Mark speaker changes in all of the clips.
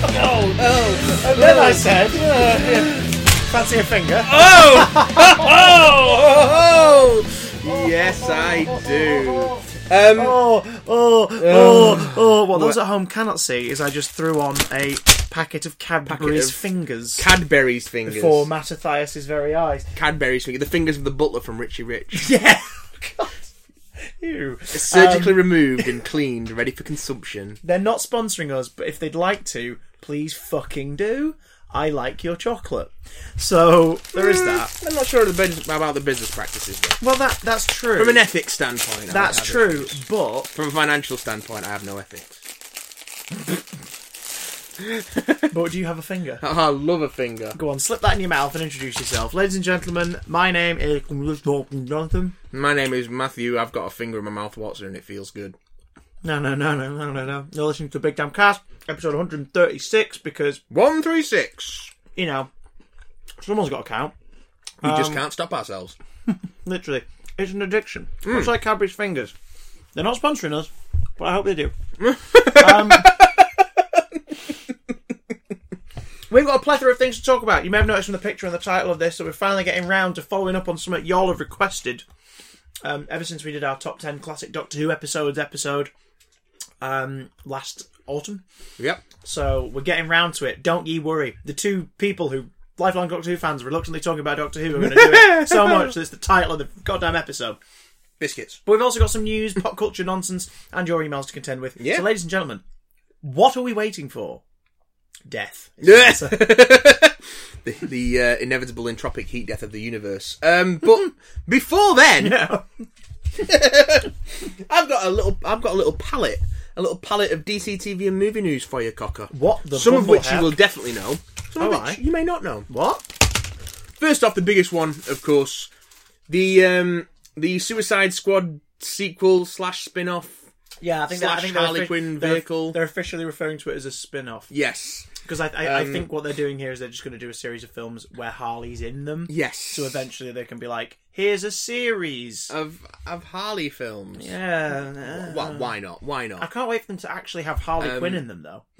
Speaker 1: And then I said, uh, fancy a finger.
Speaker 2: Oh! Yes, I do. Um,
Speaker 1: Oh, oh, oh, oh. What those at home cannot see is I just threw on a packet of Cadbury's
Speaker 2: of
Speaker 1: fingers
Speaker 2: Cadbury's fingers.
Speaker 1: for Mattathias' very eyes.
Speaker 2: Cadbury's fingers. The fingers of the butler from Richie Rich.
Speaker 1: Yeah. God. Ew.
Speaker 2: Surgically
Speaker 1: um,
Speaker 2: removed and cleaned, ready for consumption.
Speaker 1: They're not sponsoring us, but if they'd like to, please fucking do. I like your chocolate. So there is that.
Speaker 2: I'm not sure of the bus- about the business practices, though.
Speaker 1: Mm, Well, that that's true.
Speaker 2: From an ethics standpoint, I
Speaker 1: e- that's
Speaker 2: have it.
Speaker 1: true, but
Speaker 2: From a financial standpoint, I have no ethics.
Speaker 1: but do you have a finger?
Speaker 2: I love a finger.
Speaker 1: Go on, slip that in your mouth and introduce yourself, ladies and gentlemen. My name is Jonathan.
Speaker 2: My name is Matthew. I've got a finger in my mouth, Watson, and it feels good.
Speaker 1: No, no, no, no, no, no, no. You're listening to Big Damn Cast, episode 136, because
Speaker 2: One, three, six.
Speaker 1: you know someone's got to count.
Speaker 2: We
Speaker 1: Um,
Speaker 2: just can't stop ourselves.
Speaker 1: Literally, it's an addiction. Much like Cadbury's fingers. They're not sponsoring us, but I hope they do. um, we've got a plethora of things to talk about. You may have noticed from the picture and the title of this that we're finally getting round to following up on something y'all have requested. Um, ever since we did our top ten classic Doctor Who episodes episode um, last autumn,
Speaker 2: Yep.
Speaker 1: so we're getting round to it. Don't ye worry. The two people who lifelong Doctor Who fans reluctantly talking about Doctor Who are going to do it so much that it's the title of the goddamn episode.
Speaker 2: Biscuits.
Speaker 1: But we've also got some news, pop culture nonsense, and your emails to contend with.
Speaker 2: Yeah.
Speaker 1: So, ladies and gentlemen, what are we waiting for? Death. is the
Speaker 2: Yes.
Speaker 1: answer.
Speaker 2: the the uh, inevitable entropic heat death of the universe. Um, but before then,
Speaker 1: Yeah.
Speaker 2: I've got a little. I've got a little palette. A little palette of DC TV and movie news for you, Cocker.
Speaker 1: What the
Speaker 2: Some of
Speaker 1: bumble
Speaker 2: which
Speaker 1: heck?
Speaker 2: you will definitely know. Some
Speaker 1: Oh,
Speaker 2: of which
Speaker 1: aye.
Speaker 2: you may not know.
Speaker 1: What?
Speaker 2: First off, the biggest one, of course, the um, the Suicide Squad sequel slash spin off.
Speaker 1: Yeah, I think
Speaker 2: Slash
Speaker 1: that, I think they're
Speaker 2: Harley
Speaker 1: offi-
Speaker 2: Quinn
Speaker 1: they're-
Speaker 2: vehicle.
Speaker 1: They're, officially referring to it as a spin-off
Speaker 2: Yes.
Speaker 1: because I, I,
Speaker 2: Um,
Speaker 1: I think what they're doing here is they're just going to do a series of films where Harley's in them.
Speaker 2: Yes.
Speaker 1: So eventually they can be like, here's a series.
Speaker 2: of of Harley films.
Speaker 1: yeah.
Speaker 2: Wh- why not? Why
Speaker 1: I
Speaker 2: not?
Speaker 1: can't wait for them to actually have Harley Quinn in them though.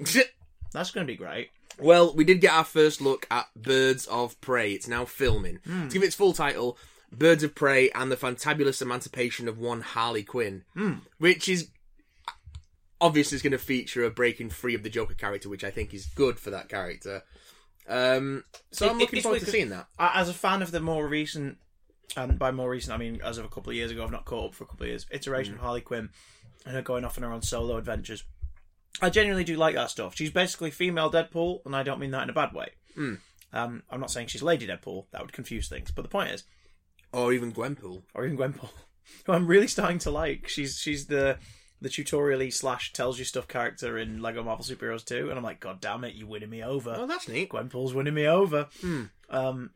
Speaker 1: That's going to be great.
Speaker 2: well, we did get our first look at Birds of Prey. It's now filming.
Speaker 1: Hmm.
Speaker 2: To give it its full title, Birds of Prey and the Fantabulous Emancipation of One Harley Quinn,
Speaker 1: Hmm.
Speaker 2: which is obviously is going to feature a breaking free of the Joker character, which I think is good for that character. Um, so
Speaker 1: It-
Speaker 2: I'm
Speaker 1: it-
Speaker 2: looking
Speaker 1: it's
Speaker 2: forward
Speaker 1: weird
Speaker 2: to
Speaker 1: 'cause-
Speaker 2: seeing that.
Speaker 1: I- as a fan of the more recent, um, by more recent I mean as of a couple of years ago, I've not caught up for a couple of years. Iteration of Harley Quinn and her going off on her own solo adventures. I genuinely do like that stuff. She's basically female Deadpool, and I don't mean that in a bad way. Um, I'm not saying she's Lady Deadpool; that would confuse things. But the point is,
Speaker 2: Or even Gwenpool.
Speaker 1: or even Gwenpool, who I'm really starting to like. She's she's the the tutorially slash tells you stuff character in Lego Marvel Superheroes 2, and I'm like, God damn it, you're winning me over.
Speaker 2: Oh, that's neat.
Speaker 1: Gwenpool's winning me over. Um,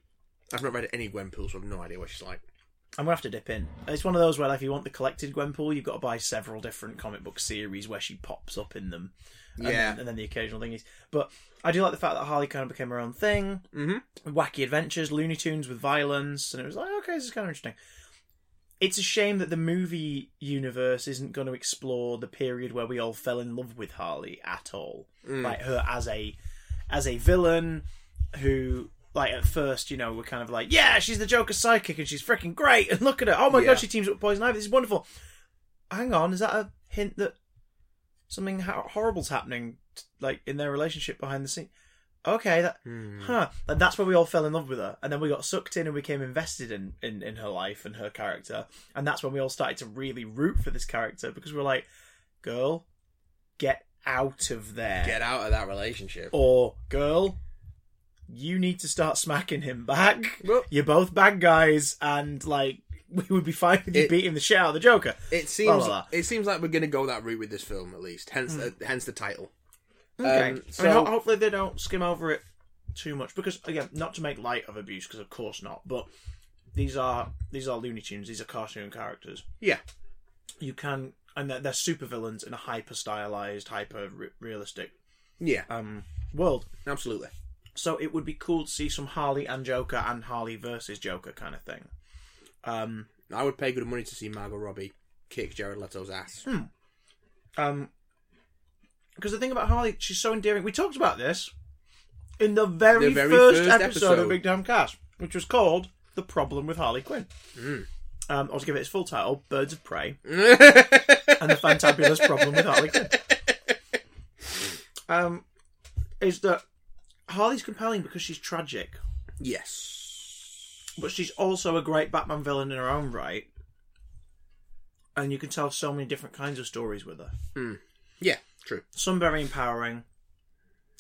Speaker 2: I've not read any Gwenpool, so I've no idea what she's like.
Speaker 1: I'm gonna have to dip in. It's one of those where like, if you want the collected Gwenpool, you've got to buy several different comic book series where she pops up in them. And
Speaker 2: Yeah.
Speaker 1: then, and then the occasional thingies. But I do like the fact that Harley kind of became her own thing. Mm-hmm. Wacky adventures, Looney Tunes with violence, and it was like, okay, this is kind of interesting. It's a shame that the movie universe isn't going to explore the period where we all fell in love with Harley at all, like her as a as a villain who like at first you know we're kind of like yeah she's the joker's sidekick and she's freaking great and look at her oh my
Speaker 2: Yeah.
Speaker 1: god she teams up with poison ivy this is wonderful hang on is that a hint that something ho- horrible's happening t- like in their relationship behind the scene okay that
Speaker 2: Hmm.
Speaker 1: huh and that's where we all fell in love with her and then we got sucked in and we became invested in, in in her life and her character and that's when we all started to really root for this character because we were like girl get out of there
Speaker 2: Get out of that relationship.
Speaker 1: or girl, you need to start smacking him back.
Speaker 2: Well-
Speaker 1: You're both bad guys, and like we would be fine with you
Speaker 2: It-
Speaker 1: beating the shit out of the Joker.
Speaker 2: It
Speaker 1: Blah,
Speaker 2: seems
Speaker 1: blah, blah.
Speaker 2: it seems like we're going to go that route with this film at least. Hence, uh, hence the title.
Speaker 1: Okay,
Speaker 2: Um,
Speaker 1: I mean,
Speaker 2: so-
Speaker 1: ho- hopefully they don't skim over it too much because again, not to make light of abuse, because of course not. But these are these are Looney Tunes. These are cartoon characters.
Speaker 2: Yeah,
Speaker 1: You can. And they're, they're super villains in a hyper stylized, hyper re- realistic
Speaker 2: yeah,
Speaker 1: um, world.
Speaker 2: absolutely.
Speaker 1: So it would be cool to see some Harley and Joker and Harley versus Joker kind of thing. Um, Hmm.
Speaker 2: I would pay good money to see Margot Robbie kick Jared Leto's ass.
Speaker 1: Um, because the thing about Harley, she's so endearing. We talked about this in the very,
Speaker 2: The very
Speaker 1: first,
Speaker 2: first
Speaker 1: episode,
Speaker 2: episode.
Speaker 1: of Big Damn Cast, which was called "The Problem with Harley Quinn."
Speaker 2: Mm.
Speaker 1: Um, I'll just give it its full title: "Birds of Prey and the Fantabulous Problem with Harley Quinn." Um, is that Harley's compelling because she's tragic,
Speaker 2: yes.
Speaker 1: but she's also a great Batman villain in her own right, and you can tell so many different kinds of stories with her.
Speaker 2: Yeah, true.
Speaker 1: some very empowering,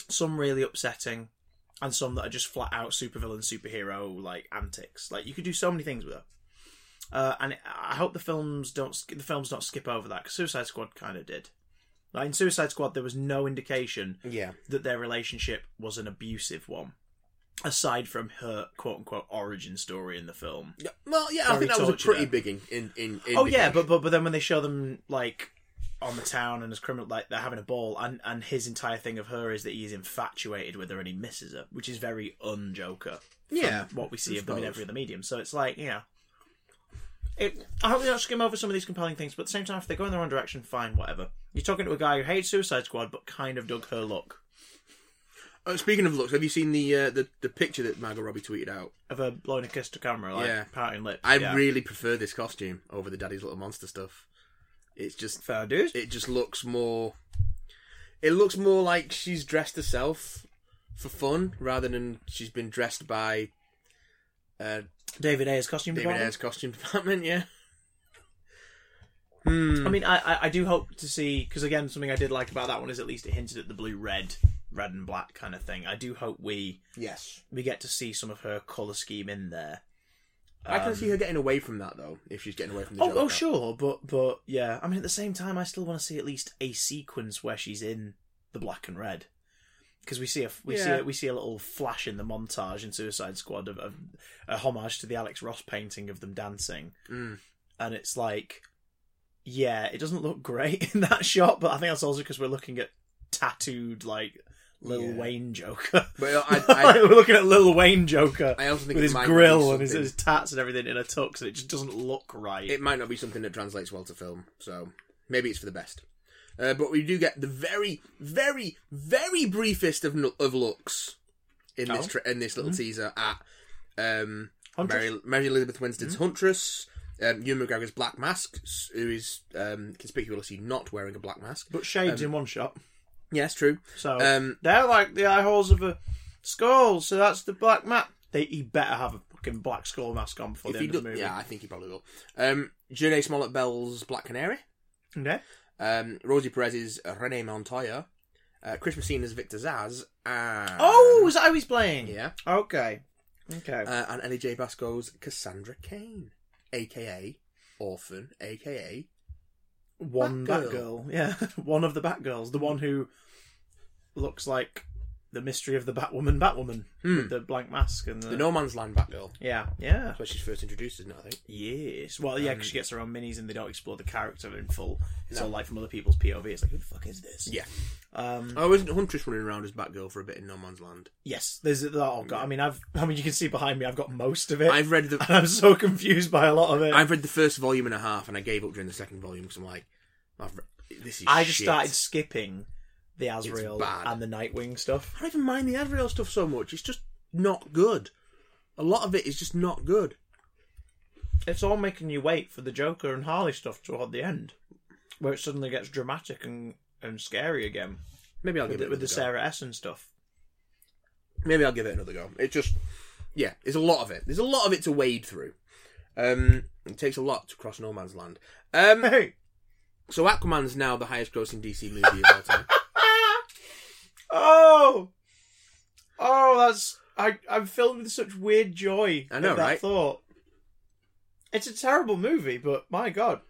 Speaker 1: some really upsetting, and some that are just flat out supervillain, superhero like antics. Like you could do so many things with her. Uh, and I hope the films don't sk- the films don't skip over that because Suicide Squad kind of did. Like in Suicide Squad, there was no indication
Speaker 2: Yeah.
Speaker 1: that their relationship was an abusive one, aside from her quote unquote origin story in the film.
Speaker 2: Yeah, Well, yeah, I
Speaker 1: Very
Speaker 2: think that was a
Speaker 1: tortured
Speaker 2: pretty
Speaker 1: her.
Speaker 2: big in. in, in, in
Speaker 1: Oh yeah, but, but but then when they show them like on the town and as criminal like they're having a ball and and his entire thing of her is that he's infatuated with her and he misses her, which is very un Joker.
Speaker 2: yeah,
Speaker 1: What we see
Speaker 2: I
Speaker 1: of them in
Speaker 2: suppose.
Speaker 1: every other medium. So it's like, you know it, I hope they don't skim over some of these compelling things, but at the same time if they go in their own direction, fine, whatever. You're talking to a guy who hates Suicide Squad but kind of dug her look.
Speaker 2: Oh, speaking of looks, have you seen the uh, the the picture that Margot Robbie tweeted out?
Speaker 1: Of her blowing a kiss to camera, like
Speaker 2: Yeah.
Speaker 1: pouting lips.
Speaker 2: I
Speaker 1: yeah.
Speaker 2: really prefer this costume over the Daddy's Little Monster stuff. It's just
Speaker 1: fair dude.
Speaker 2: it just looks more. It looks more like she's dressed herself for fun rather than she's been dressed by uh,
Speaker 1: David Ayer's costume
Speaker 2: David
Speaker 1: department.
Speaker 2: Ayer's costume department. Yeah. Hmm.
Speaker 1: I mean, I, I, I do hope to see because again, something I did like about that one is at least it hinted at the blue, red, red and black kind of thing. I do hope we
Speaker 2: Yes.
Speaker 1: we get to see some of her color scheme in there.
Speaker 2: I can see her getting away from that though, if she's getting away from the
Speaker 1: Um, Oh,
Speaker 2: Joker.
Speaker 1: oh, sure, but but yeah, I mean, at the same time, I still want to see at least a sequence where she's in the black and red because we see a we see
Speaker 2: Yeah.
Speaker 1: a, we see a little flash in the montage in Suicide Squad of, of a homage to the Alex Ross painting of them dancing.
Speaker 2: Mm.
Speaker 1: and it's like, yeah, it doesn't look great in that shot, but I think that's also because we're looking at tattooed like Lil
Speaker 2: Yeah.
Speaker 1: Wayne Joker.
Speaker 2: But I,
Speaker 1: we're looking at Lil Wayne Joker
Speaker 2: I, I also think
Speaker 1: with
Speaker 2: it
Speaker 1: his
Speaker 2: might
Speaker 1: grill
Speaker 2: be
Speaker 1: and his,
Speaker 2: something-
Speaker 1: his tats and everything in a tux, and it just doesn't look right.
Speaker 2: it might not be something that translates well to film, so maybe it's for the best. Uh, but we do get the very, very, very briefest of nu- of looks in this
Speaker 1: Oh.
Speaker 2: tra- in this little teaser at um,
Speaker 1: Huntress? Mm-hmm.
Speaker 2: Mary, Mary Elizabeth Winstead's Huntress, um, Ewan McGregor's Black Mask, s- who is um, conspicuously not wearing a black mask.
Speaker 1: but shades in one shot,
Speaker 2: Yes, true.
Speaker 1: so
Speaker 2: Um,
Speaker 1: they're like the eye holes of a skull. So that's the black map. They he better have a fucking black skull mask on before
Speaker 2: if
Speaker 1: the
Speaker 2: he
Speaker 1: end
Speaker 2: do-
Speaker 1: of the movie.
Speaker 2: yeah, I think he probably will. Um, Janae Smollett Bell's Black Canary.
Speaker 1: Okay.
Speaker 2: um, Rosie Perez's Rene Montoya, uh, Chris Messina's Victor Zaz, and
Speaker 1: Oh, is that how he's playing?
Speaker 2: Um, yeah,
Speaker 1: Okay. Okay.
Speaker 2: uh, and Ellie J. Basco's Cassandra Kane, aka Orphan, aka
Speaker 1: one
Speaker 2: Batgirl.
Speaker 1: Batgirl. Yeah, one of the Batgirls, the one who looks like the mystery of the Batwoman, Batwoman
Speaker 2: Hmm.
Speaker 1: with the blank mask and the,
Speaker 2: the No Man's Land Batgirl.
Speaker 1: yeah, yeah,
Speaker 2: That's where she's first introduced, isn't it? I think.
Speaker 1: yes. Well, yeah,
Speaker 2: Um,
Speaker 1: because she gets her own minis and they don't explore the character in full. So, like from other people's POV, it's like, who the fuck is this?
Speaker 2: Yeah.
Speaker 1: Um,
Speaker 2: Oh, isn't Huntress running around as Batgirl for a bit in No Man's Land?
Speaker 1: yes, there's oh god. I mean, I've I mean, you can see behind me, I've got most of it.
Speaker 2: I've read the
Speaker 1: and I'm so confused by a lot of it.
Speaker 2: I've read the first volume and a half, and I gave up during the second volume because I'm like, I've re- this is.
Speaker 1: I just
Speaker 2: shit.
Speaker 1: started skipping the Asriel
Speaker 2: bad.
Speaker 1: and the Nightwing stuff.
Speaker 2: I don't even mind the Adriel stuff so much. It's just not good. A lot of it is just not good.
Speaker 1: it's all making you wait for the Joker and Harley stuff toward the end, where it suddenly gets dramatic and, and scary again
Speaker 2: Maybe I'll
Speaker 1: with,
Speaker 2: give
Speaker 1: the,
Speaker 2: it
Speaker 1: with the
Speaker 2: another go.
Speaker 1: Sarah Essen stuff.
Speaker 2: maybe I'll give it another go. It just, yeah, there's a lot of it. There's a lot of it to wade through. Um, it takes a lot to cross no man's land. Um,
Speaker 1: Hey,
Speaker 2: so Aquaman's now the highest grossing DC movie of all time.
Speaker 1: oh, oh, that's I. I'm filled with such weird joy.
Speaker 2: I know,
Speaker 1: at that
Speaker 2: right?
Speaker 1: Thought. It's a terrible movie, but my god!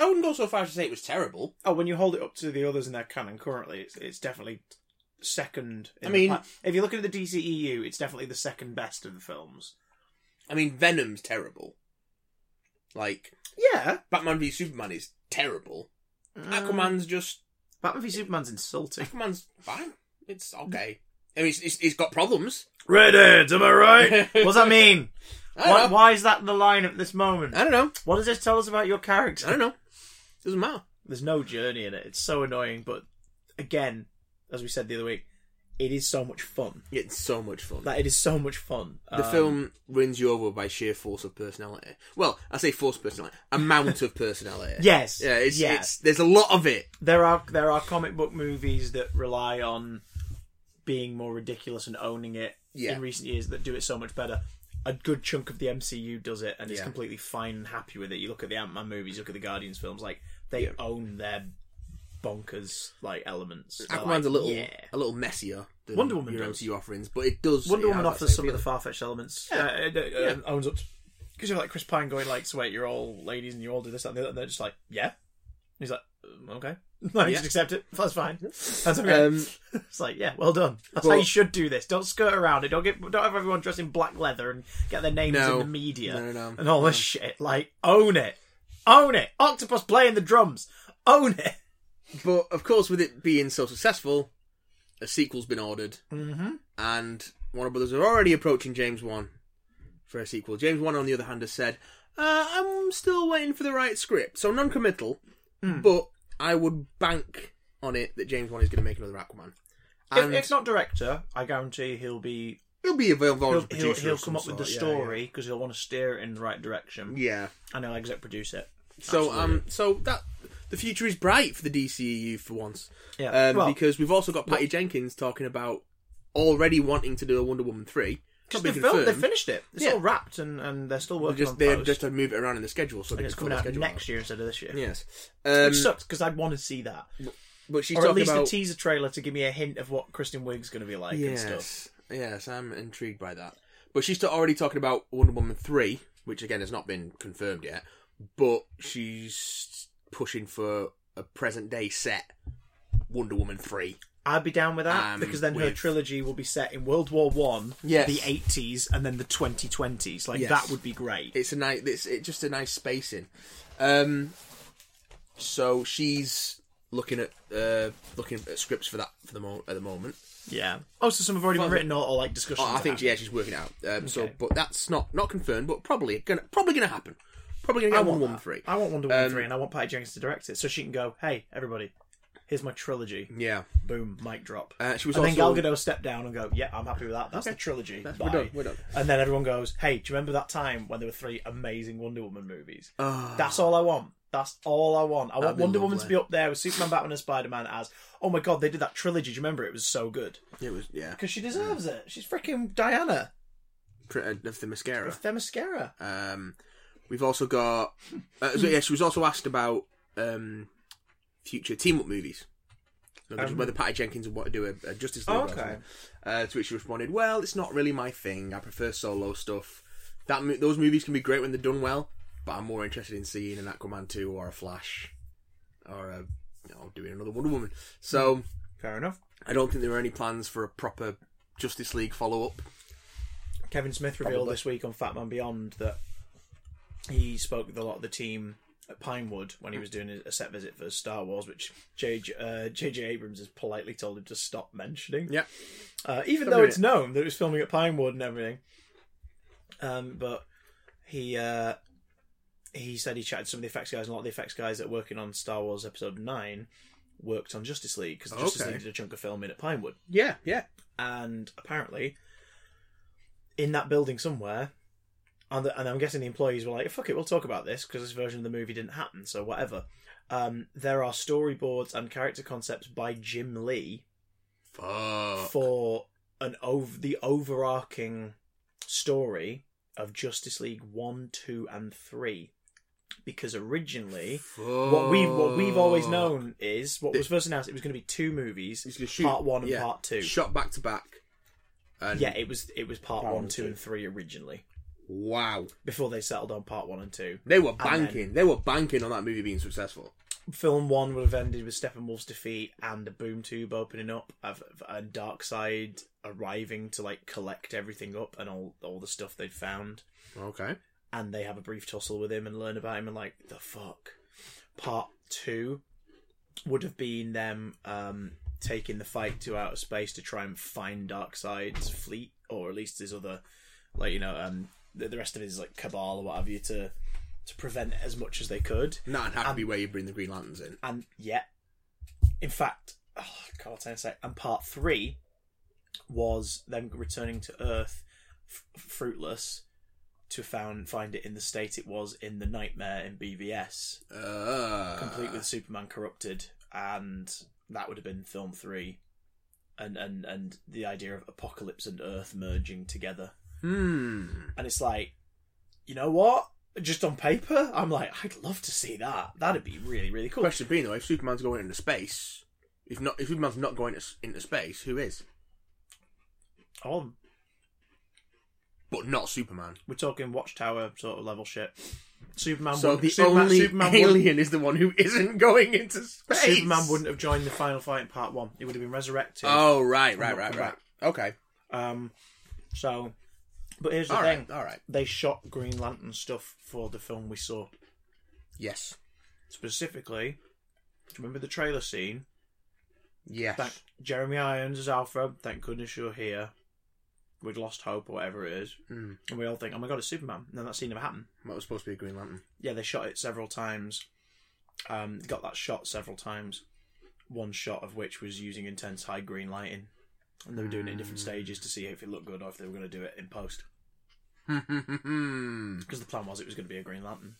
Speaker 2: I wouldn't go so far as to say it was terrible.
Speaker 1: Oh, when you hold it up to the others in their canon currently, it's it's definitely second. In
Speaker 2: I
Speaker 1: the
Speaker 2: mean-
Speaker 1: pla- if you're looking at the DCEU, it's definitely the second best of the films.
Speaker 2: I mean, Venom's terrible. Like
Speaker 1: Yeah,
Speaker 2: Batman v Superman is terrible.
Speaker 1: Mm.
Speaker 2: Aquaman's just
Speaker 1: Batman v Superman's insulting.
Speaker 2: Aquaman's fine. It's okay. I mean, it's, it's, it's got problems.
Speaker 1: Redheads, am I right? what does that mean?
Speaker 2: I
Speaker 1: Why,
Speaker 2: don't, know.
Speaker 1: why is that the line at this moment?
Speaker 2: I don't know.
Speaker 1: What does this tell us about your
Speaker 2: I
Speaker 1: character?
Speaker 2: don't know. Doesn't matter.
Speaker 1: There's no journey in it. It's so annoying, but again, as we said the other week, it is so much fun.
Speaker 2: It's so much fun.
Speaker 1: That it is so much fun.
Speaker 2: the film wins you over by sheer force of personality. Well, I say force of personality, amount of personality.
Speaker 1: Yes.
Speaker 2: Yeah, it's,
Speaker 1: Yeah.
Speaker 2: it's there's a lot of it.
Speaker 1: there are there are comic book movies that rely on being more ridiculous and owning it
Speaker 2: Yeah.
Speaker 1: in recent years that do it so much better. A good chunk of the MCU does it and is
Speaker 2: Yeah.
Speaker 1: completely fine and happy with it. You look at the Ant Man movies, look at the Guardians films, like they
Speaker 2: Yeah.
Speaker 1: own their bonkers like elements. They're
Speaker 2: Aquaman's
Speaker 1: like,
Speaker 2: a little
Speaker 1: yeah.
Speaker 2: a little messier than
Speaker 1: Wonder Woman
Speaker 2: your
Speaker 1: does.
Speaker 2: MCU offerings, but it does
Speaker 1: Wonder
Speaker 2: it
Speaker 1: Woman
Speaker 2: has that
Speaker 1: offers
Speaker 2: same
Speaker 1: some of the
Speaker 2: feeling.
Speaker 1: far fetched elements. Yeah, it, it, uh, owns up because you have like Chris Pine going like, "So wait, you're all ladies and you all do this that, and the other," and they're just like, "Yeah." And he's like, "Um, "Okay, I just accept it. That's fine. That's okay."
Speaker 2: Um,
Speaker 1: it's like, "Yeah, well done. That's how
Speaker 2: Well-
Speaker 1: you should do this. Don't skirt around it. Don't get don't have everyone dressed in black leather and get their names in
Speaker 2: No.
Speaker 1: the media
Speaker 2: No, no, no.
Speaker 1: and all this shit. Like, own it, own it. Octopus playing the drums. Own it."
Speaker 2: but of course, with it being so successful, a sequel's been ordered,
Speaker 1: Mm-hmm.
Speaker 2: and Warner Brothers are already approaching James One for a sequel. James One, on the other hand, has said, uh, "I'm still waiting for the right script, so non-committal,
Speaker 1: Hmm.
Speaker 2: but I would bank on it that James One is going to make another Aquaman."
Speaker 1: If,
Speaker 2: And
Speaker 1: if not director, I guarantee he'll be
Speaker 2: he'll be involved. as
Speaker 1: he'll,
Speaker 2: a
Speaker 1: he'll,
Speaker 2: producer
Speaker 1: he'll
Speaker 2: of
Speaker 1: come
Speaker 2: some
Speaker 1: up with the
Speaker 2: sort, yeah, yeah.
Speaker 1: story because he'll want to steer it in the right direction
Speaker 2: yeah.
Speaker 1: and he'll exec produce it.
Speaker 2: So um, so that the future is bright for the DCEU for once,
Speaker 1: Yeah.
Speaker 2: um,
Speaker 1: well,
Speaker 2: because we've also got Patty Jenkins talking about already wanting to do a Wonder Woman three. Not
Speaker 1: because
Speaker 2: been
Speaker 1: they, filmed, they
Speaker 2: confirmed,
Speaker 1: finished it. It's
Speaker 2: Yeah.
Speaker 1: all wrapped and, and they're still
Speaker 2: but
Speaker 1: working
Speaker 2: just
Speaker 1: on
Speaker 2: they
Speaker 1: post.
Speaker 2: just had to move it around in the schedule, so
Speaker 1: and
Speaker 2: they could
Speaker 1: it's
Speaker 2: call
Speaker 1: coming
Speaker 2: the
Speaker 1: out
Speaker 2: schedule
Speaker 1: next year instead of this year.
Speaker 2: Yes,
Speaker 1: Which
Speaker 2: um,
Speaker 1: sucks because I'd want to see that,
Speaker 2: but she's
Speaker 1: or at
Speaker 2: talking
Speaker 1: least a
Speaker 2: about
Speaker 1: teaser trailer to give me a hint of what Kristen Wiig's going to be like and stuff.
Speaker 2: yes, yes. I'm intrigued by that, but she's already talking about Wonder Woman three, which again has not been confirmed yet, but she's pushing for a present day set Wonder Woman three.
Speaker 1: I'd be down with that
Speaker 2: Um,
Speaker 1: because then her
Speaker 2: with-
Speaker 1: trilogy will be set in World War One,
Speaker 2: Yes.
Speaker 1: the eighties, and then the twenty twenties. Like
Speaker 2: Yes.
Speaker 1: that would be great.
Speaker 2: it's a nice it's it's just a nice spacing um so she's looking at uh looking at scripts for that for the mo- at the moment
Speaker 1: yeah. Oh, so some have already been written or, or like discussions.
Speaker 2: oh, i
Speaker 1: have
Speaker 2: think
Speaker 1: happened.
Speaker 2: yeah she's working it out um so
Speaker 1: Okay.
Speaker 2: but that's not not confirmed but probably gonna probably gonna happen probably gonna
Speaker 1: I
Speaker 2: get
Speaker 1: want
Speaker 2: one one
Speaker 1: that.
Speaker 2: three
Speaker 1: I want Wonder Woman
Speaker 2: Um,
Speaker 1: three, and I want Patty Jenkins to direct it, so she can go, "Hey, everybody, here's my trilogy."
Speaker 2: yeah
Speaker 1: Boom, mic drop.
Speaker 2: uh, she was
Speaker 1: and
Speaker 2: also
Speaker 1: then Gal Gadot step down and go, "Yeah, I'm happy with that. That's the trilogy."
Speaker 2: we're
Speaker 1: Bye."
Speaker 2: done, we're done.
Speaker 1: And then everyone goes, "Hey, do you remember that time when there were three amazing Wonder Woman movies?"
Speaker 2: Ah.
Speaker 1: That's all I want. That's all I want. I want
Speaker 2: be
Speaker 1: Wonder Woman to
Speaker 2: lovely.
Speaker 1: be up there with Superman, Batman, and Spider Man as, "Oh my God, they did that trilogy. Do you remember? It was so good."
Speaker 2: it was yeah
Speaker 1: Because she deserves it. She's freaking Diana
Speaker 2: pr- uh, of the mascara
Speaker 1: with Themyscira.
Speaker 2: um we've also got uh, so, yeah she was also asked about um future team up movies So this is
Speaker 1: Um,
Speaker 2: whether Patty Jenkins would want to do a, a Justice League.
Speaker 1: Oh,
Speaker 2: or something.
Speaker 1: okay.
Speaker 2: Uh, to which she responded, "Well, it's not really my thing. I prefer solo stuff. That mo- those movies can be great when they're done well, but I'm more interested in seeing an Aquaman two or a Flash, or a, you know, doing another Wonder Woman. So
Speaker 1: Fair enough.
Speaker 2: I don't think there are any plans for a proper Justice League follow up.
Speaker 1: Kevin Smith revealed
Speaker 2: Probably.
Speaker 1: this week on Fat Man Beyond that he spoke with a lot of the team at Pinewood when he was doing a set visit for Star Wars, which J.J. Uh, J.J. Abrams has politely told him to stop mentioning.
Speaker 2: Yeah,
Speaker 1: Uh, even
Speaker 2: Stop
Speaker 1: though
Speaker 2: doing
Speaker 1: it's
Speaker 2: it.
Speaker 1: known that it was filming at Pinewood and everything. Um, but he uh, he said he chatted to some of the effects guys, and a lot of the effects guys that are working on Star Wars Episode 9 worked on Justice League because Justice
Speaker 2: Okay.
Speaker 1: League did a chunk of filming at Pinewood
Speaker 2: yeah, yeah.
Speaker 1: and apparently in that building somewhere and, and i'm guessing the employees were like fuck it we'll talk about this because this version of the movie didn't happen so whatever um, there are storyboards and character concepts by jim lee
Speaker 2: Fuck.
Speaker 1: for an over the overarching story of justice league 1 2 and 3 because originally what we what we've always
Speaker 2: Fuck.
Speaker 1: known is what was first announced it was going to be two movies
Speaker 2: He's gonna shoot-
Speaker 1: part 1 and
Speaker 2: yeah,
Speaker 1: part 2
Speaker 2: shot back to back. And
Speaker 1: yeah, it was it was part
Speaker 2: Part
Speaker 1: one,
Speaker 2: one,
Speaker 1: two,
Speaker 2: two.
Speaker 1: and three originally
Speaker 2: Wow.
Speaker 1: before they settled on part one and two.
Speaker 2: They were
Speaker 1: then-
Speaker 2: banking. They were banking on that movie being successful.
Speaker 1: Film one would have ended with Steppenwolf's defeat and a boom tube opening up of, of- and Darkseid arriving to like collect everything up and all all the stuff they'd found,
Speaker 2: Okay.
Speaker 1: and they have a brief tussle with him and learn about him and like the fuck. Part two would have been them um, taking the fight to outer space to try and find Darkseid's fleet or at least his other like you know um the, the rest of it is like cabal or what have you to to prevent it as much as they could.
Speaker 2: And that'd have to
Speaker 1: Um,
Speaker 2: be where you bring the Green Lanterns in.
Speaker 1: And yeah, in fact, oh, God, what was I gonna say? And part three was them returning to Earth f- fruitless to found find it in the state it was in the nightmare in BVS,
Speaker 2: Uh,
Speaker 1: complete with Superman corrupted, and that would have been film three. And, and and the idea of apocalypse and Earth merging together,
Speaker 2: Hmm.
Speaker 1: and it's like, you know what? Just on paper, I'm like, I'd love to see that. That'd be really really cool.
Speaker 2: Question being though, if Superman's going into space, if not, if Superman's not going to, s- into space, who is?
Speaker 1: Oh,
Speaker 2: But not Superman.
Speaker 1: We're talking Watchtower sort of level shit. Superman.
Speaker 2: So
Speaker 1: wouldn't,
Speaker 2: the
Speaker 1: Superman,
Speaker 2: only
Speaker 1: Superman wouldn't,
Speaker 2: alien is the one who isn't going into space.
Speaker 1: Superman wouldn't have joined the final fight in part one. He would have been resurrected.
Speaker 2: Oh right, right,
Speaker 1: not
Speaker 2: right,
Speaker 1: come
Speaker 2: right. Okay.
Speaker 1: Um, so, but here's the
Speaker 2: All
Speaker 1: thing:
Speaker 2: right. All right.
Speaker 1: they shot Green Lantern stuff for the film we saw.
Speaker 2: Yes.
Speaker 1: Specifically, do you remember the trailer scene?
Speaker 2: Yes.
Speaker 1: Thank Jeremy Irons as Alfred. Thank goodness you're here. We'd lost hope or whatever it is,
Speaker 2: Mm.
Speaker 1: and we all think, "Oh my god, it's Superman!" And then that scene never happened.
Speaker 2: That was supposed to be a Green Lantern.
Speaker 1: yeah, they shot it several times. Um, got that shot several times. One shot of which was using intense high green lighting, and they were doing it in different stages to see if it looked good or if they were going to do it in post. Because the plan was it was going to be a Green Lantern.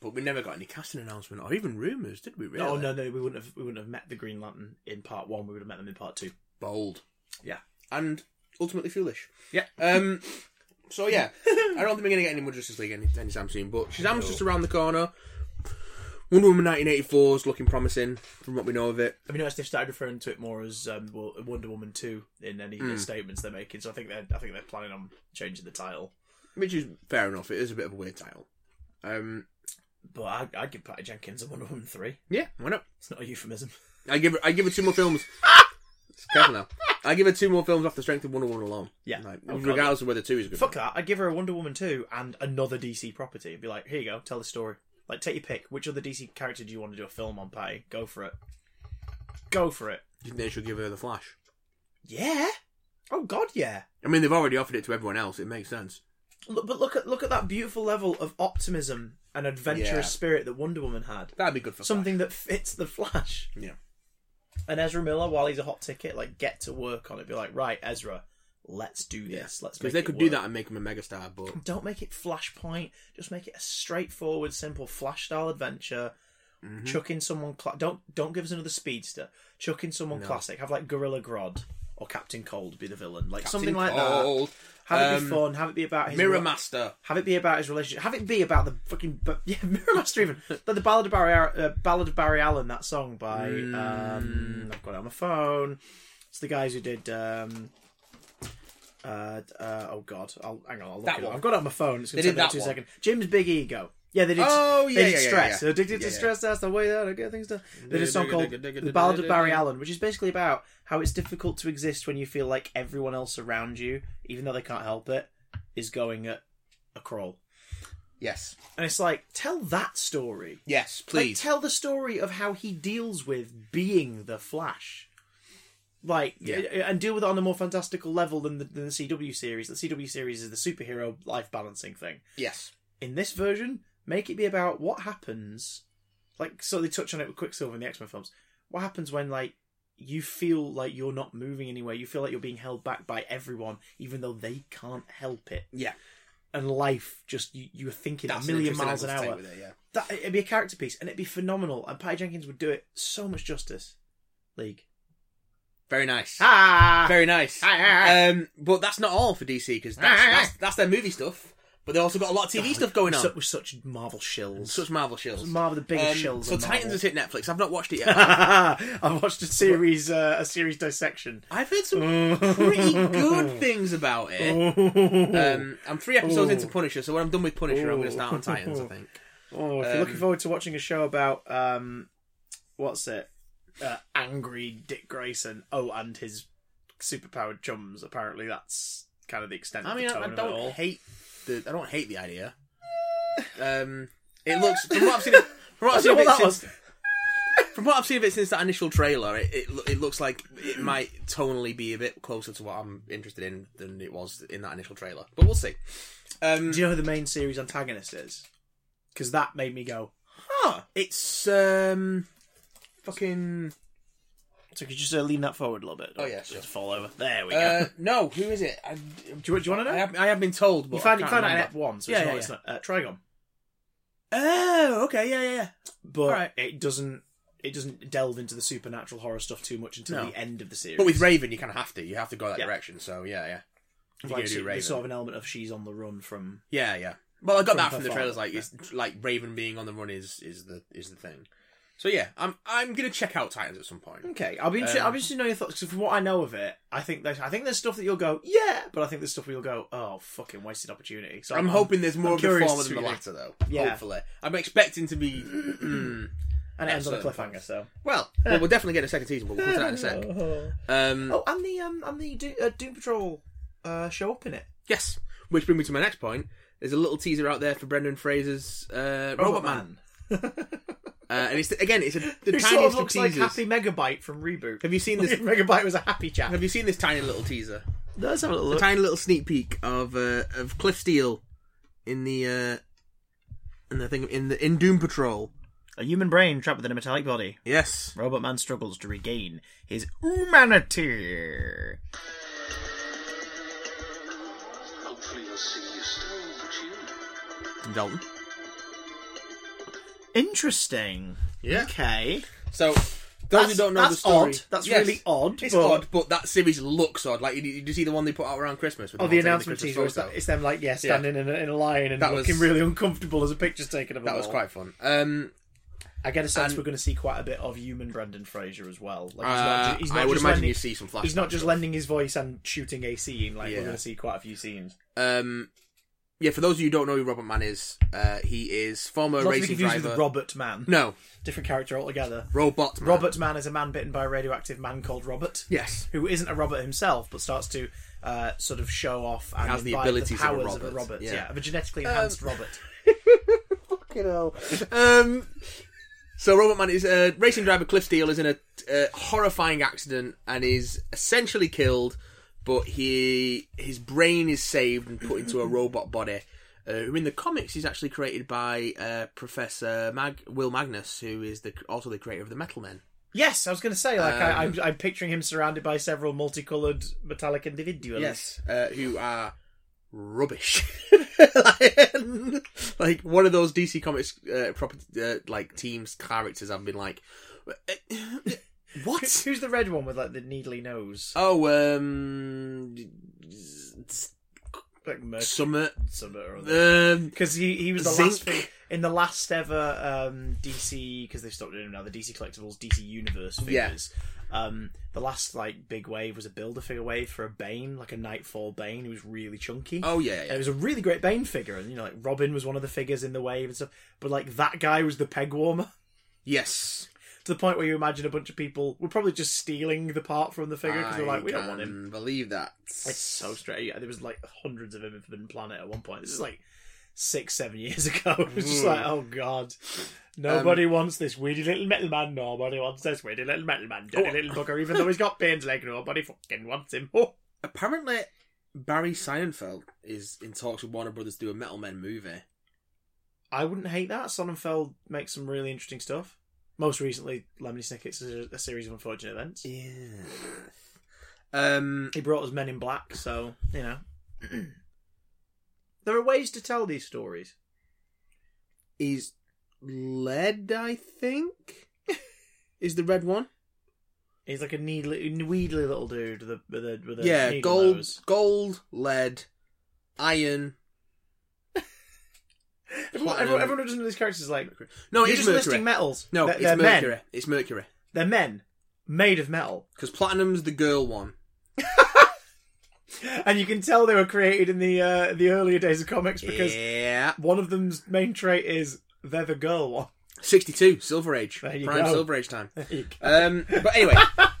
Speaker 2: but we never got any casting announcement or even rumours, did we? Really?
Speaker 1: No, no, no. We wouldn't have. We wouldn't have met the Green Lantern in part one. We would have met them in part two.
Speaker 2: Bold.
Speaker 1: Yeah.
Speaker 2: And ultimately foolish.
Speaker 1: Yeah.
Speaker 2: Um. So yeah, I don't think we're gonna get any more Justice League any, anytime soon. But Shazam's just around the corner. Wonder Woman 1984 is looking promising from what we know of it.
Speaker 1: Have you noticed they've started referring to it more as um, well, Wonder Woman two in any of the statements they're making? So I think they're. I think they're planning on changing the title.
Speaker 2: which is fair enough. It is a bit of a weird title. Um,
Speaker 1: But I, I'd give Patty Jenkins a Wonder Woman three.
Speaker 2: yeah, why not?
Speaker 1: It's not a euphemism.
Speaker 2: I give her, I give her two more films. It's careful now. I give her two more films off the strength of Wonder Woman alone.
Speaker 1: Yeah.
Speaker 2: like,
Speaker 1: Oh, God.
Speaker 2: regardless of whether two is good.
Speaker 1: Fuck that. I'd give her a Wonder Woman 2 and another DC property. Be like, here you go, tell the story. Like, take your pick. Which other DC character do you want to do a film on, Patty? Go for it. Go for it.
Speaker 2: Do you think they should give her the Flash.
Speaker 1: Yeah. Oh, God, yeah.
Speaker 2: I mean, they've already offered it to everyone else. It makes sense.
Speaker 1: Look, but look at look at that beautiful level of optimism and adventurous
Speaker 2: Yeah.
Speaker 1: spirit that Wonder Woman had.
Speaker 2: That'd be good for
Speaker 1: Something that fits the Flash.
Speaker 2: Flash. Yeah,
Speaker 1: And Ezra Miller, while he's a hot ticket, like get to work on it. Be like, right, Ezra, let's do this. Let's make
Speaker 2: because they
Speaker 1: it
Speaker 2: could do
Speaker 1: work."
Speaker 2: that and make him a megastar. But
Speaker 1: Don't make it flashpoint. Just make it a straightforward, simple flash style adventure.
Speaker 2: Mm-hmm.
Speaker 1: Chuck in someone. Cla- don't don't give us another speedster. Chuck in someone classic. Have like Gorilla Grodd or Captain Cold be the villain. Like something like
Speaker 2: Cold,
Speaker 1: that. Have it
Speaker 2: um,
Speaker 1: be fun. Have it be about his.
Speaker 2: Mirror
Speaker 1: rela-
Speaker 2: Master.
Speaker 1: have it be about his relationship. Have it be about the fucking but yeah, Mirror Master even. Like the ballad of Barry Ar- uh, ballad of Barry Allen. That song by
Speaker 2: Mm.
Speaker 1: um, I've got it on my phone. It's the guys who did. Um, uh, uh, oh God! I'll, hang on, I'll look
Speaker 2: That
Speaker 1: it up.
Speaker 2: one.
Speaker 1: I've got it on my phone. It's gonna
Speaker 2: They
Speaker 1: take
Speaker 2: did
Speaker 1: me
Speaker 2: that
Speaker 1: two
Speaker 2: one.
Speaker 1: seconds. Jim's Big Ego. Yeah, they did.
Speaker 2: Oh, yeah,
Speaker 1: they
Speaker 2: yeah,
Speaker 1: did
Speaker 2: yeah,
Speaker 1: stress.
Speaker 2: yeah.
Speaker 1: Addicted
Speaker 2: Yeah,
Speaker 1: to
Speaker 2: yeah.
Speaker 1: stress. That's the way that I get things done. They did a song called "The Ballad of Barry Allen," which is basically about how it's difficult to exist when you feel like everyone else around you, even though they can't help it, is going at a crawl.
Speaker 2: Yes,
Speaker 1: And it's like, tell that story.
Speaker 2: yes,
Speaker 1: Like,
Speaker 2: please.
Speaker 1: tell the story of how he deals with being the Flash. Like,
Speaker 2: Yeah.
Speaker 1: and deal with it on a more fantastical level than the, than the CW series. The CW series is the superhero life balancing thing.
Speaker 2: yes,
Speaker 1: In this version, make it be about what happens. Like, so they touch on it with Quicksilver in the X Men films. What happens when, like, you feel like you're not moving anywhere? You feel like you're being held back by everyone, even though they can't help it.
Speaker 2: yeah. and
Speaker 1: And life just, you, you're thinking a
Speaker 2: an
Speaker 1: million
Speaker 2: interesting
Speaker 1: miles an
Speaker 2: angle to
Speaker 1: hour
Speaker 2: take with it, yeah.
Speaker 1: that it'd be a character piece and it'd be phenomenal and Patty Jenkins would do it so much justice. League.
Speaker 2: Very nice.
Speaker 1: Ah
Speaker 2: Very nice.
Speaker 1: Aye, aye,
Speaker 2: Um, but that's not all for DC because that's,
Speaker 1: Aye, aye.
Speaker 2: that's, that's their movie stuff. But they also got a lot of TV stuff going on.
Speaker 1: Su- with such Marvel shills.
Speaker 2: Such Marvel shills.
Speaker 1: Marvel the biggest
Speaker 2: Um,
Speaker 1: shills.
Speaker 2: So
Speaker 1: of Marvel.
Speaker 2: Titans has hit Netflix. I've not watched it yet.
Speaker 1: I watched a series uh, a series dissection.
Speaker 2: I've heard some pretty good things about it.
Speaker 1: oh,
Speaker 2: Um, I'm three episodes
Speaker 1: Ooh.
Speaker 2: into Punisher, so when I'm done with Punisher, I'm going
Speaker 1: Ooh.
Speaker 2: to start on Titans. I think.
Speaker 1: Oh, if you're looking forward to watching a show about um what's it? Uh, angry Dick Grayson. Oh, and his superpowered chums. Apparently, that's kind of the extent.
Speaker 2: I
Speaker 1: of
Speaker 2: mean,
Speaker 1: the
Speaker 2: I,
Speaker 1: tone of
Speaker 2: I
Speaker 1: it all.
Speaker 2: don't hate the. I don't hate the idea. Um, it looks from what I've seen. Of, from what
Speaker 1: I don't
Speaker 2: I've
Speaker 1: know
Speaker 2: seen of it
Speaker 1: what that
Speaker 2: since,
Speaker 1: was.
Speaker 2: from what I've seen of it since that initial trailer, it, it lo- it looks like it might tonally be a bit closer to what I'm interested in than it was in that initial trailer. But we'll see. Um,
Speaker 1: Do you know who the main series antagonist is? because that made me go.
Speaker 2: Huh. It's um fucking
Speaker 1: So could you just uh, lean that forward a little bit?
Speaker 2: Oh, yeah,
Speaker 1: just
Speaker 2: sure.
Speaker 1: fall over. There we go.
Speaker 2: uh no, who is it? I,
Speaker 1: do you, do you want to
Speaker 2: I,
Speaker 1: know?
Speaker 2: have, I have been told, but
Speaker 1: you found
Speaker 2: I
Speaker 1: you
Speaker 2: can't
Speaker 1: found out in
Speaker 2: remember.
Speaker 1: Ep One, so
Speaker 2: Yeah,
Speaker 1: it's not.
Speaker 2: yeah,
Speaker 1: It's not uh, Trigon,
Speaker 2: Oh, okay, yeah, yeah, yeah.
Speaker 1: but
Speaker 2: Alright.
Speaker 1: it doesn't. It doesn't delve into the supernatural horror stuff too much until
Speaker 2: No.
Speaker 1: the end of the series.
Speaker 2: But with Raven, you kind of have to. You have to go that
Speaker 1: Yeah.
Speaker 2: direction. So yeah, yeah. If you're
Speaker 1: like,
Speaker 2: gonna
Speaker 1: so-
Speaker 2: do Raven,
Speaker 1: there's sort of an element of she's on the run from.
Speaker 2: yeah, yeah. Well, I got
Speaker 1: From
Speaker 2: that
Speaker 1: her
Speaker 2: from the
Speaker 1: father,
Speaker 2: trailers. Like,
Speaker 1: yeah.
Speaker 2: it's like Raven being on the run is is the is the thing. So yeah, I'm I'm gonna check out Titans at some point.
Speaker 1: Okay, I'll be interested.
Speaker 2: Um,
Speaker 1: I'll be interested to know your thoughts. 'cause from what I know of it, I think there's, I think there's stuff that you'll go, yeah, but I think there's stuff where you'll go, oh, fucking wasted opportunity. So
Speaker 2: I'm hoping there's more
Speaker 1: I'm
Speaker 2: of the
Speaker 1: curious
Speaker 2: former
Speaker 1: to
Speaker 2: than the
Speaker 1: see-
Speaker 2: latter, though.
Speaker 1: Yeah.
Speaker 2: Hopefully, I'm expecting to be. Mm.
Speaker 1: and it ends on a
Speaker 2: Excellent.
Speaker 1: cliffhanger. So
Speaker 2: well,
Speaker 1: Eh.
Speaker 2: well, we'll definitely get a second season, but we'll put that in a sec. Um,
Speaker 1: Oh, and the um, and the Do- uh, Doom Patrol uh, show up in it.
Speaker 2: Yes, which brings me to my next point. There's a little teaser out there for Brendan Fraser's uh, Robot, Man, Uh, and it's again, it's a, the
Speaker 1: Who
Speaker 2: tiniest
Speaker 1: sort of
Speaker 2: of
Speaker 1: looks like
Speaker 2: teasers.
Speaker 1: Happy Megabyte from Reboot.
Speaker 2: Have you seen this?
Speaker 1: Megabyte was a happy chap.
Speaker 2: Have you seen this tiny little teaser?
Speaker 1: Let's have a little
Speaker 2: A
Speaker 1: look.
Speaker 2: tiny little sneak peek of uh, of Cliff Steele in the uh, in the thing in the in Doom Patrol.
Speaker 1: A human brain trapped within a metallic body.
Speaker 2: Yes,
Speaker 1: Robot Man struggles to regain his humanity.
Speaker 3: Hopefully he'll see you still, but you.
Speaker 2: Tim Dalton.
Speaker 1: Interesting.
Speaker 2: Yeah.
Speaker 1: Okay.
Speaker 2: So those who
Speaker 1: That's-
Speaker 2: don't know the
Speaker 1: that's
Speaker 2: story,
Speaker 1: odd. That's
Speaker 2: Yes.
Speaker 1: really odd,
Speaker 2: It's
Speaker 1: but-
Speaker 2: odd, but that series looks odd. Like you, you see the one they put out around Christmas. With
Speaker 1: Oh,
Speaker 2: them
Speaker 1: the
Speaker 2: all taking
Speaker 1: announcement
Speaker 2: Christmas
Speaker 1: teaser is
Speaker 2: photo.
Speaker 1: that it's them like yeah standing in, a, in a line and
Speaker 2: That was-
Speaker 1: looking really uncomfortable as a picture's taken of them
Speaker 2: that was
Speaker 1: all.
Speaker 2: quite fun. Um,
Speaker 1: I get a sense
Speaker 2: and-
Speaker 1: we're going to see quite a bit of human Brendan Fraser as well. Like
Speaker 2: Uh,
Speaker 1: ju-
Speaker 2: I would imagine
Speaker 1: lending-
Speaker 2: you see some
Speaker 1: He's not
Speaker 2: flashbacks
Speaker 1: just
Speaker 2: of-
Speaker 1: lending his voice and shooting a scene. Like
Speaker 2: Yeah.
Speaker 1: we're going to see quite a few scenes.
Speaker 2: um, yeah, for those of you who don't know who Robert Mann is, uh, he is former
Speaker 1: Not to be
Speaker 2: racing
Speaker 1: confused
Speaker 2: driver.
Speaker 1: with Robert Mann.
Speaker 2: no,
Speaker 1: Different character altogether.
Speaker 2: Robot Man.
Speaker 1: Robert Mann is a man bitten by a radioactive man called Robert.
Speaker 2: Yes.
Speaker 1: Who isn't a Robert himself, but starts to uh, sort of show off and
Speaker 2: Has the
Speaker 1: invite
Speaker 2: abilities of a
Speaker 1: powers
Speaker 2: Robert, yeah.
Speaker 1: Yeah. of a genetically enhanced Robert.
Speaker 2: Um, so Robert Mann is uh, racing driver Cliff Steele is in a uh, horrifying accident and is essentially killed, but he his brain is saved and put into a robot body. Uh, who in the comics is actually created by uh, Professor Mag- Will Magnus, who is the also the creator of the Metal Men.
Speaker 1: Yes, I was going to say like I,
Speaker 2: Um,
Speaker 1: I'm, I'm picturing him surrounded by several multicolored metallic individuals.
Speaker 2: Yes, uh, who are rubbish. like one of those DC Comics uh, proper uh, like teams characters. I've been like,
Speaker 1: Who-
Speaker 2: what?
Speaker 1: Who's the red one with like the needly nose?
Speaker 2: Oh, um,
Speaker 1: like Merc
Speaker 2: Summit.
Speaker 1: something or other.
Speaker 2: Um,
Speaker 1: Because he, he was the last
Speaker 2: Zinc.
Speaker 1: thing in the last ever um, DC because they stopped doing them now the DC collectibles DC Universe
Speaker 2: Yeah.
Speaker 1: figures. Um, the last like big wave was a builder figure wave for a Bane, like a Nightfall Bane, who was really chunky.
Speaker 2: oh yeah,
Speaker 1: And it
Speaker 2: yeah.
Speaker 1: was a really great Bane figure, and you know, like Robin was one of the figures in the wave and stuff. But like that guy was the peg warmer
Speaker 2: yes.
Speaker 1: to the point where you imagine a bunch of people were probably just stealing the part from the figure because they're like, we don't want him.
Speaker 2: can Believe that.
Speaker 1: It's so strange. Yeah, there was like hundreds of Infant Planet at one point. This is like six, seven years ago. It was just like, oh god, nobody
Speaker 2: Um,
Speaker 1: wants this weedy little metal man. Nobody wants this weedy little metal man. Dirty
Speaker 2: Oh.
Speaker 1: little bugger, even though he's got Bane's leg, nobody fucking wants him. Oh.
Speaker 2: Apparently, Barry Seinfeld is in talks with Warner Brothers to do a Metal Men movie.
Speaker 1: I wouldn't hate that. Sonnenfeld makes some really interesting stuff. Most recently, Lemony Snicket's a, a series of unfortunate events.
Speaker 2: Yeah. Um.
Speaker 1: He brought us Men in Black, so you know. There are ways to tell these stories.
Speaker 2: is lead, I think. is the red one?
Speaker 1: He's like a needly, weedly little dude with a with a, with a
Speaker 2: yeah,
Speaker 1: needle
Speaker 2: gold,
Speaker 1: nose.
Speaker 2: gold, lead, iron.
Speaker 1: Everyone,
Speaker 2: platinum.
Speaker 1: everyone, everyone who doesn't know these characters is like,
Speaker 2: No,
Speaker 1: you're
Speaker 2: it's
Speaker 1: just
Speaker 2: mercury.
Speaker 1: listing metals.
Speaker 2: no,
Speaker 1: they're,
Speaker 2: it's
Speaker 1: they're
Speaker 2: mercury.
Speaker 1: men.
Speaker 2: It's mercury
Speaker 1: They're men made of metal,
Speaker 2: because platinum's the girl one.
Speaker 1: and you can tell they were created in the uh, the earlier days of comics because
Speaker 2: yeah,
Speaker 1: one of them's main trait is they're the girl one.
Speaker 2: sixty-two, silver age,
Speaker 1: There you
Speaker 2: prime
Speaker 1: go.
Speaker 2: silver age time.
Speaker 1: There you go.
Speaker 2: Um, but anyway,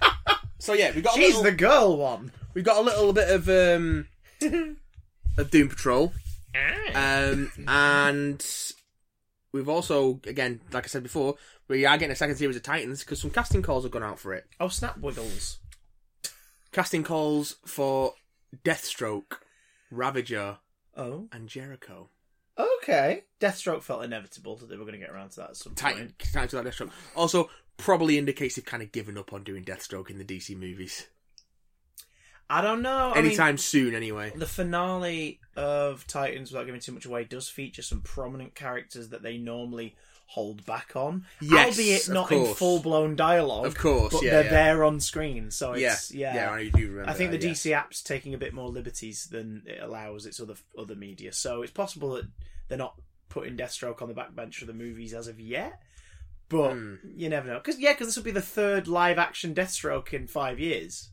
Speaker 2: so yeah, we got a
Speaker 1: She's
Speaker 2: little,
Speaker 1: the girl one.
Speaker 2: we got a little bit of um of Doom Patrol.
Speaker 1: Uh,
Speaker 2: Um, and we've also, again, like I said before, we are getting a second series of Titans because some casting calls have gone out for it.
Speaker 1: Oh, snap wiggles.
Speaker 2: Casting calls for Deathstroke, Ravager,
Speaker 1: Oh,
Speaker 2: and Jericho.
Speaker 1: okay. Deathstroke felt inevitable that they were going to get around to that at some
Speaker 2: Tight,
Speaker 1: point.
Speaker 2: tight to that Deathstroke. Also, probably indicates they've kind of given up on doing Deathstroke in the DC movies.
Speaker 1: I don't know. I mean,
Speaker 2: Anytime soon, anyway.
Speaker 1: the finale of Titans, without giving too much away, does feature some prominent characters that they normally hold back on.
Speaker 2: Yes,
Speaker 1: albeit
Speaker 2: of
Speaker 1: not in
Speaker 2: course.
Speaker 1: full blown dialogue.
Speaker 2: Of course,
Speaker 1: but
Speaker 2: yeah,
Speaker 1: they're
Speaker 2: yeah.
Speaker 1: there on screen. So it's yeah,
Speaker 2: yeah, I do remember.
Speaker 1: I think
Speaker 2: that,
Speaker 1: the
Speaker 2: yeah.
Speaker 1: DC app's taking a bit more liberties than it allows its other other media. So it's possible that they're not putting Deathstroke on the backbench for the movies as of yet. But
Speaker 2: Hmm.
Speaker 1: you never know, because yeah, because this will be the third live action Deathstroke in five years,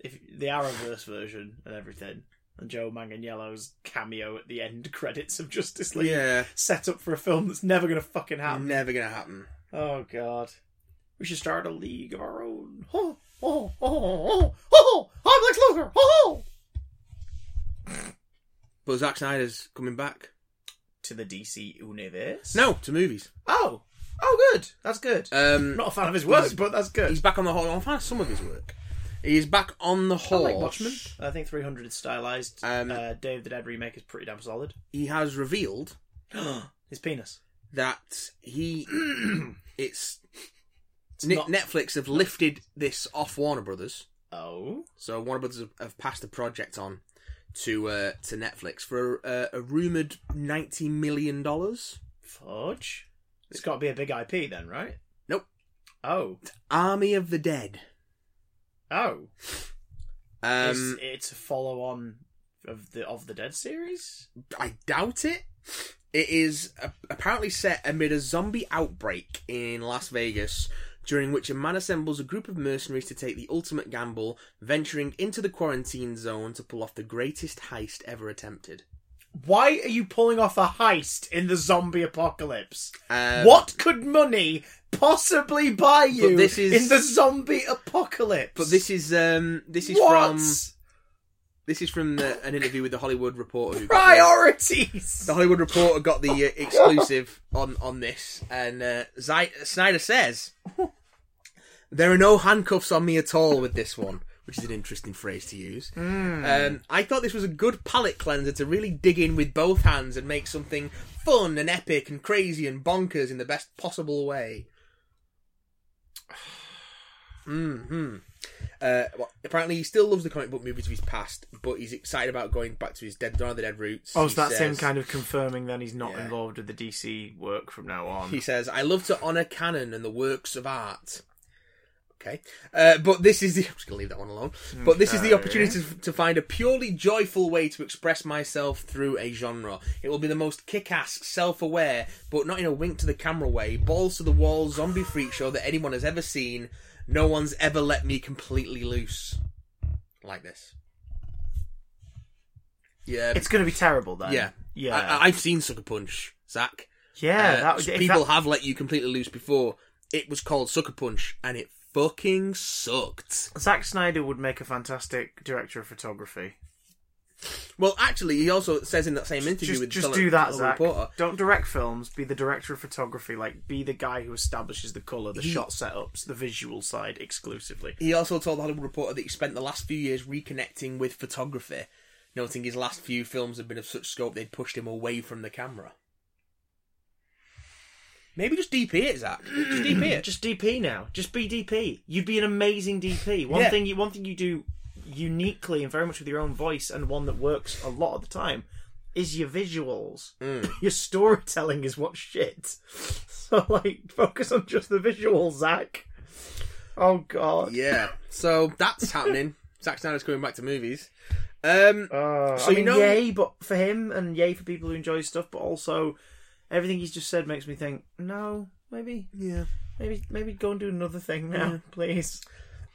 Speaker 1: if the Arrowverse version and everything, and Joe Manganiello's cameo at the end credits of Justice League
Speaker 2: Yeah,
Speaker 1: set up for a film that's never going to fucking happen.
Speaker 2: never gonna happen.
Speaker 1: Oh God, we should start a league of our own. Oh, oh, oh, oh, oh, I'm Lex Luthor. Oh,
Speaker 2: But Zack Snyder's coming back.
Speaker 1: to the DC universe.
Speaker 2: No, to movies.
Speaker 1: Oh, oh, good. That's good.
Speaker 2: Um,
Speaker 1: I'm not a fan of his work, but that's good.
Speaker 2: he's back on the horse. I'm a fan of some of his work. He's back on the
Speaker 1: I
Speaker 2: horse.
Speaker 1: like Watchmen. I think 300 is stylized.
Speaker 2: Um,
Speaker 1: uh, Day of the Dead remake is pretty damn solid.
Speaker 2: He has revealed
Speaker 1: his penis.
Speaker 2: that he it's, Ne-
Speaker 1: not-
Speaker 2: Netflix have lifted this off Warner Brothers.
Speaker 1: Oh,
Speaker 2: So Warner Brothers have, have passed the project on to uh, to Netflix for uh, a rumored ninety million dollars.
Speaker 1: fudge. It's got to be a big IP then, right?
Speaker 2: Nope.
Speaker 1: Oh,
Speaker 2: Army of the Dead.
Speaker 1: oh.
Speaker 2: Um,
Speaker 1: Is it's a follow-on of the of the Dead series.
Speaker 2: I doubt it. It is a- apparently set amid a zombie outbreak in Las Vegas, during which a man assembles a group of mercenaries to take the ultimate gamble, venturing into the quarantine zone to pull off the greatest heist ever attempted.
Speaker 1: Why are you pulling off a heist in the zombie apocalypse?
Speaker 2: Um,
Speaker 1: what could money possibly buy you
Speaker 2: this is-
Speaker 1: in the zombie apocalypse?
Speaker 2: But this is um, this is
Speaker 1: what?
Speaker 2: from this is from the, an interview with the Hollywood Reporter. Who
Speaker 1: priorities.
Speaker 2: The Hollywood Reporter got the uh, exclusive on on this, and uh, Zy- Snyder says there are no handcuffs on me at all with this one, which is an interesting phrase to use.
Speaker 1: Hmm.
Speaker 2: Um, I thought this was a good palate cleanser to really dig in with both hands and make something fun and epic and crazy and bonkers in the best possible way. Hmm. Uh, well, apparently, he still loves the comic book movies of his past, but he's excited about going back to his Dead Dawn of the Dead roots.
Speaker 1: Oh, so
Speaker 2: He
Speaker 1: that's him
Speaker 2: says-
Speaker 1: kind of confirming then he's not
Speaker 2: Yeah.
Speaker 1: involved with the DC work from now on.
Speaker 2: He says, I love to honour canon and the works of art. Okay. Uh, but this is the. I'm just going to leave that one alone. But this is
Speaker 1: Okay.
Speaker 2: the opportunity to, to find a purely joyful way to express myself through a genre. It will be the most kick ass, self aware, but not in a wink to the camera way, balls to the wall, zombie freak show that anyone has ever seen. No one's ever let me completely loose. Like this. Yeah.
Speaker 1: It's going to be terrible then.
Speaker 2: yeah.
Speaker 1: yeah,
Speaker 2: I, I- I've seen Sucker Punch, Zach.
Speaker 1: yeah.
Speaker 2: Uh,
Speaker 1: that would if
Speaker 2: people
Speaker 1: that-
Speaker 2: have let you completely loose before. It was called Sucker Punch, and it fucking sucked.
Speaker 1: Zack Snyder would make a fantastic director of photography.
Speaker 2: Well, actually, he also says in that same interview
Speaker 1: Just,
Speaker 2: with the
Speaker 1: just
Speaker 2: Tele-
Speaker 1: do that,
Speaker 2: Tele-
Speaker 1: Zach.
Speaker 2: reporter,
Speaker 1: Don't direct films. Be the director of photography. Like, be the guy who establishes the color, the
Speaker 2: He-
Speaker 1: shot setups, the visual side exclusively.
Speaker 2: He also told the Hollywood Reporter that he spent the last few years reconnecting with photography, noting his last few films had been of such scope they'd pushed him away from the camera. Maybe just DP it, Zach. Just DP it.
Speaker 1: Just DP now. Just be DP. You'd be an amazing DP. One
Speaker 2: Yeah.
Speaker 1: thing you one thing you do uniquely and very much with your own voice, and one that works a lot of the time, is your visuals.
Speaker 2: Mm.
Speaker 1: Your storytelling is what shit. So like, focus on just the visuals, Zach. Oh God.
Speaker 2: Yeah. So that's happening. Zack Snyder's coming back to movies. Um,
Speaker 1: Uh,
Speaker 2: So
Speaker 1: I
Speaker 2: you
Speaker 1: mean,
Speaker 2: know-
Speaker 1: yay, but for him, and yay for people who enjoy his stuff, but also everything he's just said makes me think, no, maybe,
Speaker 2: yeah.
Speaker 1: maybe, maybe go and do another thing now, please.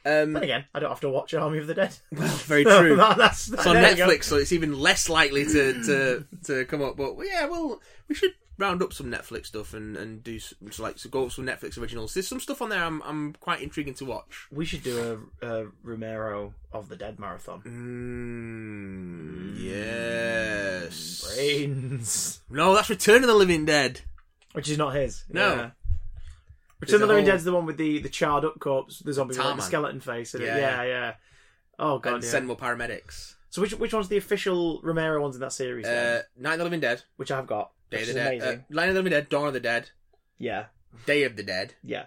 Speaker 2: Um,
Speaker 1: Then again, I don't have to watch Army of the Dead.
Speaker 2: very true.
Speaker 1: That- that's
Speaker 2: It's on
Speaker 1: there you go.
Speaker 2: Netflix, so it's even less likely to, to, to come up. But yeah, well, we should round up some Netflix stuff and and do s- like so go up some Netflix originals. There's some stuff on there I'm I'm quite intriguing to watch.
Speaker 1: We should do a, a Romero of the Dead marathon. Hmm.
Speaker 2: Mm, yes.
Speaker 1: Brains,
Speaker 2: No, that's Return of the Living Dead.
Speaker 1: which is not his.
Speaker 2: No.
Speaker 1: Yeah. Which
Speaker 2: There's
Speaker 1: another
Speaker 2: a
Speaker 1: whole-
Speaker 2: whole-
Speaker 1: Dead's the one with the the charred up corpse, the zombie, with, like, the
Speaker 2: Tarman.
Speaker 1: skeleton face. in it.
Speaker 2: Yeah,
Speaker 1: yeah,
Speaker 2: yeah.
Speaker 1: yeah. Oh god.
Speaker 2: and
Speaker 1: yeah.
Speaker 2: send more paramedics.
Speaker 1: So which which one's the official Romero ones in that series? then?
Speaker 2: Uh, Night of the Living Dead,
Speaker 1: Which I've got.
Speaker 2: Day
Speaker 1: Which
Speaker 2: of the
Speaker 1: is
Speaker 2: Dead, uh,
Speaker 1: amazing.
Speaker 2: Line of the Dead, Dawn of the Dead,
Speaker 1: Yeah,
Speaker 2: Day of the Dead,
Speaker 1: yeah.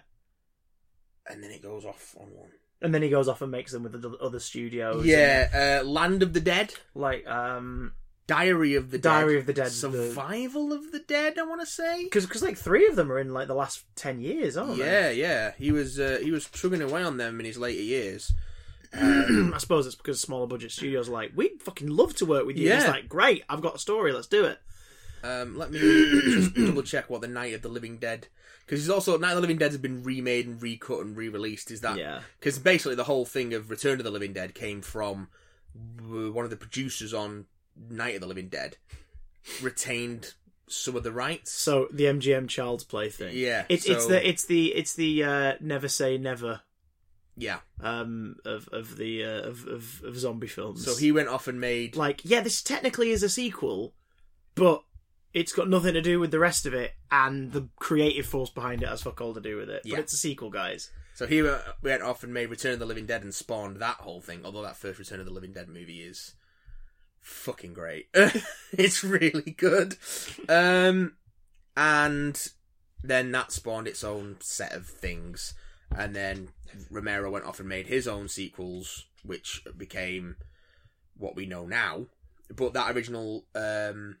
Speaker 2: and then it goes off on one.
Speaker 1: And then he goes off and makes them with the other studios. and,
Speaker 2: Yeah, uh, Land of the Dead,
Speaker 1: like um,
Speaker 2: Diary of the
Speaker 1: Diary
Speaker 2: Dead,
Speaker 1: of the Dead.
Speaker 2: Survival of the Dead. I want to say.
Speaker 1: Because like three of them are in like the last ten years, aren't they?
Speaker 2: Yeah, yeah, he was uh, he was chugging away on them in his later years.
Speaker 1: I suppose it's because smaller budget studios are like, we'd fucking love to work with you. And It's
Speaker 2: Yeah.
Speaker 1: like, great, I've got a story, let's do it.
Speaker 2: Um, let me just double check what the Night of the Living Dead because he's also Night of the Living Dead has been remade and recut and re-released. Is that
Speaker 1: Yeah.
Speaker 2: Because basically the whole thing of Return of the Living Dead came from uh, one of the producers on Night of the Living Dead retained some of the rights.
Speaker 1: So the MGM Child's Play thing.
Speaker 2: Yeah,
Speaker 1: It's it's
Speaker 2: so-
Speaker 1: the it's the it's the uh, never say never
Speaker 2: Yeah,
Speaker 1: um of of the uh, of, of of zombie films.
Speaker 2: so he went off and made
Speaker 1: like, yeah, this technically is a sequel, but it's got nothing to do with the rest of it, and the creative force behind it has fuck all to do with it.
Speaker 2: Yeah.
Speaker 1: But it's a sequel, guys.
Speaker 2: so he went went off and made Return of the Living Dead and spawned that whole thing. Although that first Return of the Living Dead movie is fucking great. it's really good. Um, and then that spawned its own set of things. And then Romero went off and made his own sequels, which became what we know now. But that original, um,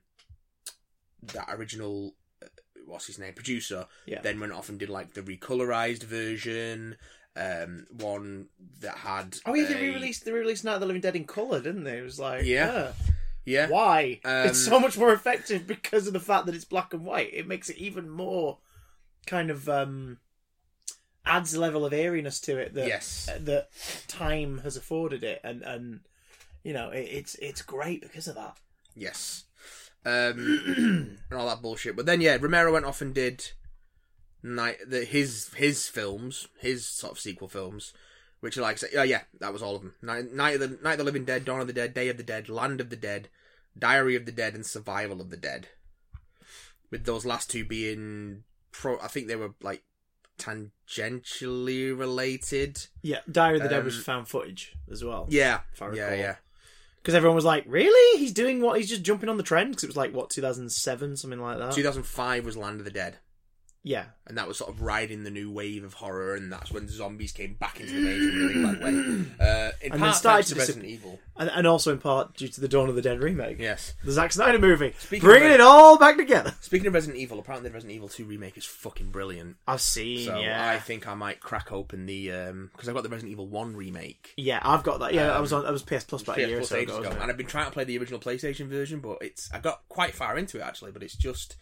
Speaker 2: that original, uh, what's his name, producer,
Speaker 1: Yeah.
Speaker 2: then went off and did like the recolorized version, um, one that had.
Speaker 1: Oh yeah, they
Speaker 2: a-
Speaker 1: re-released they re-released Night of the Living Dead in color, didn't they? It was like,
Speaker 2: Yeah.
Speaker 1: yeah.
Speaker 2: Yeah,
Speaker 1: why?
Speaker 2: Um,
Speaker 1: it's so much more effective because of the fact that it's black and white. It makes it even more kind of um adds a level of airiness to it that
Speaker 2: Yes.
Speaker 1: that time has afforded it, and and you know it, it's it's great because of that.
Speaker 2: Yes. Um, and all that bullshit. But then, yeah, Romero went off and did night the, his his films, his sort of sequel films, which are like, oh yeah, that was all of them. Night, Night of the Night of the Living Dead, Dawn of the Dead, Day of the Dead, Land of the Dead, Diary of the Dead, and Survival of the Dead. With those last two being, pro, I think they were like tangentially related.
Speaker 1: Yeah, Diary of the Dead was
Speaker 2: Um,
Speaker 1: found footage as well.
Speaker 2: Yeah,
Speaker 1: If I
Speaker 2: yeah,
Speaker 1: recall.
Speaker 2: yeah.
Speaker 1: because everyone was like, "Really? He's doing what? He's just jumping on the trend?" Because it was like what 2007, something like that.
Speaker 2: 2005 was Land of the Dead.
Speaker 1: yeah,
Speaker 2: and that was sort of riding the new wave of horror, and that's when zombies came back into the mainstream in a really bad way. Uh, in
Speaker 1: And
Speaker 2: part
Speaker 1: they started
Speaker 2: thanks
Speaker 1: to
Speaker 2: to
Speaker 1: dis-
Speaker 2: Resident Evil.
Speaker 1: and, and also in part due to the Dawn of the Dead remake.
Speaker 2: Yes.
Speaker 1: The Zack Snyder movie,
Speaker 2: Speaking
Speaker 1: bringing
Speaker 2: of
Speaker 1: it all back together.
Speaker 2: Speaking of Resident Evil, apparently the Resident Evil 2 remake is fucking brilliant.
Speaker 1: I've seen,
Speaker 2: So
Speaker 1: yeah,
Speaker 2: I think I might crack open the um because I've got the Resident Evil 1 remake.
Speaker 1: yeah, I've got that. Yeah, I was on, I was PS Plus about a
Speaker 2: PS
Speaker 1: year or
Speaker 2: Um, Plus
Speaker 1: so
Speaker 2: ages
Speaker 1: ago.
Speaker 2: ago,
Speaker 1: wasn't
Speaker 2: and
Speaker 1: it?
Speaker 2: I've been trying to play the original PlayStation version, but it's I got quite far into it actually, but it's just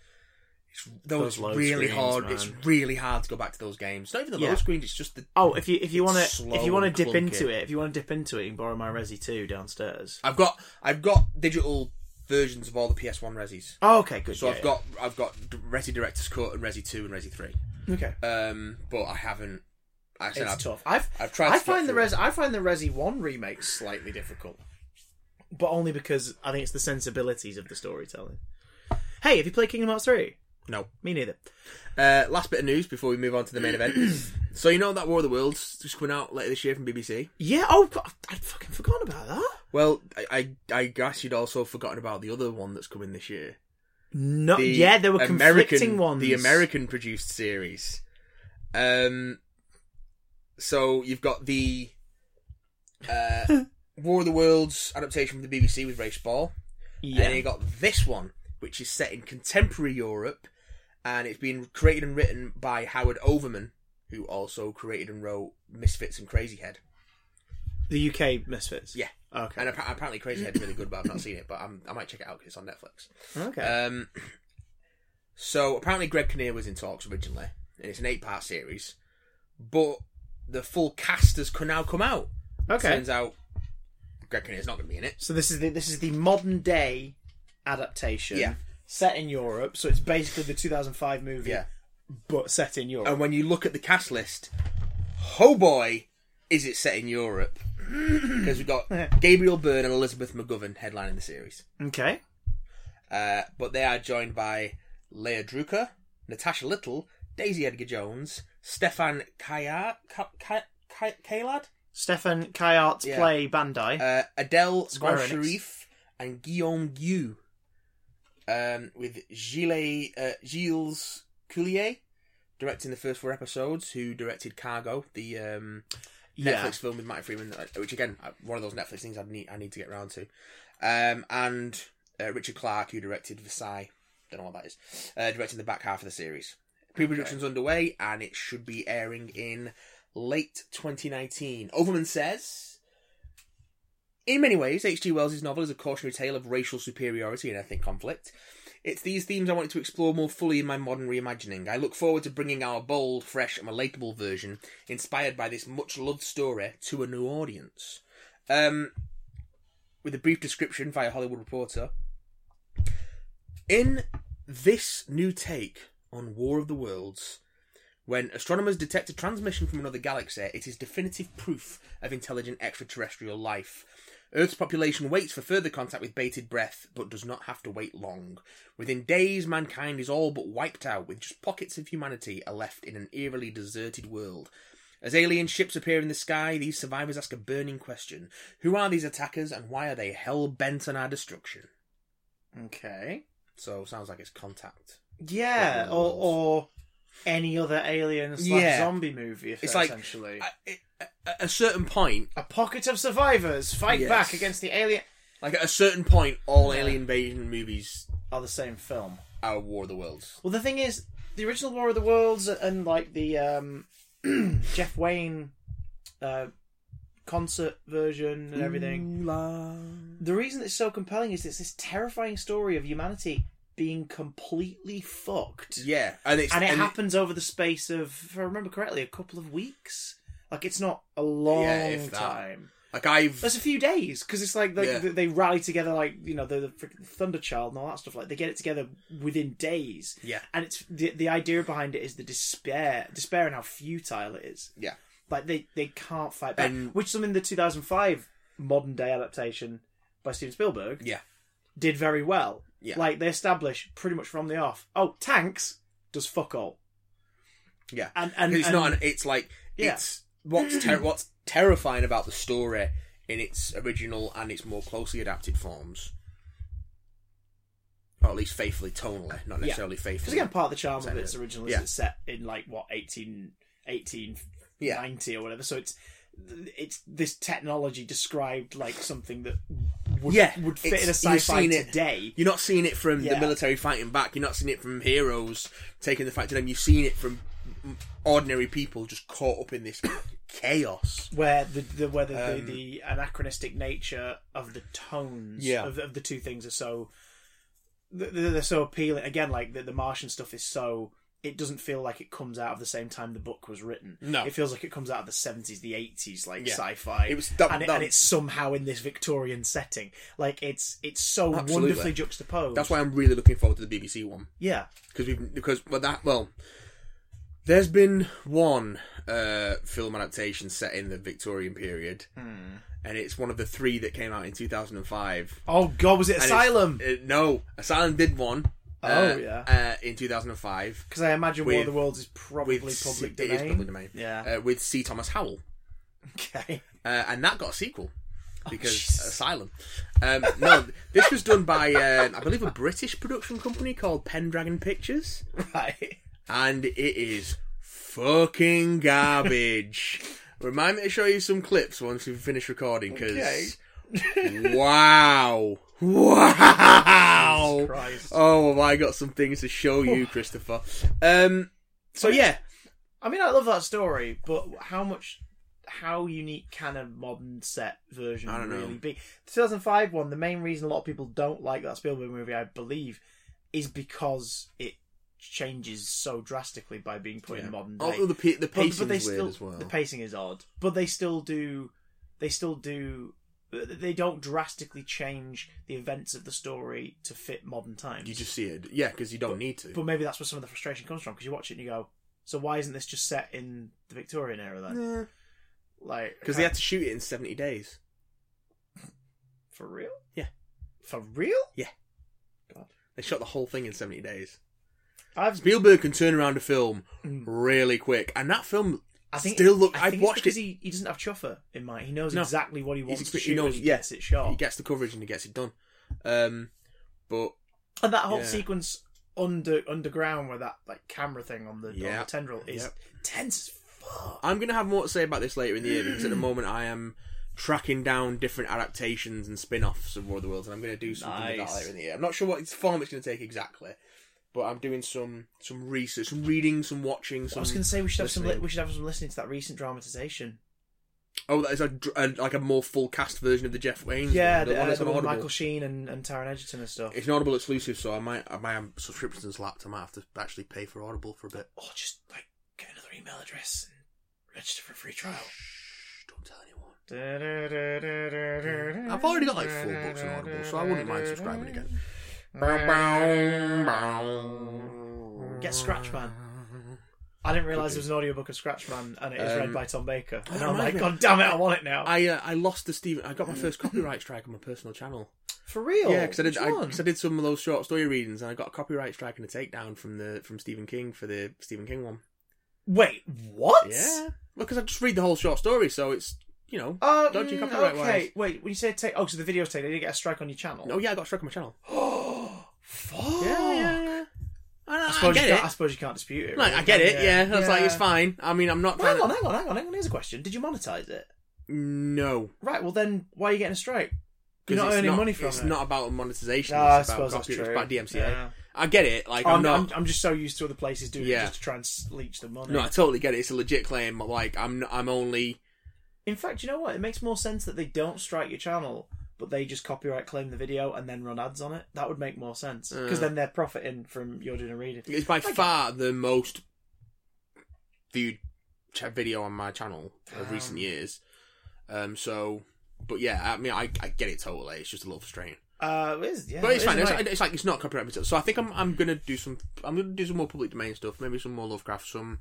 Speaker 2: it's
Speaker 1: Those
Speaker 2: those,
Speaker 1: load
Speaker 2: really
Speaker 1: screens,
Speaker 2: hard. It's
Speaker 1: man.
Speaker 2: really hard to go back to those games. It's not even the
Speaker 1: Yeah.
Speaker 2: load screens; it's just the
Speaker 1: Oh, if you if you want to
Speaker 2: slow
Speaker 1: if you want to
Speaker 2: and
Speaker 1: dip
Speaker 2: clunky.
Speaker 1: into it, if you want to dip into it, you can borrow my Resi two downstairs.
Speaker 2: I've got I've got digital versions of all the PS1 resis.
Speaker 1: Oh, okay, good.
Speaker 2: So
Speaker 1: yeah,
Speaker 2: I've got I've got Resi Director's Cut and Resi Two and Resi Three.
Speaker 1: yeah. okay.
Speaker 2: Um, but I haven't. I said
Speaker 1: It's
Speaker 2: I've,
Speaker 1: tough. I've
Speaker 2: I've tried.
Speaker 1: I
Speaker 2: to get
Speaker 1: find the
Speaker 2: through
Speaker 1: Res I find the Resi One remake slightly difficult, but only because I think it's the sensibilities of the storytelling. Hey, have you played Kingdom Hearts three?
Speaker 2: it. No.
Speaker 1: Me neither.
Speaker 2: Uh, last bit of news before we move on to the main event. so you know that War of the Worlds is coming out later this year from BBC.
Speaker 1: Yeah. Oh, I'd fucking forgotten about that.
Speaker 2: Well, I I, I guess you'd also forgotten about the other one that's coming this year.
Speaker 1: No.
Speaker 2: The
Speaker 1: yeah, there were
Speaker 2: American,
Speaker 1: conflicting ones.
Speaker 2: The American produced series. Um, so you've got the uh, War of the Worlds adaptation from the BBC with Ray Spall.
Speaker 1: Yeah.
Speaker 2: And you got this one, which is set in contemporary Europe, and it's been created and written by Howard Overman, who also created and wrote Misfits and Crazy Head.
Speaker 1: The UK Misfits.
Speaker 2: Yeah.
Speaker 1: Okay.
Speaker 2: And appa- apparently, Crazy Head's really good, but I've not seen it. But I'm, I might check it out because it's on Netflix.
Speaker 1: okay.
Speaker 2: Um, so apparently, Greg Kinnear was in talks originally, and it's an eight-part series, but the full cast has co- now come out.
Speaker 1: okay.
Speaker 2: Turns out, Greg Kinnear's not going to be in it.
Speaker 1: So this is the this is the modern day adaptation.
Speaker 2: Yeah.
Speaker 1: Set in Europe, so it's basically the 2005 movie,
Speaker 2: Yeah.
Speaker 1: but set in Europe.
Speaker 2: And when you look at the cast list, oh boy, is it set in Europe? Because we've got Gabriel Byrne and Elizabeth McGovern headlining the series.
Speaker 1: Okay.
Speaker 2: Uh, but they are joined by Leia Drucker, Natasha Little, Daisy Edgar Jones, Stefan Kayar, Ka- Ka- Ka- Kaylad,
Speaker 1: Stefan Kayart's
Speaker 2: Yeah.
Speaker 1: play Bandai.
Speaker 2: uh, Adele
Speaker 1: Square
Speaker 2: Al
Speaker 1: Enix.
Speaker 2: Sharif, and Guillaume Gu. Uh, um, with Gilles, uh, Gilles Coulier directing the first four episodes, who directed Cargo, the um, Netflix film with Matt Freeman, uh, which again, uh, one of those Netflix things I need I need to get round to, um, and uh, Richard Clark, who directed Versailles, don't know what that is, uh, directing the back half of the series. Pre-production's underway, and it should be airing in late 2019. Overman says. In many ways, H.G. Wells' novel is a cautionary tale of racial superiority and ethnic conflict. It's these themes I wanted to explore more fully in my modern reimagining. I look forward to bringing our bold, fresh, and relatable version, inspired by this much loved story, to a new audience. Um, with a brief description via Hollywood Reporter. In this new take on War of the Worlds, when astronomers detect a transmission from another galaxy, it is definitive proof of intelligent extraterrestrial life. Earth's population waits for further contact with bated breath, but does not have to wait long. Within days, mankind is all but wiped out, with just pockets of humanity are left in an eerily deserted world. As alien ships appear in the sky, these survivors ask a burning question Who are these attackers, and why are they hell bent on our destruction?
Speaker 1: Okay.
Speaker 2: So, sounds like it's contact.
Speaker 1: Yeah,
Speaker 2: Like
Speaker 1: or,
Speaker 2: Worlds.
Speaker 1: or any other alien slash
Speaker 2: Yeah.
Speaker 1: zombie movie. If
Speaker 2: It's like-
Speaker 1: essentially
Speaker 2: At at- at a certain point,
Speaker 1: a pocket of survivors fight
Speaker 2: Yes.
Speaker 1: back against the alien.
Speaker 2: Like at a certain point, all
Speaker 1: Yeah.
Speaker 2: alien invasion movies
Speaker 1: Are the same film.
Speaker 2: are War of the Worlds.
Speaker 1: Well, the thing is, the original War of the Worlds and like the um, Jeff Wayne uh, concert version and everything.
Speaker 2: Mm.
Speaker 1: The reason it's so compelling is it's this terrifying story of humanity being completely fucked,
Speaker 2: Yeah, and it's
Speaker 1: and it
Speaker 2: and
Speaker 1: happens over the space of, if I remember correctly, a couple of weeks. Like it's not a long
Speaker 2: Yeah, if that.
Speaker 1: time.
Speaker 2: Like I've
Speaker 1: That's a few days because it's like they,
Speaker 2: Yeah.
Speaker 1: they rally together, like you know the, the frickin' Thunder Child and all that stuff. Like they get it together within days.
Speaker 2: yeah
Speaker 1: and it's the the idea behind it is the despair, despair, and how futile it is.
Speaker 2: yeah
Speaker 1: Like they they can't fight back,
Speaker 2: And-
Speaker 1: which something the 2005 modern day adaptation by Steven Spielberg
Speaker 2: yeah
Speaker 1: did very well.
Speaker 2: Yeah.
Speaker 1: Like they establish pretty much from the off. Oh, tanks does fuck all,
Speaker 2: yeah.
Speaker 1: and and
Speaker 2: 'Cause it's
Speaker 1: and-
Speaker 2: not. An, it's like
Speaker 1: Yeah.
Speaker 2: it's what's ter- what's terrifying about the story in its original and its more closely adapted forms, or at least faithfully tonally, not
Speaker 1: Yeah.
Speaker 2: necessarily
Speaker 1: Because
Speaker 2: faithfully.
Speaker 1: again, part of the charm of
Speaker 2: Same
Speaker 1: its
Speaker 2: here.
Speaker 1: original is
Speaker 2: Yeah.
Speaker 1: it's set in like what 18, 1890 or whatever. So it's it's this technology described like something that would,
Speaker 2: Yeah,
Speaker 1: would fit
Speaker 2: it's-
Speaker 1: in a
Speaker 2: you've
Speaker 1: sci-fi
Speaker 2: seen it.
Speaker 1: today.
Speaker 2: You're not seeing it from
Speaker 1: Yeah.
Speaker 2: the military fighting back. You're not seeing it from heroes taking the fight to them. You've seen it from ordinary people just caught up in this chaos.
Speaker 1: Where the, the whether
Speaker 2: Um,
Speaker 1: the, the anachronistic nature of the tones
Speaker 2: Yeah.
Speaker 1: of, of the two things are so th- th- they're so appealing. Again, like the, the Martian stuff is so it doesn't feel like it comes out of the same time the book was written.
Speaker 2: No.
Speaker 1: it feels like it comes out of the seventies, the eighties, like
Speaker 2: Yeah.
Speaker 1: sci-fi.
Speaker 2: It was that,
Speaker 1: and, it,
Speaker 2: that-
Speaker 1: and it's somehow in this Victorian setting. Like it's it's so
Speaker 2: Absolutely.
Speaker 1: wonderfully juxtaposed.
Speaker 2: that's why I'm really looking forward to the BBC one
Speaker 1: yeah,
Speaker 2: because we because well that well there's been one uh, film adaptation set in the Victorian period,
Speaker 1: Hmm.
Speaker 2: and it's one of the three that came out in 2005.
Speaker 1: Oh God, was it
Speaker 2: And it's-
Speaker 1: Asylum?
Speaker 2: uh, no, Asylum did one.
Speaker 1: Oh,
Speaker 2: uh,
Speaker 1: yeah.
Speaker 2: uh, in 2005.
Speaker 1: Because I imagine War of
Speaker 2: with-
Speaker 1: the Worlds is probably
Speaker 2: with C-
Speaker 1: public
Speaker 2: It
Speaker 1: domain.
Speaker 2: is public domain.
Speaker 1: Yeah.
Speaker 2: Uh, with C. Thomas Howell,
Speaker 1: Okay.
Speaker 2: uh, and that got a sequel because
Speaker 1: Oh, Jesus.
Speaker 2: Asylum. Um, no, this was done by uh, I believe a British production company called Pendragon Pictures,
Speaker 1: Right.
Speaker 2: and it is fucking garbage. Remind me to show you some clips once we finish recording, because
Speaker 1: Okay.
Speaker 2: wow, wow.
Speaker 1: Jesus Christ. Oh.
Speaker 2: Oh, have I got some things to show you, Christopher? Um, so yeah,
Speaker 1: I mean, I love that story, but how much, how unique can a modern set version
Speaker 2: I don't know.
Speaker 1: really be? The 2005 one, the main reason a lot of people don't like that Spielberg movie, I believe, is because it changes so drastically by being put in modern day.
Speaker 2: Although the, pa- the
Speaker 1: But-
Speaker 2: pacing
Speaker 1: but they
Speaker 2: is weird
Speaker 1: still,
Speaker 2: as well.
Speaker 1: The pacing is odd, but they still do. They still do. They don't drastically change the events of the story to fit modern times.
Speaker 2: you just see it, yeah, because you don't need to.
Speaker 1: but maybe that's where some of the frustration comes from because you watch it and you go, "So why isn't this just set in the Victorian era then?" Like,
Speaker 2: Because they had to shoot it in 70 days.
Speaker 1: for real,
Speaker 2: Yeah.
Speaker 1: for real.
Speaker 2: They shot the whole thing in 70 days.
Speaker 1: I've,
Speaker 2: Spielberg can turn around a film
Speaker 1: Mm.
Speaker 2: really quick. And that film,
Speaker 1: I think
Speaker 2: Still look-
Speaker 1: I think
Speaker 2: I've
Speaker 1: it's
Speaker 2: watched
Speaker 1: because
Speaker 2: it.
Speaker 1: He, he doesn't have chuffer in mind. He knows
Speaker 2: No.
Speaker 1: exactly what he
Speaker 2: He's
Speaker 1: wants to
Speaker 2: expe- he
Speaker 1: shoot. and
Speaker 2: knows-
Speaker 1: he
Speaker 2: yeah.
Speaker 1: gets it shot.
Speaker 2: he gets the coverage and he gets it done. Um, but
Speaker 1: And that whole
Speaker 2: Yeah.
Speaker 1: sequence under underground with that like camera thing on the, on the
Speaker 2: Yep.
Speaker 1: tendril is
Speaker 2: Yep.
Speaker 1: tense as fuck.
Speaker 2: I'm going to have more to say about this later in the year because at the moment I am tracking down different adaptations and spin offs of War of the Worlds and I'm going to do something with that
Speaker 1: Nice.
Speaker 2: later in the year. I'm not sure what form it's going to take exactly, but I'm doing some some research, some reading, some watching. Some...
Speaker 1: I was going to say we should have some li-
Speaker 2: listening.
Speaker 1: we should have some listening to that recent dramatization.
Speaker 2: Oh, that is a, dr- a like a more full cast version of the Jeff Wayne.
Speaker 1: Yeah,
Speaker 2: one,
Speaker 1: the,
Speaker 2: the one
Speaker 1: uh,
Speaker 2: that's
Speaker 1: the
Speaker 2: on
Speaker 1: one with
Speaker 2: Audible.
Speaker 1: Michael Sheen and, and Taron Egerton and stuff.
Speaker 2: It's an Audible exclusive, so I might I might have subscriptions lapped. I might have to actually pay for Audible for a bit.
Speaker 1: or just like get another email address and register for a free
Speaker 2: Shh, don't tell anyone.
Speaker 1: trial.
Speaker 2: I've already got like four books on Audible, so I wouldn't mind subscribing again. Bow, bow, bow.
Speaker 1: Get Scratchman. I didn't realise there was an audiobook of Scratchman and it is read
Speaker 2: Um,
Speaker 1: by Tom Baker. And
Speaker 2: that
Speaker 1: I'm like,
Speaker 2: reminds me.
Speaker 1: God damn it, I want it now.
Speaker 2: I uh, I lost the Stephen. I got my first copyright strike on my personal channel.
Speaker 1: For real?
Speaker 2: yeah, because I did
Speaker 1: Which
Speaker 2: I,
Speaker 1: one?
Speaker 2: 'cause I did some of those short story readings, and I got a copyright strike and a takedown from the from Stephen King for the Stephen King one.
Speaker 1: Wait, what?
Speaker 2: Yeah, well, because I just read the whole short story, so it's you know
Speaker 1: Um,
Speaker 2: don't you copyright
Speaker 1: okay,
Speaker 2: wise.
Speaker 1: wait, when you say take. Oh, so the video's taken, did you get a strike on your channel?
Speaker 2: Oh yeah, I got a strike on my channel.
Speaker 1: Oh, fuck.
Speaker 2: Yeah, yeah, yeah. I, I
Speaker 1: I suppose,
Speaker 2: get
Speaker 1: you can't, I
Speaker 2: it.
Speaker 1: suppose you can't dispute it.
Speaker 2: Like,
Speaker 1: really,
Speaker 2: I get
Speaker 1: can
Speaker 2: it.
Speaker 1: you?
Speaker 2: Yeah, I was like, it's fine. I mean, I'm not.
Speaker 1: Well, hang on,
Speaker 2: trying to...
Speaker 1: hang on, hang on, hang on. Here's a question. Did you monetize it?
Speaker 2: No,
Speaker 1: Right, well then, why are you getting a strike? You're
Speaker 2: because
Speaker 1: not
Speaker 2: it's
Speaker 1: earning
Speaker 2: not,
Speaker 1: money from
Speaker 2: it's
Speaker 1: it.
Speaker 2: not about monetization.
Speaker 1: Ah,
Speaker 2: it's
Speaker 1: I
Speaker 2: about
Speaker 1: suppose that's
Speaker 2: copy, It's
Speaker 1: true.
Speaker 2: about DMCA.
Speaker 1: Yeah.
Speaker 2: I get it. Like, I'm,
Speaker 1: I'm,
Speaker 2: not.
Speaker 1: I'm, I'm just so used to other places doing
Speaker 2: Yeah.
Speaker 1: it just to try and s- leech the money.
Speaker 2: No, I totally get it. It's a legit claim. but, Like I'm, I'm only.
Speaker 1: In fact, you know what? It makes more sense that they don't strike your channel, but they just copyright claim the video and then run ads on it. That would make more sense because
Speaker 2: Uh.
Speaker 1: then they're profiting from you're doing a reading.
Speaker 2: It's by far the most viewed ch- video on my channel of recent
Speaker 1: Damn.
Speaker 2: years. Um. So, but yeah, I mean, I, I get it totally. It's just a little frustrating,
Speaker 1: Uh, it is, yeah,
Speaker 2: but it's
Speaker 1: it is
Speaker 2: fine. It's,
Speaker 1: annoying.
Speaker 2: it's like it's not copyright material. So I think I'm, I'm gonna do some. I'm gonna do some more public domain stuff. Maybe some more Lovecraft. Some.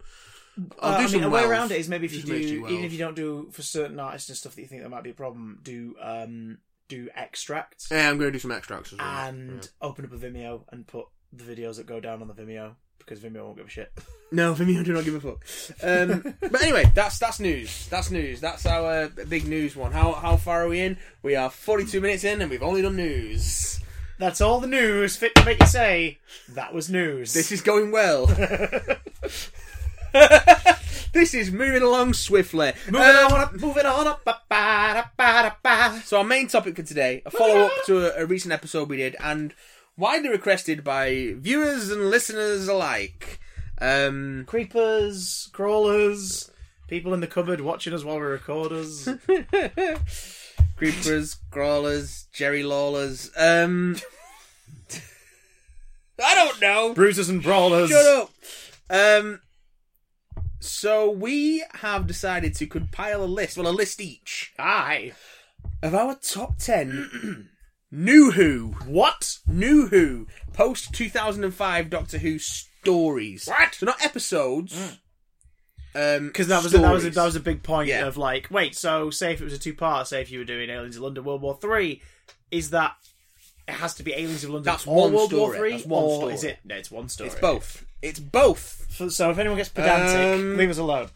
Speaker 2: I'll
Speaker 1: Uh,
Speaker 2: do
Speaker 1: I
Speaker 2: some
Speaker 1: mean, a way
Speaker 2: Wells,
Speaker 1: around it is maybe if you
Speaker 2: some H.G.
Speaker 1: do, even
Speaker 2: Wells.
Speaker 1: if you don't do for certain artists and stuff that you think that might be a problem, do um do extracts
Speaker 2: Yeah, I'm gonna do some extracts as well.
Speaker 1: and
Speaker 2: Yeah.
Speaker 1: open up a Vimeo and put the videos that go down on the Vimeo because Vimeo won't give a shit.
Speaker 2: No, for me, I do not give a fuck. Um, but anyway, that's that's news. That's news. That's our uh, big news one. How how far are we in? We are forty two minutes in, and we've only done news.
Speaker 1: That's all the news fit to make you say that was news.
Speaker 2: This is going well. this is moving along swiftly.
Speaker 1: Moving
Speaker 2: Um,
Speaker 1: on up, moving on up, ba ba da ba da ba.
Speaker 2: So our main topic for today, a follow up to a, a recent episode we did, and widely requested by viewers and listeners alike. Um,
Speaker 1: Creepers, crawlers, people in the cupboard watching us while we record us.
Speaker 2: Creepers, crawlers, Jerry Lawlers. Um, I don't know.
Speaker 1: Bruisers and brawlers.
Speaker 2: Shut up. Um, so we have decided to compile a list, well, a list each
Speaker 1: Aye.
Speaker 2: of our top ten new Who,
Speaker 1: What?
Speaker 2: new Who post two thousand and five Doctor Who stories.
Speaker 1: What?
Speaker 2: So not episodes. Um,
Speaker 1: Because that was a, that was a,
Speaker 2: stories.
Speaker 1: that was a big point
Speaker 2: Yeah.
Speaker 1: of like, wait, so say if it was a two part, say if you were doing Aliens of London World War Three, is that it has to be Aliens of London
Speaker 2: That's
Speaker 1: or
Speaker 2: one
Speaker 1: World War
Speaker 2: story.
Speaker 1: Three,
Speaker 2: That's one
Speaker 1: or
Speaker 2: story.
Speaker 1: is it? No, it's one story.
Speaker 2: It's both. It's both.
Speaker 1: So- So if anyone gets pedantic,
Speaker 2: Um,
Speaker 1: leave us alone.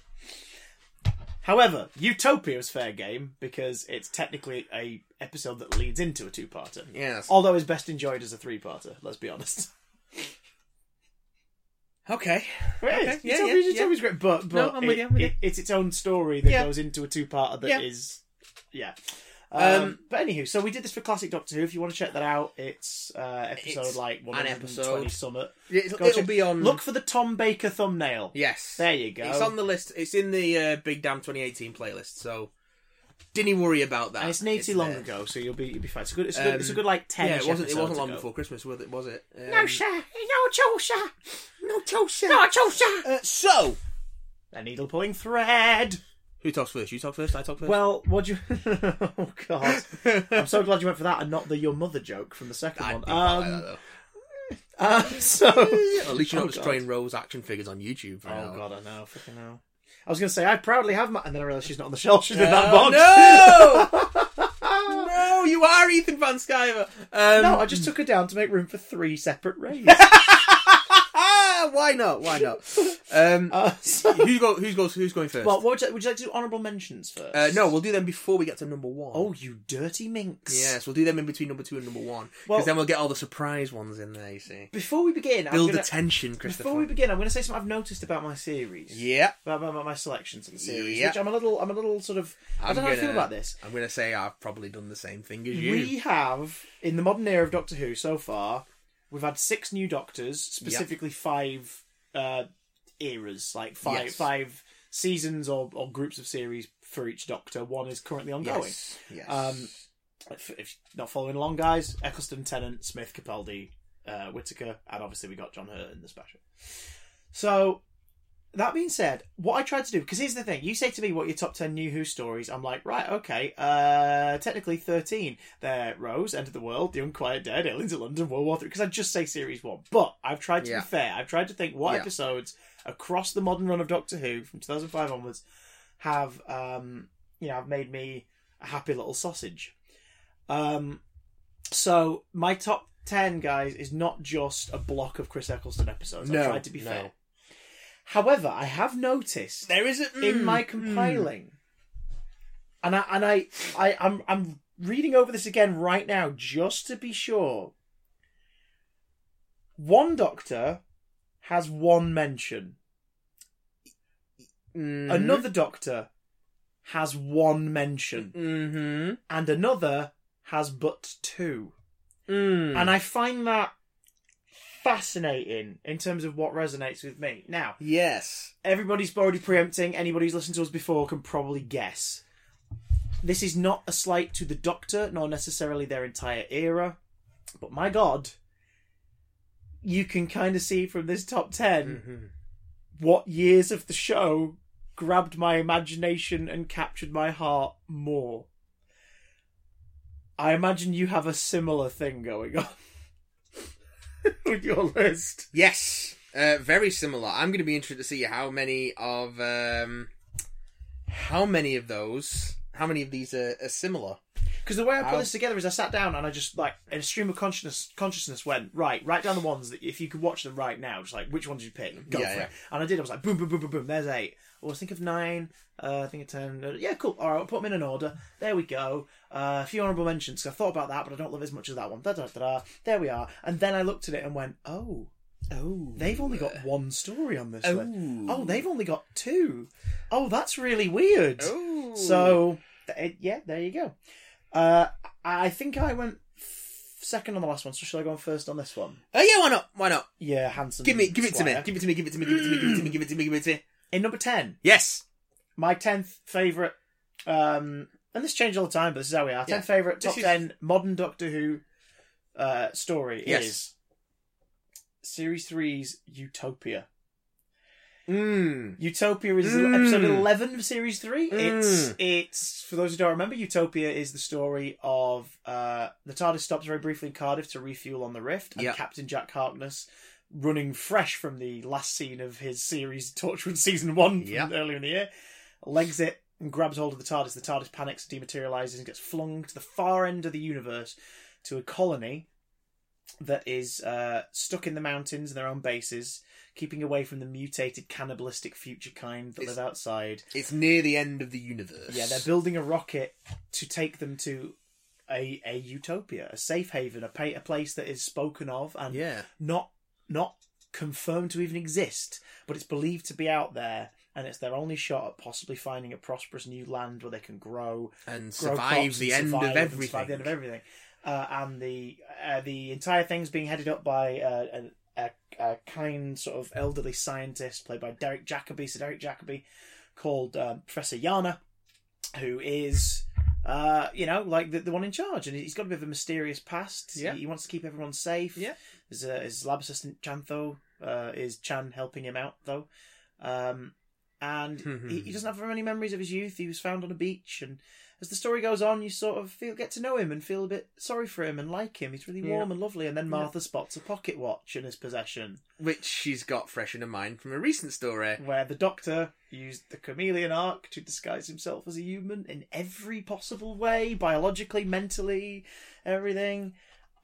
Speaker 1: However, Utopia is fair game because it's technically a episode that leads into a two-parter.
Speaker 2: Yes.
Speaker 1: Although it's best enjoyed as a three-parter. Let's be honest.
Speaker 2: Okay.
Speaker 1: It is.
Speaker 2: Okay, yeah,
Speaker 1: Utopia-
Speaker 2: yeah,
Speaker 1: Utopia's great, but, but
Speaker 2: No, I'm with
Speaker 1: it-
Speaker 2: you, I'm with you.
Speaker 1: it- it's its own story that
Speaker 2: Yeah.
Speaker 1: goes into a two-parter that
Speaker 2: Yeah.
Speaker 1: is, yeah. Um,
Speaker 2: Um,
Speaker 1: but anywho, so we did this for classic Doctor Who. If you want to check that out, it's uh, episode
Speaker 2: It's
Speaker 1: like
Speaker 2: an
Speaker 1: 120
Speaker 2: episode.
Speaker 1: summit.
Speaker 2: It'll,
Speaker 1: Go
Speaker 2: it'll
Speaker 1: check-
Speaker 2: be on.
Speaker 1: Look for the Tom Baker thumbnail.
Speaker 2: Yes.
Speaker 1: There you go.
Speaker 2: It's on the list. It's in the uh, Big Damn 2018 playlist. So didn't worry about that.
Speaker 1: and Ah, it's not too long
Speaker 2: there.
Speaker 1: ago, so you'll be you'll be fine. It's a good. It's a good. it's a
Speaker 2: Um,
Speaker 1: good like ten.
Speaker 2: Yeah, it wasn't. It wasn't long before Christmas, was it? Was it? Um,
Speaker 1: sir. No, Chosha.
Speaker 2: no, Tosha.
Speaker 1: Chosha.
Speaker 2: Uh, so
Speaker 1: A needle pulling thread.
Speaker 2: who talks first? You talk first. I talk first.
Speaker 1: Well, what do you? oh God, I'm so glad you went for that and not the your mother joke from the second
Speaker 2: I
Speaker 1: one.
Speaker 2: didn't like that,
Speaker 1: Um,
Speaker 2: though.
Speaker 1: uh, so.
Speaker 2: At least you're
Speaker 1: oh,
Speaker 2: not destroying
Speaker 1: God.
Speaker 2: Rose action figures on YouTube. Right
Speaker 1: Oh
Speaker 2: now.
Speaker 1: God, I know. Fucking hell. I was gonna say I proudly have my, and then I realised she's not on the shelf. She's in that box.
Speaker 2: Oh, no! no, you are Ethan Van Sciver. Um,
Speaker 1: No, I just took her down to make room for three separate rays.
Speaker 2: ah, why not? Why not? Um,
Speaker 1: Uh, so-
Speaker 2: who go, who's, goes, who's going first?
Speaker 1: well, what would, you, would you like to do honourable mentions first?
Speaker 2: uh, no, we'll do them before we get to number one.
Speaker 1: Oh, you dirty minx.
Speaker 2: Yes, we'll do them in between number two and number one. Because
Speaker 1: Well-
Speaker 2: then we'll get all the surprise ones in there, you see.
Speaker 1: Before we begin,
Speaker 2: Build
Speaker 1: I'm gonna,
Speaker 2: the tension, Christopher.
Speaker 1: before we begin, I'm going to say something I've noticed about my series.
Speaker 2: yeah.
Speaker 1: About, about my selections in the series,
Speaker 2: Yeah.
Speaker 1: which I'm a little, I'm a little sort of, I
Speaker 2: I'm
Speaker 1: don't know how I feel
Speaker 2: gonna-
Speaker 1: about this.
Speaker 2: I'm going to say I've probably done the same thing as you.
Speaker 1: We have, in the modern era of Doctor Who so far, we've had six new Doctors, specifically five uh, eras, like five
Speaker 2: Yes.
Speaker 1: five seasons or, or groups of series for each Doctor. One is currently ongoing.
Speaker 2: Yes. Yes.
Speaker 1: Um, if, if you're not following along, guys, Eccleston, Tennant, Smith, Capaldi, uh, Whitaker, and obviously we got John Hurt in the special. So, that being said, what I tried to do, because here's the thing, you say to me what your top 10 New Who stories, I'm like, right, okay, uh, technically 13. They're Rose, End of the World, The Unquiet Dead, Aliens of London, World War Three. because I just say Series 1. But I've tried to
Speaker 2: Yeah.
Speaker 1: be fair, I've tried to think what
Speaker 2: Yeah.
Speaker 1: episodes across the modern run of Doctor Who from 2005 onwards have, um, you know, have made me a happy little sausage. Um, so my top ten guys is not just a block of Chris Eccleston episodes. I
Speaker 2: No,
Speaker 1: tried to be
Speaker 2: no.
Speaker 1: fair. However, I have noticed
Speaker 2: there is a.
Speaker 1: in my
Speaker 2: mm,
Speaker 1: compiling, and I and I, I I'm I'm reading over this again right now just to be sure. One Doctor has one mention.
Speaker 2: mm,
Speaker 1: Another Doctor has one mention,
Speaker 2: Mhm.
Speaker 1: and another has but two.
Speaker 2: Mm.
Speaker 1: And I find that fascinating in terms of what resonates with me. Now,
Speaker 2: Yes.
Speaker 1: everybody's already preempting, anybody who's listened to us before can probably guess. This is not a slight to the Doctor, nor necessarily their entire era, but my god, you can kind of see from this top 10
Speaker 2: Mhm.
Speaker 1: what years of the show grabbed my imagination and captured my heart more. I imagine you have a similar thing going on with your list.
Speaker 2: Yes. Uh, very similar. I'm going to be interested to see how many of um, how many of those, how many of these are, are similar.
Speaker 1: Because the way I put
Speaker 2: How-
Speaker 1: this together is I sat down and I just like in a stream of consciousness consciousness went right write down the ones that if you could watch them right now just like which ones you pick go
Speaker 2: Yeah,
Speaker 1: for
Speaker 2: yeah.
Speaker 1: it and I did I was like boom boom boom boom boom there's eight I was think of nine uh, I think of ten uh, yeah cool all right I'll put them in an order there we go uh, a few honourable mentions 'cause I thought about that but I don't love it as much as that one da da da da there we are and then I looked at it and went oh
Speaker 2: Oh,
Speaker 1: they've only got one story on this oh.
Speaker 2: Oh.
Speaker 1: oh they've only got two oh that's really weird
Speaker 2: Oh.
Speaker 1: so th- it- yeah, there you go. Uh, I I think I went f- second on the last one, so shall I go on first on this one?
Speaker 2: Oh yeah, why not? Why not?
Speaker 1: Yeah, Hanson.
Speaker 2: Give me, give it to me,
Speaker 1: Squire.
Speaker 2: give it to me, give it to me, give it to me, give it to me, give it to me, give it to me.
Speaker 1: In number ten,
Speaker 2: Yes.
Speaker 1: my tenth favorite. Um, and this changes all the time, but this is how we are.
Speaker 2: Yeah.
Speaker 1: Tenth favorite,
Speaker 2: This
Speaker 1: top
Speaker 2: is-
Speaker 1: ten modern Doctor Who uh, story
Speaker 2: Yes.
Speaker 1: is series three's Utopia.
Speaker 2: Mm.
Speaker 1: Utopia is
Speaker 2: Mm.
Speaker 1: episode eleven of series three. It's
Speaker 2: Mm.
Speaker 1: it's for those who don't remember, Utopia is the story of uh, the TARDIS stops very briefly in Cardiff to refuel on the Rift, and
Speaker 2: Yep.
Speaker 1: Captain Jack Harkness, running fresh from the last scene of his series Torchwood season one from
Speaker 2: Yep.
Speaker 1: earlier in the year, legs it and grabs hold of the TARDIS. The TARDIS panics, dematerializes, and gets flung to the far end of the universe to a colony that is uh, stuck in the mountains in their own bases, keeping away from the mutated cannibalistic future kind that
Speaker 2: It's-
Speaker 1: live outside.
Speaker 2: It's near the end of the universe.
Speaker 1: Yeah, they're building a rocket to take them to a a utopia, a safe haven, a, pa- a place that is spoken of and
Speaker 2: Yeah.
Speaker 1: not not confirmed to even exist, but it's believed to be out there, and it's their only shot at possibly finding a prosperous new land where they can grow
Speaker 2: And
Speaker 1: grow
Speaker 2: survive
Speaker 1: crops
Speaker 2: the,
Speaker 1: and
Speaker 2: end
Speaker 1: survive
Speaker 2: of
Speaker 1: and
Speaker 2: everything.
Speaker 1: survive the end of everything. Uh, and the uh, the entire thing's being headed up by uh, an- a, a kind sort of elderly scientist played by Derek Jacobi. So Derek Jacobi called uh, Professor Yana, who is. Uh, you know, like the, the one in charge, and he's got a bit of a mysterious past.
Speaker 2: Yeah.
Speaker 1: He, he wants to keep everyone safe.
Speaker 2: Yeah.
Speaker 1: His, uh, his lab assistant Chantho uh, is Chan helping him out though, um, and he, he doesn't have very many memories of his youth. He was found on a beach, and as the story goes on, you sort of feel get to know him and feel a bit sorry for him and like him. He's really warm and lovely. And then Martha spots a pocket watch in his possession,
Speaker 2: Which she's got fresh in her mind from a recent story.
Speaker 1: where the Doctor used the chameleon arc to disguise himself as a human in every possible way, biologically, mentally, everything.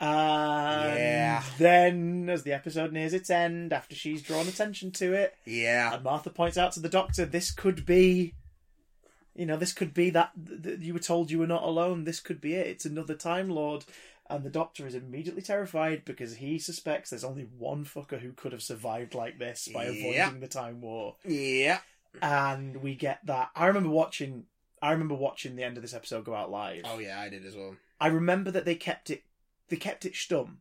Speaker 1: And
Speaker 2: Yeah.
Speaker 1: then, as the episode nears its end, after she's drawn attention to it,
Speaker 2: Yeah.
Speaker 1: and Martha points out to the doctor, this could be, you know, this could be that th- th- you were told you were not alone. This could be it. It's another Time Lord. And the doctor is immediately terrified because he suspects there's only one fucker who could have survived like this by avoiding
Speaker 2: Yeah.
Speaker 1: the Time War.
Speaker 2: Yeah.
Speaker 1: And we get that. I remember watching. I remember watching the end of this episode go out live.
Speaker 2: Oh yeah, I did as well.
Speaker 1: I remember that they kept it they kept it stum.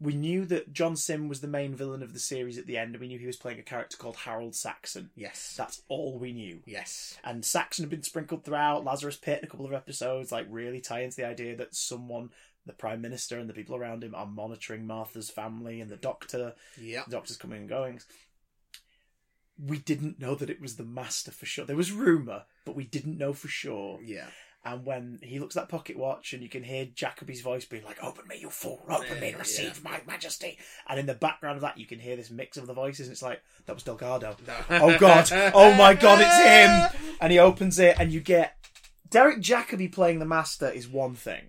Speaker 1: We knew that John Sim was the main villain of the series at the end, and we knew he was playing a character called Harold Saxon.
Speaker 2: Yes.
Speaker 1: That's all we knew.
Speaker 2: Yes.
Speaker 1: And Saxon had been sprinkled throughout, Lazarus Pit, and a couple of episodes, like really tie into the idea that someone, the Prime Minister and the people around him, are monitoring Martha's family and the doctor,
Speaker 2: Yeah.
Speaker 1: the doctor's coming and goings. We didn't know that it was the Master for sure. There was rumour, but we didn't know for sure.
Speaker 2: Yeah.
Speaker 1: And when he looks at that pocket watch, and you can hear Jacoby's voice being like, "Open me, you fool! Open me,
Speaker 2: Yeah,
Speaker 1: receive my majesty!" And in the background of that, you can hear this mix of the voices, and it's like that was Delgado. Oh, God. Oh, my God, it's
Speaker 2: him.
Speaker 1: And he opens it, and you get Derek Jacobi playing the master is one thing.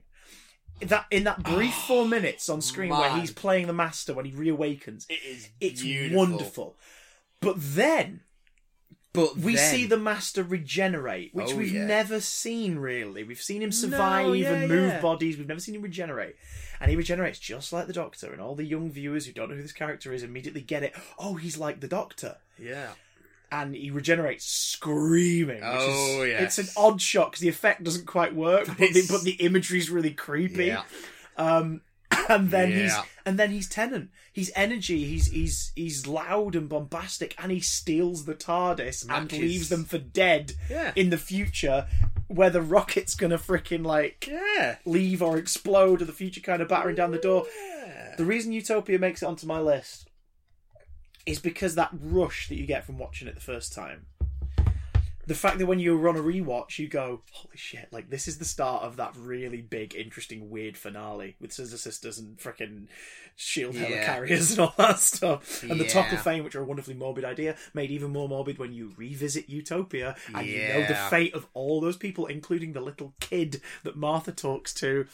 Speaker 1: That in that brief four minutes on screen where
Speaker 2: Oh, man.
Speaker 1: he's playing the master when he reawakens,
Speaker 2: It is.
Speaker 1: it's
Speaker 2: beautiful.
Speaker 1: wonderful. But then
Speaker 2: But
Speaker 1: we
Speaker 2: then-
Speaker 1: see the master regenerate, which
Speaker 2: Oh,
Speaker 1: we've
Speaker 2: yeah.
Speaker 1: never seen really. We've seen him survive
Speaker 2: yeah,
Speaker 1: and move
Speaker 2: yeah.
Speaker 1: bodies. We've never seen him regenerate, and he regenerates just like the Doctor. And all the young viewers who don't know who this character is immediately get it. Oh, he's like the Doctor,
Speaker 2: Yeah.
Speaker 1: and he regenerates screaming. Which
Speaker 2: Oh,
Speaker 1: is,
Speaker 2: yes.
Speaker 1: it's an odd shot because the effect doesn't quite work, but the,
Speaker 2: It's-
Speaker 1: but the imagery's really creepy.
Speaker 2: Yeah.
Speaker 1: Um, and then he's
Speaker 2: Yeah.
Speaker 1: and then he's tenant. He's energy. He's he's he's loud and bombastic, and he steals the TARDIS and
Speaker 2: Matches.
Speaker 1: leaves them for dead
Speaker 2: Yeah.
Speaker 1: in the future, where the rocket's gonna fricking like
Speaker 2: yeah.
Speaker 1: leave or explode, or the future kind of battering down the door. The reason Utopia makes it onto my list is because that rush that you get from watching it the first time. The fact that when you run a rewatch, you go, holy shit, like this is the start of that really big, interesting, weird finale with Scissor Sisters and frickin' shield
Speaker 2: Yeah.
Speaker 1: helicarriers and all that stuff. And the Top
Speaker 2: Yeah.
Speaker 1: of Fame, which are a wonderfully morbid idea, made even more morbid when you revisit Utopia and you know the
Speaker 2: Yeah.
Speaker 1: fate of all those people, including the little kid that Martha talks to.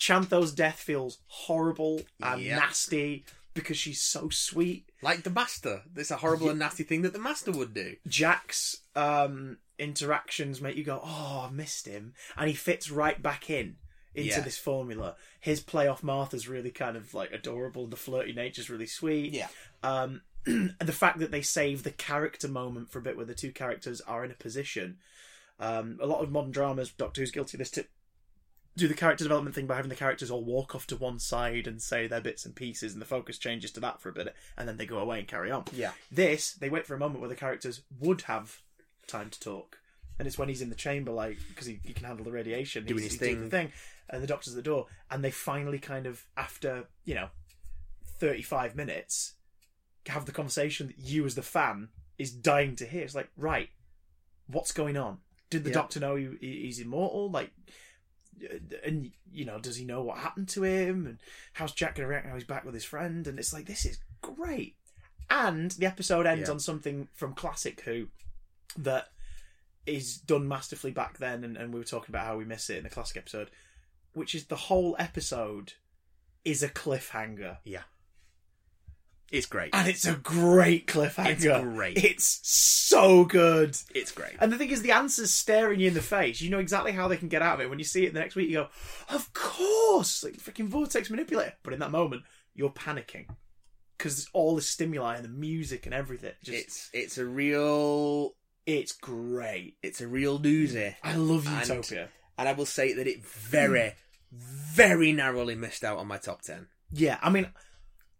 Speaker 1: Chantho's death feels horrible and
Speaker 2: Yeah.
Speaker 1: nasty because she's so sweet.
Speaker 2: Like the master. It's a horrible and nasty thing that the master would do.
Speaker 1: Jack's um, interactions make you go, "Oh, I missed him," and he fits right back in into
Speaker 2: Yeah.
Speaker 1: this formula. His play off Martha's really kind of like adorable. The flirty nature's really sweet. Um, and the fact that they save the character moment for a bit where the two characters are in a position. Um, a lot of modern dramas, Doctor Who's guilty of this, to do the character development thing by having the characters all walk off to one side and say their bits and pieces, and the focus changes to that for a bit, and then they go away and carry on.
Speaker 2: Yeah.
Speaker 1: This, they wait for a moment where the characters would have time to talk. And it's when he's in the chamber, like, because he, he can handle the radiation.
Speaker 2: Doing
Speaker 1: he's-
Speaker 2: his
Speaker 1: he's
Speaker 2: thing.
Speaker 1: the thing. And the doctor's at the door. And they finally kind of, after, you know, 35 minutes, have the conversation that you as the fan is dying to hear. It's like, right, what's going on? Did the
Speaker 2: Yeah.
Speaker 1: doctor know he, he- he's immortal? Like, uh, and you know, does he know what happened to him? And how's Jack going to react now he's back with his friend? And it's like, this is great. And the episode ends
Speaker 2: Yeah.
Speaker 1: on something from Classic Who that is done masterfully back then, and, and we were talking about how we miss it in the Classic episode, which is the whole episode is a cliffhanger.
Speaker 2: It's great.
Speaker 1: And it's a great cliffhanger.
Speaker 2: It's great.
Speaker 1: It's so good.
Speaker 2: It's great.
Speaker 1: And the thing is, the answer's staring you in the face. You know exactly how they can get out of it. When you see it the next week, you go, "Of course!" Like freaking vortex manipulator. But in that moment, you're panicking because all the stimuli and the music and everything. Just it's,
Speaker 2: It's it's a real
Speaker 1: great.
Speaker 2: it's a real doozy.
Speaker 1: I love
Speaker 2: And-
Speaker 1: Utopia.
Speaker 2: And I will say that it very, very narrowly missed out on my top ten.
Speaker 1: Yeah, I mean,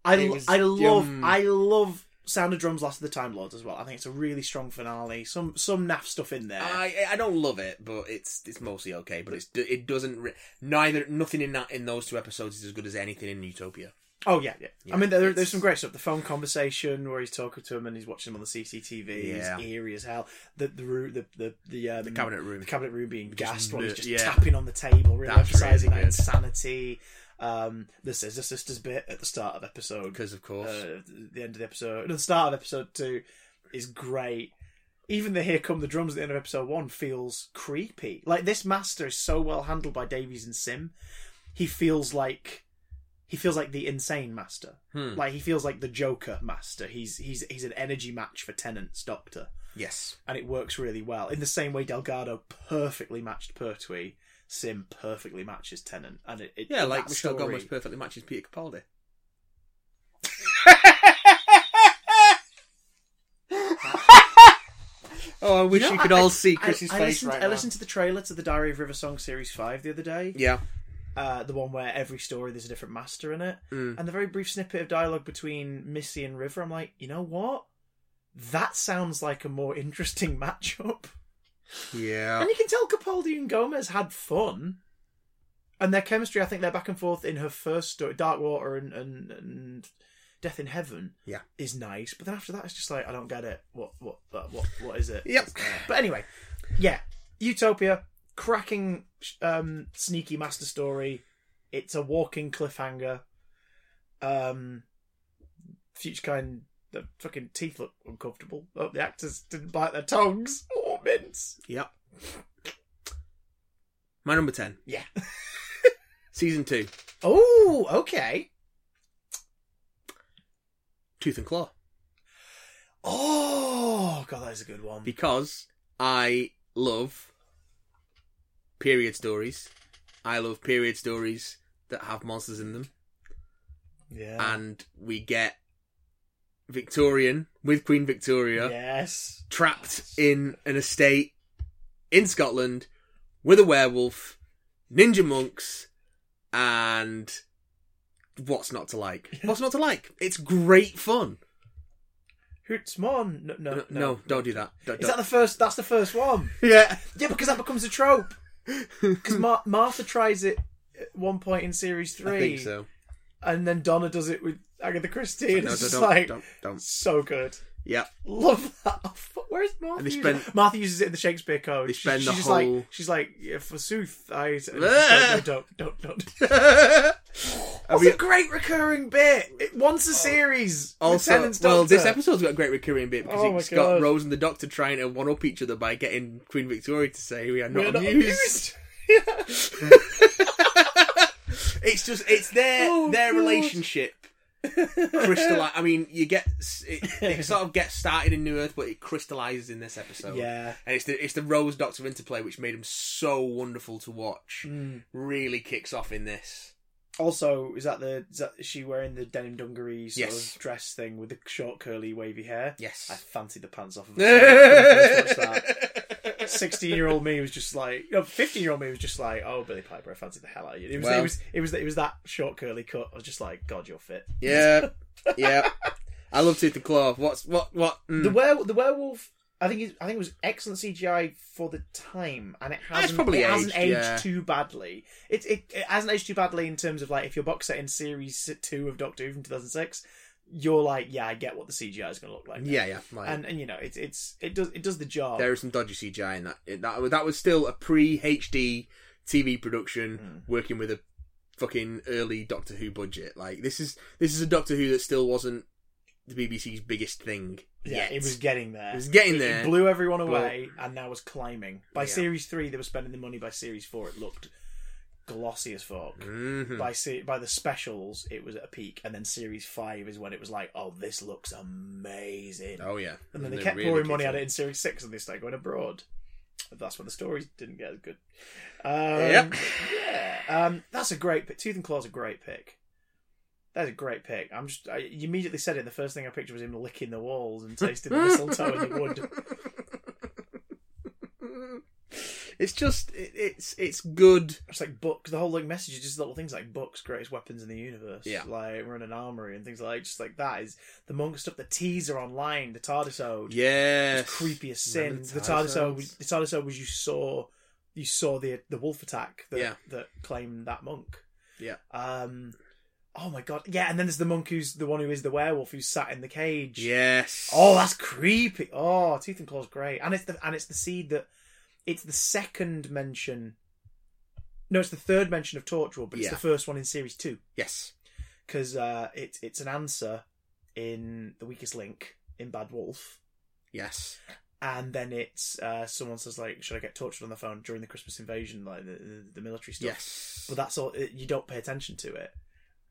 Speaker 1: I
Speaker 2: It
Speaker 1: l-
Speaker 2: was um,
Speaker 1: I love
Speaker 2: dumb.
Speaker 1: I love Sound of Drums Last of the Time Lords as well. I think it's a really strong finale. Some some naff stuff in there.
Speaker 2: I I don't love it, but it's it's mostly okay. But it's it doesn't re- neither nothing in that in those two episodes is as good as anything in Utopia.
Speaker 1: Oh yeah, yeah.
Speaker 2: Yeah,
Speaker 1: I mean, there,
Speaker 2: it's-
Speaker 1: there's some great stuff. The phone conversation where he's talking to him and he's watching him on the CCTV.
Speaker 2: Yeah.
Speaker 1: He's eerie as hell. The the roo- the the the, um,
Speaker 2: The cabinet room.
Speaker 1: the cabinet room being gassed while he's
Speaker 2: lit-
Speaker 1: just
Speaker 2: yeah.
Speaker 1: tapping on the table, really
Speaker 2: That's
Speaker 1: emphasizing
Speaker 2: really
Speaker 1: that
Speaker 2: good.
Speaker 1: insanity. Um, the Scissor Sisters bit at the start of episode
Speaker 2: Because of course,
Speaker 1: uh, the end of the episode, no, the start of episode two is great. Even the Here Come the Drums at the end of episode one feels creepy. Like this master is so well handled by Davies and Sim, he feels like he feels like the insane master.
Speaker 2: Hmm.
Speaker 1: Like he feels like the Joker master. He's he's he's an energy match for Tennant's Doctor,
Speaker 2: Yes.
Speaker 1: and it works really well. In the same way, Delgado perfectly matched Pertwee. Sim perfectly matches Tennant, and it, it
Speaker 2: Yeah,
Speaker 1: in
Speaker 2: like
Speaker 1: that
Speaker 2: Michelle
Speaker 1: story-
Speaker 2: Gomez perfectly matches Peter Capaldi. oh, I wish you,
Speaker 1: know,
Speaker 2: could
Speaker 1: I-
Speaker 2: all
Speaker 1: I-
Speaker 2: see
Speaker 1: I-
Speaker 2: Chris's
Speaker 1: I
Speaker 2: face
Speaker 1: listened,
Speaker 2: right
Speaker 1: I
Speaker 2: now.
Speaker 1: listened to the trailer to the Diary of River Song Series 5 the other day.
Speaker 2: Yeah.
Speaker 1: Uh, the one where every story there's a different master in it.
Speaker 2: Mm.
Speaker 1: And the very brief snippet of dialogue between Missy and River, I'm like, you know what? That sounds like a more interesting matchup.
Speaker 2: Yeah.
Speaker 1: And you can tell Capaldi and Gomez had fun. And their chemistry, I think their back and forth in her first story, Dark Water and, and, and Death in Heaven,
Speaker 2: Yeah.
Speaker 1: is nice. But then after that, it's just like, I don't get it. What what what what, what is it?
Speaker 2: Yep.
Speaker 1: But anyway, yeah, Utopia, cracking, um, sneaky master story. It's a walking cliffhanger. Um, future kind, the fucking teeth look uncomfortable. Oh, the actors didn't bite their tongues. Oh, mince.
Speaker 2: Yep. My number 10,
Speaker 1: Yeah.
Speaker 2: season 2,
Speaker 1: Oh, okay.
Speaker 2: Tooth and Claw.
Speaker 1: Oh, god, that is a good one.
Speaker 2: Because I love period stories. I love period stories that have monsters in them.
Speaker 1: yeah.
Speaker 2: And we get Victorian with Queen Victoria.
Speaker 1: Yes.
Speaker 2: trapped in an estate in Scotland with a werewolf, ninja monks, and what's not to like? What's not to like? It's great fun.
Speaker 1: Hootsmon. No, no,
Speaker 2: No,
Speaker 1: no.
Speaker 2: don't do that. Don't,
Speaker 1: Is that the first? That's the first one.
Speaker 2: the... Yeah.
Speaker 1: Yeah, because that becomes a trope. Because Mar- Martha tries it at one point in series three,
Speaker 2: I think so.
Speaker 1: and then Donna does it with Agatha Christie, and
Speaker 2: No,
Speaker 1: it's
Speaker 2: don't,
Speaker 1: just
Speaker 2: don't,
Speaker 1: like
Speaker 2: don't, don't.
Speaker 1: so good.
Speaker 2: Yeah.
Speaker 1: Love that. Oh, fu- Where's Martha?
Speaker 2: And they
Speaker 1: using it?
Speaker 2: spend-
Speaker 1: Martha uses it in the Shakespeare Code.
Speaker 2: They spend
Speaker 1: she's
Speaker 2: the
Speaker 1: just
Speaker 2: whole-
Speaker 1: like she's like, yeah, forsooth, I don't, don't, don't, don't. That's
Speaker 2: we-
Speaker 1: a great recurring bit. It- once a series. with
Speaker 2: Oh. also,
Speaker 1: Tennant's
Speaker 2: well, this
Speaker 1: Doctor.
Speaker 2: episode's got a great recurring bit because
Speaker 1: Oh my
Speaker 2: it's got
Speaker 1: God.
Speaker 2: Rose and the Doctor trying to one up each other by getting Queen Victoria to say we are
Speaker 1: We're
Speaker 2: not,
Speaker 1: not
Speaker 2: amused.
Speaker 1: amused.
Speaker 2: It's just it's their
Speaker 1: Oh,
Speaker 2: their
Speaker 1: God.
Speaker 2: relationship crystallize. I mean, you get s- it, it sort of gets started in New Earth, but it crystallizes in this episode.
Speaker 1: Yeah.
Speaker 2: and it's the it's the Rose Doctor interplay which made him so wonderful to watch.
Speaker 1: Hmm.
Speaker 2: Really kicks off in this.
Speaker 1: Also, is that the is that is she wearing the denim dungaree sort
Speaker 2: Yes.
Speaker 1: of dress thing with the short curly wavy hair?
Speaker 2: Yes.
Speaker 1: I fancied the pants off of her. Sixteen-year-old me was just like, no, fifteen-year-old me was just like, oh, Billy Piper, I fancied the hell out of you. It was,
Speaker 2: Well.
Speaker 1: it was, it was, it was that short curly cut. I was just like, God, you're fit.
Speaker 2: yeah, yeah. I love Tooth and Claw. What's what what? mm.
Speaker 1: The were the werewolf. I think it, I think it was excellent CGI for the time, and it hasn't
Speaker 2: probably
Speaker 1: it hasn't
Speaker 2: aged,
Speaker 1: aged
Speaker 2: yeah.
Speaker 1: too badly. It, it it hasn't aged too badly in terms of like if your box set in series two of Doctor Who from two thousand six, you're like, yeah, I get what the CGI is going to look like. now.
Speaker 2: yeah, yeah. like-
Speaker 1: and oh. and you know it's it's it does it does the job.
Speaker 2: There is some dodgy CGI in that. It- That that was still a pre HD TV production
Speaker 1: Mm.
Speaker 2: working with a fucking early Doctor Who budget. Like this is this is a Doctor Who that still wasn't the BBC's biggest thing
Speaker 1: yeah,
Speaker 2: yet.
Speaker 1: it was getting there.
Speaker 2: It was getting
Speaker 1: It- it
Speaker 2: there.
Speaker 1: blew everyone
Speaker 2: Well-
Speaker 1: away, and now was climbing. By
Speaker 2: Yeah.
Speaker 1: series three, they were spending the money. By series four, it looked glossy as fuck.
Speaker 2: Mhm.
Speaker 1: by se- by the specials it was at a peak and then series 5 is when it was like oh this looks amazing
Speaker 2: Oh yeah.
Speaker 1: and then they
Speaker 2: They
Speaker 1: kept
Speaker 2: really
Speaker 1: pouring money
Speaker 2: kicked
Speaker 1: at
Speaker 2: in.
Speaker 1: it in series 6 and they started going abroad But that's when the stories didn't get as good um,
Speaker 2: Yep.
Speaker 1: yeah um, that's a great pick Tooth and Claw's a great pick that's a great pick I'm just I, you immediately said it the first thing I pictured was him licking the walls and tasting the mistletoe in the wood
Speaker 2: It's just it, it's it's good.
Speaker 1: It's like books. The whole like message is just little things like books, greatest weapons in the universe.
Speaker 2: Yeah.
Speaker 1: like we're in an armory and things like just like that is the monk stuff. The teaser online, the TARDIS ode,
Speaker 2: Yeah.
Speaker 1: it's creepy as sin.
Speaker 2: Remember
Speaker 1: The
Speaker 2: TARDIS
Speaker 1: TARDIS ode,
Speaker 2: odes?
Speaker 1: was- the TARDIS ode was you saw, you saw the the wolf attack that
Speaker 2: Yeah.
Speaker 1: that claimed that monk.
Speaker 2: Yeah.
Speaker 1: Um. Oh my god. Yeah, and then there's the monk who's the one who is the werewolf who's sat in the cage.
Speaker 2: Yes.
Speaker 1: Oh, that's creepy. Oh, Tooth and Claw's great, and it's the and it's the seed that it's the second mention. No, it's the third mention of Torchwood, but it's
Speaker 2: Yeah.
Speaker 1: the first one in series two
Speaker 2: yes.
Speaker 1: because uh, it's it's an answer in the Weakest Link in Bad Wolf,
Speaker 2: Yes.
Speaker 1: and then it's uh, someone says like, "Should I get tortured on the phone during the Christmas invasion?" Like the, the, the military stuff.
Speaker 2: Yes.
Speaker 1: But that's all. It, you don't pay attention to it.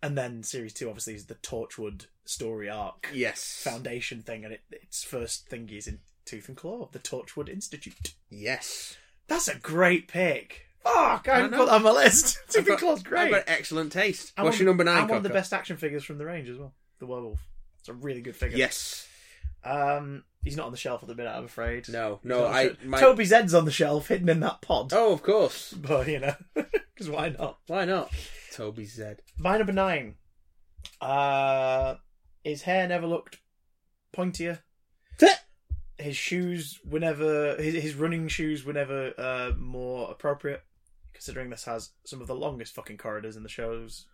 Speaker 1: and then series two obviously is the Torchwood story arc
Speaker 2: Yes.
Speaker 1: foundation thing, and it, its first thing is in Tooth and Claw, the Torchwood Institute.
Speaker 2: Yes.
Speaker 1: That's a great pick. Fuck, I haven't
Speaker 2: know.
Speaker 1: put that on my list. Tooth and
Speaker 2: got-
Speaker 1: Claw's great.
Speaker 2: I've got excellent taste.
Speaker 1: I
Speaker 2: What's
Speaker 1: want-
Speaker 2: your number nine?
Speaker 1: I want the
Speaker 2: Cocker?
Speaker 1: best action figures from the range as well. The werewolf. It's a really good figure.
Speaker 2: Yes.
Speaker 1: Um, he's not on the shelf at the minute, I'm afraid.
Speaker 2: No.
Speaker 1: He's
Speaker 2: No.
Speaker 1: not on
Speaker 2: I.
Speaker 1: the shelf.
Speaker 2: My...
Speaker 1: Toby Zed's on the shelf, hidden in that pod.
Speaker 2: Oh, of course.
Speaker 1: But you know, because why not?
Speaker 2: Why not? Toby Z.
Speaker 1: My number nine. Uh, his hair never looked pointier. His shoes were never his, his running shoes were never uh, more appropriate, considering this has some of the longest fucking corridors in the show's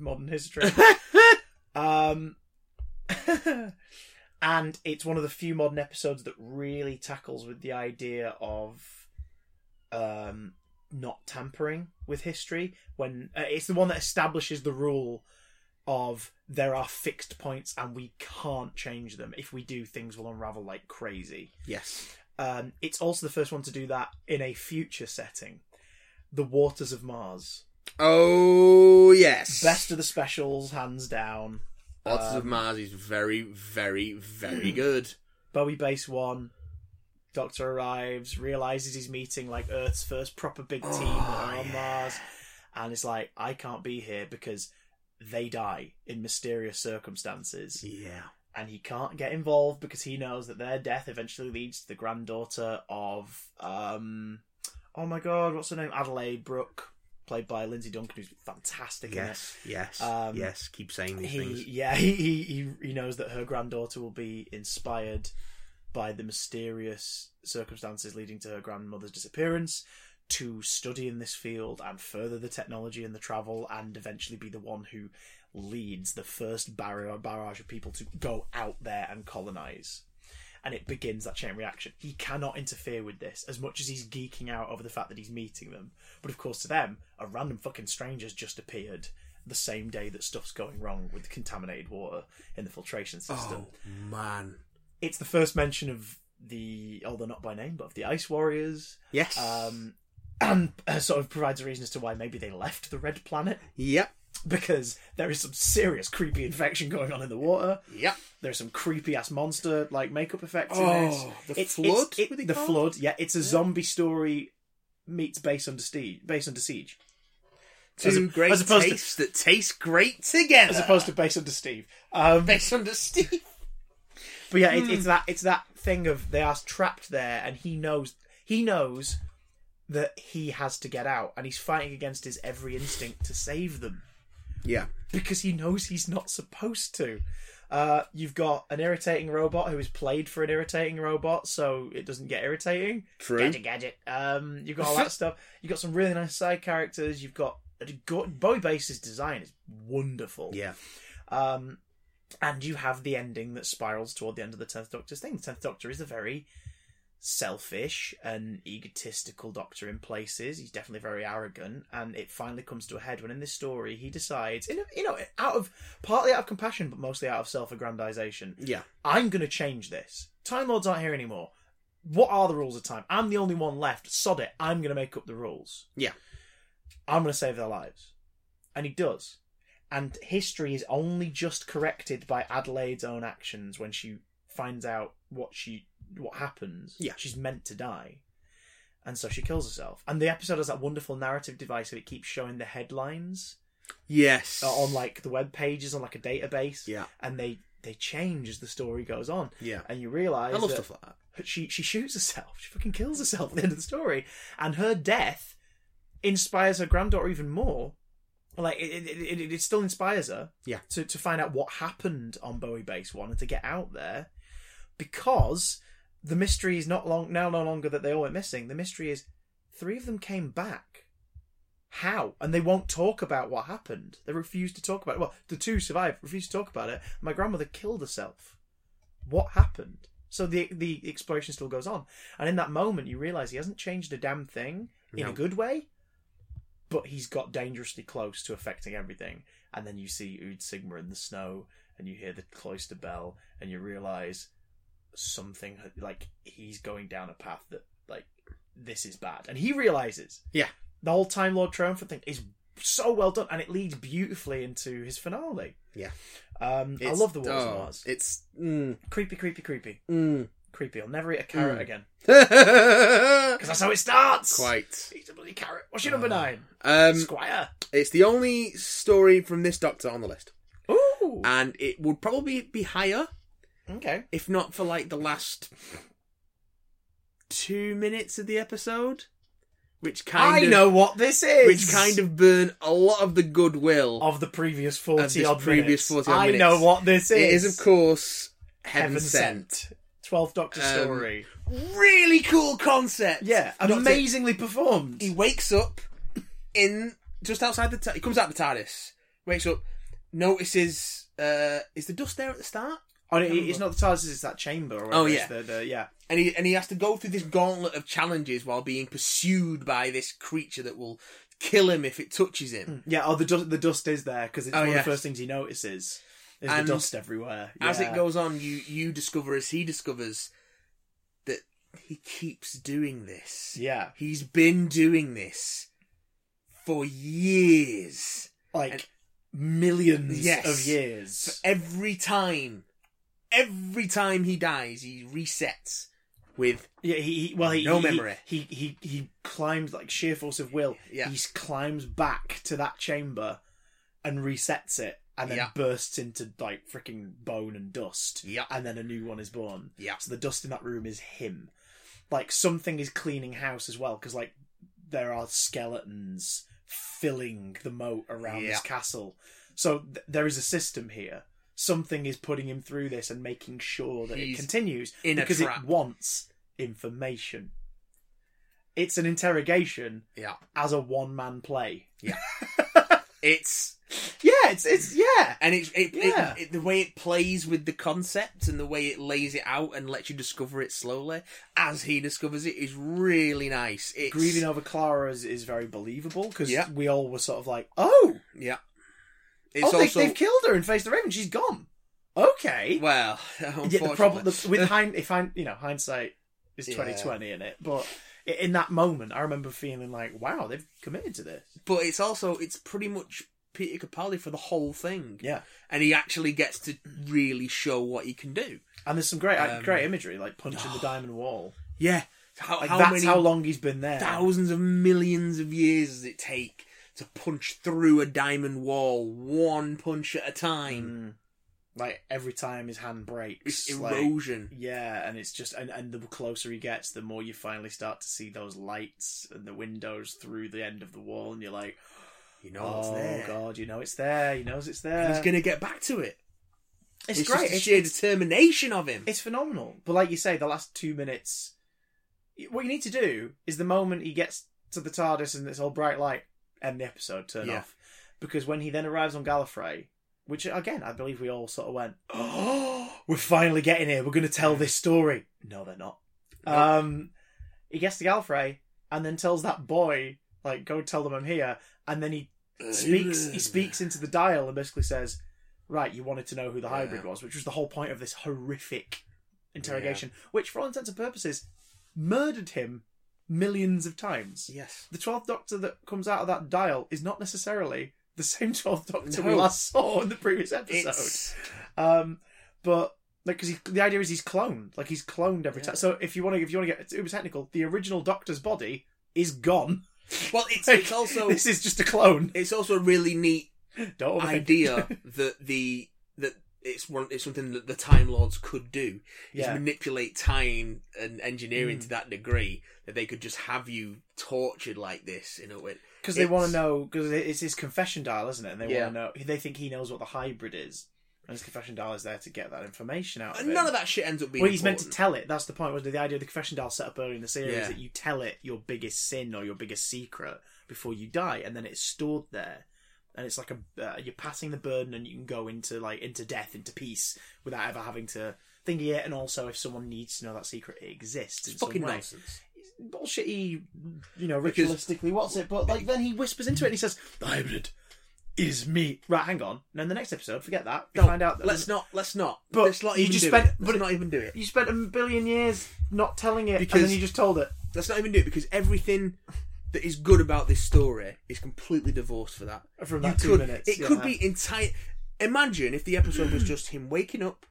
Speaker 1: modern history. um, and it's one of the few modern episodes that really tackles with the idea of um, not tampering with history when uh, it's the one that establishes the rule of there are fixed points and we can't change them if we do things will unravel like crazy
Speaker 2: yes.
Speaker 1: um, it's also the first one to do that in a future setting the waters of mars
Speaker 2: Oh yes.
Speaker 1: best of the specials hands down
Speaker 2: Otters of
Speaker 1: um, Hmm.
Speaker 2: Mars is very, very, very good.
Speaker 1: bowie base one doctor arrives realizes he's meeting like earth's first proper big team that are on mars and it's like i can't be here because they die in mysterious circumstances
Speaker 2: Yeah.
Speaker 1: and he can't get involved because he knows that their death eventually leads to the granddaughter of um oh my god what's her name adelaide brooke played by lindsay duncan who's fantastic in it
Speaker 2: Yes. Yes.
Speaker 1: Um,
Speaker 2: yes. Keep saying these
Speaker 1: he,
Speaker 2: things.
Speaker 1: yeah, he, he he- he knows that her granddaughter will be inspired by the mysterious circumstances leading to her grandmother's disappearance to study in this field and further the technology and the travel and eventually be the one who leads the first barrier barrage of people to go out there and colonize and it begins that chain reaction. He cannot interfere with this as much as he's geeking out over the fact that he's meeting them. But of course, to them, a random fucking stranger's just appeared the same day that stuff's going wrong with the contaminated water in the filtration system.
Speaker 2: Oh man.
Speaker 1: It's the first mention of the, although not by name, but of the Ice Warriors.
Speaker 2: Yes.
Speaker 1: Um, and uh, sort of provides a reason as to why maybe they left the Red Planet
Speaker 2: Yep.
Speaker 1: because there is some serious creepy infection going on in the water.
Speaker 2: Yep.
Speaker 1: There's some creepy ass monster like makeup effects in this.
Speaker 2: Oh, the flood.
Speaker 1: It's, it-
Speaker 2: were they
Speaker 1: the
Speaker 2: called?
Speaker 1: flood. Yeah, it's a zombie story meets base under siege. Base under siege,
Speaker 2: Two
Speaker 1: As a-
Speaker 2: great
Speaker 1: as opposed to-
Speaker 2: tastes that taste great together.
Speaker 1: as opposed to base under Steve. Um,
Speaker 2: based under Steve.
Speaker 1: but yeah, it,
Speaker 2: Hmm.
Speaker 1: it's that it's that thing of they are trapped there, and he knows he knows that he has to get out, and he's fighting against his every instinct to save them.
Speaker 2: Yeah.
Speaker 1: because he knows he's not supposed to. Uh, you've got an irritating robot who is played for an irritating robot, so it doesn't get irritating.
Speaker 2: True.
Speaker 1: Gadget, gadget. Um, you've got all that stuff. You've got some really nice side characters. You've got Bowie Base's design is wonderful.
Speaker 2: Yeah.
Speaker 1: Um, and you have the ending that spirals toward the end of the Tenth Doctor's thing. The Tenth Doctor is a very selfish and egotistical doctor in places. He's definitely very arrogant, and it finally comes to a head when in this story he decides, in a, you know, out of partly out of compassion, but mostly out of self-aggrandization,
Speaker 2: Yeah.
Speaker 1: I'm going to change this. Time Lords aren't here anymore. What are the rules of time? I'm the only one left. Sod it. I'm going to make up the rules.
Speaker 2: Yeah.
Speaker 1: I'm going to save their lives. And he does. And history is only just corrected by Adelaide's own actions when she finds out what she what happens.
Speaker 2: Yeah.
Speaker 1: She's meant to die. And so she kills herself. And the episode has that wonderful narrative device that it keeps showing the headlines
Speaker 2: Yes.
Speaker 1: uh, on like the web pages on like a database.
Speaker 2: Yeah.
Speaker 1: And they they change as the story goes on.
Speaker 2: Yeah.
Speaker 1: And you realise
Speaker 2: I love
Speaker 1: that
Speaker 2: stuff like that.
Speaker 1: she she shoots herself. She fucking kills herself at the end of the story, and her death inspires her granddaughter even more. Like it, it, it, it still inspires her.
Speaker 2: Yeah.
Speaker 1: To to find out what happened on Bowie Base One and to get out there, because the mystery is not long now no longer that they all went missing. The mystery is three of them came back. How? And they won't talk about what happened. They refuse to talk about it. Well, the two survived, refused to talk about it. My grandmother killed herself. What happened? So the the exploration still goes on. And in that moment you realise he hasn't changed a damn thing in
Speaker 2: No.
Speaker 1: a good way. But he's got dangerously close to affecting everything. And then you see Ood Sigma in the snow and you hear the cloister bell and you realise something like he's going down a path that like this is bad. And he realizes
Speaker 2: Yeah.
Speaker 1: the whole Time Lord Triumphant thing is so well done, and it leads beautifully into his finale.
Speaker 2: Yeah.
Speaker 1: Um, I
Speaker 2: It's-
Speaker 1: love the Wars
Speaker 2: oh,
Speaker 1: of Mars.
Speaker 2: It's mm,
Speaker 1: Creepy, creepy, creepy,
Speaker 2: mm.
Speaker 1: creepy. I'll never eat a carrot
Speaker 2: Mm.
Speaker 1: again
Speaker 2: quite. mm.
Speaker 1: because that's how it starts. Eat a bloody carrot. What's your number nine,
Speaker 2: Uh, Um,
Speaker 1: Squire?
Speaker 2: it's the only story from this Doctor on the list,
Speaker 1: Ooh.
Speaker 2: and it would probably be higher
Speaker 1: Uh, okay.
Speaker 2: if not for like the last two minutes of the episode, which kind
Speaker 1: I
Speaker 2: of
Speaker 1: know what this is.
Speaker 2: which kind of burn a lot of the goodwill.
Speaker 1: of the previous
Speaker 2: Of
Speaker 1: forty
Speaker 2: this
Speaker 1: odd
Speaker 2: previous
Speaker 1: minutes.
Speaker 2: 40 odd
Speaker 1: I
Speaker 2: minutes.
Speaker 1: know what this is.
Speaker 2: it is, of course, Heaven,
Speaker 1: Heaven
Speaker 2: Sent.
Speaker 1: Sent. Twelfth Doctor
Speaker 2: Um,
Speaker 1: story.
Speaker 2: Really cool concept.
Speaker 1: Yeah,
Speaker 2: Doctor-
Speaker 1: amazingly performed.
Speaker 2: He wakes up in just outside the. T- he comes out of the TARDIS, wakes up, notices. Uh, is the dust there at the start?
Speaker 1: Oh, no, it's not the TARDIS, it's that chamber. Or
Speaker 2: Oh,
Speaker 1: whatever it is,
Speaker 2: yeah.
Speaker 1: the, the, yeah.
Speaker 2: and he and he has to go through this gauntlet of challenges while being pursued by this creature that will kill him if it touches him.
Speaker 1: Yeah, oh, the dust, the dust is there because it's
Speaker 2: Oh,
Speaker 1: one
Speaker 2: yeah.
Speaker 1: of the first things he notices. There's
Speaker 2: And
Speaker 1: the dust everywhere.
Speaker 2: As it
Speaker 1: Hmm. Yeah.
Speaker 2: goes on, you you discover as he discovers that he keeps doing this.
Speaker 1: Yeah.
Speaker 2: He's been doing this for years.
Speaker 1: Like
Speaker 2: And-
Speaker 1: millions
Speaker 2: Yes. e-
Speaker 1: of years.
Speaker 2: Every time, every time he dies, he resets with
Speaker 1: Yeah, he, he well he
Speaker 2: No
Speaker 1: he,
Speaker 2: memory.
Speaker 1: He, he he he climbs like sheer force of will.
Speaker 2: Yeah.
Speaker 1: He s- climbs back to that chamber and resets it and then
Speaker 2: Yeah.
Speaker 1: bursts into like freaking bone and dust.
Speaker 2: Yeah.
Speaker 1: And then a new one is born.
Speaker 2: yeah
Speaker 1: So the dust in that room is him. Like something is cleaning house as well because like there are skeletons filling the moat around
Speaker 2: Yeah.
Speaker 1: this castle. So th- there is a system here. Something is putting him through this and making sure that
Speaker 2: He's
Speaker 1: it continues
Speaker 2: in a
Speaker 1: because
Speaker 2: trap.
Speaker 1: it wants information. It's an interrogation
Speaker 2: yeah.
Speaker 1: as a one-man play.
Speaker 2: It's
Speaker 1: Yeah, it's it's yeah.
Speaker 2: and it's it, it-
Speaker 1: Yeah.
Speaker 2: it, the way it plays with the concept and the way it lays it out and lets you discover it slowly as he discovers it is really nice. It's
Speaker 1: Grieving over Clara is, is very believable because
Speaker 2: Yeah.
Speaker 1: we all were sort of like, oh,
Speaker 2: yeah. It's
Speaker 1: oh,
Speaker 2: also
Speaker 1: they, have killed her and faced the Raven. She's gone. Okay.
Speaker 2: well,
Speaker 1: yeah,
Speaker 2: unfortunately,
Speaker 1: the problem the, with hind, if hind, you know, hindsight is
Speaker 2: Yeah.
Speaker 1: twenty twenty in it, but i- in that moment, I remember feeling like, wow, they've committed to this.
Speaker 2: but it's also it's pretty much Peter Capaldi for the whole thing,
Speaker 1: Yeah,
Speaker 2: and he actually gets to really show what he can do.
Speaker 1: and there's some great uh,
Speaker 2: Um,
Speaker 1: great imagery, like punching the diamond wall.
Speaker 2: Yeah, how,
Speaker 1: Like
Speaker 2: how
Speaker 1: that's
Speaker 2: many
Speaker 1: how long he's been there.
Speaker 2: thousands of millions of years does it take to punch through a diamond wall one punch at a time?
Speaker 1: Mm. Like every time his hand breaks,
Speaker 2: It's
Speaker 1: like-
Speaker 2: erosion.
Speaker 1: yeah, and it's just and, and the closer he gets, the more you finally start to see those lights and the windows through the end of the wall, and you're like,
Speaker 2: you
Speaker 1: oh,
Speaker 2: know what's there.
Speaker 1: god, you know it's there. He knows it's there.
Speaker 2: And he's gonna get back to it.
Speaker 1: it's,
Speaker 2: It's,
Speaker 1: great.
Speaker 2: Just the
Speaker 1: It's,
Speaker 2: sheer determination of him.
Speaker 1: it's phenomenal. But like you say, the last two minutes, what you need to do is the moment he gets to the TARDIS and it's all bright light, end the episode, turn
Speaker 2: Yeah.
Speaker 1: off, because when he then arrives on Gallifrey. Which again, I believe we all sort of went,
Speaker 2: Oh,
Speaker 1: we're finally getting here. We're going to tell this story. No, they're not.
Speaker 2: Nope.
Speaker 1: Um, he gets to Galfrey and then tells that boy, like, go tell them I'm here. And then he speaks. He speaks into the dial and basically says, "Right, you wanted to know who the
Speaker 2: Yeah.
Speaker 1: hybrid was, which was the whole point of this horrific interrogation, which, for all intents and purposes, murdered him millions of times."
Speaker 2: Yes.
Speaker 1: The twelfth Doctor that comes out of that dial is not necessarily the same twelfth Doctor we
Speaker 2: No.
Speaker 1: last saw in the previous episode.
Speaker 2: It's,
Speaker 1: Um, but like, because the idea is he's cloned, like he's cloned every
Speaker 2: Yeah.
Speaker 1: time. So if you want to, if you want to get uber technical, the original Doctor's body is gone.
Speaker 2: well, it's,
Speaker 1: Like,
Speaker 2: it's also
Speaker 1: this Oh, is just a clone.
Speaker 2: it's also a really neat
Speaker 1: Don't overthink.
Speaker 2: idea that the that it's one it's something that the Time Lords could do is
Speaker 1: Yeah. Hmm.
Speaker 2: manipulate time and engineering to that degree that they could just have you tortured like this in a way.
Speaker 1: Because they
Speaker 2: It's-
Speaker 1: want to know, because it's his confession dial, isn't it? And they
Speaker 2: Yeah.
Speaker 1: want to know. They think he knows what the hybrid is, and his confession dial is there to get that information out. Of
Speaker 2: And none
Speaker 1: him.
Speaker 2: of that shit ends up being.
Speaker 1: Oh, Well, he's meant to
Speaker 2: important.
Speaker 1: tell it. That's the point. Was the idea of the confession dial set up earlier in the series
Speaker 2: Yeah.
Speaker 1: that you tell it your biggest sin or your biggest secret before you die, and then it's stored there, and it's like a uh, you're passing the burden, and you can go into like into death, into peace without ever having to think it. And also, if someone needs to know that secret, it exists. in
Speaker 2: It's fucking
Speaker 1: some way
Speaker 2: nonsense.
Speaker 1: bullshitty, you know,
Speaker 2: Because-
Speaker 1: ritualistically, what's it? But like, then he whispers into it and he says, "The hybrid is me." Right, hang on. And then the next episode, forget that. You
Speaker 2: No,
Speaker 1: find out that
Speaker 2: Let's not. Let's not.
Speaker 1: But
Speaker 2: let's not
Speaker 1: you
Speaker 2: even
Speaker 1: just
Speaker 2: do
Speaker 1: spent-
Speaker 2: it. Let's
Speaker 1: but-
Speaker 2: not even do it.
Speaker 1: you spent a billion years not telling it,
Speaker 2: Because-
Speaker 1: and then you just told it.
Speaker 2: Let's not even do it because everything that is good about this story is completely divorced for that.
Speaker 1: From
Speaker 2: You
Speaker 1: that two
Speaker 2: could-
Speaker 1: minutes,
Speaker 2: It
Speaker 1: yeah.
Speaker 2: could be entire. Imagine if the episode was just him waking up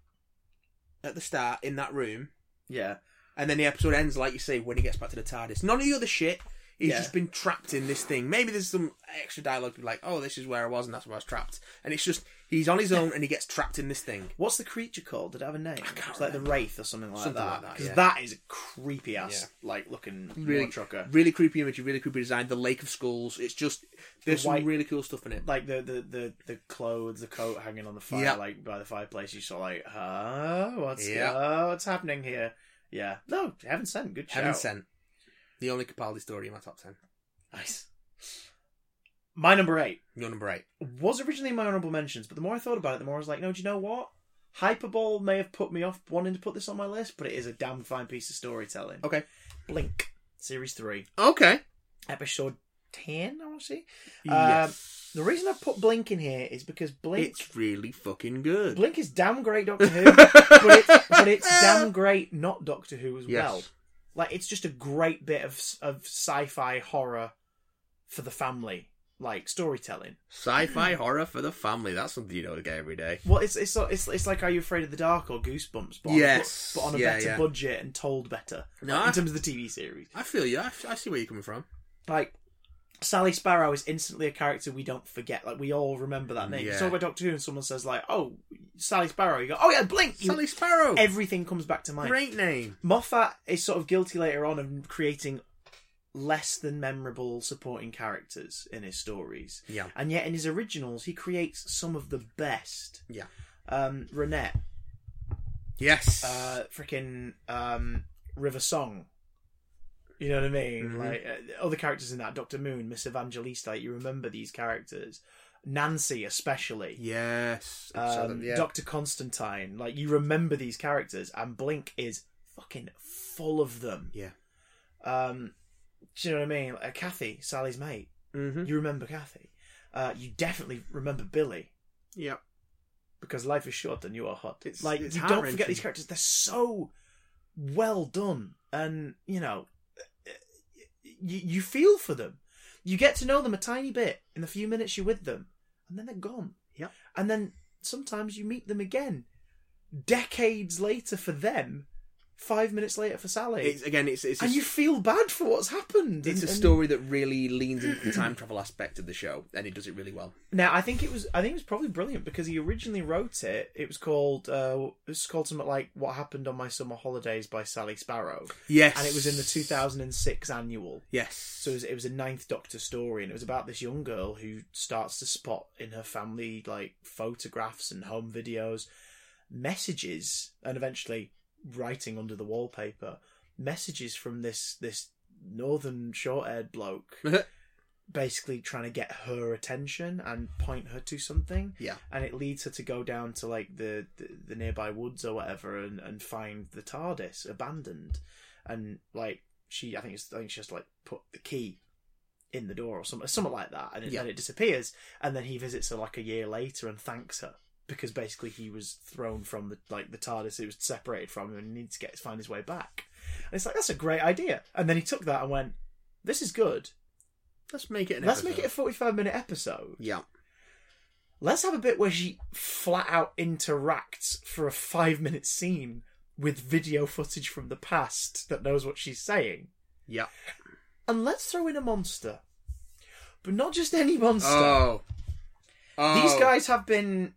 Speaker 2: at the start in that room,
Speaker 1: Yeah.
Speaker 2: and then the episode ends, like you say, when he gets back to the TARDIS. None of the other shit. He's
Speaker 1: Yeah.
Speaker 2: just been trapped in this thing. Maybe there's some extra dialogue like, "Oh, this is where I was, and that's where I was trapped." And it's just he's on his own, and he gets trapped in this thing.
Speaker 1: What's the creature called? Did it have a name?
Speaker 2: can't
Speaker 1: It's like the Wraith or something like
Speaker 2: Something
Speaker 1: that.
Speaker 2: like that,
Speaker 1: 'Cause
Speaker 2: yeah.
Speaker 1: that is a creepy ass, like looking really
Speaker 2: Really,
Speaker 1: trucker.
Speaker 2: really creepy imagery, really creepy design. The Lake of Skulls. It's just there's
Speaker 1: white-
Speaker 2: some really cool stuff in it.
Speaker 1: Like the, the, the, the clothes, the coat hanging on the fire,
Speaker 2: Yeah.
Speaker 1: like by the fireplace. You saw like, huh? What's
Speaker 2: Yeah.
Speaker 1: oh, what's happening here? Yeah. No, heaven sent. Good shout.
Speaker 2: Heaven Sent, the only Capaldi story in my top ten.
Speaker 1: Nice. My number eight
Speaker 2: Your number eight.
Speaker 1: was originally my honorable mentions, but the more I thought about it, the more I was like, no, do you know what? Hyperbole may have put me off wanting to put this on my list, but it is a damn fine piece of storytelling.
Speaker 2: Okay.
Speaker 1: Blink, series three.
Speaker 2: Okay.
Speaker 1: episode 10, I want to say.
Speaker 2: Yeah.
Speaker 1: Um, the reason I put Blink in here is because Blink
Speaker 2: Uh, it's really fucking good.
Speaker 1: Blink is damn great Doctor Who, but, it's, but it's damn great not Doctor Who as
Speaker 2: Yes.
Speaker 1: well. Like, it's just a great bit of, of sci fi horror for the family, like storytelling.
Speaker 2: Sci-fi horror for the family. That's something you don't get every day.
Speaker 1: Well, it's it's so- it's it's like Are You Afraid of the Dark or Goosebumps, but on a bu-
Speaker 2: Yes.
Speaker 1: but on a
Speaker 2: Yeah,
Speaker 1: better
Speaker 2: yeah.
Speaker 1: budget and told better
Speaker 2: No,
Speaker 1: like,
Speaker 2: I-
Speaker 1: in terms of the TV series.
Speaker 2: I feel you. I, I see where you're coming from.
Speaker 1: like Sally Sparrow is instantly a character we don't forget. Like we all remember that name.
Speaker 2: Yeah.
Speaker 1: You talk about Doctor Who, and someone says like, "Oh, Sally Sparrow." You go, "Oh yeah, Blink." You-
Speaker 2: Sally Sparrow.
Speaker 1: Everything comes back to mind.
Speaker 2: Great name.
Speaker 1: Moffat is sort of guilty later on of creating less than memorable supporting characters in his stories,
Speaker 2: Yeah.
Speaker 1: and yet in his originals he creates some of the best.
Speaker 2: Yeah.
Speaker 1: Um, Renette,
Speaker 2: Yes.
Speaker 1: uh, freaking um, River Song. You know what I mean?
Speaker 2: Mhm.
Speaker 1: Like uh, other characters in that, Doctor Moon, Miss Evangelista. Like, you remember these characters, Nancy especially,
Speaker 2: yes.
Speaker 1: um, Doctor Constantine. Like you remember these characters, and Blink is fucking full of them.
Speaker 2: Yeah.
Speaker 1: Um, do you know what I mean? Like, Kathy, Sally's mate.
Speaker 2: mm-hmm.
Speaker 1: You remember Kathy. Uh, you definitely remember Billy
Speaker 2: Yeah.
Speaker 1: because life is short and you are hot.
Speaker 2: It's-
Speaker 1: like
Speaker 2: it's
Speaker 1: you don't forget
Speaker 2: heart-wrenching.
Speaker 1: these characters; they're so well done, and you know, you you feel for them. You get to know them a tiny bit in the few minutes you're with them, and then they're gone.
Speaker 2: Yep.
Speaker 1: And then sometimes you meet them again, decades later for them, five minutes later for Sally,
Speaker 2: It's again. It's it's a,
Speaker 1: and you feel bad for what's happened.
Speaker 2: it's
Speaker 1: and-
Speaker 2: a
Speaker 1: and-
Speaker 2: story that really leans into the time travel aspect of the show, and it does it really well.
Speaker 1: Now, I think it was. I think it was probably brilliant because he originally wrote it. It was called. Uh, it was called something like "What Happened on My Summer Holidays" by Sally Sparrow,
Speaker 2: Yes.
Speaker 1: and it was in the 2006 annual.
Speaker 2: Yes.
Speaker 1: So it was, it was a ninth Doctor story, and it was about this young girl who starts to spot in her family like photographs and home videos, messages, and eventually writing under the wallpaper messages from this this northern short-haired bloke basically trying to get her attention and point her to something.
Speaker 2: Yeah.
Speaker 1: And it leads her to go down to like the the, the nearby woods or whatever and, and find the TARDIS abandoned. And like she I think it's I think she has to like put the key in the door or something something like that and it,
Speaker 2: Yeah.
Speaker 1: and it disappears and then he visits her like a year later and thanks her because basically he was thrown from the like the TARDIS it was separated from him and he needs to get find his way back. And it's like that's a great idea. And then he took that and went, This is good.
Speaker 2: Let's make it. An
Speaker 1: Let's
Speaker 2: episode.
Speaker 1: make it a 45 minute episode.
Speaker 2: Yeah.
Speaker 1: Let's have a bit where she flat out interacts for a five minute scene with video footage from the past that knows what she's saying.
Speaker 2: Yeah.
Speaker 1: And let's throw in a monster. But not just any monster.
Speaker 2: Oh. oh.
Speaker 1: These guys have been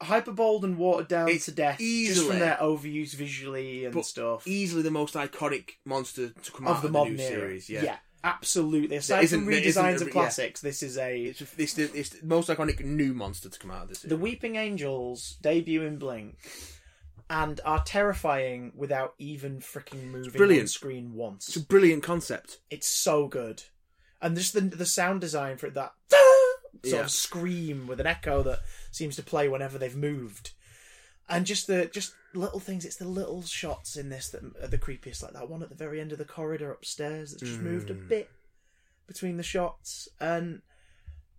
Speaker 1: hyperboled and watered down
Speaker 2: It's
Speaker 1: to death just
Speaker 2: easily-
Speaker 1: from their overuse visually and
Speaker 2: But
Speaker 1: stuff.
Speaker 2: easily the most iconic monster to come
Speaker 1: of
Speaker 2: out of
Speaker 1: the
Speaker 2: new
Speaker 1: modern era.
Speaker 2: series. Yeah.
Speaker 1: absolutely. Aside
Speaker 2: isn't-
Speaker 1: from
Speaker 2: there isn't
Speaker 1: redesigns
Speaker 2: a-
Speaker 1: of
Speaker 2: yeah.
Speaker 1: classics, this is a
Speaker 2: It's, it's, the, it's the most iconic new monster to come out of this
Speaker 1: The
Speaker 2: series.
Speaker 1: Weeping Angels debut in Blink and are terrifying without even freaking moving
Speaker 2: brilliant.
Speaker 1: on screen
Speaker 2: It's a
Speaker 1: once.
Speaker 2: brilliant concept.
Speaker 1: It's so good. And just the the sound design for it, that sort
Speaker 2: Yeah.
Speaker 1: of scream with an echo that seems to play whenever they've moved. And just the just little things, it's the little shots in this that are the creepiest, like that one at the very end of the corridor upstairs that's just moved a bit between the shots and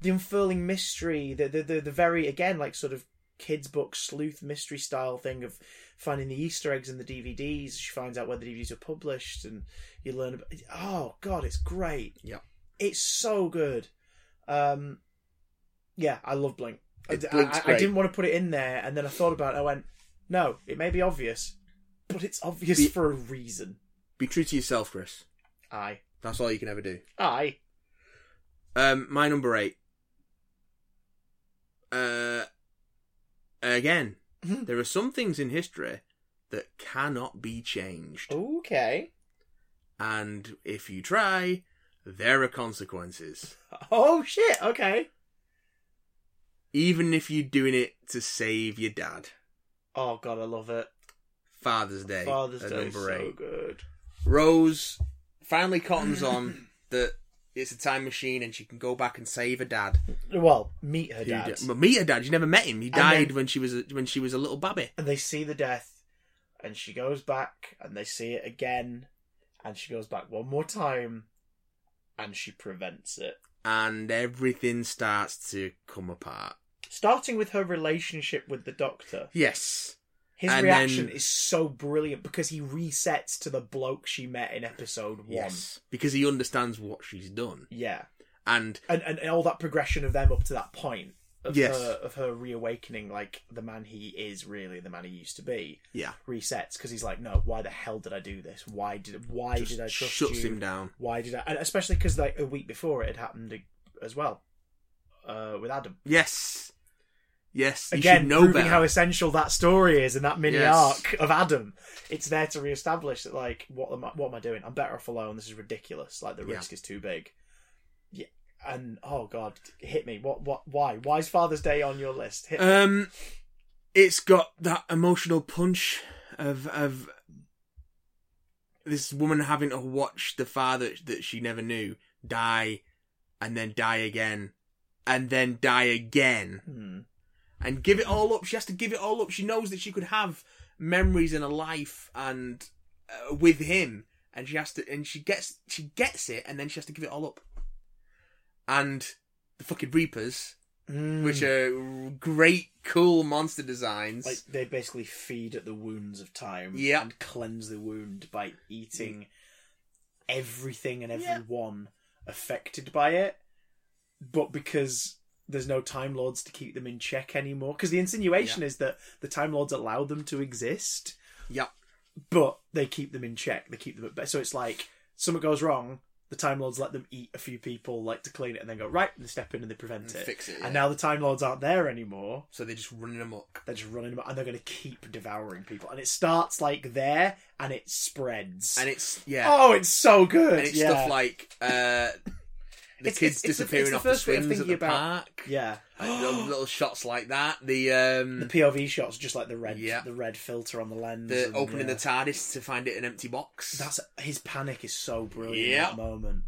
Speaker 1: the unfurling mystery, the, the the the very again like sort of kids book sleuth mystery style thing of finding the Easter eggs in the DVDs. She finds out where the DVDs are published, and you learn about. Oh God, it's great.
Speaker 2: Yeah.
Speaker 1: It's so good. Um, yeah, I love Blink. I,
Speaker 2: It-
Speaker 1: I-
Speaker 2: Blink's
Speaker 1: I- I
Speaker 2: great.
Speaker 1: didn't want to put it in there, and then I thought about it. I went, no, it may be obvious, but it's obvious
Speaker 2: Be-
Speaker 1: for a reason.
Speaker 2: Be true to yourself, Chris.
Speaker 1: Aye,
Speaker 2: That's all you can ever do.
Speaker 1: aye.
Speaker 2: Um, my number eight. Uh, again,
Speaker 1: Mhm.
Speaker 2: there are some things in history that cannot be changed,
Speaker 1: Oh. Okay.
Speaker 2: and if you try, there are consequences.
Speaker 1: Oh shit. Okay.
Speaker 2: Even if you're doing it to save your dad.
Speaker 1: Oh god, I love it.
Speaker 2: Father's Day.
Speaker 1: Father's
Speaker 2: at
Speaker 1: Day is so good.
Speaker 2: Rose finally cottons on that it's a time machine and she can go back and save her dad.
Speaker 1: Well, meet her
Speaker 2: Who
Speaker 1: dad,
Speaker 2: di- well, meet her dad. You never met him. He
Speaker 1: And
Speaker 2: died
Speaker 1: then-
Speaker 2: when she was a, when she was a little babby.
Speaker 1: and they see the death, and she goes back, and they see it again, and she goes back one more time, and she prevents it.
Speaker 2: and everything starts to come apart.
Speaker 1: Starting with her relationship with the doctor.
Speaker 2: Yes.
Speaker 1: His
Speaker 2: And
Speaker 1: reaction
Speaker 2: then-
Speaker 1: is so brilliant because he resets to the bloke she met in episode one.
Speaker 2: Yes. Because he understands what she's done.
Speaker 1: Yeah.
Speaker 2: And
Speaker 1: And, and and all that progression of them up to that point of
Speaker 2: Yes.
Speaker 1: her of her reawakening like the man he is really the man he used to be
Speaker 2: yeah,
Speaker 1: resets because he's like no why the hell did I do this why did why
Speaker 2: just
Speaker 1: did I trust
Speaker 2: shuts
Speaker 1: you
Speaker 2: him down.
Speaker 1: why did I and especially because like a week before it had happened ag- as well uh, with Adam
Speaker 2: Yes. Yes. You
Speaker 1: again
Speaker 2: should know
Speaker 1: proving
Speaker 2: better.
Speaker 1: how essential that story is in that mini
Speaker 2: Yes.
Speaker 1: arc of Adam. It's there to reestablish that like what am I, what am I doing? I'm better off alone. This is ridiculous. Like the
Speaker 2: Yeah.
Speaker 1: risk is too big. Yeah, and oh god, hit me. What what why? Why is Father's Day on your list? Hit
Speaker 2: um it's got that emotional punch of of this woman having to watch the father that she never knew die and then die again and then die again
Speaker 1: Hmm.
Speaker 2: and give it all up. She has to give it all up. She knows that she could have memories and a life and uh, with him, and she has to, and she gets, she gets it, and then she has to give it all up. And the fucking Reapers,
Speaker 1: Hmm.
Speaker 2: which are great, cool monster designs.
Speaker 1: like they basically feed at the wounds of time
Speaker 2: Yeah. Mm.
Speaker 1: and cleanse the wound by eating everything and
Speaker 2: Yeah.
Speaker 1: everyone affected by it but because there's no time lords to keep them in check anymore because the insinuation is that the time lords allow them to exist
Speaker 2: yeah,
Speaker 1: but they keep them in check they keep them at bay so it's like something goes wrong the time lords let them eat a few people like to clean it and then go right and they step in and they prevent
Speaker 2: And
Speaker 1: it
Speaker 2: fix it, yeah.
Speaker 1: and now the time lords aren't there anymore
Speaker 2: so they're just running amok.
Speaker 1: they're just running amok and they're going to keep devouring people. And it starts like there and it spreads.
Speaker 2: And it's yeah,
Speaker 1: oh, it's so good.
Speaker 2: and it's
Speaker 1: yeah.
Speaker 2: stuff like uh, the
Speaker 1: It's-
Speaker 2: kids
Speaker 1: it's- it's the-
Speaker 2: disappearing
Speaker 1: it's the
Speaker 2: off the
Speaker 1: first way of
Speaker 2: swims at the
Speaker 1: thinking about-
Speaker 2: park.
Speaker 1: yeah.
Speaker 2: Like, little, little shots like that. The um,
Speaker 1: the POV shots, just like the red,
Speaker 2: Yeah.
Speaker 1: the red filter on the lens.
Speaker 2: the
Speaker 1: and,
Speaker 2: opening
Speaker 1: yeah.
Speaker 2: the TARDIS to find it an empty box.
Speaker 1: That's his panic is so brilliant
Speaker 2: Yeah.
Speaker 1: at the moment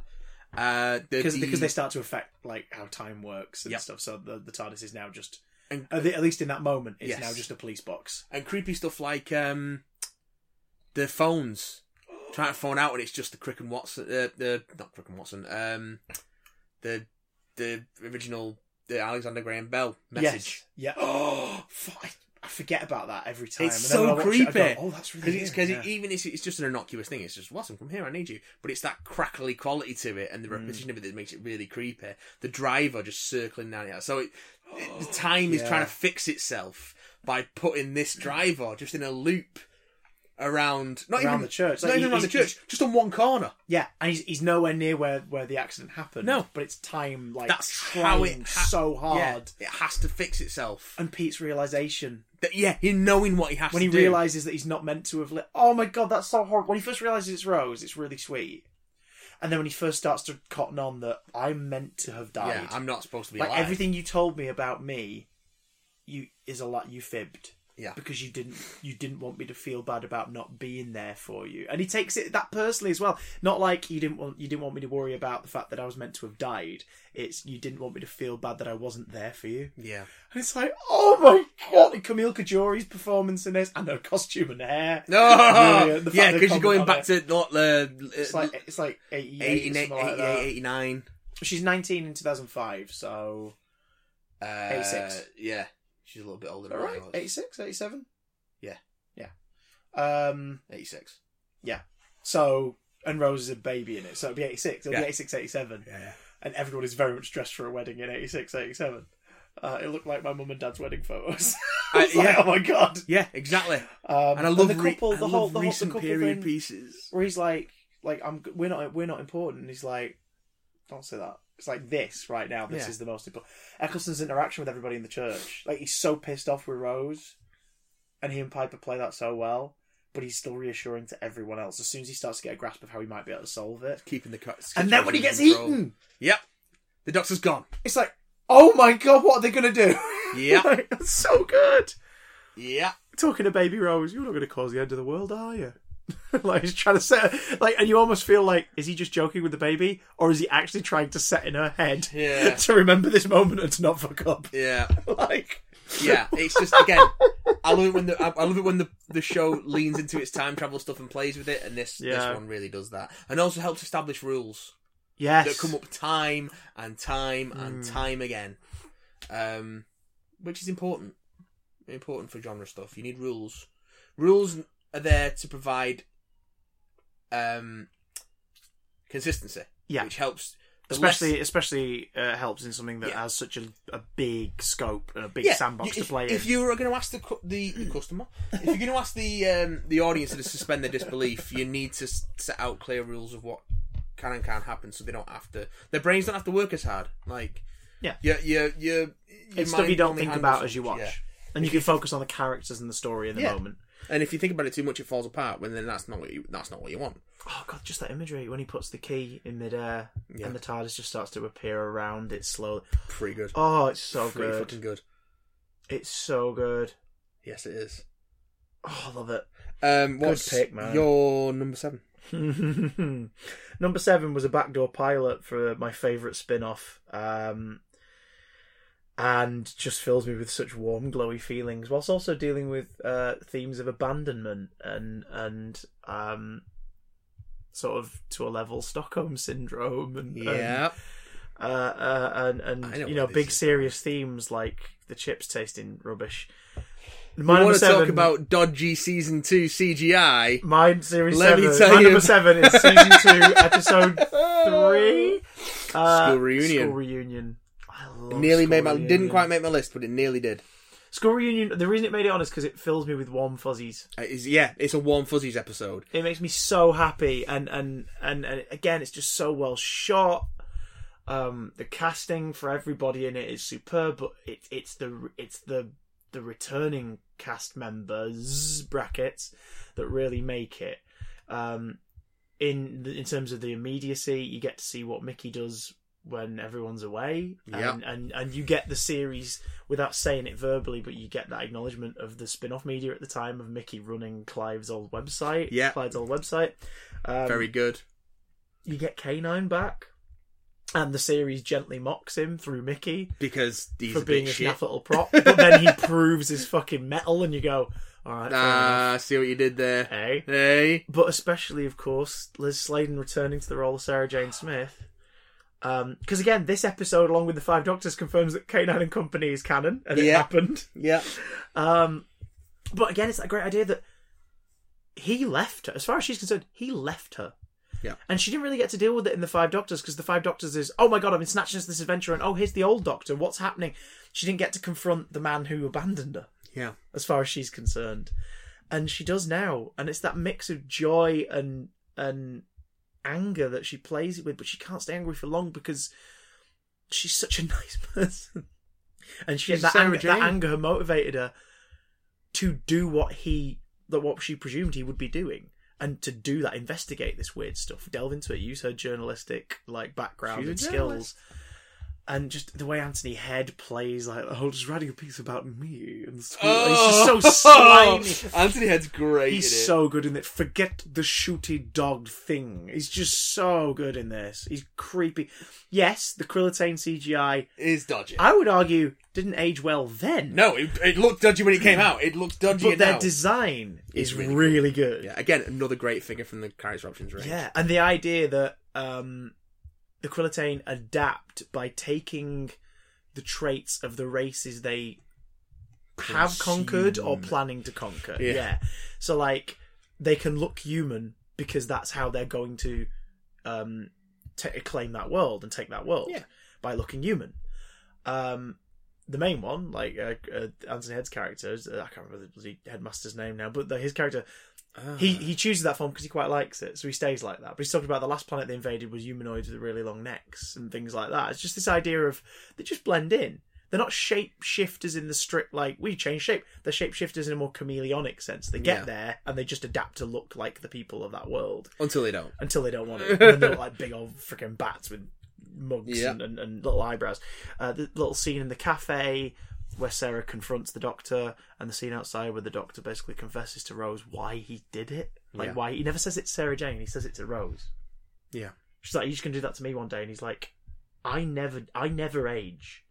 Speaker 2: uh,
Speaker 1: because
Speaker 2: dirty-
Speaker 1: because they start to affect like how time works and
Speaker 2: Yep.
Speaker 1: stuff. So the, the TARDIS is now just
Speaker 2: And-
Speaker 1: at the- at least in that moment it's
Speaker 2: Yes.
Speaker 1: now just a police box.
Speaker 2: and creepy stuff like um, the phones trying to phone out, and it's just the Crick and Watson, uh, the not Crick and Watson, um, the the original the Alexander Graham Bell message.
Speaker 1: Yes. Yeah. Oh, fuck, I- I forget about that every time.
Speaker 2: It's
Speaker 1: and then
Speaker 2: so
Speaker 1: when I watch it, I go,
Speaker 2: creepy.
Speaker 1: oh, that's really
Speaker 2: Because it's because
Speaker 1: weird. Yeah.
Speaker 2: even if it's just an innocuous thing, it's just Watson, come here, I need you. But it's that crackly quality to it,
Speaker 1: Mm.
Speaker 2: and the repetition of it that makes it really creepy. The driver just circling down here, so it, it- the time is
Speaker 1: Oh, Yeah.
Speaker 2: trying to fix itself by putting this driver just in a loop around, not
Speaker 1: Around
Speaker 2: even
Speaker 1: the church.
Speaker 2: not
Speaker 1: Like,
Speaker 2: even
Speaker 1: he-
Speaker 2: around the
Speaker 1: he's-
Speaker 2: church, just on one corner.
Speaker 1: Yeah, and he's, he's nowhere near where, where the accident happened.
Speaker 2: No.
Speaker 1: but it's time like
Speaker 2: That's
Speaker 1: trying
Speaker 2: how it ha-
Speaker 1: so hard.
Speaker 2: Yeah, it has to fix itself.
Speaker 1: And Pete's realization
Speaker 2: That- yeah, in knowing what he has
Speaker 1: when
Speaker 2: to
Speaker 1: he
Speaker 2: do.
Speaker 1: realizes that he's not meant to have lit. Oh my god, that's so horrible. When he first realizes it's Rose, it's really sweet. And then when he first starts to cotton on that I'm meant to have
Speaker 2: yeah,
Speaker 1: died.
Speaker 2: I'm not supposed to be
Speaker 1: like
Speaker 2: alive.
Speaker 1: everything you told me about me, you is a lot. You fibbed.
Speaker 2: Yeah,
Speaker 1: because you didn't you didn't want me to feel bad about not being there for you and he takes it that personally as well not like you didn't want you didn't want me to worry about the fact that i was meant to have died it's you didn't want me to feel bad that i wasn't there for you
Speaker 2: yeah.
Speaker 1: and it's like oh my god camille Kajori's performance in this and her costume and hair
Speaker 2: No,
Speaker 1: Yeah,
Speaker 2: yeah,
Speaker 1: the fact they
Speaker 2: because you're
Speaker 1: comment
Speaker 2: going
Speaker 1: on
Speaker 2: back
Speaker 1: it.
Speaker 2: to not uh, the
Speaker 1: it's like it's like 88 or
Speaker 2: 88,
Speaker 1: something like
Speaker 2: 88,
Speaker 1: that.
Speaker 2: 89.
Speaker 1: she's 19 in 2005 so
Speaker 2: Uh,
Speaker 1: 86.
Speaker 2: Yeah, she's a little bit older than
Speaker 1: all right
Speaker 2: I was.
Speaker 1: 86 87
Speaker 2: Yeah.
Speaker 1: yeah um
Speaker 2: 86.
Speaker 1: So and Rose is a baby in it, so it'll be 86. It'll
Speaker 2: Yeah.
Speaker 1: be 86, 87.
Speaker 2: Yeah.
Speaker 1: And everyone is very much dressed for a wedding in 86, 87. Uh, it looked like my mum and dad's wedding photos. I was
Speaker 2: Uh,
Speaker 1: like,
Speaker 2: yeah.
Speaker 1: oh my god.
Speaker 2: Yeah, exactly.
Speaker 1: Um,
Speaker 2: And I love
Speaker 1: the
Speaker 2: re-
Speaker 1: couple,
Speaker 2: I
Speaker 1: the whole,
Speaker 2: love
Speaker 1: the whole the
Speaker 2: recent
Speaker 1: couple
Speaker 2: period
Speaker 1: thing
Speaker 2: pieces.
Speaker 1: where he's like, like I'm, we're not, we're not important. And he's like, don't say that. It's like this right now. This
Speaker 2: Yeah.
Speaker 1: is the most important. Eccleston's interaction with everybody in the church, like he's so pissed off with Rose, and he and Piper play that so well, but he's still reassuring to everyone else. As soon as he starts to get a grasp of how he might be able to solve it,
Speaker 2: Keeping the cut.
Speaker 1: and then when he gets eaten,
Speaker 2: Yep. The doctor's gone.
Speaker 1: it's like, oh my god, what are they gonna do?
Speaker 2: Yeah.
Speaker 1: Like, that's so good.
Speaker 2: Yeah.
Speaker 1: talking to baby Rose, you're not going to cause the end of the world, are you? like he's trying to set like, and you almost feel like, is he just joking with the baby, or is he actually trying to set in her head
Speaker 2: Yeah.
Speaker 1: to remember this moment and to not fuck up?
Speaker 2: Yeah.
Speaker 1: like,
Speaker 2: Yeah. It's just again. I love it when the I I love it when the, the show leans into its time travel stuff and plays with it, and this
Speaker 1: Yeah.
Speaker 2: this one really does that, and also helps establish rules
Speaker 1: yes, Hmm.
Speaker 2: that come up time and time and time again, um, which is important. Important for genre stuff. You need rules. Rules are there to provide um, consistency,
Speaker 1: Yeah.
Speaker 2: which helps. The
Speaker 1: especially
Speaker 2: less-
Speaker 1: especially uh, helps in something that
Speaker 2: Yeah.
Speaker 1: has such a, a big scope and a big
Speaker 2: Yeah,
Speaker 1: sandbox
Speaker 2: you-
Speaker 1: to play
Speaker 2: if,
Speaker 1: in.
Speaker 2: If you were going to ask the cu- the, the customer, if you're going to ask the um, the audience to suspend their disbelief, you need to s- set out clear rules of what can and can't happen, so they don't have to. Their brains don't have to work as hard. Like
Speaker 1: Yeah.
Speaker 2: your your your, your
Speaker 1: it's stuff you
Speaker 2: mind
Speaker 1: don't
Speaker 2: only
Speaker 1: think
Speaker 2: handles-
Speaker 1: about as you watch,
Speaker 2: yeah.
Speaker 1: and you can focus on the characters and the story in the
Speaker 2: Yeah.
Speaker 1: moment.
Speaker 2: And if you think about it too much, it falls apart. When then that's not what you, that's not what you want.
Speaker 1: Oh god, just that imagery when he puts the key in midair
Speaker 2: Yeah.
Speaker 1: and the TARDIS just starts to appear around it slowly.
Speaker 2: Pretty good.
Speaker 1: Oh, it's so
Speaker 2: Pretty
Speaker 1: good.
Speaker 2: fucking good.
Speaker 1: It's so good.
Speaker 2: Yes, it is.
Speaker 1: Oh, I love it.
Speaker 2: Um, what's
Speaker 1: pick, man.
Speaker 2: your number seven?
Speaker 1: Number seven was a backdoor pilot for my favourite spin off. Um, and just fills me with such warm, glowy feelings, whilst also dealing with uh, themes of abandonment and and um, sort of to a level Stockholm syndrome and, and,
Speaker 2: Yeah.
Speaker 1: uh, uh, and
Speaker 2: I
Speaker 1: and
Speaker 2: know
Speaker 1: you
Speaker 2: what
Speaker 1: know
Speaker 2: this
Speaker 1: big
Speaker 2: is.
Speaker 1: serious themes like the chips tasting rubbish. My
Speaker 2: I
Speaker 1: number
Speaker 2: want to talk
Speaker 1: seven-
Speaker 2: about dodgy season two CGI.
Speaker 1: Mine series
Speaker 2: Let
Speaker 1: seven.
Speaker 2: me tell
Speaker 1: my
Speaker 2: you.
Speaker 1: number seven is season two, episode three. Uh,
Speaker 2: School reunion.
Speaker 1: School reunion. I love
Speaker 2: nearly
Speaker 1: school
Speaker 2: made my
Speaker 1: reunion.
Speaker 2: didn't quite make my list, but it nearly did.
Speaker 1: school reunion. The reason it made it on is because it fills me with warm fuzzies.
Speaker 2: Uh, It's, yeah, it's a warm fuzzies episode.
Speaker 1: It makes me so happy, and and and, and again, it's just so well shot. Um, the casting for everybody in it is superb, but it, it's the it's the the returning cast members brackets that really make it. Um, in in terms of the immediacy, you get to see what Mickey does when everyone's away,
Speaker 2: Yeah.
Speaker 1: and, and and you get the series without saying it verbally, but you get that acknowledgement of the spin-off media at the time of Mickey running Clive's old website,
Speaker 2: Yeah.
Speaker 1: Clive's old website. Um,
Speaker 2: Very good.
Speaker 1: You get Canine back, and the series gently mocks him through Mickey
Speaker 2: Because these
Speaker 1: for
Speaker 2: are
Speaker 1: being
Speaker 2: big
Speaker 1: a
Speaker 2: shit.
Speaker 1: naff little prop, but then he proves his fucking metal, and you go, all right, fair enough,
Speaker 2: Ah, see what you did there.
Speaker 1: eh?
Speaker 2: Hey.
Speaker 1: but especially, of course, Liz Sladen returning to the role of Sarah Jane Smith. Because again, this episode, along with the Five Doctors, confirms that K9 and Company is canon, and it
Speaker 2: Yeah.
Speaker 1: happened.
Speaker 2: Yeah.
Speaker 1: Um, but again, it's that great idea that he left her. As far as she's concerned, he left her.
Speaker 2: Yeah.
Speaker 1: And she didn't really get to deal with it in the Five Doctors because the Five Doctors is, oh my god, I've been snatching this adventure, and oh, here's the old Doctor. What's happening? She didn't get to confront the man who abandoned her
Speaker 2: Yeah.
Speaker 1: as far as she's concerned. And she does now, and it's that mix of joy and and anger that she plays it with, but she can't stay angry for long because she's such a nice person. And she
Speaker 2: She's
Speaker 1: that
Speaker 2: Sarah
Speaker 1: anger, that
Speaker 2: Jane.
Speaker 1: anger motivated her to do what he that what she presumed he would be doing. And to do that, investigate this weird stuff, delve into it, use her journalistic like background
Speaker 2: She's a
Speaker 1: and skills
Speaker 2: journalist.
Speaker 1: and just the way Anthony Head plays, like, oh, just writing a piece about me and school.
Speaker 2: Oh.
Speaker 1: He's just so slimy.
Speaker 2: Anthony Head's great.
Speaker 1: He's
Speaker 2: in it.
Speaker 1: so good in it. Forget the shooty dog thing. He's just so good in this. He's creepy. Yes, the Krillitane CGI,
Speaker 2: is dodgy.
Speaker 1: I would argue, didn't age well then.
Speaker 2: No, it, it looked dodgy when it came out. It looks dodgy
Speaker 1: but their
Speaker 2: now.
Speaker 1: design
Speaker 2: It's
Speaker 1: is
Speaker 2: really
Speaker 1: really,
Speaker 2: cool.
Speaker 1: good.
Speaker 2: yeah, again, another great figure from the character options range.
Speaker 1: Yeah, and the idea that um, the Quillitane adapt by taking the traits of the races they have
Speaker 2: Consume.
Speaker 1: conquered or planning to conquer. Yeah.
Speaker 2: Yeah.
Speaker 1: So like they can look human because that's how they're going to um, ta claim that world and take that world
Speaker 2: Yeah.
Speaker 1: by looking human. Um, the main one, like uh, uh, Anthony Head's character, is- uh, I can't remember the bloody headmaster's name now, but the, his character,
Speaker 2: Ah.
Speaker 1: he he chooses that form because he quite likes it, so he stays like that. But he's talking about the last planet they invaded was humanoids with really long necks and things like that. It's just this idea of they just blend in. They're not shapeshifters in the strict like we change shape. They're shapeshifters in a more chameleonic sense. They get
Speaker 2: Yeah.
Speaker 1: there and they just adapt to look like the people of that world
Speaker 2: Until they don't.
Speaker 1: until they don't want it. And then they look like big old freaking bats with mugs
Speaker 2: Yeah.
Speaker 1: and, and, and little eyebrows. Uh, the little scene in the cafe where Sarah confronts the doctor, and the scene outside where the doctor basically confesses to Rose why he did it. Like,
Speaker 2: Yeah.
Speaker 1: why he never says it's Sarah Jane, he says it to Rose.
Speaker 2: Yeah.
Speaker 1: She's like, "You're just gonna do that to me one day," and he's like, "I never, I never age.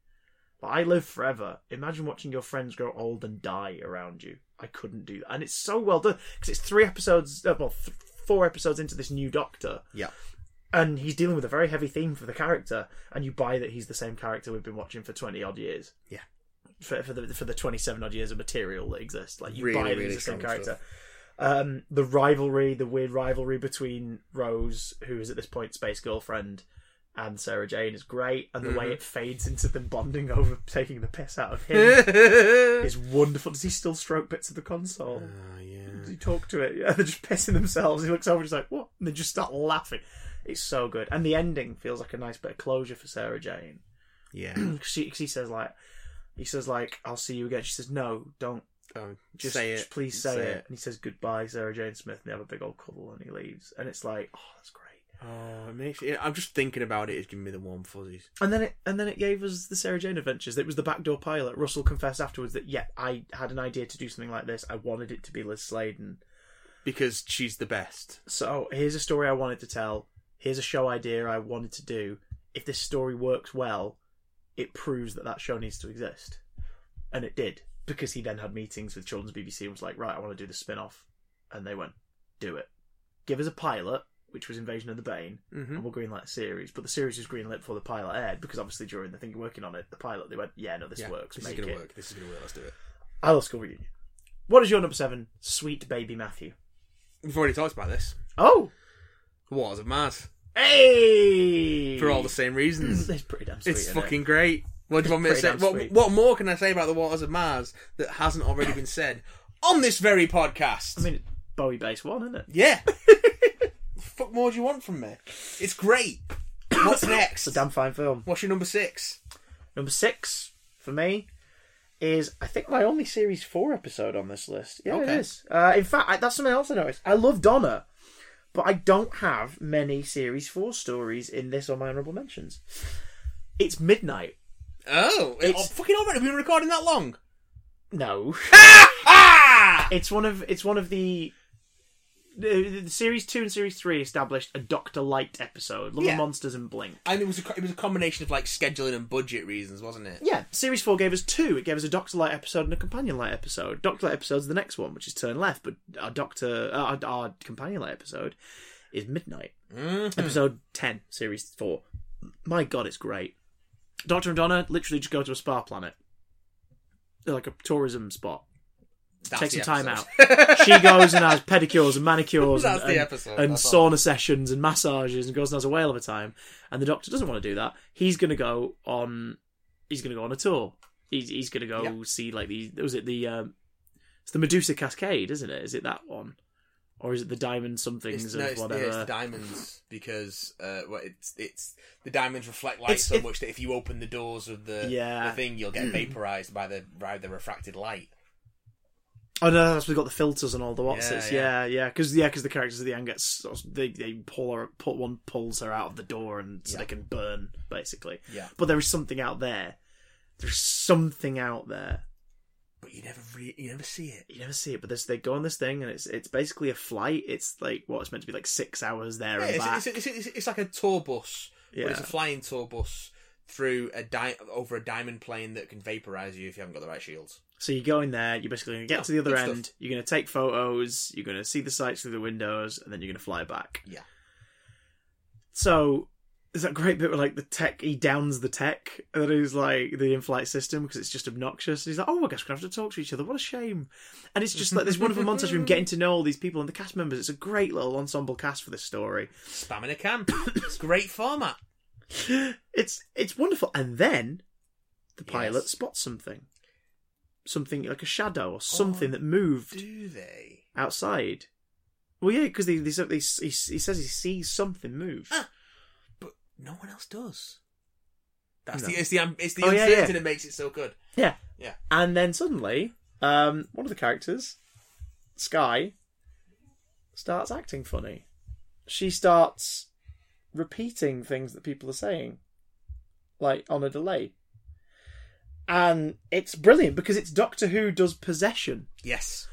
Speaker 1: Like, I live forever. Imagine watching your friends grow old and die around you. I couldn't do that." And it's so well done because it's three episodes, uh, well, th- four episodes into this new Doctor,
Speaker 2: Yeah.
Speaker 1: and he's dealing with a very heavy theme for the character, and you buy that he's the same character we've been watching for twenty odd years.
Speaker 2: Yeah.
Speaker 1: For, for the for the twenty seven odd years of material that exists, like you
Speaker 2: Really,
Speaker 1: buy that
Speaker 2: really
Speaker 1: he's the same
Speaker 2: strong
Speaker 1: character. Um, the rivalry, the weird rivalry between Rose, who is at this point space girlfriend, and Sarah Jane is great, and the
Speaker 2: Mm-hmm.
Speaker 1: way it fades into them bonding over taking the piss out of him
Speaker 2: Ah,
Speaker 1: is wonderful. Does he still stroke bits of the console?
Speaker 2: yeah.
Speaker 1: Does he talk to it? Yeah, they're just pissing themselves. He looks over, and he's like, "What?" And they just start laughing. It's so good, and the ending feels like a nice bit of closure for Sarah Jane
Speaker 2: Yeah.
Speaker 1: because she, 'cause he says like, he says like, "I'll see you again." She says, "No, don't."
Speaker 2: Um,
Speaker 1: Just,
Speaker 2: say it.
Speaker 1: just please say, it. And he says goodbye, Sarah Jane Smith, and they have a big old cuddle, and he leaves. And it's like, oh, that's great.
Speaker 2: Oh, it makes. yeah, I'm just thinking about it. It's giving me the warm fuzzies.
Speaker 1: And then it and then it gave us the Sarah Jane Adventures. It was the backdoor pilot. Russell confessed afterwards that yeah, I had an idea to do something like this. I wanted it to be Liz Sladen.
Speaker 2: Because she's the best.
Speaker 1: So here's a story I wanted to tell. Here's a show idea I wanted to do. If this story works well, it proves that that show needs to exist, and it did because he then had meetings with Children's BBC and was like, right, I want to do the spin off, and they went, do it. Give us a pilot, which was Invasion of the Bane,
Speaker 2: Mm-hmm.
Speaker 1: and we'll greenlight a series. But the series was greenlit before the pilot aired because obviously during the thing working on it, the pilot they went, yeah, no, this works.
Speaker 2: This
Speaker 1: make
Speaker 2: is gonna
Speaker 1: it.
Speaker 2: work. This is gonna work. Let's do it.
Speaker 1: I love school reunion. What is your number seven? Sweet baby Matthew.
Speaker 2: We've already talked about this.
Speaker 1: Oh,
Speaker 2: Wars of Mars
Speaker 1: hey!
Speaker 2: for all the same reasons.
Speaker 1: it's pretty damn sweet.
Speaker 2: it's
Speaker 1: isn't it?
Speaker 2: fucking great. What do you want me to
Speaker 1: Pretty
Speaker 2: say?
Speaker 1: damn
Speaker 2: What,
Speaker 1: sweet.
Speaker 2: what more can I say about the Waters of Mars that hasn't already been said on this very podcast?
Speaker 1: I mean, it's Bowie base one, isn't it?
Speaker 2: yeah. fuck more do you want from me? It's great. What's next?
Speaker 1: It's a damn fine film.
Speaker 2: What's your number six?
Speaker 1: Number six for me is I think my only series four episode on this list. Yeah,
Speaker 2: Okay.
Speaker 1: it is. Uh, in fact, I, that's something else I noticed. I love Donna, but I don't have many series four stories in this or my honorable mentions. It's midnight.
Speaker 2: Oh, it,
Speaker 1: It's-
Speaker 2: oh, fucking already. We've been recording that long.
Speaker 1: No,
Speaker 2: Ah!
Speaker 1: it's one of it's one of the. The, the series two and series three established a Doctor Light episode, Love
Speaker 2: Yeah.
Speaker 1: and Monsters and Blink.
Speaker 2: And it was a, co- it was a combination of like scheduling and budget reasons, wasn't it?
Speaker 1: Yeah, series four gave us two. It gave us a Doctor Light episode and a Companion Light episode. Doctor Light episode's the next one, which is Turn Left, but our Doctor, uh, our, our Companion Light episode is Midnight,
Speaker 2: Mm.
Speaker 1: episode ten, series four. My God, it's great. Doctor and Donna literally just go to a spa planet, They're like a tourism spot.
Speaker 2: That's
Speaker 1: Take some
Speaker 2: the
Speaker 1: time
Speaker 2: episode.
Speaker 1: out. she goes and has pedicures and manicures and,
Speaker 2: That's the
Speaker 1: and,
Speaker 2: episode,
Speaker 1: and
Speaker 2: that's
Speaker 1: sauna sessions and massages and goes and has a whale of a time. And the doctor doesn't want to do that. He's going to go on. He's going to go on a tour. He's he's going to go
Speaker 2: Yeah.
Speaker 1: see like the was it the um, it's the Medusa Cascade, isn't it? Is it that one, or is it the Diamond somethings
Speaker 2: It's,
Speaker 1: of
Speaker 2: no, it's, the,
Speaker 1: whatever?
Speaker 2: it's the diamonds because uh, well, it's it's the diamonds reflect light
Speaker 1: It's-
Speaker 2: so
Speaker 1: it-
Speaker 2: much that if you open the doors of the,
Speaker 1: Yeah. Hmm.
Speaker 2: the thing, you'll get vaporized by the by the refracted light.
Speaker 1: Oh no, that's we got the filters and all the what's
Speaker 2: Yeah,
Speaker 1: it's yeah,
Speaker 2: yeah.
Speaker 1: yeah, because yeah, because the characters at the end get sort of- they they pull her, pull one pulls her out of the door and so they can burn basically.
Speaker 2: Yeah.
Speaker 1: but there is something out there. There's something out there.
Speaker 2: But you never re- you never see it.
Speaker 1: You never see it, but this, they go on this thing and it's it's basically a flight. It's like what it's meant to be like six hours there
Speaker 2: Yeah,
Speaker 1: and back.
Speaker 2: it's, it's, it's, it's, it's like a tour bus,
Speaker 1: Yeah.
Speaker 2: but it's a flying tour bus through a di- over a diamond plane that can vaporize you if you haven't got the right shields.
Speaker 1: So you go in there, you're basically going to get to the other
Speaker 2: good stuff.
Speaker 1: end, you're going to take photos, you're going to see the sights through the windows, and then you're going to fly back.
Speaker 2: Yeah.
Speaker 1: So there's that great bit where like the tech he downs the tech that is like the in-flight system because it's just obnoxious. And he's like, oh, I guess we're gonna have to talk to each other. What a shame! And it's just like this wonderful montage of him getting to know all these people and the cast members. It's a great little ensemble cast for this story.
Speaker 2: Spam in a can. it's great format.
Speaker 1: It's it's wonderful. And then the pilot
Speaker 2: Yes.
Speaker 1: spots something, something like a
Speaker 2: Oh,
Speaker 1: shadow or something that moved
Speaker 2: Do they?
Speaker 1: outside. Well, yeah, because they, they, they, he, he says he sees something move.
Speaker 2: Ah. But no one else does. That's
Speaker 1: No.
Speaker 2: the it's the um, it's the
Speaker 1: Oh, yeah,
Speaker 2: uncertainty
Speaker 1: yeah.
Speaker 2: that makes it so good.
Speaker 1: Yeah.
Speaker 2: Yeah.
Speaker 1: And then suddenly, um, one of the characters, Sky, starts acting funny. She starts repeating things that people are saying, like on a delay. And it's brilliant because it's Doctor Who does possession,
Speaker 2: Yes.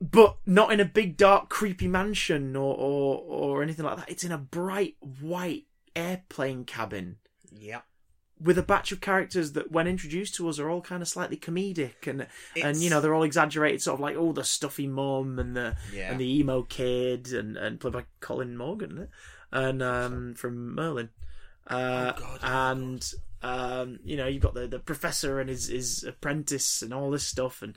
Speaker 1: but not in a big, dark, creepy mansion or, or, or anything like that. It's in a bright, white airplane cabin
Speaker 2: Yeah.
Speaker 1: with a batch of characters that, when introduced to us, are all kind of slightly comedic, and and
Speaker 2: It's-
Speaker 1: you know they're all exaggerated, sort of like oh the stuffy mum and the
Speaker 2: Yeah.
Speaker 1: and the emo kid, and and played by Colin Morgan, isn't it? and um from Merlin, uh,
Speaker 2: Oh, God, oh,
Speaker 1: and um you know you've got the the professor and his his apprentice and all this stuff, and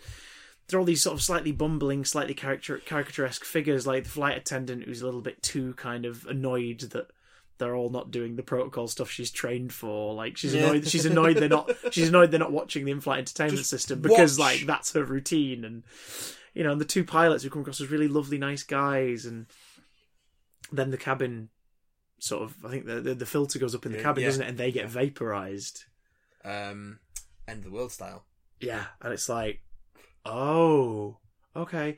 Speaker 1: there are all these sort of slightly bumbling, slightly caricature caricaturesque figures like the flight attendant who's a little bit too kind of annoyed that they're all not doing the protocol stuff she's trained for. Like she's
Speaker 2: Yeah.
Speaker 1: annoyed she's annoyed they're not she's annoyed they're not watching the in flight entertainment
Speaker 2: Just
Speaker 1: system because
Speaker 2: watch.
Speaker 1: like that's her routine and you know, and the two pilots who come across as really lovely, nice guys and then the cabin sort of I think the the, the filter goes up in the
Speaker 2: Yeah,
Speaker 1: cabin,
Speaker 2: yeah.
Speaker 1: doesn't it? And they get vaporized.
Speaker 2: Um, end of the world style.
Speaker 1: Yeah, and it's like, oh, okay,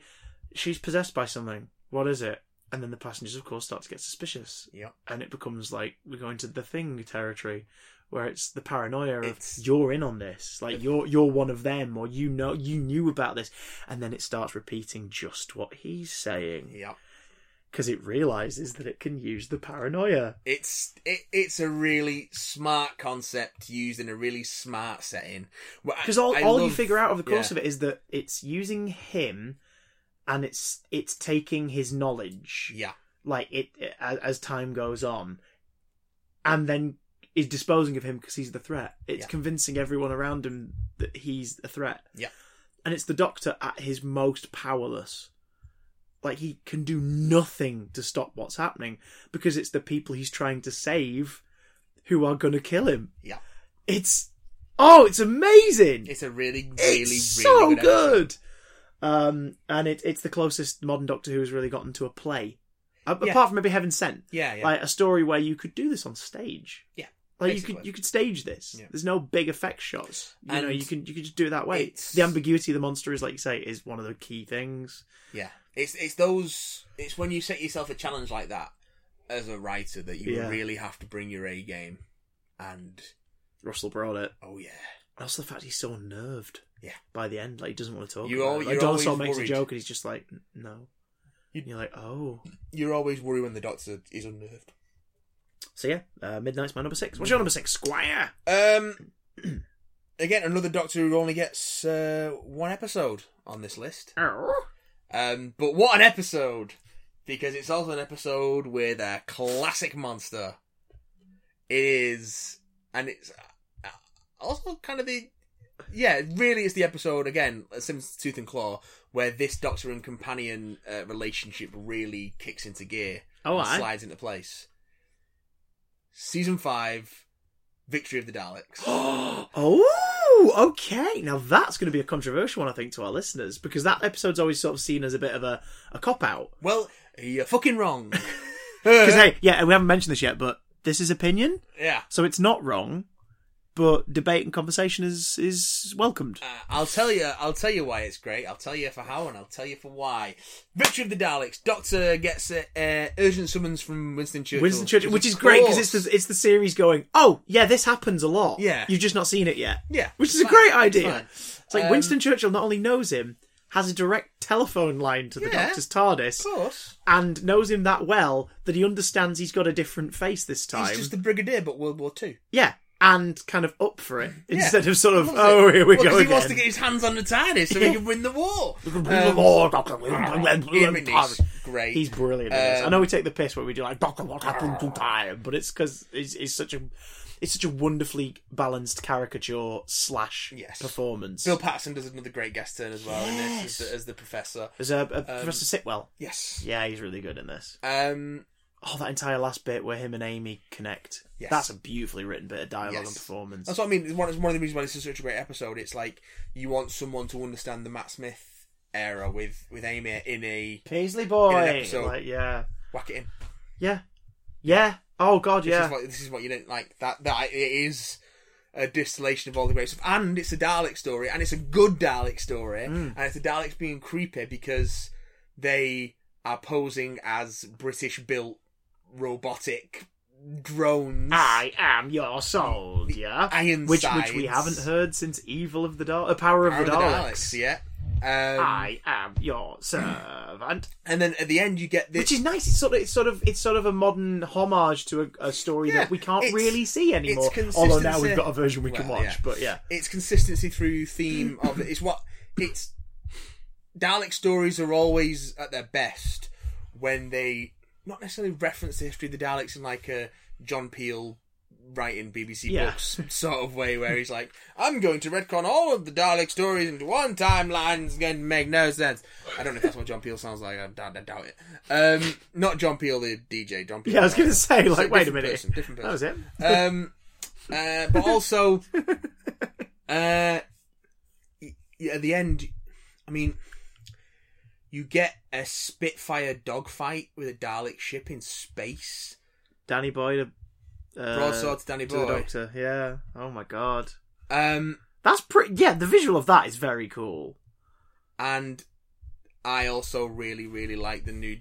Speaker 1: she's possessed by something. What is it? And then the passengers, of course, start to get suspicious,
Speaker 2: Yep.
Speaker 1: and it becomes like we're going to the thing territory, where it's the paranoia of
Speaker 2: It's-
Speaker 1: you're in on this, like you're you're one of them, or you know you knew about this, and then it starts repeating just what he's saying
Speaker 2: Yep.
Speaker 1: because it realizes that it can use the paranoia.
Speaker 2: It's it, it's a really smart concept used in a really smart setting.
Speaker 1: because all, all you figure out over the course of it is that it's using him and it's it's taking his knowledge
Speaker 2: Yeah.
Speaker 1: like it, it- as, as time goes on and then is disposing of him because he's the threat it's
Speaker 2: Yeah.
Speaker 1: convincing everyone around him that he's a threat
Speaker 2: Yeah.
Speaker 1: and it's the doctor at his most powerless like he can do nothing to stop what's happening because it's the people he's trying to save who are going to kill him
Speaker 2: Yeah.
Speaker 1: it's oh it's amazing
Speaker 2: It's a really, really,
Speaker 1: it's
Speaker 2: really
Speaker 1: so
Speaker 2: good. episode.
Speaker 1: good. Um, and it, it's the closest modern Doctor Who has really gotten to a play, A-
Speaker 2: Yeah.
Speaker 1: apart from maybe Heaven Sent,
Speaker 2: Yeah, yeah.
Speaker 1: like a story where you could do this on stage.
Speaker 2: Yeah,
Speaker 1: like you could
Speaker 2: basically.
Speaker 1: you could stage this.
Speaker 2: Yeah.
Speaker 1: There's no big effect shots. You know,
Speaker 2: And
Speaker 1: you can you could just do it that way.
Speaker 2: it's-
Speaker 1: The ambiguity of the monster is, like you say, is one of the key things.
Speaker 2: yeah. It's it's those it's when you set yourself a challenge like that as a writer that you
Speaker 1: Yeah.
Speaker 2: really have to bring your A game. And
Speaker 1: Russell brought it.
Speaker 2: oh yeah.
Speaker 1: Also, the fact he's so unnerved.
Speaker 2: Yeah.
Speaker 1: By the end, like he doesn't want to talk.
Speaker 2: You
Speaker 1: about
Speaker 2: al-
Speaker 1: it.
Speaker 2: you're
Speaker 1: like Dinosaur
Speaker 2: always
Speaker 1: makes a
Speaker 2: worried.
Speaker 1: joke, and he's just like, "N- no.
Speaker 2: You-
Speaker 1: And you're like, oh.
Speaker 2: You're always worried when the doctor is unnerved.
Speaker 1: So yeah, uh, Midnight's my number six. What's your number six, Squire?
Speaker 2: Um Again, another Doctor who only gets uh, one episode on this list. Um, but what an episode! Because it's also an episode with a classic monster. It is, and it's uh, also kind of the, yeah, it really is the episode again, similar to Tooth and Claw, where this Doctor and companion uh, relationship really kicks into gear
Speaker 1: Oh,
Speaker 2: and
Speaker 1: I.
Speaker 2: slides into place. Season five, Victory of the Daleks.
Speaker 1: oh, okay. Now that's going to be a controversial one, I think, to our listeners because that episode's always sort of seen as a bit of a, a cop out.
Speaker 2: well, you're fucking wrong.
Speaker 1: Because hey, yeah, we haven't mentioned this yet, but this is opinion,
Speaker 2: yeah.
Speaker 1: so it's not wrong. But debate and conversation is is welcomed.
Speaker 2: Uh, I'll tell you. I'll tell you why it's great. I'll tell you for how, and I'll tell you for why. Victory of the Daleks. Doctor gets a, uh, urgent summons from Winston Churchill.
Speaker 1: Winston Churchill, which
Speaker 2: of
Speaker 1: is great because
Speaker 2: course-
Speaker 1: it's the it's the series going. Oh yeah, this happens a lot.
Speaker 2: Yeah.
Speaker 1: you've just not seen it yet.
Speaker 2: Yeah,
Speaker 1: which is a
Speaker 2: fine,
Speaker 1: great idea.
Speaker 2: fine.
Speaker 1: It's like
Speaker 2: Um,
Speaker 1: Winston Churchill not only knows him, has a direct telephone line to the
Speaker 2: Yeah.
Speaker 1: Doctor's TARDIS,
Speaker 2: Of course,
Speaker 1: and knows him that well that he understands he's got a different face this time.
Speaker 2: he's just the Brigadier, but World War Two.
Speaker 1: Yeah, and kind of up for it instead of sort of oh here we
Speaker 2: Well, 'cause
Speaker 1: go
Speaker 2: he
Speaker 1: again.
Speaker 2: wants to get his hands on the TARDIS so he can win the war. Um, Imminish. Great.
Speaker 1: He's brilliant. at this.
Speaker 2: Um,
Speaker 1: I know we take the piss when we do like Doctor, what happened to time? But it's because he's, he's such a it's such a wonderfully balanced caricature slash
Speaker 2: Yes.
Speaker 1: performance.
Speaker 2: Bill Patterson does another great guest turn as well in this as the, as the professor.
Speaker 1: There's a, a
Speaker 2: um,
Speaker 1: Professor Sitwell.
Speaker 2: Yes.
Speaker 1: Yeah, he's really good in this.
Speaker 2: Um,
Speaker 1: Oh, that entire last bit where him and Amy connect.
Speaker 2: Yes.
Speaker 1: That's a beautifully written bit of dialogue
Speaker 2: Yes. Oh,
Speaker 1: and performance.
Speaker 2: that's what I mean. It's one, it's one of the reasons why this is such a great episode. It's like you want someone to understand the Matt Smith era with with Amy in a
Speaker 1: Paisley boy.
Speaker 2: In an episode.
Speaker 1: Like, yeah.
Speaker 2: whack it in.
Speaker 1: Yeah. Yeah. Oh god,
Speaker 2: This
Speaker 1: yeah.
Speaker 2: is what this is what you don't like. That that it is a distillation of all the great stuff, and it's a Dalek story, and it's a good Dalek story,
Speaker 1: Hmm.
Speaker 2: and it's the Daleks being creepy because they are posing as British built robotic drones.
Speaker 1: I am your soldier.
Speaker 2: Ironsides.
Speaker 1: Which which we haven't heard since Evil of the Dark, uh, Power of
Speaker 2: Power
Speaker 1: the
Speaker 2: of the
Speaker 1: Daleks.
Speaker 2: Daleks, yeah. Um,
Speaker 1: I am your servant.
Speaker 2: And then at the end, you get this.
Speaker 1: Which is nice. It's sort of it's sort of it's sort of a modern homage to a, a story
Speaker 2: Yeah,
Speaker 1: that we can't
Speaker 2: it's-
Speaker 1: really see anymore. Although now we've got a version we can
Speaker 2: Well,
Speaker 1: watch.
Speaker 2: yeah.
Speaker 1: But yeah,
Speaker 2: it's consistency through theme of it. It's what it's Dalek stories are always at their best when they not necessarily reference the history of the Daleks in like a John Peel writing BBC
Speaker 1: Yeah.
Speaker 2: books sort of way where he's like, I'm going to retcon all of the Dalek stories into one timeline, it's going to make no sense. I don't know if that's what John Peel sounds like, I doubt, I doubt it. Um, not John Peel the DJ, John Peel.
Speaker 1: yeah. I was gonna say
Speaker 2: So
Speaker 1: like, wait a
Speaker 2: different
Speaker 1: minute.
Speaker 2: person, different
Speaker 1: That was it.
Speaker 2: um, uh, but also, uh, y- yeah, at the end, I mean, you get a Spitfire dogfight with a Dalek ship in space.
Speaker 1: Danny Boy to uh,
Speaker 2: Broadsword to Danny
Speaker 1: to the
Speaker 2: Boy.
Speaker 1: Doctor. Yeah. Oh my god.
Speaker 2: Um,
Speaker 1: That's pretty. Yeah, the visual of that is very cool.
Speaker 2: and I also really, really like the new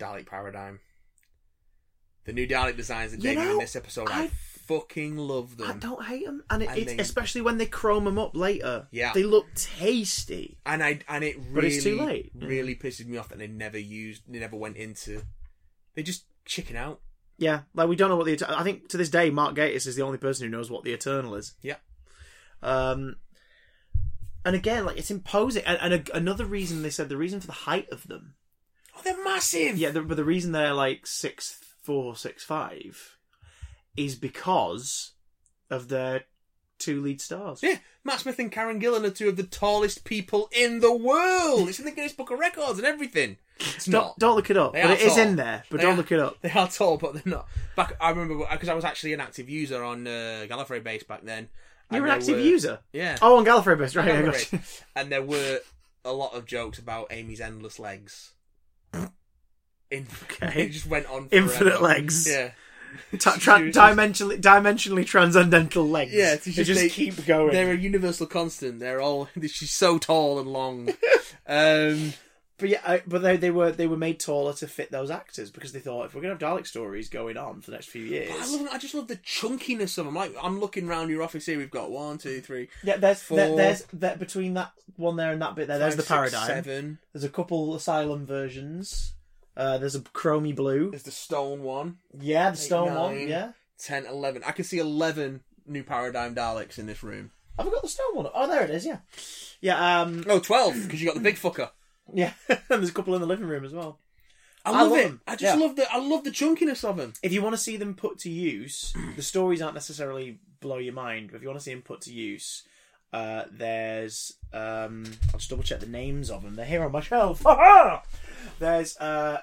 Speaker 2: Dalek paradigm. The new Dalek designs that
Speaker 1: You
Speaker 2: debut in
Speaker 1: know,
Speaker 2: this episode, I,
Speaker 1: I-
Speaker 2: fucking love them.
Speaker 1: I don't hate them, and it,
Speaker 2: I
Speaker 1: it's
Speaker 2: mean-
Speaker 1: especially when they chrome them up later.
Speaker 2: Yeah.
Speaker 1: they look tasty.
Speaker 2: and I and it really
Speaker 1: But it's too late.
Speaker 2: really pisses me off that they never used they never went into they just chicken out.
Speaker 1: Yeah, like we don't know what the Eter- I think to this day Mark Gatiss is the only person who knows what the Eternal is.
Speaker 2: Yeah.
Speaker 1: Um, and again, like it's imposing, and, and a, another reason they said the reason for the height of them.
Speaker 2: Oh, they're massive.
Speaker 1: Yeah, the, but the reason they're like six four, six five, is because of their two lead stars.
Speaker 2: Yeah, Matt Smith and Karen Gillan are two of the tallest people in the world. It's in the Guinness Book of Records and everything. It's
Speaker 1: Don't,
Speaker 2: not.
Speaker 1: don't look it up,
Speaker 2: They
Speaker 1: but
Speaker 2: are
Speaker 1: it is
Speaker 2: tall.
Speaker 1: in there. But
Speaker 2: They
Speaker 1: don't
Speaker 2: are-
Speaker 1: look it up.
Speaker 2: They are tall, but they're not. Back, I remember because I was actually an active user on uh, Gallifrey base back then. and
Speaker 1: You're an
Speaker 2: there
Speaker 1: active
Speaker 2: were-
Speaker 1: user.
Speaker 2: Yeah.
Speaker 1: Oh, on Gallifrey base, right? I
Speaker 2: Gallifrey
Speaker 1: got you.
Speaker 2: base. And there were a lot of jokes about Amy's endless legs. In,
Speaker 1: Okay.
Speaker 2: It just went on. Forever.
Speaker 1: Infinite legs.
Speaker 2: Yeah.
Speaker 1: Ta- tra-
Speaker 2: She was just-
Speaker 1: dimensionally, dimensionally transcendental legs.
Speaker 2: Yeah, it's
Speaker 1: to
Speaker 2: just
Speaker 1: just,
Speaker 2: they-
Speaker 1: keep going.
Speaker 2: They're a universal constant. They're all. She's so tall and long. um,
Speaker 1: But yeah, I, but they, they were they were made taller to fit those actors because they thought if we're gonna have Dalek stories going on for the next few years,
Speaker 2: I love. I just love the chunkiness of them. Like I'm looking round your office here. We've got one, two, three.
Speaker 1: yeah, there's
Speaker 2: Four.
Speaker 1: there, there's that between that one there and that bit there. There's the
Speaker 2: five, six,
Speaker 1: paradigm.
Speaker 2: Seven.
Speaker 1: There's a couple Asylum versions. Uh, there's a chromy blue.
Speaker 2: There's the stone one.
Speaker 1: Yeah, the stone one.
Speaker 2: nine.
Speaker 1: Yeah,
Speaker 2: Ten, eleven. I can see eleven new paradigm Daleks in this room.
Speaker 1: have I got the stone one? Oh, there it is. Yeah, yeah, um,
Speaker 2: No, twelve because you got the big fucker.
Speaker 1: yeah. and there's a couple in the living room as well.
Speaker 2: I
Speaker 1: I
Speaker 2: love,
Speaker 1: love
Speaker 2: it.
Speaker 1: 'em.
Speaker 2: I just
Speaker 1: Yeah.
Speaker 2: love the. I love the chunkiness of them.
Speaker 1: if you want to see them put to use, the stories aren't necessarily blow your mind, but if you want to see them put to use, uh, there's um, I'll just double check the names of them. They're here on my shelf. Ha-ha! there's uh,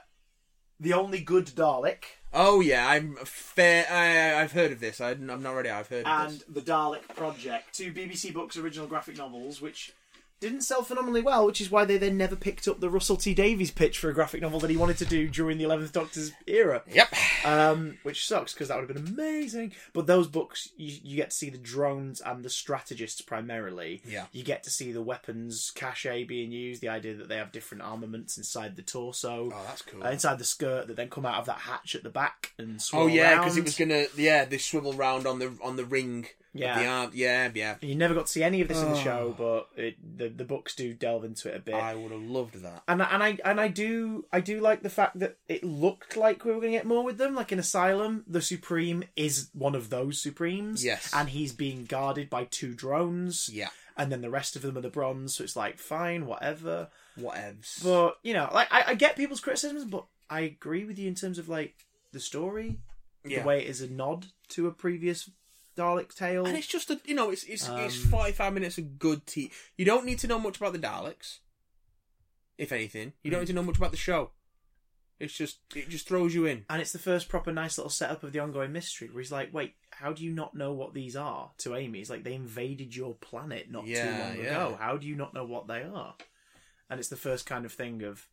Speaker 1: the only good Dalek
Speaker 2: Oh yeah, I'm fair. I, I've heard of this. I, I'm not ready. I've heard of this.
Speaker 1: and the Dalek Project, two BBC Books original graphic novels, which didn't sell phenomenally well, which is why they then never picked up the Russell T Davies pitch for a graphic novel that he wanted to do during the Eleventh Doctor's era.
Speaker 2: Yep.
Speaker 1: um, which sucks because that would have been amazing. But those books, you, you get to see the drones and the strategists primarily.
Speaker 2: Yeah.
Speaker 1: You get to see the weapons cache being used, the idea that they have different armaments inside the torso,
Speaker 2: Oh, that's cool.
Speaker 1: uh, inside the skirt that then come out of that hatch at the back and swirl
Speaker 2: Oh yeah,
Speaker 1: because
Speaker 2: because it was gonna yeah they swivel round on the on the ring
Speaker 1: Yeah.
Speaker 2: The arm, yeah, yeah.
Speaker 1: You never got to see any of this in the
Speaker 2: Ah.
Speaker 1: show, but it, the the books do delve into it a bit.
Speaker 2: I would have loved that.
Speaker 1: and I- and I and I do I do like the fact that it looked like we were going to get more with them. Like in Asylum, the Supreme is one of those Supremes.
Speaker 2: Yes.
Speaker 1: and he's being guarded by two drones.
Speaker 2: Yeah,
Speaker 1: and then the rest of them are the Bronze. So it's like fine, whatever.
Speaker 2: whatevs.
Speaker 1: But you know, like I, I get people's criticisms, but I agree with you in terms of like the story,
Speaker 2: Yeah.
Speaker 1: the way it is a nod to a previous Dalek tale.
Speaker 2: and it's just a, you know, it's it's it's
Speaker 1: Um,
Speaker 2: forty five minutes of good tea. You don't need to know much about the Daleks, if anything. You don't need to know much about the show. It's just it just throws you in.
Speaker 1: And it's the first proper nice little setup of the ongoing mystery where he's like, wait, how do you not know what these are to Amy? It's like they invaded your planet not too
Speaker 2: Yeah,
Speaker 1: long
Speaker 2: yeah.
Speaker 1: ago. How do you not know what they are? And it's the first kind of thing of,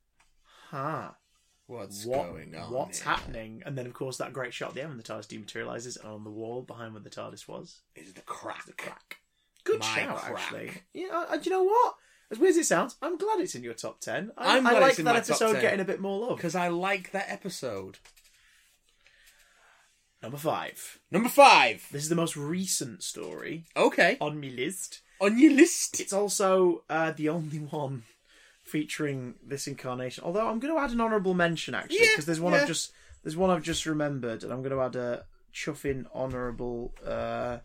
Speaker 1: huh,
Speaker 2: What's
Speaker 1: what,
Speaker 2: going on?
Speaker 1: what's
Speaker 2: here?
Speaker 1: happening? And then, of course, that great shot at the end when the TARDIS dematerializes and on the wall behind where the TARDIS was.
Speaker 2: Is the crack? The crack.
Speaker 1: Good
Speaker 2: My
Speaker 1: shout,
Speaker 2: crack.
Speaker 1: actually. Yeah, I- I- do you know what? As weird as it sounds, I'm glad it's in your top 10. I,
Speaker 2: I'm
Speaker 1: I
Speaker 2: glad
Speaker 1: like
Speaker 2: it's in
Speaker 1: that
Speaker 2: my top
Speaker 1: episode
Speaker 2: 10.
Speaker 1: getting a bit more love.
Speaker 2: Because I like that episode.
Speaker 1: Number five.
Speaker 2: Number five.
Speaker 1: This is the most recent story
Speaker 2: Okay.
Speaker 1: on my list.
Speaker 2: On your list.
Speaker 1: It's also uh, the only one featuring this incarnation. Although I'm going to add an honourable mention actually
Speaker 2: Yeah,
Speaker 1: because there's one
Speaker 2: yeah.
Speaker 1: I've just there's one I've just remembered, and I'm going to add a chuffing honourable uh,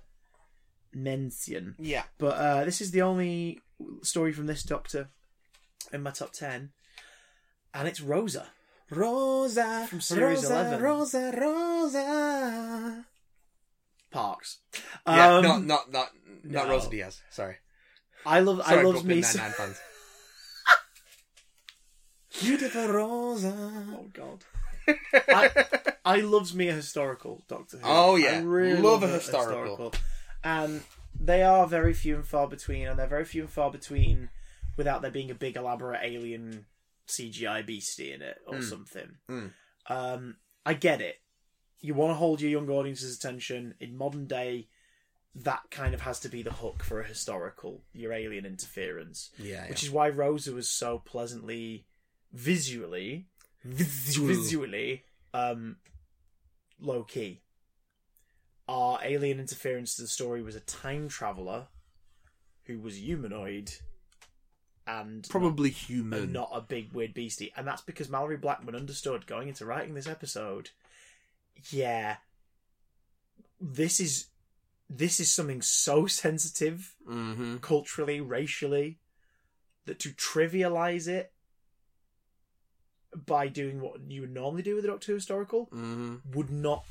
Speaker 1: mention.
Speaker 2: Yeah.
Speaker 1: But uh, this is the only story from this Doctor in my top ten, and it's Rosa.
Speaker 2: Rosa
Speaker 1: From series
Speaker 2: Rosa,
Speaker 1: 11.
Speaker 2: Rosa, Rosa.
Speaker 1: Parks.
Speaker 2: Yeah,
Speaker 1: Um,
Speaker 2: not not not not
Speaker 1: no.
Speaker 2: Rosa Diaz. Sorry,
Speaker 1: I love.
Speaker 2: sorry,
Speaker 1: I love
Speaker 2: Brooklyn
Speaker 1: me.
Speaker 2: Nine
Speaker 1: some-
Speaker 2: Nine fans. Beautiful Rosa.
Speaker 1: Oh God. I, I loves me a historical Doctor Who.
Speaker 2: Oh, yeah.
Speaker 1: I really
Speaker 2: Love
Speaker 1: love,
Speaker 2: a
Speaker 1: a historical.
Speaker 2: historical.
Speaker 1: And they are very few and far between, and they're very few and far between without there being a big elaborate alien CGI beastie in it or something.
Speaker 2: Mm.
Speaker 1: Um, I get it. You want to hold your young audience's attention in modern day. That kind of has to be the hook for a historical, your alien interference,
Speaker 2: Yeah,
Speaker 1: which is why Rosa was so pleasantly visually
Speaker 2: visual.
Speaker 1: visually um low key our alien interference to the story was a time traveler who was humanoid and
Speaker 2: Probably
Speaker 1: not,
Speaker 2: human.
Speaker 1: and not a big weird beastie and that's because mallory blackman understood going into writing this episode yeah this is this is something so sensitive
Speaker 2: Mm-hmm.
Speaker 1: culturally, racially, that to trivialize it by doing what you would normally do with a Doctor Who historical
Speaker 2: Mm-hmm.
Speaker 1: would not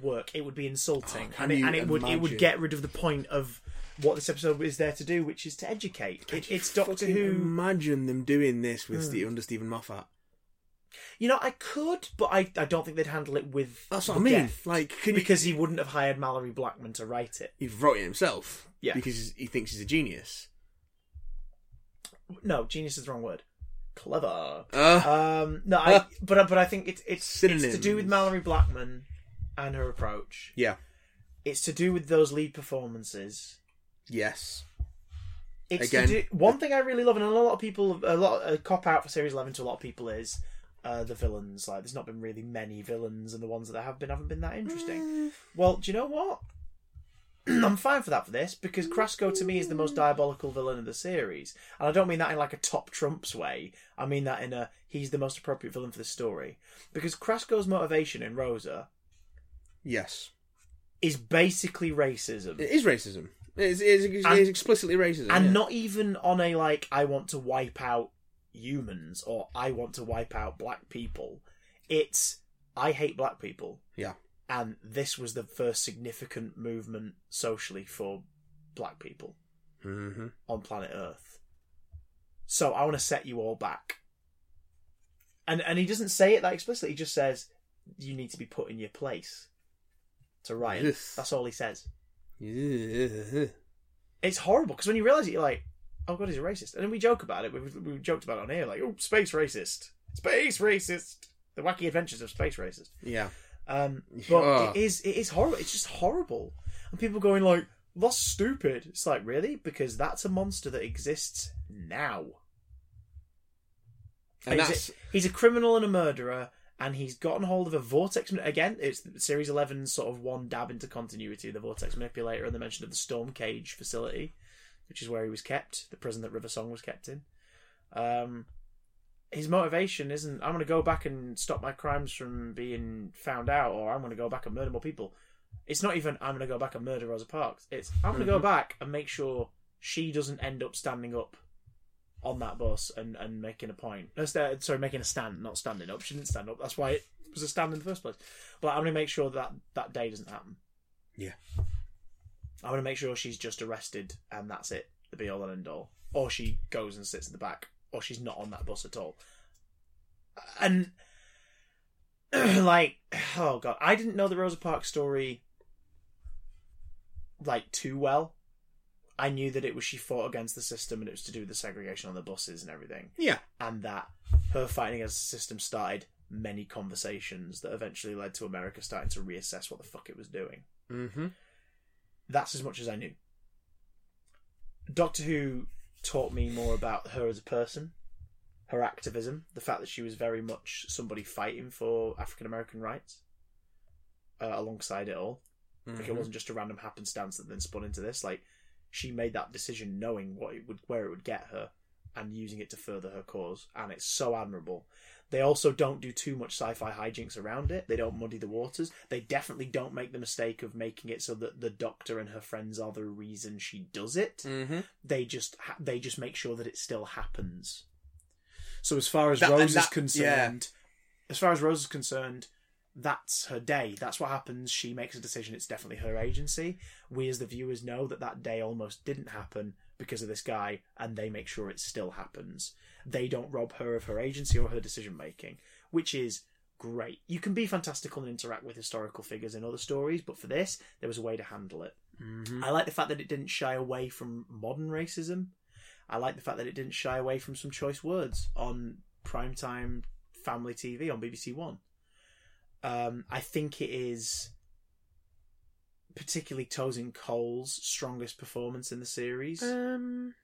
Speaker 1: work. It would be insulting,
Speaker 2: Oh, can
Speaker 1: and, it,
Speaker 2: you
Speaker 1: and it would it
Speaker 2: imagine?
Speaker 1: would get rid of the point of what this episode is there to do, which is to educate. It, it's Doctor Who.
Speaker 2: Imagine them doing this with Ste- under Stephen Moffat.
Speaker 1: you know, I could, but I, I don't think they'd handle it with
Speaker 2: That's what
Speaker 1: the
Speaker 2: I mean.
Speaker 1: depth,
Speaker 2: Like, can you-
Speaker 1: because he wouldn't have hired Mallory Blackman to write it.
Speaker 2: He wrote it himself.
Speaker 1: Yeah.
Speaker 2: Because he thinks he's a genius.
Speaker 1: No, genius is the wrong word. Clever.
Speaker 2: Uh,
Speaker 1: Um, no, I, but but I think it's it's, it's to do with
Speaker 2: Synonyms.
Speaker 1: Mallory Blackman and her approach.
Speaker 2: yeah.
Speaker 1: It's to do with those lead performances.
Speaker 2: Yes.
Speaker 1: It's
Speaker 2: Again,
Speaker 1: to do, one thing I really love, and a lot of people, a lot a cop out for series eleven to a lot of people is uh, the villains. Like, there's not been really many villains, and the ones that there have been haven't been that interesting.
Speaker 2: Mm.
Speaker 1: Well, do you know what? I'm fine for that for this because Crasco to me is the
Speaker 2: Mm.
Speaker 1: most diabolical villain of the series, and I don't mean that in like a top Trumps way. I mean that in a he's the most appropriate villain for the story because Crasco's motivation in Rosa
Speaker 2: Yes.
Speaker 1: is basically racism,
Speaker 2: It is racism. It is, it is, it is
Speaker 1: And-
Speaker 2: explicitly racism.
Speaker 1: and
Speaker 2: yeah.
Speaker 1: not even on a like I want to wipe out humans or I want to wipe out black people. It's I hate black people.
Speaker 2: Yeah.
Speaker 1: and this was the first significant movement socially for black people
Speaker 2: Mm-hmm.
Speaker 1: on planet Earth. So I want to set you all back. And and he doesn't say it that explicitly. He just says you need to be put in your place to riot.
Speaker 2: Yes.
Speaker 1: That's all he says.
Speaker 2: Yeah.
Speaker 1: It's horrible because when you realize it, you're like, oh god, he's a racist. And then we joke about it. We we joked about it on here, like, oh, space racist, space racist, the wacky adventures of space racist.
Speaker 2: Yeah.
Speaker 1: Um, but
Speaker 2: Yeah.
Speaker 1: it is it is horrible. It's just horrible, and people going like, "That's stupid." It's like really because that's a monster that exists now.
Speaker 2: And
Speaker 1: he's,
Speaker 2: that's
Speaker 1: a, he's a criminal and a murderer, and he's gotten hold of a vortex. ma- Again, it's Series 11's sort of one dab into continuity, the vortex manipulator, and the mention of the storm cage facility, which is where he was kept, the prison that River Song was kept in. Um, his motivation isn't I'm going to go back and stop my crimes from being found out, or I'm going to go back and murder more people. It's not even I'm going to go back and murder Rosa Parks. It's I'm going to go back and make sure she doesn't end up standing up on that bus and, and making a point. No, sta- sorry, making a stand, not standing up. She didn't stand up. That's why it was a stand in the first place. But I'm going to make sure that that day doesn't happen.
Speaker 2: Yeah.
Speaker 1: I'm going to make sure she's just arrested and that's it, the be all and end all. Or she goes and sits in the back, or she's not on that bus at all. And, like, oh god, I didn't know the Rosa Parks story, like, too well. I knew that it was she fought against the system and it was to do with the segregation on the buses and everything.
Speaker 2: Yeah.
Speaker 1: And that her fighting against the system started many conversations that eventually led to America starting to reassess what the fuck it was doing.
Speaker 2: Mm-hmm.
Speaker 1: That's as much as I knew. Doctor Who taught me more about her as a person, her activism, the fact that she was very much somebody fighting for African American rights uh, alongside it all. Like
Speaker 2: Mm-hmm.
Speaker 1: it wasn't just a random happenstance that then spun into this. Like she made that decision knowing what it would where it would get her and using it to further her cause, and it's so admirable. They also don't do too much sci-fi hijinks around it. They don't muddy the waters. They definitely don't make the mistake of making it so that the doctor and her friends are the reason she does it.
Speaker 2: Mm-hmm.
Speaker 1: They just ha- they just make sure that it still happens. So as far as
Speaker 2: That- and
Speaker 1: Rose is
Speaker 2: that-
Speaker 1: concerned, as far as Rose is concerned, that's her day. That's what happens. She makes a decision. It's definitely her agency. We, as the viewers, know that that day almost didn't happen because of this guy, and they make sure it still happens. They don't rob her of her agency or her decision making, which is great. You can be fantastical and interact with historical figures in other stories, but for this, there was a way to handle it.
Speaker 2: Mm-hmm.
Speaker 1: I like the fact that it didn't shy away from modern racism. I like the fact that it didn't shy away from some choice words on primetime family TV on BBC One. Um, I think it is particularly Toes and Cole's strongest performance in the series,
Speaker 2: Um,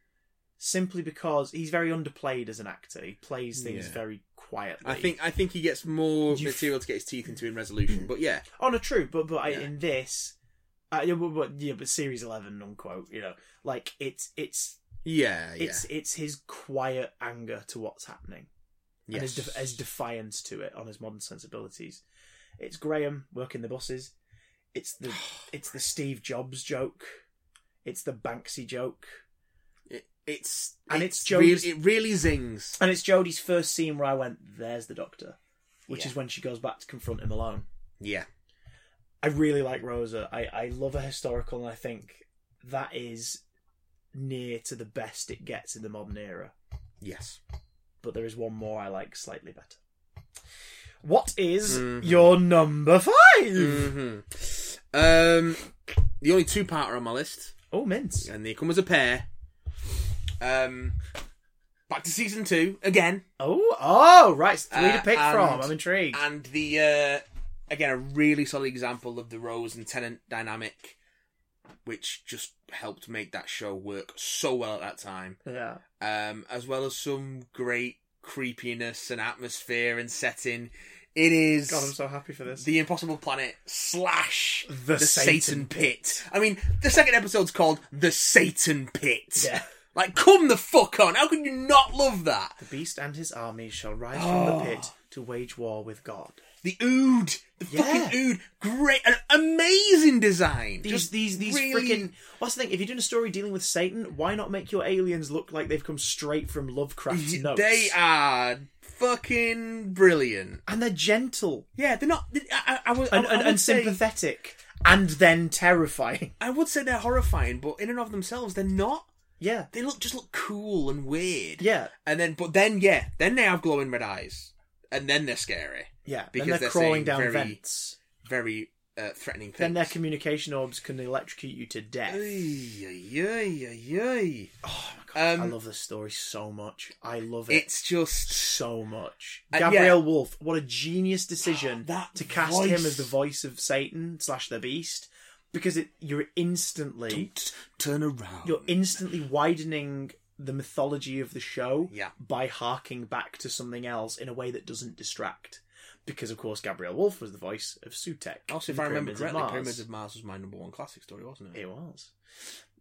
Speaker 1: simply because he's very underplayed as an actor. He plays things
Speaker 2: Yeah.
Speaker 1: very quietly.
Speaker 2: I think I think he gets more
Speaker 1: You-
Speaker 2: material to get his teeth into in resolution, but yeah,
Speaker 1: Oh no, true, but but I
Speaker 2: Yeah.
Speaker 1: in this, uh, yeah, but, but yeah, but series eleven, unquote. You know, like it's it's
Speaker 2: yeah, yeah.
Speaker 1: it's it's his quiet anger to what's happening and his,
Speaker 2: yes.
Speaker 1: de- his defiance to it on his modern sensibilities. It's Graham working the buses. It's the it's the Steve Jobs joke. It's the Banksy joke.
Speaker 2: It- it's
Speaker 1: And
Speaker 2: it's,
Speaker 1: it's Joe's-
Speaker 2: really, it really zings.
Speaker 1: And it's Jodie's first scene where I went, "There's the Doctor," which
Speaker 2: Yeah.
Speaker 1: is when she goes back to confront him alone.
Speaker 2: Yeah,
Speaker 1: I really like Rosa. I, I love her historical, and I think that is near to the best it gets in the modern era.
Speaker 2: yes.
Speaker 1: But there is one more I like slightly better. What is
Speaker 2: Mhm.
Speaker 1: your number 5
Speaker 2: hmm Um, the only two parter on my list,
Speaker 1: Oh, mints.
Speaker 2: and they come as a pair. Um, back to season two again,
Speaker 1: Oh, oh, right. it's Three to
Speaker 2: Uh,
Speaker 1: pick
Speaker 2: and-
Speaker 1: from. I'm intrigued.
Speaker 2: and the uh, again a really solid example of the Rose and Tenant dynamic, which just helped make that show work so well at that time.
Speaker 1: yeah.
Speaker 2: um, as well as some great creepiness and atmosphere and setting. It is
Speaker 1: God, I'm so happy for this.
Speaker 2: the Impossible Planet slash
Speaker 1: The
Speaker 2: Satan,
Speaker 1: Satan
Speaker 2: Pit. I mean, the second episode's called the Satan Pit.
Speaker 1: yeah.
Speaker 2: Like, come the fuck on! How can you not love that?
Speaker 1: The beast and his armies shall rise from the
Speaker 2: Oh.
Speaker 1: pit to wage war with God.
Speaker 2: The Ood, the
Speaker 1: Yeah.
Speaker 2: fucking Ood, great, an amazing design.
Speaker 1: These,
Speaker 2: Just
Speaker 1: these, these
Speaker 2: really-
Speaker 1: freaking. What's the thing? If you're doing a story dealing with Satan, why not make your aliens look like they've come straight from Lovecraft's notes?
Speaker 2: they are fucking brilliant.
Speaker 1: and they're gentle
Speaker 2: Yeah, they're not. I, I, I, would- I,
Speaker 1: and,
Speaker 2: I
Speaker 1: and,
Speaker 2: would
Speaker 1: and
Speaker 2: say-
Speaker 1: sympathetic, and then terrifying.
Speaker 2: I would say they're horrifying, but in and of themselves, they're not.
Speaker 1: Yeah,
Speaker 2: They look just look cool and weird.
Speaker 1: yeah,
Speaker 2: And then, but then, yeah, then they have glowing red eyes, and then they're scary,
Speaker 1: yeah.
Speaker 2: Because
Speaker 1: then they're
Speaker 2: they're
Speaker 1: crawling
Speaker 2: saying
Speaker 1: down
Speaker 2: very
Speaker 1: vents.
Speaker 2: very uh, threatening
Speaker 1: Then
Speaker 2: things.
Speaker 1: their communication orbs can electrocute you to death.
Speaker 2: coming.
Speaker 1: Oh my god, I
Speaker 2: Um,
Speaker 1: love this story so much. I love it
Speaker 2: It's just
Speaker 1: so much.
Speaker 2: Uh,
Speaker 1: Gabrielle
Speaker 2: yeah.
Speaker 1: Wolf, what a genius decision
Speaker 2: That
Speaker 1: to cast
Speaker 2: voice.
Speaker 1: him as the voice of Satan slash the Beast, because it you're instantly
Speaker 2: don't turn around.
Speaker 1: you're instantly widening the mythology of the show
Speaker 2: Yeah.
Speaker 1: by harking back to something else in a way that doesn't distract. because of course Gabrielle Wolf was the voice of Sutek.
Speaker 2: Also,
Speaker 1: in
Speaker 2: if
Speaker 1: the
Speaker 2: I remember
Speaker 1: Pyramids of
Speaker 2: correctly,
Speaker 1: Mars.
Speaker 2: Pyramids of Mars was my number one classic story, wasn't it?
Speaker 1: It was.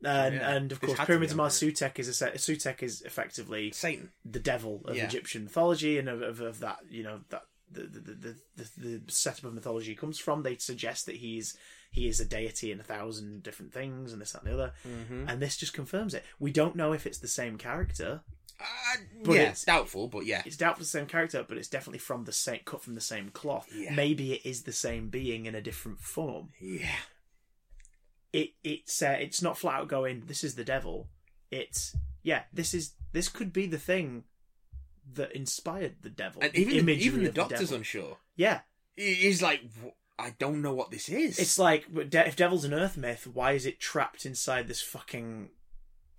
Speaker 1: And,
Speaker 2: Oh, Yeah.
Speaker 1: and of
Speaker 2: This
Speaker 1: course,
Speaker 2: had to be
Speaker 1: Pyramids of
Speaker 2: on
Speaker 1: Mars, Sutek is a se- Sutek is effectively
Speaker 2: Satan.
Speaker 1: the devil of
Speaker 2: Yeah.
Speaker 1: Egyptian mythology and of, of, of that you know that the the, the, the the the setup of mythology comes from. They suggest that he's he is a deity in a thousand different things and this that and the other,
Speaker 2: Mm-hmm.
Speaker 1: and this just confirms it. We don't know if it's the same character.
Speaker 2: Uh,
Speaker 1: But
Speaker 2: yeah,
Speaker 1: it's-
Speaker 2: it's doubtful, but yeah.
Speaker 1: It's doubtful it's the same character, but it's definitely from the same cut from the same cloth.
Speaker 2: Yeah.
Speaker 1: Maybe it is the same being in a different form.
Speaker 2: Yeah.
Speaker 1: it it's uh, it's not flat out going this is the devil it's yeah this is this could be the thing that inspired the devil
Speaker 2: And
Speaker 1: the
Speaker 2: even the,
Speaker 1: imagery
Speaker 2: even the
Speaker 1: of
Speaker 2: doctor's
Speaker 1: devil.
Speaker 2: unsure.
Speaker 1: yeah
Speaker 2: He- He's like, "Wh- I don't know what this is.
Speaker 1: it's like but de- if devil's an earth myth why is it trapped inside this fucking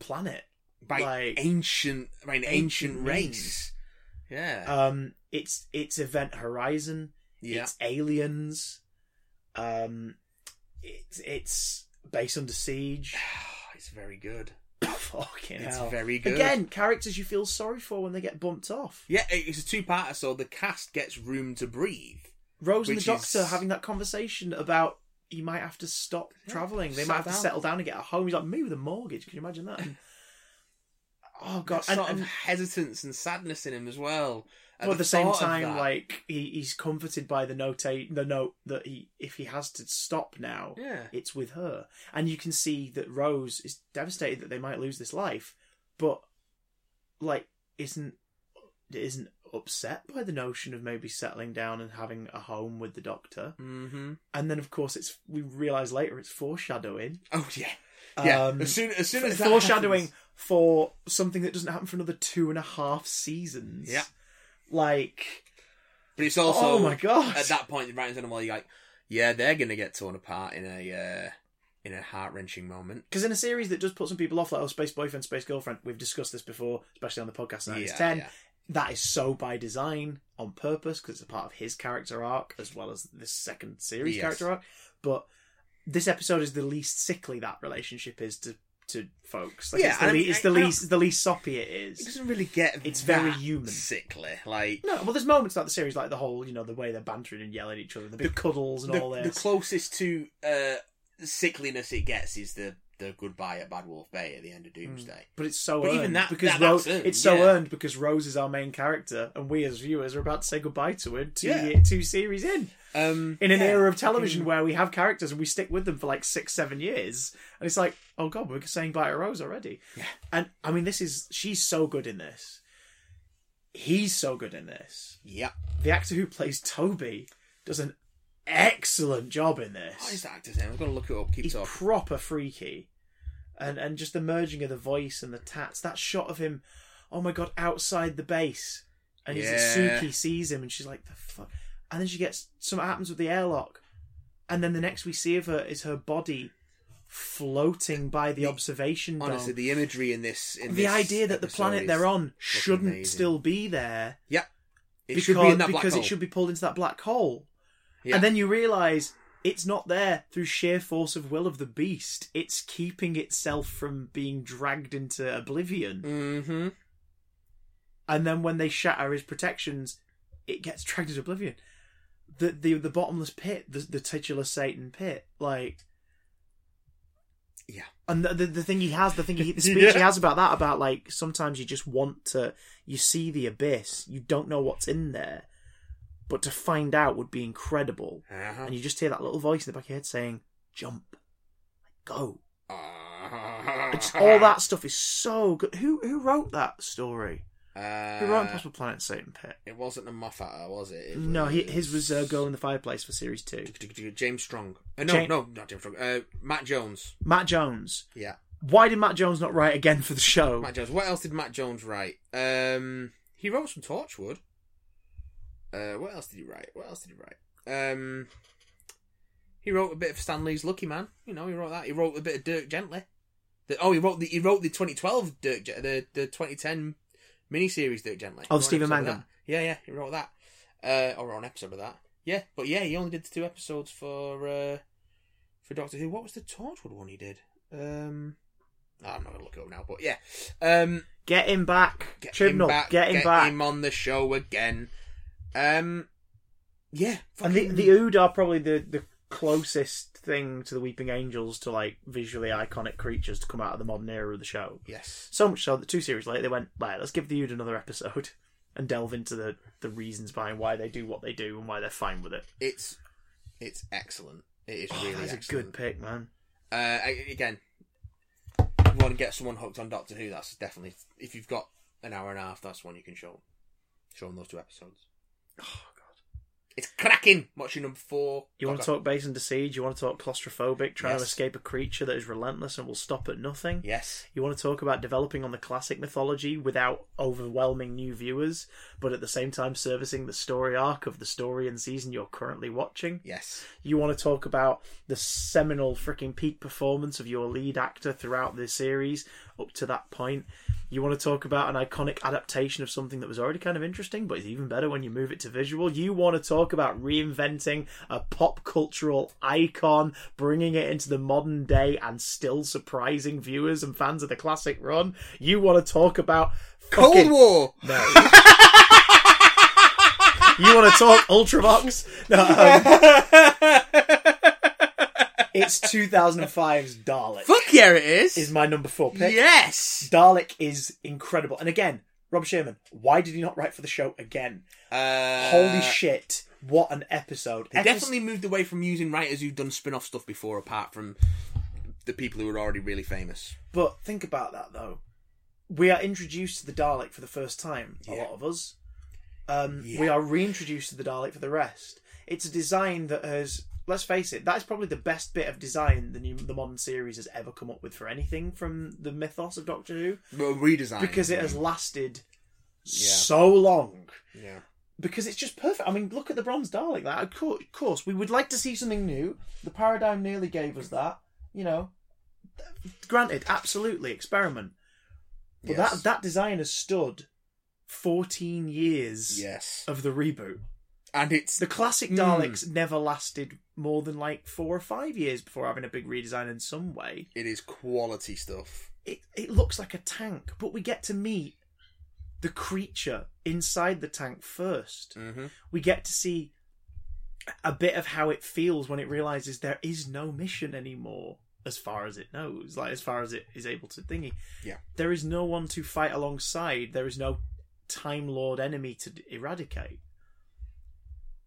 Speaker 1: planet
Speaker 2: by
Speaker 1: like-
Speaker 2: ancient, by an ancient,
Speaker 1: Ancient
Speaker 2: race. Yeah.
Speaker 1: um it's it's event horizon
Speaker 2: yeah.
Speaker 1: it's aliens um it's it's base under siege
Speaker 2: It's very good.
Speaker 1: fucking
Speaker 2: It's
Speaker 1: hell.
Speaker 2: very good.
Speaker 1: again characters you feel sorry for when they get bumped off
Speaker 2: Yeah, it- it's a two-parter, so the cast gets room to breathe.
Speaker 1: Rose and the
Speaker 2: Which
Speaker 1: Doctor
Speaker 2: is-
Speaker 1: having that conversation about he might have to stop
Speaker 2: Yeah,
Speaker 1: traveling. They
Speaker 2: settle
Speaker 1: might have to
Speaker 2: down.
Speaker 1: settle down and get a home. He's like me with a mortgage. Can you imagine that? And- oh god!
Speaker 2: Got
Speaker 1: And,
Speaker 2: sort
Speaker 1: and-
Speaker 2: of hesitance and sadness in him as well.
Speaker 1: but at the same
Speaker 2: thought of
Speaker 1: time,
Speaker 2: that.
Speaker 1: like he, he's comforted by the note, the note that he if he has to stop now,
Speaker 2: yeah,
Speaker 1: it's with her. And you can see that Rose is devastated that they might lose this life, but like isn't isn't upset by the notion of maybe settling down and having a home with the Doctor.
Speaker 2: mm-hmm.
Speaker 1: and then of course it's we realize later it's foreshadowing
Speaker 2: oh yeah, yeah.
Speaker 1: Um,
Speaker 2: as soon as soon as that
Speaker 1: foreshadowing
Speaker 2: happens-
Speaker 1: for something that doesn't happen for another two and a half seasons
Speaker 2: Yeah.
Speaker 1: like
Speaker 2: but it's also
Speaker 1: oh my god
Speaker 2: at that point, right in front of all, you're like, yeah, they're gonna get torn apart in a uh, in a heart wrenching moment.
Speaker 1: because in a series that does put some people off like oh space boyfriend space girlfriend we've discussed this before especially on the podcast now it's 10 that is so by design on purpose because it's a part of his character arc as well as this second series
Speaker 2: Yes.
Speaker 1: character arc but this episode is the least sickly that relationship is to to folks like
Speaker 2: Yeah,
Speaker 1: it's the,
Speaker 2: and I
Speaker 1: le-
Speaker 2: mean,
Speaker 1: it's
Speaker 2: I-
Speaker 1: the
Speaker 2: I don't-
Speaker 1: least the least soppy it
Speaker 2: It
Speaker 1: is
Speaker 2: doesn't really get.
Speaker 1: It's very
Speaker 2: that
Speaker 1: human.
Speaker 2: sickly. Like
Speaker 1: no well there's moments like the series like the whole you know the way they're bantering and yelling at each other the big
Speaker 2: The-
Speaker 1: cuddles and
Speaker 2: the,
Speaker 1: all
Speaker 2: the
Speaker 1: this
Speaker 2: closest to uh, sickliness it gets is the the goodbye at Bad Wolf Bay at the end of Doomsday.
Speaker 1: but it's so
Speaker 2: But
Speaker 1: earned
Speaker 2: even that-
Speaker 1: because
Speaker 2: that-
Speaker 1: Rose,
Speaker 2: that's earned,
Speaker 1: it's so
Speaker 2: yeah.
Speaker 1: earned because Rose is our main character and we as viewers are about to say goodbye to her two
Speaker 2: Yeah.
Speaker 1: ye- two series in
Speaker 2: Um,
Speaker 1: Hmm. in an
Speaker 2: yeah.
Speaker 1: era of television where we have characters and we stick with them for like six, seven years, and it's like, oh god, we're saying bye to Rose already.
Speaker 2: Yeah.
Speaker 1: And I mean, this is she's so good in this. He's so good in this.
Speaker 2: Yep.
Speaker 1: The actor who plays Toby does an excellent job in
Speaker 2: What is
Speaker 1: this.
Speaker 2: that actor's name? I've got to look it up. Keep
Speaker 1: He's
Speaker 2: talking.
Speaker 1: proper freaky, and and just the merging of the voice and the tats. That shot of him, oh my god, outside the base, and he's
Speaker 2: Yeah.
Speaker 1: Suki sees him, and she's like, "The fuck," and then she gets something happens with the airlock, and then the next we see of her is her body floating by the,
Speaker 2: The-
Speaker 1: observation
Speaker 2: Honestly,
Speaker 1: dome.
Speaker 2: the imagery in this in
Speaker 1: the
Speaker 2: this
Speaker 1: idea that the
Speaker 2: episode
Speaker 1: planet
Speaker 2: is-
Speaker 1: they're on shouldn't
Speaker 2: amazing.
Speaker 1: still be there
Speaker 2: it
Speaker 1: because,
Speaker 2: should be in that black
Speaker 1: because
Speaker 2: hole.
Speaker 1: it should be pulled into that black hole.
Speaker 2: Yeah.
Speaker 1: And then you realise it's not there through sheer force of will of the beast. It's keeping itself from being dragged into oblivion.
Speaker 2: Mm-hmm.
Speaker 1: And then when they shatter his protections, it gets dragged into oblivion. The the, the bottomless pit, the, the titular Satan pit, like
Speaker 2: Yeah.
Speaker 1: and the, the the thing he has, the thing he, the speech he
Speaker 2: Yeah.
Speaker 1: has about that, about like sometimes you just want to, you see the abyss, you don't know what's in there, but to find out would be incredible.
Speaker 2: Uh-huh.
Speaker 1: And you just hear that little voice in the back of your head saying, "Jump, go."
Speaker 2: Uh-huh.
Speaker 1: It's, all that stuff is so good. Who who wrote that story? Who wrote
Speaker 2: Uh,
Speaker 1: Impossible Planet Satan Pit?
Speaker 2: it wasn't a Moffat, was it? It
Speaker 1: No, he,
Speaker 2: was-
Speaker 1: his was uh, Girl in the Fireplace for series two.
Speaker 2: James Strong. Uh, no,
Speaker 1: James-
Speaker 2: no, not James Strong. Uh, Matt Jones.
Speaker 1: Matt Jones.
Speaker 2: Yeah,
Speaker 1: Why did Matt Jones not write again for the show?
Speaker 2: Matt Jones. What else did Matt Jones write? Um, he wrote some Torchwood. Uh, what else did he write? What else did he write? Um, he wrote a bit of Stanley's Lucky Man. You know, he wrote that. He wrote a bit of Dirk Gently. The, oh, he wrote the he wrote the 2012 Dirk Gen- the the 2010 miniseries Dirk Gently.
Speaker 1: Oh,
Speaker 2: He wrote an
Speaker 1: Stephen
Speaker 2: episode of
Speaker 1: Mangum.
Speaker 2: that. Yeah, yeah, he wrote that. Uh, or an episode of that. Yeah, but yeah, he only did the two episodes for uh, for Doctor Who. What was the Torchwood one he did? Um, I'm not gonna look it up now, but yeah. Um,
Speaker 1: Get him back,
Speaker 2: get him
Speaker 1: Chibnall.
Speaker 2: back.
Speaker 1: get him back.
Speaker 2: him on the show again. Um, Yeah,
Speaker 1: And the the Ood are probably the, the closest thing to the Weeping Angels to like visually iconic creatures to come out of the modern era of the show.
Speaker 2: yes,
Speaker 1: So much so that two series later they went, right, let's give the Ood another episode and delve into the, the reasons behind why they do what they do and why they're fine with it.
Speaker 2: it's it's excellent. It is
Speaker 1: Oh,
Speaker 2: really
Speaker 1: that's
Speaker 2: excellent.
Speaker 1: a good pick, man.
Speaker 2: Uh, I- again, if you want to get someone hooked on Doctor Who, that's definitely if you've got an hour and a half, that's one you can show. Show them those two episodes.
Speaker 1: Oh god.
Speaker 2: It's cracking. Watching number four.
Speaker 1: You want to talk base under siege, you want to talk claustrophobic, trying to
Speaker 2: Yes.
Speaker 1: escape a creature that is relentless and will stop at nothing.
Speaker 2: Yes.
Speaker 1: You want to talk about developing on the classic mythology without overwhelming new viewers, but at the same time servicing the story arc of the story and season you're currently watching.
Speaker 2: Yes.
Speaker 1: You want to talk about the seminal freaking peak performance of your lead actor throughout the series up to that point. You want to talk about an iconic adaptation of something that was already kind of interesting, but is even better when you move it to visual. You want to talk about reinventing a pop cultural icon, bringing it into the modern day, and still surprising viewers and fans of the classic run. You want to talk about
Speaker 2: Cold
Speaker 1: fucking-
Speaker 2: War.
Speaker 1: no. you want to talk Ultravox? No. um, it's 2005's Dalek.
Speaker 2: Fuck yeah, it is.
Speaker 1: Is my number four pick.
Speaker 2: yes.
Speaker 1: Dalek is incredible. And again, Rob Sherman, why did he not write for the show again?
Speaker 2: Uh,
Speaker 1: Holy shit. What an episode.
Speaker 2: They
Speaker 1: Epis-
Speaker 2: definitely moved away from using writers who've done spin off stuff before, apart from the people who were already really famous.
Speaker 1: But think about that, though. We are introduced to the Dalek for the first time, a
Speaker 2: Yeah.
Speaker 1: lot of us. Um,
Speaker 2: Yeah.
Speaker 1: We are reintroduced to the Dalek for the rest. It's a design that has, let's face it, that is probably the best bit of design the new, the modern series has ever come up with for anything from the mythos of Doctor Who,
Speaker 2: Well, redesign.
Speaker 1: because it has lasted so long.
Speaker 2: Yeah.
Speaker 1: Because it's just perfect. I mean, look at the Bronze Dalek. That of cour- of course we would like to see something new. The Paradigm nearly gave us that. You know, granted, absolutely experiment. But
Speaker 2: Yes.
Speaker 1: that that design has stood fourteen years
Speaker 2: Yes.
Speaker 1: of the reboot.
Speaker 2: And it's
Speaker 1: The classic
Speaker 2: Hmm.
Speaker 1: Daleks never lasted more than like four or five years before having a big redesign in some way.
Speaker 2: it is quality stuff.
Speaker 1: It it looks like a tank, but we get to meet the creature inside the tank first.
Speaker 2: Mm-hmm.
Speaker 1: We get to see a bit of how it feels when it realizes there is no mission anymore, as far as it knows, like as far as it is able to thingy.
Speaker 2: Yeah.
Speaker 1: there is no one to fight alongside. There is no Time Lord enemy to d- eradicate.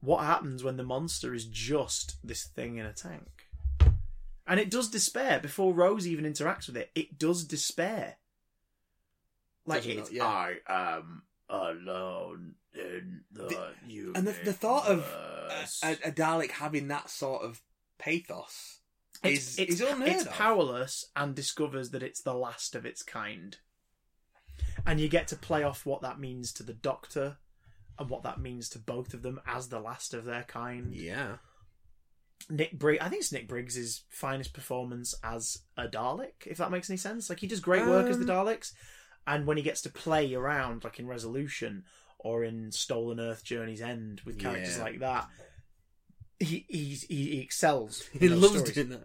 Speaker 1: What happens when the monster is just this thing in a tank? And it does despair before Rose even interacts with it. It does despair. Like
Speaker 2: Does it
Speaker 1: it's,
Speaker 2: not? Yeah.
Speaker 1: I am alone in the,
Speaker 2: The- and the- the thought of, uh, A, a Dalek having that sort of pathos is
Speaker 1: it's,
Speaker 2: is unheard
Speaker 1: it's
Speaker 2: of.
Speaker 1: powerless and discovers that it's the last of its kind. And you get to play off what that means to the Doctor and what that means to both of them as the last of their kind.
Speaker 2: Yeah.
Speaker 1: Nick Briggs, I think it's Nick Briggs' finest performance as a Dalek, if that makes any sense. Like, he does great work as the
Speaker 2: Um,
Speaker 1: Daleks, and when he gets to play around, like in Resolution or in Stolen Earth Journey's End with characters
Speaker 2: Yeah.
Speaker 1: like that, he, he, he, he excels. in
Speaker 2: He
Speaker 1: those
Speaker 2: loves
Speaker 1: stories.
Speaker 2: doing that.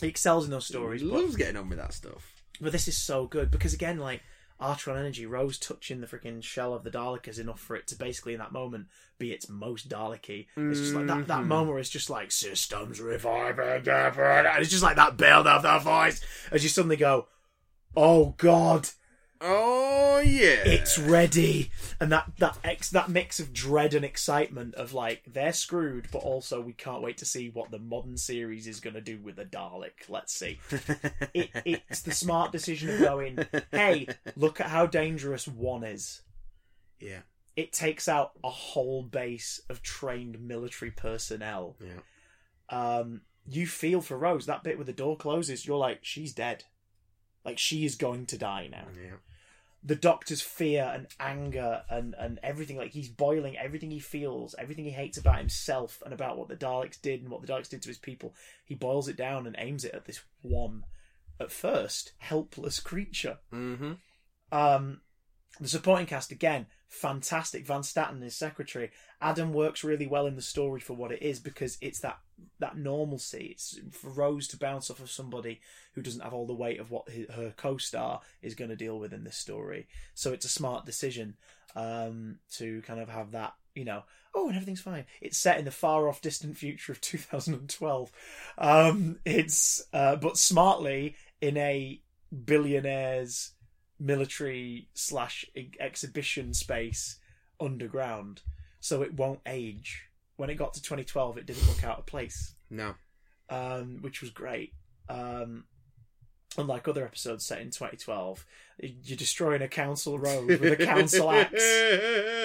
Speaker 1: He excels in those stories.
Speaker 2: He
Speaker 1: but-
Speaker 2: loves getting on with that stuff.
Speaker 1: but this is so good because again, like Artron Energy, Rose touching the freaking shell of the Dalek is enough for it to basically in that moment be its most Daleky. It's just like that that
Speaker 2: Mhm.
Speaker 1: moment where it's just like systems reviving different and it's just like that build of the voice as you suddenly go, Oh God,
Speaker 2: Oh yeah.
Speaker 1: it's ready and that that ex that mix of dread and excitement of like they're screwed but also we can't wait to see what the modern series is going to do with the dalek let's see it, it's the smart decision of going hey look at how dangerous one is
Speaker 2: yeah.
Speaker 1: it takes out a whole base of trained military personnel
Speaker 2: Yeah.
Speaker 1: um you feel for rose that bit where the door closes you're like she's dead like she is going to die now
Speaker 2: Yeah.
Speaker 1: the doctor's fear and anger and, and everything like he's boiling everything he feels everything he hates about himself and about what the daleks did and what the daleks did to his people he boils it down and aims it at this one at first helpless creature
Speaker 2: Mm-hmm.
Speaker 1: um The supporting cast again, fantastic. Van Staten is secretary. Adam works really well in the story for what it is because it's that that normalcy. It's for Rose to bounce off of somebody who doesn't have all the weight of what hi her co-star is going to deal with in this story. So it's a smart decision um, to kind of have that. You know, oh, and everything's fine. It's set in the far off distant future of 2012. Um, it's uh, but smartly in a billionaire's military slash e- exhibition space underground, so it won't age. When it got to 2012, it didn't look out of place,
Speaker 2: No.
Speaker 1: um, which was great. Um, unlike other episodes set in 2012, you're destroying a council road with a council axe.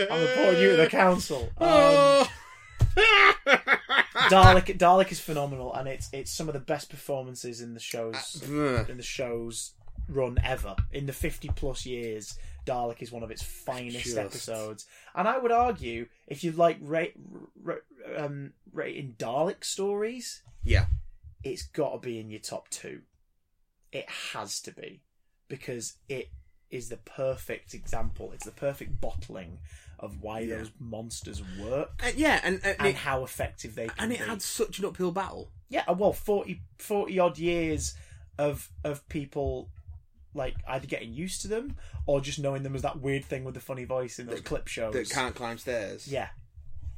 Speaker 1: I'm reporting you to the council. Um,
Speaker 2: Oh.
Speaker 1: Dalek, Dalek is phenomenal, and it's it's some of the best performances in the shows
Speaker 2: Uh,
Speaker 1: in the show's run ever. In the 50 plus years, Dalek is one of its finest
Speaker 2: Just-
Speaker 1: episodes. And I would argue, if you like ra- ra- um, rating Dalek stories,
Speaker 2: Yeah.
Speaker 1: it's got to be in your top two. It has to be. Because it is the perfect example, it's the perfect bottling of why
Speaker 2: Yeah.
Speaker 1: those monsters work.
Speaker 2: And Uh, yeah, and and,
Speaker 1: And
Speaker 2: it,
Speaker 1: how effective they can
Speaker 2: and it
Speaker 1: be.
Speaker 2: had such an uphill battle.
Speaker 1: yeah uh, well 40 40 odd years of of people like either getting used to them or just knowing them as that weird thing with the funny voice in those
Speaker 2: That-
Speaker 1: clip shows
Speaker 2: That can't climb stairs.
Speaker 1: yeah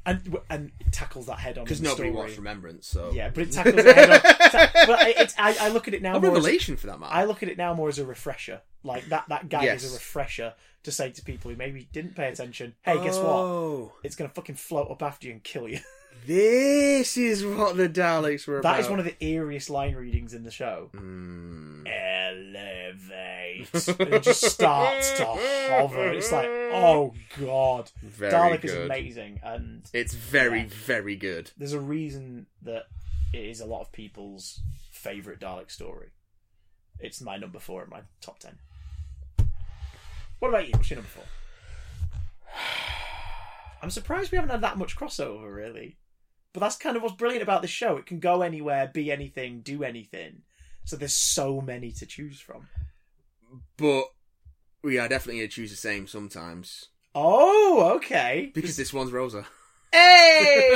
Speaker 1: and and it tackles that head on
Speaker 2: Because
Speaker 1: in the
Speaker 2: nobody
Speaker 1: story.
Speaker 2: watched Remembrance, so
Speaker 1: yeah but it tackles it head on ta- but it, it's, I, I look at it now
Speaker 2: a
Speaker 1: more as,
Speaker 2: revelation for that matter.
Speaker 1: I look at it now more as a refresher like that that gag is
Speaker 2: Yes.
Speaker 1: a refresher to say to people who maybe didn't pay attention hey guess
Speaker 2: Oh.
Speaker 1: what it's gonna fucking float up after you and kill you
Speaker 2: This is what the Daleks were about.
Speaker 1: That is one of the eeriest line readings in the show.
Speaker 2: Mm.
Speaker 1: Elevate. and it just starts to hover. It's like, oh god.
Speaker 2: Very
Speaker 1: Dalek is
Speaker 2: good.
Speaker 1: amazing, and
Speaker 2: It's very, very good.
Speaker 1: there's a reason that it is a lot of people's favourite Dalek story. It's my number four in my top ten. What about you? What's your number four? I'm surprised we haven't had that much crossover, really. But that's kind of what's brilliant about this show. It can go anywhere, be anything, do anything. So there's so many to choose from.
Speaker 2: But we are definitely going to choose the same sometimes.
Speaker 1: Oh, okay.
Speaker 2: Because this one's Rosa.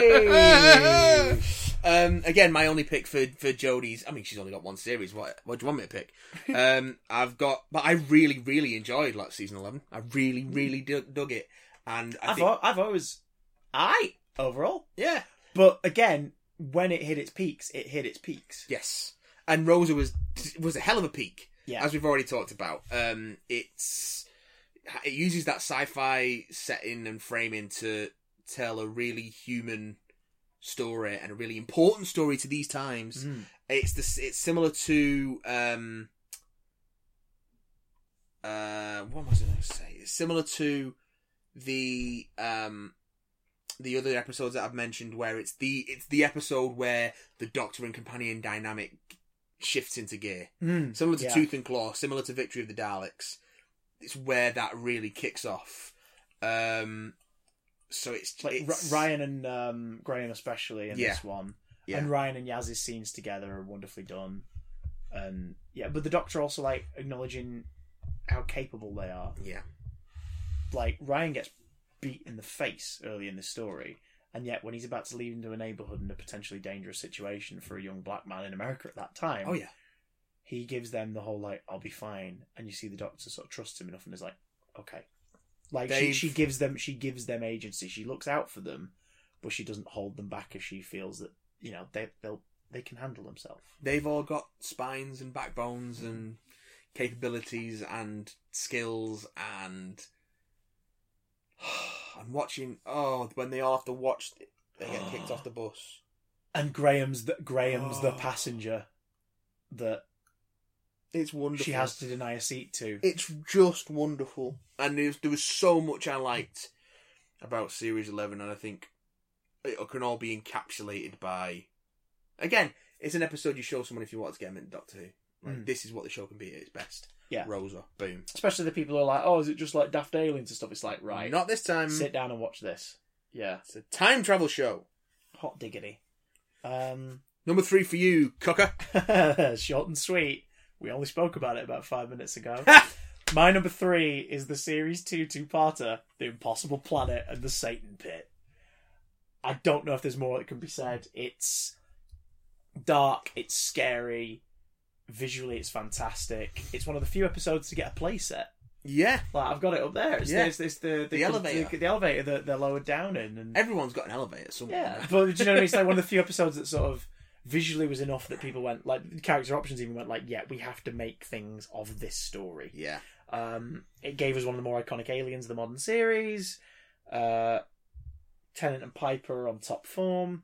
Speaker 1: Hey!
Speaker 2: um, again, my only pick for for Jodie's. I mean, she's only got one series. What what do you want me to pick? Um, I've got, but I really, really enjoyed like season eleven. I really, really dug, dug it, and I,
Speaker 1: I've,
Speaker 2: think,
Speaker 1: al- I've always, I overall,
Speaker 2: yeah,
Speaker 1: but again, when it hit its peaks, it hit its peaks.
Speaker 2: yes. And Rosa was was a hell of a peak,
Speaker 1: Yeah.
Speaker 2: as we've already talked about. Um, it's it uses that sci-fi setting and framing to tell a really human story and a really important story to these times.
Speaker 1: Mm.
Speaker 2: it's the, it's similar to um uh what was I going to say? It's similar to the um the other episodes that I've mentioned where it's the it's the episode where the Doctor and companion dynamic shifts into gear,
Speaker 1: Mm.
Speaker 2: similar to
Speaker 1: Yeah.
Speaker 2: Tooth and Claw, similar to Victory of the Daleks. It's where that really kicks off. Um, so it's
Speaker 1: Like R-
Speaker 2: it's-
Speaker 1: Ryan and um, Graham, especially in
Speaker 2: Yeah.
Speaker 1: this one,
Speaker 2: Yeah.
Speaker 1: and Ryan and Yaz's scenes together are wonderfully done. And yeah, but the Doctor also like acknowledging how capable they are.
Speaker 2: Yeah,
Speaker 1: Like Ryan gets beat in the face early in the story, and yet when he's about to leave into a neighborhood in a potentially dangerous situation for a young black man in America at that time,
Speaker 2: oh yeah,
Speaker 1: he gives them the whole like i'll be fine and you see the doctor sort of trusts him enough and is like okay like she,
Speaker 2: They've-
Speaker 1: she gives them she gives them agency she looks out for them but she doesn't hold them back if she feels that you know they they'll they can handle themselves
Speaker 2: they've all got spines and backbones and capabilities and skills and I'm watching oh when they all have to watch they get kicked off the bus.
Speaker 1: and graham's the graham's the
Speaker 2: Oh.
Speaker 1: passenger that
Speaker 2: It's wonderful.
Speaker 1: she has to deny a seat to
Speaker 2: It's just wonderful, and there's, there was so much I liked about Series Eleven, and I think it can all be encapsulated by. Again, it's an episode you show someone if you want to get them into Doctor Who. Like,
Speaker 1: Mm.
Speaker 2: This is what the show can be at its best.
Speaker 1: Yeah.
Speaker 2: Rosa, boom.
Speaker 1: especially the people who are like oh is it just like daft aliens and stuff it's like right
Speaker 2: Not this time.
Speaker 1: sit down and watch this yeah
Speaker 2: It's a time travel show.
Speaker 1: hot diggity um
Speaker 2: Number three for you, Cucker.
Speaker 1: short and sweet we only spoke about it about five minutes ago My number three is the series two two-parter, The Impossible Planet and the Satan Pit. I don't know if there's more that can be said. It's dark. It's scary. Visually, it's fantastic. It's one of the few episodes to get a playset.
Speaker 2: Yeah,
Speaker 1: Like I've got it up there. It's,
Speaker 2: Yeah.
Speaker 1: it's, it's the, the
Speaker 2: The elevator.
Speaker 1: the, the elevator that they're lowered down in, and
Speaker 2: everyone's got an elevator somewhere.
Speaker 1: yeah, but do you know what I mean? It's like one of the few episodes that sort of visually was enough that people went like the character options even went like, yeah, we have to make things of this story.
Speaker 2: yeah.
Speaker 1: Um, it gave us one of the more iconic aliens of the modern series. Uh, Tennant and Piper are on top form.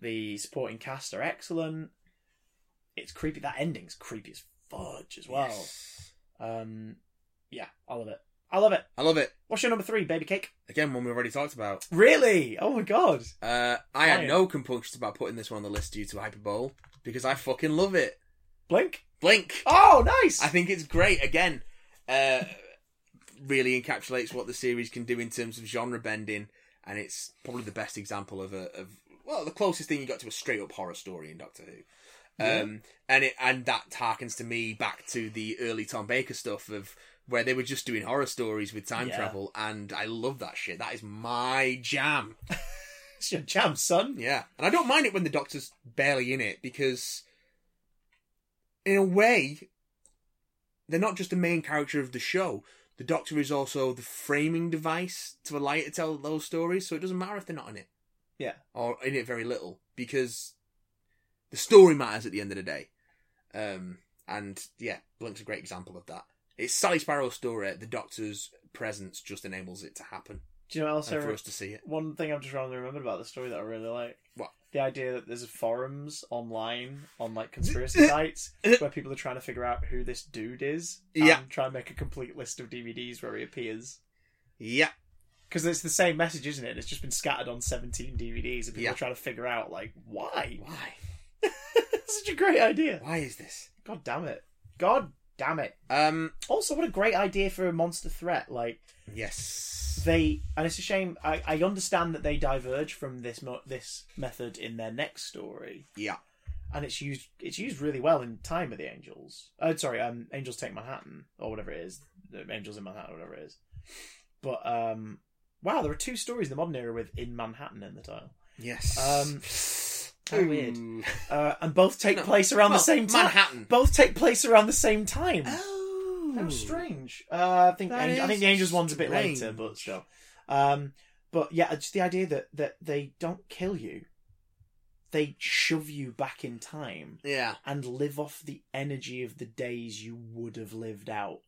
Speaker 1: The supporting cast are excellent. It's creepy. That ending's creepy as fudge as well.
Speaker 2: Yes.
Speaker 1: Um, yeah, I love it. I love it.
Speaker 2: I love it.
Speaker 1: What's your number three, baby cake?
Speaker 2: Again, one we've already talked about.
Speaker 1: Really? Oh my god.
Speaker 2: Uh, I had
Speaker 1: Fine.
Speaker 2: no compunctions about putting this one on the list due to Hyperbole because I fucking love it.
Speaker 1: Blink.
Speaker 2: Blink.
Speaker 1: Oh, nice.
Speaker 2: I think it's great. Again, uh, really encapsulates what the series can do in terms of genre bending, and it's probably the best example of a of well, the closest thing you got to a straight up horror story in Doctor Who. Um, and it and that harkens to me back to the early Tom Baker stuff of where they were just doing horror stories with time
Speaker 1: Yeah.
Speaker 2: travel, and I love that shit. That is my jam.
Speaker 1: It's your jam, son.
Speaker 2: Yeah, and I don't mind it when the Doctor's barely in it because, in a way, they're not just the main character of the show. The Doctor is also the framing device to allow you to tell those stories. So it doesn't matter if they're not in it.
Speaker 1: Yeah.
Speaker 2: or in it very little because the story matters at the end of the day. Um, and yeah, Blink's a great example of that. It's Sally Sparrow's story. The Doctor's presence just enables it to happen
Speaker 1: Do you know what else? I
Speaker 2: and for
Speaker 1: re-
Speaker 2: us to see it.
Speaker 1: One thing I'm just trying to remember about the story that I really like.
Speaker 2: What?
Speaker 1: The idea that there's forums online on like conspiracy sites where people are trying to figure out who this dude is. and
Speaker 2: Yeah.
Speaker 1: Try and make a complete list of DVDs where he appears.
Speaker 2: Yeah,
Speaker 1: Because it's the same message, isn't it? It's just been scattered on 17 DVDs, and people
Speaker 2: Yeah.
Speaker 1: are trying to figure out like why.
Speaker 2: why?
Speaker 1: Such a great idea.
Speaker 2: Why is this?
Speaker 1: God damn it. God damn it.
Speaker 2: Um,
Speaker 1: Also, what a great idea for a monster threat. Like,
Speaker 2: Yes.
Speaker 1: they and it's a shame I, I understand that they diverge from this mo- this method in their next story
Speaker 2: Yeah.
Speaker 1: and it's used it's used really well in time of the angels oh sorry um angels take manhattan or whatever it is The angels in manhattan or whatever it is but um wow there are two stories in the modern era with in manhattan in the title
Speaker 2: Yes.
Speaker 1: Um, how
Speaker 2: Ooh.
Speaker 1: weird. uh, and both take
Speaker 2: No,
Speaker 1: place around
Speaker 2: well,
Speaker 1: the same time
Speaker 2: Manhattan.
Speaker 1: both take place around the same time
Speaker 2: Oh.
Speaker 1: How strange. Uh, I think
Speaker 2: That
Speaker 1: Ang- I
Speaker 2: is
Speaker 1: think the Angels one's a bit
Speaker 2: strange.
Speaker 1: later, but still. Um, but yeah, it's just the idea that that they don't kill you, they shove you back in time
Speaker 2: Yeah.
Speaker 1: and live off the energy of the days you would have lived out.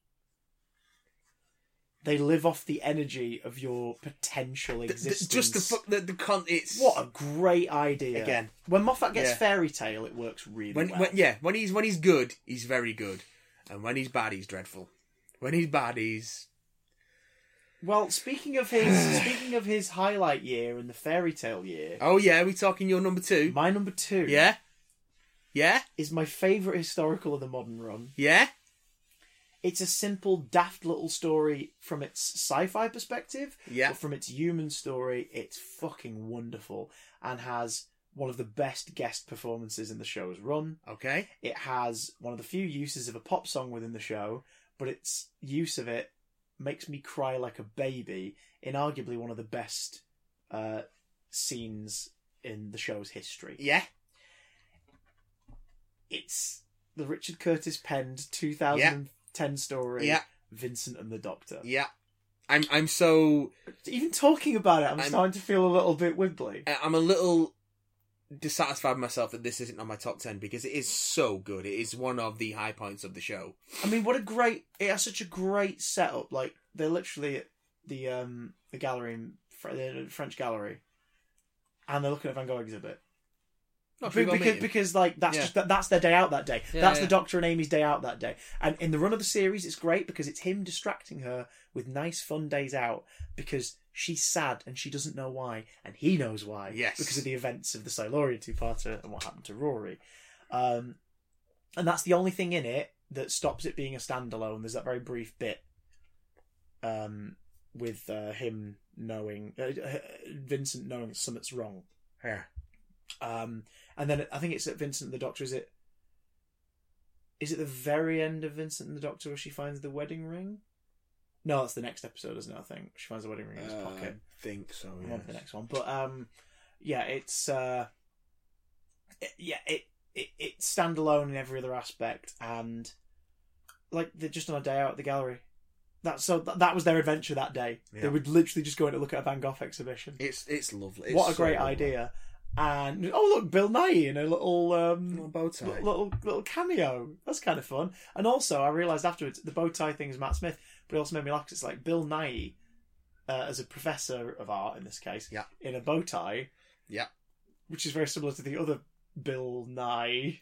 Speaker 1: They live off the energy of your potential
Speaker 2: Th- th-
Speaker 1: existence.
Speaker 2: just the fuck the, the con. It's
Speaker 1: What a great idea!
Speaker 2: Again.
Speaker 1: when Moffat gets
Speaker 2: Yeah.
Speaker 1: fairy tale, it works really
Speaker 2: when,
Speaker 1: well.
Speaker 2: when yeah when he's when he's good he's very good, and when he's bad he's dreadful. When he's bad he's
Speaker 1: Well, speaking of his speaking of his highlight year and the fairy tale year,
Speaker 2: oh yeah we talking your number two
Speaker 1: my number two
Speaker 2: yeah yeah
Speaker 1: is my favourite historical of the modern run.
Speaker 2: yeah
Speaker 1: It's a simple, daft little story from its sci-fi perspective,
Speaker 2: Yeah.
Speaker 1: but from its human story, it's fucking wonderful and has one of the best guest performances in the show's run.
Speaker 2: okay
Speaker 1: It has one of the few uses of a pop song within the show, but its use of it makes me cry like a baby in arguably one of the best uh, scenes in the show's history.
Speaker 2: yeah
Speaker 1: It's the Richard Curtis penned 2010 story,
Speaker 2: Yeah.
Speaker 1: Vincent and the Doctor.
Speaker 2: yeah I'm I'm so
Speaker 1: Even talking about it, I'm,
Speaker 2: I'm-
Speaker 1: starting to feel a little bit wibbly.
Speaker 2: I- I'm a little dissatisfied with myself that this isn't on my top ten because it is so good. It is one of the high points of the show.
Speaker 1: I mean, what a great! It has such a great setup. Like they're literally at the um the gallery, in Fr- the French gallery, and they're looking at Van Gogh exhibit.
Speaker 2: Not
Speaker 1: Be- because, because like that's
Speaker 2: Yeah.
Speaker 1: just that, that's their day out that day.
Speaker 2: Yeah,
Speaker 1: that's
Speaker 2: yeah.
Speaker 1: the Doctor and Amy's day out that day. And in the run of the series, it's great because it's him distracting her with nice fun days out because she's sad and she doesn't know why, and he knows why.
Speaker 2: Yes.
Speaker 1: because of the events of the Silurian two-parter and what happened to Rory. Um, and that's the only thing in it that stops it being a standalone. There's that very brief bit um, with uh, him knowing uh, uh, Vincent knowing that something's wrong.
Speaker 2: yeah.
Speaker 1: Um, and then I think it's at Vincent and the Doctor. Is it? Is it the very end of Vincent and the Doctor where she finds the wedding ring? No, that's the next episode, isn't it? I think she finds the wedding ring in his
Speaker 2: Uh,
Speaker 1: pocket.
Speaker 2: think so.
Speaker 1: I'm on to the
Speaker 2: Oh, yes.
Speaker 1: next one. But um, yeah, it's uh, it, yeah, it, it it's standalone in every other aspect, and like they're just on a day out at the gallery. That so th- that was their adventure that day. They
Speaker 2: Yeah.
Speaker 1: would literally just go in to look at a Van Gogh exhibition.
Speaker 2: It's it's lovely. It's
Speaker 1: what a
Speaker 2: so
Speaker 1: great
Speaker 2: lovely.
Speaker 1: idea! And oh look, Bill Nye in a little
Speaker 2: Little
Speaker 1: um.
Speaker 2: bow tie.
Speaker 1: li- Little little cameo. That's kind of fun. And also, I realised afterwards the bow tie thing is Matt Smith, but it also made me laugh. 'cause it's like Bill Nye, uh, as a professor of art in this case,
Speaker 2: Yeah.
Speaker 1: in a bow tie,
Speaker 2: Yeah.
Speaker 1: which is very similar to the other Bill Nye,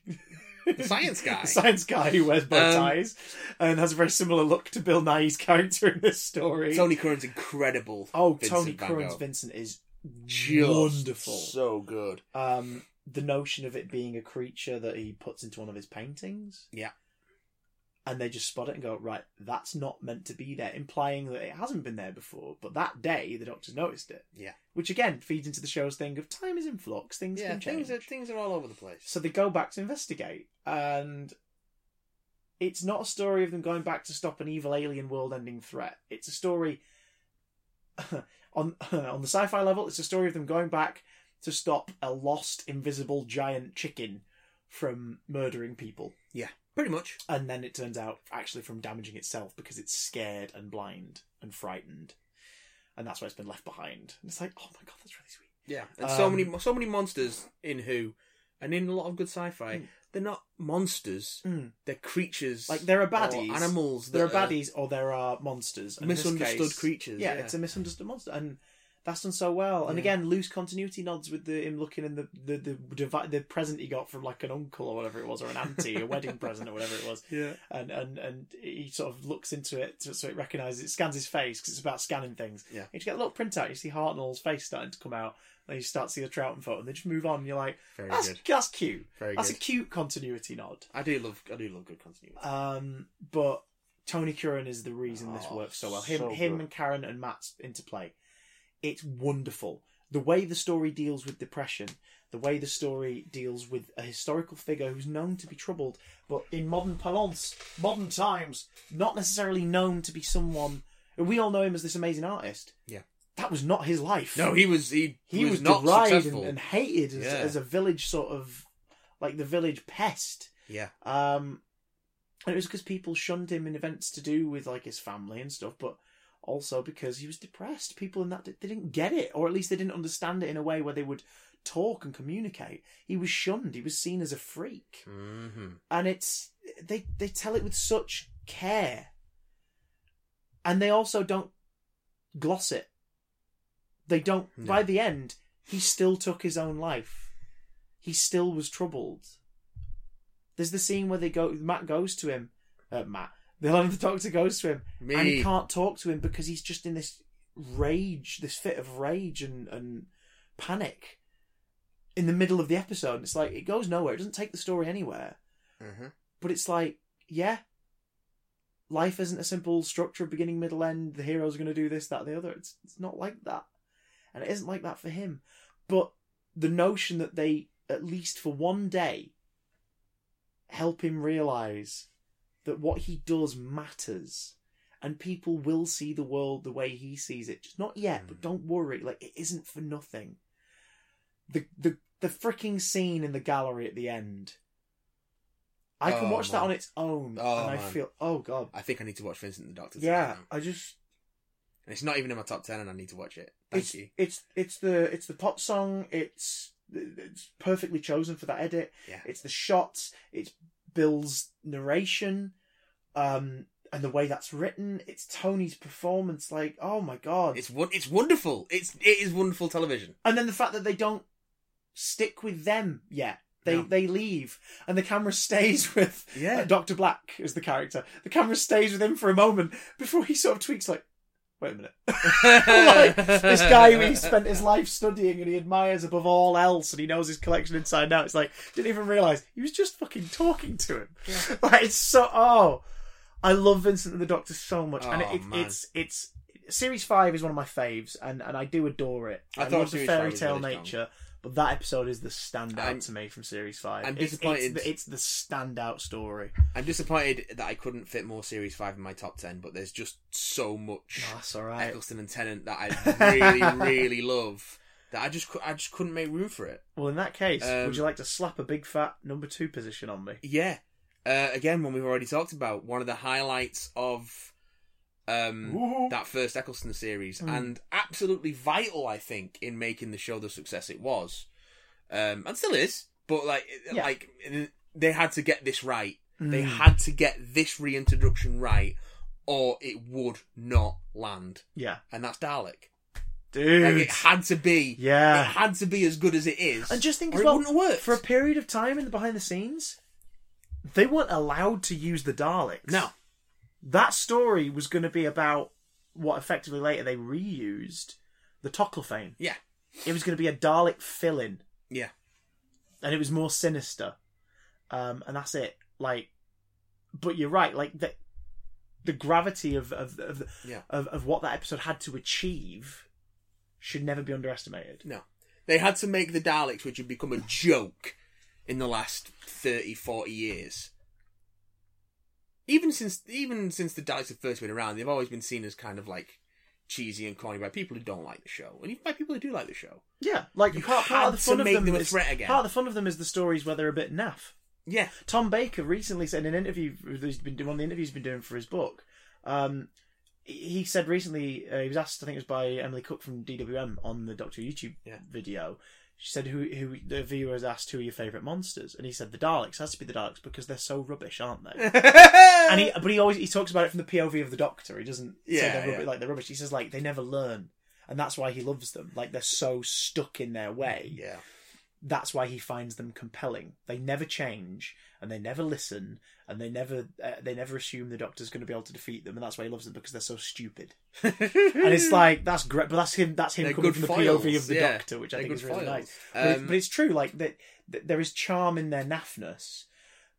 Speaker 2: The science guy.
Speaker 1: the science guy who wears bow
Speaker 2: Um,
Speaker 1: ties, and has a very similar look to Bill Nye's character in this story.
Speaker 2: Tony Curran's incredible.
Speaker 1: oh,
Speaker 2: Vincent
Speaker 1: Tony
Speaker 2: Van
Speaker 1: Curran's
Speaker 2: Gogh.
Speaker 1: Vincent is
Speaker 2: Just
Speaker 1: wonderful.
Speaker 2: So good.
Speaker 1: um, the notion of it being a creature that he puts into one of his paintings.
Speaker 2: Yeah.
Speaker 1: And they just spot it and go, right, that's not meant to be there, implying that it hasn't been there before, but that day the doctors noticed it.
Speaker 2: Yeah.
Speaker 1: Which again feeds into the show's thing of time is in flux, things
Speaker 2: yeah,
Speaker 1: can
Speaker 2: things
Speaker 1: change.
Speaker 2: are things are all over the place.
Speaker 1: So they go back to investigate, and it's not a story of them going back to stop an evil alien world-ending threat. It's a story on on the sci-fi level. It's a story of them going back to stop a lost, invisible giant chicken from murdering people,
Speaker 2: Yeah, pretty much.
Speaker 1: and then it turns out actually from damaging itself because it's scared and blind and frightened, and that's why it's been left behind. And it's like, oh my god, that's really sweet.
Speaker 2: Yeah, and so
Speaker 1: Um,
Speaker 2: many so many monsters in Who, and in a lot of good sci-fi,
Speaker 1: Mm.
Speaker 2: they're not monsters.
Speaker 1: Mm.
Speaker 2: They're creatures,
Speaker 1: Like there are
Speaker 2: or
Speaker 1: baddies.
Speaker 2: animals. That uh,
Speaker 1: there are baddies or there are monsters. And in this
Speaker 2: misunderstood
Speaker 1: case-
Speaker 2: creatures.
Speaker 1: Yeah,
Speaker 2: yeah.
Speaker 1: it's a misunderstood monster, and that's done so well. And
Speaker 2: Yeah.
Speaker 1: again, loose continuity nods with the him looking in the the the, devi- the present he got from like an uncle or whatever it was, or an auntie, a wedding present or whatever it was.
Speaker 2: yeah.
Speaker 1: And and and he sort of looks into it so so it recognizes it scans his face because it's about scanning things.
Speaker 2: Yeah.
Speaker 1: you just get a little printout. You see Hartnell's face starting to come out. Then you start to see the Trouton photo, and they just move on. And you're like,
Speaker 2: Very
Speaker 1: that's
Speaker 2: good.
Speaker 1: that's cute.
Speaker 2: Very
Speaker 1: That's
Speaker 2: good.
Speaker 1: a cute continuity nod.
Speaker 2: I do love I do love good continuity.
Speaker 1: Um, but Tony Curran is the reason this
Speaker 2: Oh,
Speaker 1: works so well. Him,
Speaker 2: so
Speaker 1: him,
Speaker 2: good.
Speaker 1: and Karen and Matt's interplay. It's wonderful. The way the story deals with depression, the way the story deals with a historical figure who's known to be troubled, but in modern parlance, modern times, not necessarily known to be someone. We all know him as this amazing artist.
Speaker 2: Yeah.
Speaker 1: That was not his life
Speaker 2: no, he was he,
Speaker 1: he was,
Speaker 2: not
Speaker 1: derided and,
Speaker 2: successful.
Speaker 1: and hated as,
Speaker 2: Yeah.
Speaker 1: as a village sort of like the village pest.
Speaker 2: Yeah.
Speaker 1: Um, and it was because people shunned him in events to do with like his family and stuff, but also because he was depressed. People in that they didn't get it, or at least they didn't understand it in a way where they would talk and communicate. He was shunned. He was seen as a freak
Speaker 2: hmm
Speaker 1: and it's they they tell it with such care and they also don't gloss it they don't
Speaker 2: No.
Speaker 1: by the end he still took his own life he still was troubled there's the scene where they go matt goes to him uh, matt the the doctor goes to him
Speaker 2: Me.
Speaker 1: and he can't talk to him because he's just in this rage this fit of rage and and panic in the middle of the episode and it's like it goes nowhere it doesn't take the story anywhere
Speaker 2: Mhm.
Speaker 1: but it's like, yeah, life isn't a simple structure, beginning, middle, end. The heroes are going to do this, that, the other. It's it's not like that, and it isn't like that for him. But the notion that they, at least for one day, help him realize that what he does matters, and people will see the world the way he sees it. Just not yet, but don't worry. Like it isn't for nothing. The the the freaking scene in the gallery at the end. I can
Speaker 2: Oh,
Speaker 1: watch that
Speaker 2: man.
Speaker 1: on its own,
Speaker 2: Oh,
Speaker 1: and I
Speaker 2: man.
Speaker 1: feel, oh god,
Speaker 2: I think I need to watch Vincent the Doctor. tonight
Speaker 1: yeah.
Speaker 2: now.
Speaker 1: I just
Speaker 2: and it's not even in my top ten, and I need to watch it. Thank
Speaker 1: it's,
Speaker 2: you.
Speaker 1: It's it's the it's the pop song. It's it's perfectly chosen for that edit.
Speaker 2: Yeah.
Speaker 1: It's the shots. It's Bill's narration, um, and the way that's written. It's Tony's performance. Like, oh my god!
Speaker 2: It's won- it's wonderful. It's it is wonderful television.
Speaker 1: and then the fact that they don't stick with them yet. They
Speaker 2: No.
Speaker 1: they leave, and the camera stays with uh,
Speaker 2: Yeah.
Speaker 1: Doctor Black is the character. The camera stays with him for a moment before he sort of tweaks like, wait a minute. like, Oh this guy who he spent his life studying and he admires above all else and he knows his collection inside out. It's like, didn't even realise he was just fucking talking to him. Like, it's so, oh, I love Vincent and the Doctor so much. and
Speaker 2: Oh,
Speaker 1: it, it,
Speaker 2: man.
Speaker 1: it's, it's, Series 5 is one of my faves and, and I do adore it.
Speaker 2: I
Speaker 1: I,
Speaker 2: thought
Speaker 1: love the
Speaker 2: Series
Speaker 1: fairy
Speaker 2: 5 was
Speaker 1: tale
Speaker 2: really strong.
Speaker 1: nature, But that episode is the standout
Speaker 2: I'm-
Speaker 1: to me from series five.
Speaker 2: I'm
Speaker 1: It's- it's
Speaker 2: disappointed.
Speaker 1: the- It's, the, standout story.
Speaker 2: I'm disappointed that I couldn't fit more Series 5 in my top 10, but there's just so much
Speaker 1: Oh, that's all right.
Speaker 2: Eccleston and Tennant that I really, really love that I just, cou- I just couldn't make room for it.
Speaker 1: Well, in that case,
Speaker 2: Um,
Speaker 1: would you like to slap a big fat number two position on me?
Speaker 2: Yeah. Uh, again, one we've already talked about, one of the highlights of um,
Speaker 1: Ooh.
Speaker 2: that first Eccleston series,
Speaker 1: Mm.
Speaker 2: and absolutely vital, I think, in making the show the success it was, um, and still is. But like, it-
Speaker 1: Yeah.
Speaker 2: like they had to get this right. They
Speaker 1: Mm.
Speaker 2: had to get this reintroduction right, or it would not land.
Speaker 1: Yeah,
Speaker 2: And that's Dalek.
Speaker 1: dude.
Speaker 2: Like, it had to be. It
Speaker 1: yeah.
Speaker 2: had to be as good as it is.
Speaker 1: And just think
Speaker 2: or
Speaker 1: as
Speaker 2: it
Speaker 1: well,
Speaker 2: wouldn't work
Speaker 1: for a period of time in the behind the scenes, they weren't allowed to use the Daleks.
Speaker 2: no.
Speaker 1: that story was going to be about what effectively later they reused the Tocklefane.
Speaker 2: Yeah.
Speaker 1: It was going to be a Dalek fill-in,
Speaker 2: Yeah.
Speaker 1: and it was more sinister, um, and that's it. Like, but you're right. Like the the gravity of of of,
Speaker 2: Yeah.
Speaker 1: of of what that episode had to achieve should never be underestimated.
Speaker 2: No. They had to make the Daleks, which had become a joke in the last 30, 40 years. Even since even since the Daleks have first been around, they've always been seen as kind of like cheesy and corny by people who don't like the show, and even by people who do like the show.
Speaker 1: Yeah, like
Speaker 2: You
Speaker 1: part, part
Speaker 2: had
Speaker 1: of the
Speaker 2: to
Speaker 1: fun of
Speaker 2: make
Speaker 1: them,
Speaker 2: them a
Speaker 1: is,
Speaker 2: threat again.
Speaker 1: part of the fun of them is the stories where they're a bit naff.
Speaker 2: Yeah,
Speaker 1: Tom Baker recently said in an interview that he's been doing one of the interviews he's been doing for his book. Um, he said recently uh, he was asked, I think it was by Emily Cook from DWM on the Doctor Who YouTube
Speaker 2: Yeah.
Speaker 1: video. She said, "Who who the viewer has asked who are your favourite monsters?" And he said, "The Daleks has to be the Daleks because they're so rubbish, aren't they?" and
Speaker 2: and
Speaker 1: he but he always he talks about it from the POV of the Doctor. He doesn't say
Speaker 2: Yeah,
Speaker 1: they're rubbish,
Speaker 2: yeah.
Speaker 1: like they're rubbish. He says like they never learn, and that's why he loves them. Like they're so stuck in their way
Speaker 2: yeah,
Speaker 1: that's why he finds them compelling. They never change, and they never listen, and they never uh, they never assume the Doctor's going to be able to defeat them, and that's why he loves them because they're so stupid. And it's like that's great, but that's him. That's him
Speaker 2: Hmm. They're
Speaker 1: coming
Speaker 2: good
Speaker 1: from the POV
Speaker 2: foils,
Speaker 1: of the
Speaker 2: yeah.
Speaker 1: Doctor, which I
Speaker 2: They're
Speaker 1: think is
Speaker 2: good
Speaker 1: really
Speaker 2: foils.
Speaker 1: nice. But, it's,
Speaker 2: Um,
Speaker 1: but it's true, like that, that there is charm in their naffness,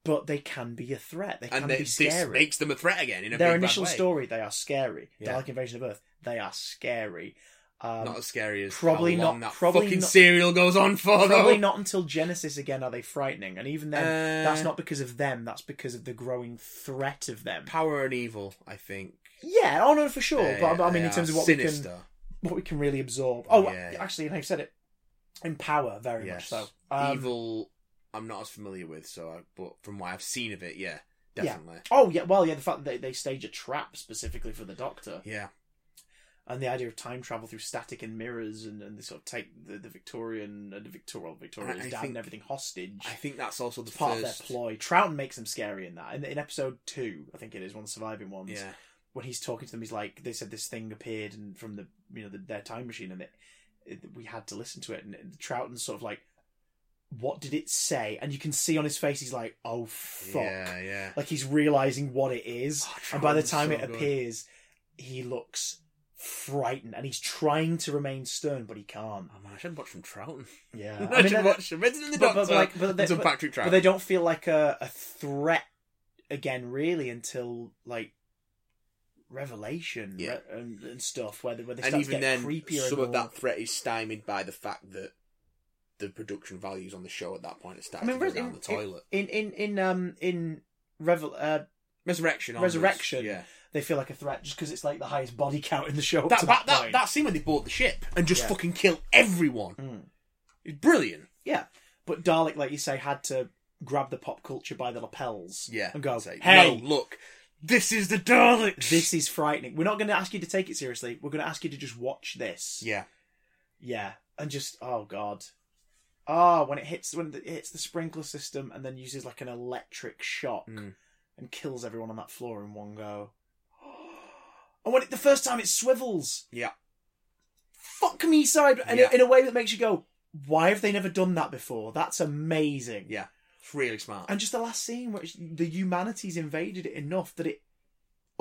Speaker 1: but they can be a threat. They can
Speaker 2: and they,
Speaker 1: be
Speaker 2: this
Speaker 1: scary.
Speaker 2: makes them a threat again in a
Speaker 1: Their
Speaker 2: big, bad
Speaker 1: initial
Speaker 2: way.
Speaker 1: story, they are scary.
Speaker 2: Yeah.
Speaker 1: Dalek Invasion of Earth, they are scary. Um,
Speaker 2: Not as scary as
Speaker 1: Probably
Speaker 2: how long
Speaker 1: not-
Speaker 2: That
Speaker 1: probably
Speaker 2: fucking
Speaker 1: not-
Speaker 2: serial goes on for though.
Speaker 1: Probably not until Genesis again are they frightening, and even then,
Speaker 2: Uh,
Speaker 1: that's not because of them. That's because of the growing threat of them.
Speaker 2: Power and evil, I think.
Speaker 1: Yeah, oh no, for sure.
Speaker 2: They-
Speaker 1: but, but I mean,
Speaker 2: they
Speaker 1: in terms
Speaker 2: are
Speaker 1: of what
Speaker 2: sinister.
Speaker 1: we can, what we can really absorb. Oh,
Speaker 2: Yeah.
Speaker 1: actually, no, you said it. In power, very
Speaker 2: Yes.
Speaker 1: much so. Um,
Speaker 2: Evil, I'm not as familiar with, so I, but from what I've seen of it, yeah, definitely.
Speaker 1: Oh yeah, well yeah, the fact that they, they stage a trap specifically for the Doctor,
Speaker 2: Yeah.
Speaker 1: and the idea of time travel through static and mirrors, and, and they sort of take the, the Victorian and the Victorian Victoria's
Speaker 2: I- I
Speaker 1: dad
Speaker 2: think-
Speaker 1: and everything hostage.
Speaker 2: I think that's also the
Speaker 1: It's part
Speaker 2: first.
Speaker 1: of their ploy. Trouton makes them scary in that. In, in episode two, I think it is one of the surviving ones.
Speaker 2: Yeah.
Speaker 1: when he's talking to them, he's like, they said this thing appeared and from the you know the, their time machine, and it, it we had to listen to it. And Trouton's sort of like, what did it say? And you can see on his face, he's like, oh fuck,
Speaker 2: Yeah, yeah.
Speaker 1: like he's realizing what it is.
Speaker 2: Oh,
Speaker 1: and by the
Speaker 2: Troughton's
Speaker 1: time
Speaker 2: so
Speaker 1: it
Speaker 2: good.
Speaker 1: appears, he looks frightened, and he's trying to remain stern, but he can't.
Speaker 2: Oh man, I should watch from Trouton.
Speaker 1: Yeah,
Speaker 2: I, should
Speaker 1: they're-
Speaker 2: watch from Resident the
Speaker 1: but- but
Speaker 2: Doctor.
Speaker 1: like- but they-
Speaker 2: and some
Speaker 1: but-
Speaker 2: Patrick Troughton.
Speaker 1: but they don't feel like a, a threat again really until like revelation
Speaker 2: Yeah.
Speaker 1: re- and, and stuff where they, where they
Speaker 2: and
Speaker 1: start
Speaker 2: even
Speaker 1: to get
Speaker 2: then,
Speaker 1: creepier
Speaker 2: some
Speaker 1: and
Speaker 2: of
Speaker 1: more-
Speaker 2: that threat is stymied by the fact that the production values on the show at that point are
Speaker 1: I
Speaker 2: starting
Speaker 1: mean
Speaker 2: to
Speaker 1: res-
Speaker 2: go down
Speaker 1: in,
Speaker 2: the toilet.
Speaker 1: in in in um in revel uh,
Speaker 2: Resurrection, onwards,
Speaker 1: Resurrection.
Speaker 2: yeah.
Speaker 1: they feel like a threat just because it's like the highest body count in the show up
Speaker 2: That
Speaker 1: to
Speaker 2: that, that,
Speaker 1: point.
Speaker 2: that scene when they board the ship and just
Speaker 1: Yeah.
Speaker 2: fucking kill everyone
Speaker 1: Mm.
Speaker 2: is brilliant.
Speaker 1: yeah but Dalek like you say had to grab the pop culture by the lapels
Speaker 2: Yeah,
Speaker 1: and go
Speaker 2: It's like,
Speaker 1: hey
Speaker 2: no, look, this is the Daleks.
Speaker 1: this is frightening we're not going to ask you to take it seriously we're going to ask you to just watch this
Speaker 2: yeah,
Speaker 1: Yeah, and just oh god, ah, when it hits when it hits the sprinkler system and then uses like an electric shock
Speaker 2: Mm.
Speaker 1: and kills everyone on that floor in one go. And when it, the first time it swivels,
Speaker 2: yeah.
Speaker 1: fuck me side, and
Speaker 2: Yeah.
Speaker 1: in a way that makes you go, why have they never done that before? That's amazing.
Speaker 2: Yeah, it's really smart.
Speaker 1: And just the last scene where it's, the humanity's invaded it enough that it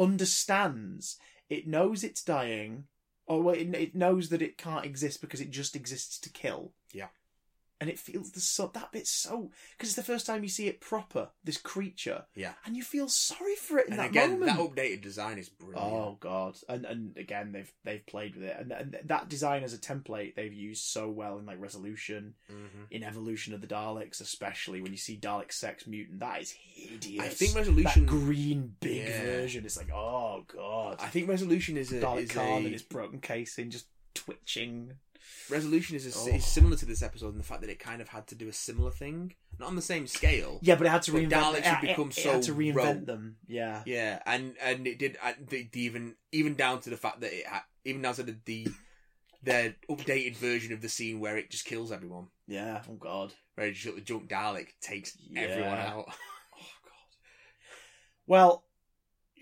Speaker 1: understands, it knows it's dying, or well, it, it knows that it can't exist because it just exists to kill.
Speaker 2: Yeah.
Speaker 1: and it feels the so that bit's so because it's the first time you see it proper this creature
Speaker 2: Yeah.
Speaker 1: and you feel sorry for it in
Speaker 2: And
Speaker 1: that
Speaker 2: again,
Speaker 1: moment.
Speaker 2: that updated design is brilliant.
Speaker 1: Oh god! And and again, they've they've played with it, and, and that design as a template they've used so well in like resolution,
Speaker 2: Mhm.
Speaker 1: in evolution of the Daleks, especially when you see Dalek sex mutant, that is hideous.
Speaker 2: I think
Speaker 1: that
Speaker 2: resolution.
Speaker 1: green big
Speaker 2: Yeah.
Speaker 1: version, it's like oh god,
Speaker 2: I think resolution is a,
Speaker 1: Dalek
Speaker 2: is
Speaker 1: Khan
Speaker 2: a-
Speaker 1: and his broken casing just twitching.
Speaker 2: resolution is, a,
Speaker 1: Oh.
Speaker 2: is similar to this episode in the fact that it kind of had to do a similar thing, not on the same scale.
Speaker 1: Yeah, but it had to
Speaker 2: But
Speaker 1: reinvent.
Speaker 2: Daleks
Speaker 1: it,
Speaker 2: had
Speaker 1: it-
Speaker 2: become
Speaker 1: it had
Speaker 2: so
Speaker 1: to reinvent
Speaker 2: rote.
Speaker 1: them. Yeah.
Speaker 2: Yeah, and and it did and the, the even even down to the fact that it ha- even down to the, the their updated version of the scene where it just kills everyone,
Speaker 1: yeah, Oh god.
Speaker 2: where it just, the junk Dalek takes everyone
Speaker 1: Yeah.
Speaker 2: out.
Speaker 1: Well,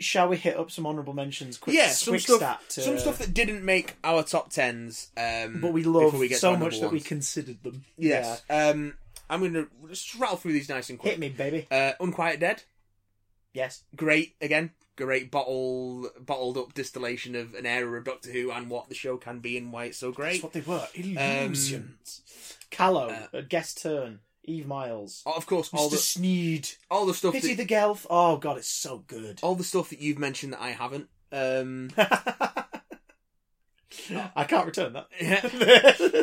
Speaker 1: shall we hit up some honourable mentions? Quick,
Speaker 2: Yeah, some
Speaker 1: quick
Speaker 2: stuff-
Speaker 1: stat to-
Speaker 2: Some stuff that didn't make our top tens, um,
Speaker 1: but we
Speaker 2: before
Speaker 1: love
Speaker 2: we get to
Speaker 1: so
Speaker 2: our
Speaker 1: much
Speaker 2: number
Speaker 1: that we
Speaker 2: ones.
Speaker 1: considered them.
Speaker 2: Yes, um, I'm going to just rattle through these nice and
Speaker 1: Yeah. Hit
Speaker 2: quick.
Speaker 1: me, baby.
Speaker 2: Uh, Unquiet Dead,
Speaker 1: Yes.
Speaker 2: great again, great bottle bottled up distillation of an era of Doctor Who and what the show can be and why it's so
Speaker 1: That's
Speaker 2: great.
Speaker 1: what they were. Illusions. Callow,
Speaker 2: uh,
Speaker 1: a guest turn. Eve Miles.
Speaker 2: Oh, of course, all
Speaker 1: Mr.
Speaker 2: the
Speaker 1: Sneed.
Speaker 2: all the stuff
Speaker 1: Pity
Speaker 2: that,
Speaker 1: the Gelf. Oh god, it's so good.
Speaker 2: all the stuff that you've mentioned that I haven't. Um,
Speaker 1: I can't return that.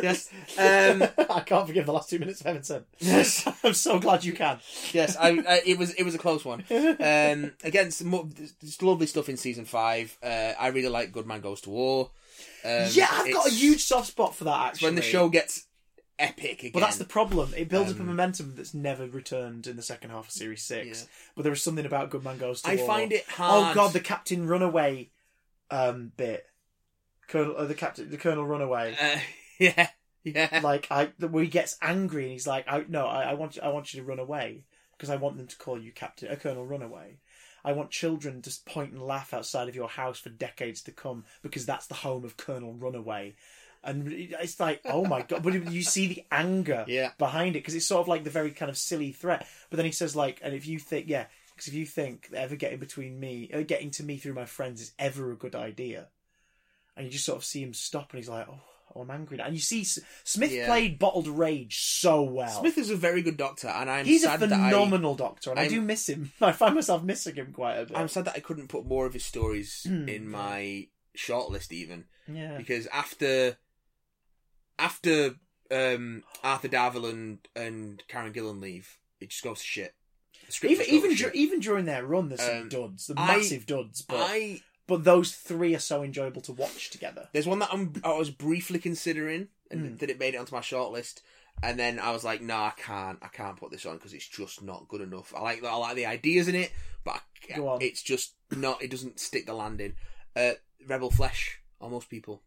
Speaker 2: Yes. Um,
Speaker 1: I can't forgive the last two minutes of Heaven Sent.
Speaker 2: Yes.
Speaker 1: I'm so glad you can.
Speaker 2: yes, I, I, it was it was a close one. Um, again, some more, there's lovely stuff in season five. Uh, I really like Good Man Goes to War. Um,
Speaker 1: yeah, I've got a
Speaker 2: it's-
Speaker 1: huge soft spot for that.
Speaker 2: it's
Speaker 1: Actually,
Speaker 2: when the show gets epic again.
Speaker 1: But that's the problem. It builds up a
Speaker 2: Um,
Speaker 1: momentum that's never returned in the second half of Series Six.
Speaker 2: Yeah.
Speaker 1: But there is something about Goodman Goes to
Speaker 2: I
Speaker 1: War.
Speaker 2: find it
Speaker 1: Oh
Speaker 2: hard.
Speaker 1: God, the Captain Runaway um, bit. Colonel, uh, the Captain, the Colonel Runaway.
Speaker 2: uh, yeah, yeah.
Speaker 1: like I, the- where he gets angry and he's like, "I no, I, I want, you, I want you to run away because I want them to call you Captain, uh, Colonel Runaway. I want children to point and laugh outside of your house for decades to come because that's the home of Colonel Runaway." And it- it's like, oh my god! But you see the anger
Speaker 2: Yeah.
Speaker 1: behind it because it's sort of like the very kind of silly threat. But then he says, like, and if you think, yeah, because if you think that ever getting between me, uh, getting to me through my friends is ever a good idea, and you just sort of see him stop, and he's like, oh, oh, I'm angry now. And you see S- Smith
Speaker 2: Yeah.
Speaker 1: played bottled rage so well.
Speaker 2: Smith is a very good doctor, and I'm
Speaker 1: he's a
Speaker 2: sad that
Speaker 1: phenomenal doctor, and i
Speaker 2: I'm-
Speaker 1: do miss him. I find myself missing him quite a bit.
Speaker 2: I, I'm sad that I couldn't put more of his stories
Speaker 1: Hmm.
Speaker 2: in my shortlist even
Speaker 1: yeah,
Speaker 2: because after after um, Arthur Davil and, and Karen Gillan leave, it just goes to shit. The script
Speaker 1: even
Speaker 2: just goes
Speaker 1: even
Speaker 2: to
Speaker 1: dur-
Speaker 2: shit.
Speaker 1: even during their run, there's some
Speaker 2: Um,
Speaker 1: duds, the
Speaker 2: I-
Speaker 1: massive duds, but
Speaker 2: I
Speaker 1: but those three are so enjoyable to watch together.
Speaker 2: there's one that I'm, I was briefly considering and
Speaker 1: Hmm.
Speaker 2: that it made it onto my shortlist, and then I was like, no, I can't, I can't put this on because it's just not good enough. I like I like the ideas in it, but I,
Speaker 1: Go on.
Speaker 2: it's just not. It doesn't stick the landing. Uh, Rebel Flesh, almost people.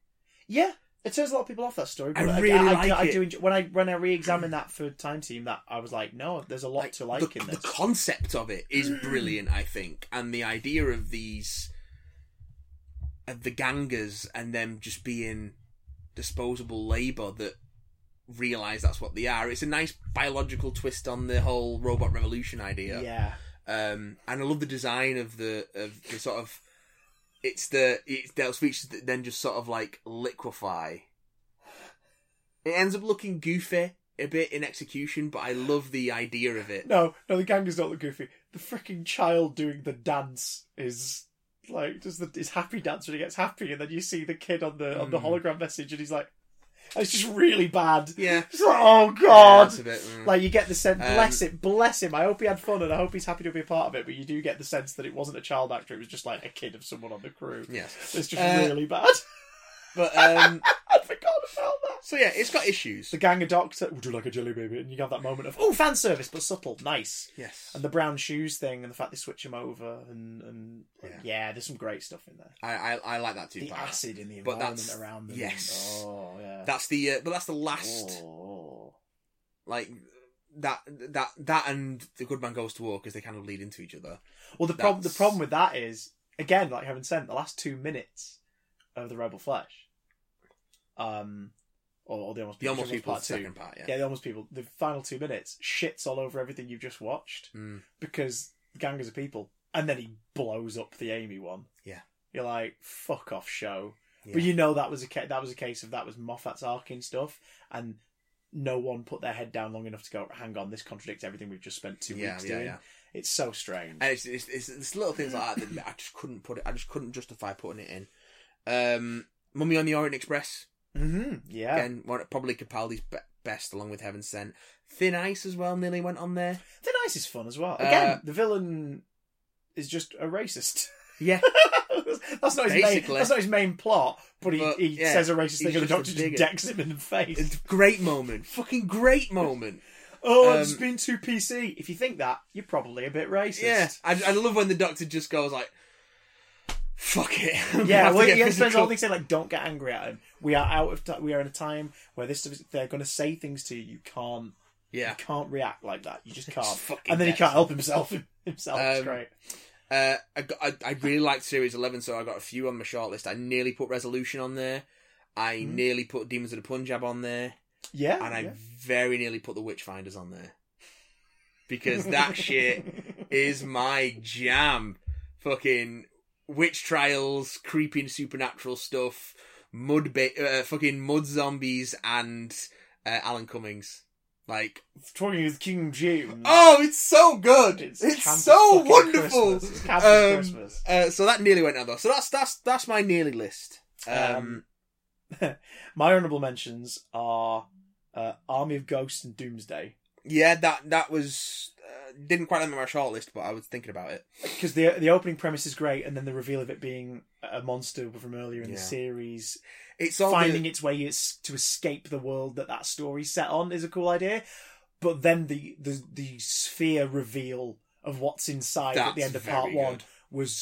Speaker 1: Yeah, it turns a lot of people off that story. But
Speaker 2: I
Speaker 1: I
Speaker 2: really
Speaker 1: I, I,
Speaker 2: like
Speaker 1: I do
Speaker 2: it.
Speaker 1: enjoy, when I when I re-examined that for time team. That I was like, no, there's a lot to like
Speaker 2: the,
Speaker 1: in
Speaker 2: the
Speaker 1: this.
Speaker 2: concept of it is brilliant, I think, and the idea of these of the gangers and them just being disposable labour that realise that's what they are. It's a nice biological twist on the whole robot revolution idea.
Speaker 1: yeah,
Speaker 2: Um, and I love the design of the of the sort of it's the it's those features that then just sort of like liquefy. It ends up looking goofy a bit in execution, but I love the idea of it.
Speaker 1: no, no, the gang does not look goofy. The freaking child doing the dance is like just the is happy dance when he gets happy, and then you see the kid on the on the
Speaker 2: Mm.
Speaker 1: hologram message, and he's like, and it's just really bad.
Speaker 2: Yeah.
Speaker 1: It's like, oh
Speaker 2: Yeah,
Speaker 1: god.
Speaker 2: that's a bit, mm.
Speaker 1: like you get the sense,
Speaker 2: Um,
Speaker 1: bless it, bless him. I hope he had fun, and I hope he's happy to be a part of it. But you do get the sense that it wasn't a child actor; it was just like a kid of someone on the crew.
Speaker 2: yes.
Speaker 1: It's just
Speaker 2: Uh,
Speaker 1: really bad.
Speaker 2: But um,
Speaker 1: I'd forgotten about that.
Speaker 2: so yeah, it's got issues.
Speaker 1: The gang of doctor, would you like a jelly baby? And you have that moment of, oh, fan service, but subtle, nice.
Speaker 2: Yes.
Speaker 1: And the brown shoes thing, and the fact they switch them over, and, and yeah.
Speaker 2: Yeah.
Speaker 1: there's some great stuff in there.
Speaker 2: I, I I like that too.
Speaker 1: The
Speaker 2: Pat.
Speaker 1: acid in the
Speaker 2: But
Speaker 1: environment
Speaker 2: that's-
Speaker 1: around them.
Speaker 2: yes.
Speaker 1: Oh, yeah.
Speaker 2: That's the uh, but that's the last
Speaker 1: Oh.
Speaker 2: like that that that and the good man goes to war because they kind of lead into each other.
Speaker 1: Well, the problem the
Speaker 2: That's-
Speaker 1: problem with that is again, like having sent the last two minutes of the Rebel Flesh, um, or, or the almost
Speaker 2: The almost
Speaker 1: Rebel
Speaker 2: people
Speaker 1: part two.
Speaker 2: second part. Yeah.
Speaker 1: Yeah, the almost people. The final two minutes shits all over everything you've just watched.
Speaker 2: Mm.
Speaker 1: because gangers are people. And then he blows up the Amy one.
Speaker 2: Yeah.
Speaker 1: You're like, fuck off, show.
Speaker 2: Yeah.
Speaker 1: But you know that was a ca- that was a case of that was Moffat's arcing stuff, and no one put their head down long enough to go, hang on, this contradicts everything we've just spent two
Speaker 2: Yeah,
Speaker 1: weeks
Speaker 2: yeah,
Speaker 1: doing.
Speaker 2: yeah.
Speaker 1: It's so strange.
Speaker 2: And it's, it's, it's, it's little things like that that I just couldn't put it. I just couldn't justify putting it in. Um, Mummy on the Orient Express
Speaker 1: hmm Yeah.
Speaker 2: again, one- probably Capaldi's be- best, along with Heaven Sent. Thin Ice as well nearly went on there.
Speaker 1: Thin Ice is fun as well. Again,
Speaker 2: Uh,
Speaker 1: the villain is just a racist.
Speaker 2: Yeah,
Speaker 1: that's not his main.
Speaker 2: Basically.
Speaker 1: That's not his main plot. But he,
Speaker 2: But,
Speaker 1: he
Speaker 2: yeah,
Speaker 1: says a racist
Speaker 2: he's
Speaker 1: thing, and the
Speaker 2: just a
Speaker 1: doctor just
Speaker 2: bigot.
Speaker 1: decks him in the
Speaker 2: it's
Speaker 1: face.
Speaker 2: a great moment, fucking great moment.
Speaker 1: Oh,
Speaker 2: um,
Speaker 1: it's been too PC. If you think that, you're probably a bit racist.
Speaker 2: Yeah, I, I love when the Doctor just goes like, "Fuck it." We
Speaker 1: Yeah,
Speaker 2: have to
Speaker 1: well,
Speaker 2: get
Speaker 1: he spends
Speaker 2: physical.
Speaker 1: all these saying like, "Don't get angry at him. We are out of. T- we are in a time where this stuff is- they're going to say things to you. You can't.
Speaker 2: Yeah,
Speaker 1: You can't react like that. You just can't.
Speaker 2: fucking
Speaker 1: and then he
Speaker 2: dead.
Speaker 1: can't help himself. Himself, it's
Speaker 2: Um,
Speaker 1: great.
Speaker 2: uh, I, got, I I really liked Series Eleven, so I got a few on my shortlist. I nearly put Resolution on there. I
Speaker 1: Mhm.
Speaker 2: nearly put Demons of the Punjab on there,
Speaker 1: Yeah,
Speaker 2: and I
Speaker 1: Oh, yeah.
Speaker 2: very nearly put the Witchfinders on there because that shit is my jam. Fucking witch trials, creeping supernatural stuff, mud, ba- uh, fucking mud zombies, and uh, Alan Cummings. Like,
Speaker 1: talking with King June.
Speaker 2: oh, it's so good! It's,
Speaker 1: camp as
Speaker 2: so
Speaker 1: fucking
Speaker 2: wonderful.
Speaker 1: Christmas. It's camp as
Speaker 2: Um,
Speaker 1: Christmas.
Speaker 2: Uh, so that nearly went out though. So that's that's that's my nearly list. Um,
Speaker 1: Um, My honourable mentions are uh, Army of Ghosts and Doomsday
Speaker 2: yeah, that that was uh, didn't quite end on my shortlist, but I was thinking about it.
Speaker 1: because the the opening premise is great, and then the reveal of it being a monster from earlier in the
Speaker 2: Yeah.
Speaker 1: series,
Speaker 2: It's all
Speaker 1: finding
Speaker 2: the,
Speaker 1: its way es- to escape the world that that story set on is a cool idea. But then the the, the sphere reveal of what's inside at the
Speaker 2: that's
Speaker 1: end of
Speaker 2: very
Speaker 1: part one
Speaker 2: good.
Speaker 1: was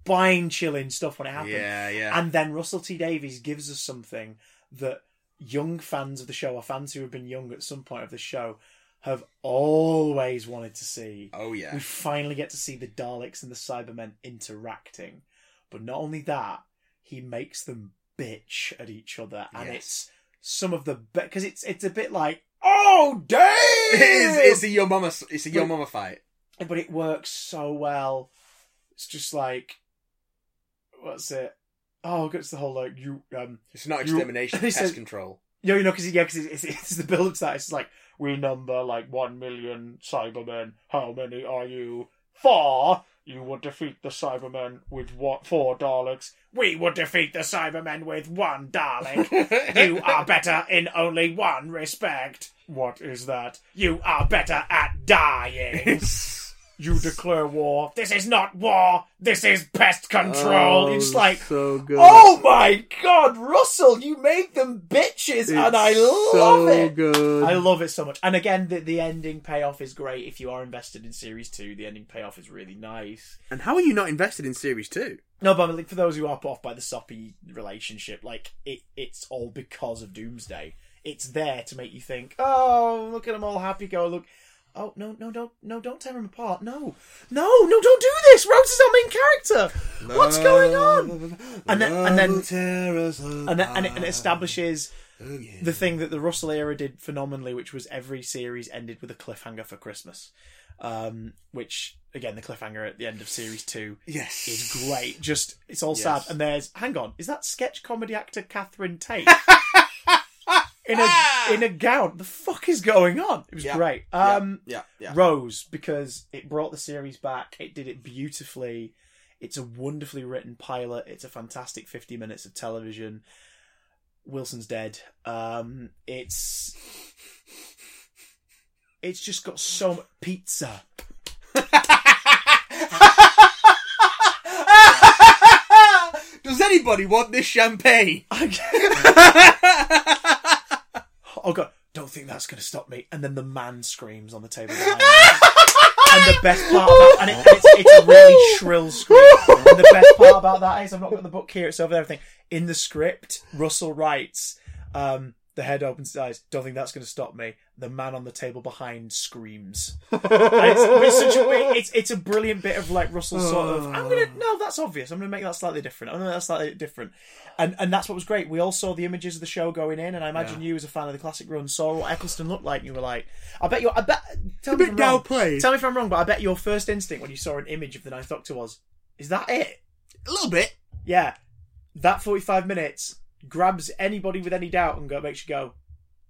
Speaker 1: spine chilling stuff when it happened.
Speaker 2: Yeah, yeah.
Speaker 1: And then Russell T Davies gives us something that young fans of the show or fans who have been young at some point of the show have always wanted to see.
Speaker 2: oh yeah.
Speaker 1: We finally get to see the Daleks and the Cybermen interacting. But not only that, he makes them bitch at each other and
Speaker 2: Yes.
Speaker 1: it's some of the because it's it's a bit like oh damn
Speaker 2: it's, it's a your mama. It's a your mama fight.
Speaker 1: but it works so well. It's just like, what's it? Oh, it's the whole like you um
Speaker 2: It's not
Speaker 1: You-
Speaker 2: extermination.
Speaker 1: he
Speaker 2: It's
Speaker 1: says-
Speaker 2: pest control.
Speaker 1: no you know because yeah because it's, it's, it's the build up to that it's just like we number like one million Cybermen. How many are you? Four. You would defeat the Cybermen with what four Daleks? We would defeat the Cybermen with one Dalek. You are better in only one respect. What is that? You are better at dying. You declare war. This is not war. This is pest control. it's like,
Speaker 2: so good.
Speaker 1: oh my god, Russell, you make them bitches, and I love it.
Speaker 2: Good.
Speaker 1: I love it so much. And again, the, the ending payoff is great. If you are invested in series two, the ending payoff is really nice.
Speaker 2: and how are you not invested in series two?
Speaker 1: No, but like, for those who are put off by the soppy relationship, like it, it's all because of Doomsday. It's there to make you think, oh, look at them all happy go. Look, oh no, no, don't, no, don't tear them apart. No, no, no, don't do this. Rose is our main character. What's going on? And then- and then- And, it- and,
Speaker 2: Ah.
Speaker 1: it, and it establishes the thing that the Russell era did phenomenally, which was every series ended with a cliffhanger for Christmas. Um, which again, the cliffhanger at the end of series two
Speaker 2: yes
Speaker 1: is great. Just it's all sad.
Speaker 2: Yes.
Speaker 1: And there's hang on, is that sketch comedy actor Catherine Tate in a in a gown? The fuck is going on? It was
Speaker 2: Yeah.
Speaker 1: great.
Speaker 2: Yeah,
Speaker 1: Um,
Speaker 2: yeah, yeah.
Speaker 1: Rose because it brought the series back. It did it beautifully. It's a wonderfully written pilot. It's a fantastic 50 minutes of television. Wilson's dead. Um, it's it's just got so much pizza.
Speaker 2: Does anybody want this champagne?
Speaker 1: oh god, don't think that's going to stop me. And then the man screams on the table. behind me. And the best part about and it, and it's, it's a really shrill scream. And the best part about that is I've not got the book here; it's over there. Everything in the script. Russell writes, um, "The head opens his eyes. Don't think that's going to stop me." The man on the table behind screams. And it's, but it's such a it's it's a brilliant bit of like Russell sort of I'm gonna no that's obvious I'm gonna make that slightly different I'm gonna make that slightly different and and that's what was great we all saw the images of the show going in and I imagine you as a fan of the classic run saw what Eccleston looked like and you were like I bet you I bet tell me
Speaker 2: bit
Speaker 1: if I'm wrong.
Speaker 2: downplayed.
Speaker 1: tell me if I'm wrong but I bet your first instinct when you saw an image of the Ninth Doctor was is that it
Speaker 2: A little bit.
Speaker 1: yeah that 45 minutes grabs anybody with any doubt and go makes you go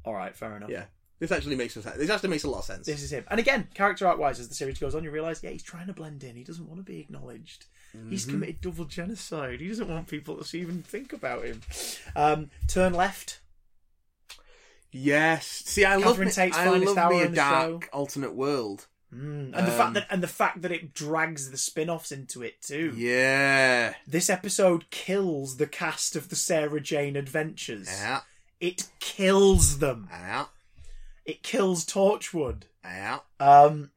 Speaker 1: all right, fair enough.
Speaker 2: Yeah. This actually makes some sense. This actually makes a lot of sense.
Speaker 1: This is him. And again, character art wise, as the series goes on, you realise, yeah, he's trying to blend in. He doesn't want to be acknowledged. He's
Speaker 2: Mm-hmm.
Speaker 1: committed double genocide. He doesn't want people to even think about him. Um, turn left.
Speaker 2: Yes. See, I love
Speaker 1: Catherine
Speaker 2: me,
Speaker 1: Tate's
Speaker 2: I
Speaker 1: finest
Speaker 2: love
Speaker 1: hour
Speaker 2: me a
Speaker 1: on the
Speaker 2: dark alternate world.
Speaker 1: Mm. And the
Speaker 2: Um,
Speaker 1: fact that and the fact that it drags the spin offs into it too.
Speaker 2: Yeah.
Speaker 1: This episode kills the cast of the Sarah Jane Adventures.
Speaker 2: Yeah.
Speaker 1: It kills them.
Speaker 2: Yeah.
Speaker 1: It kills Torchwood.
Speaker 2: Yeah.
Speaker 1: Um,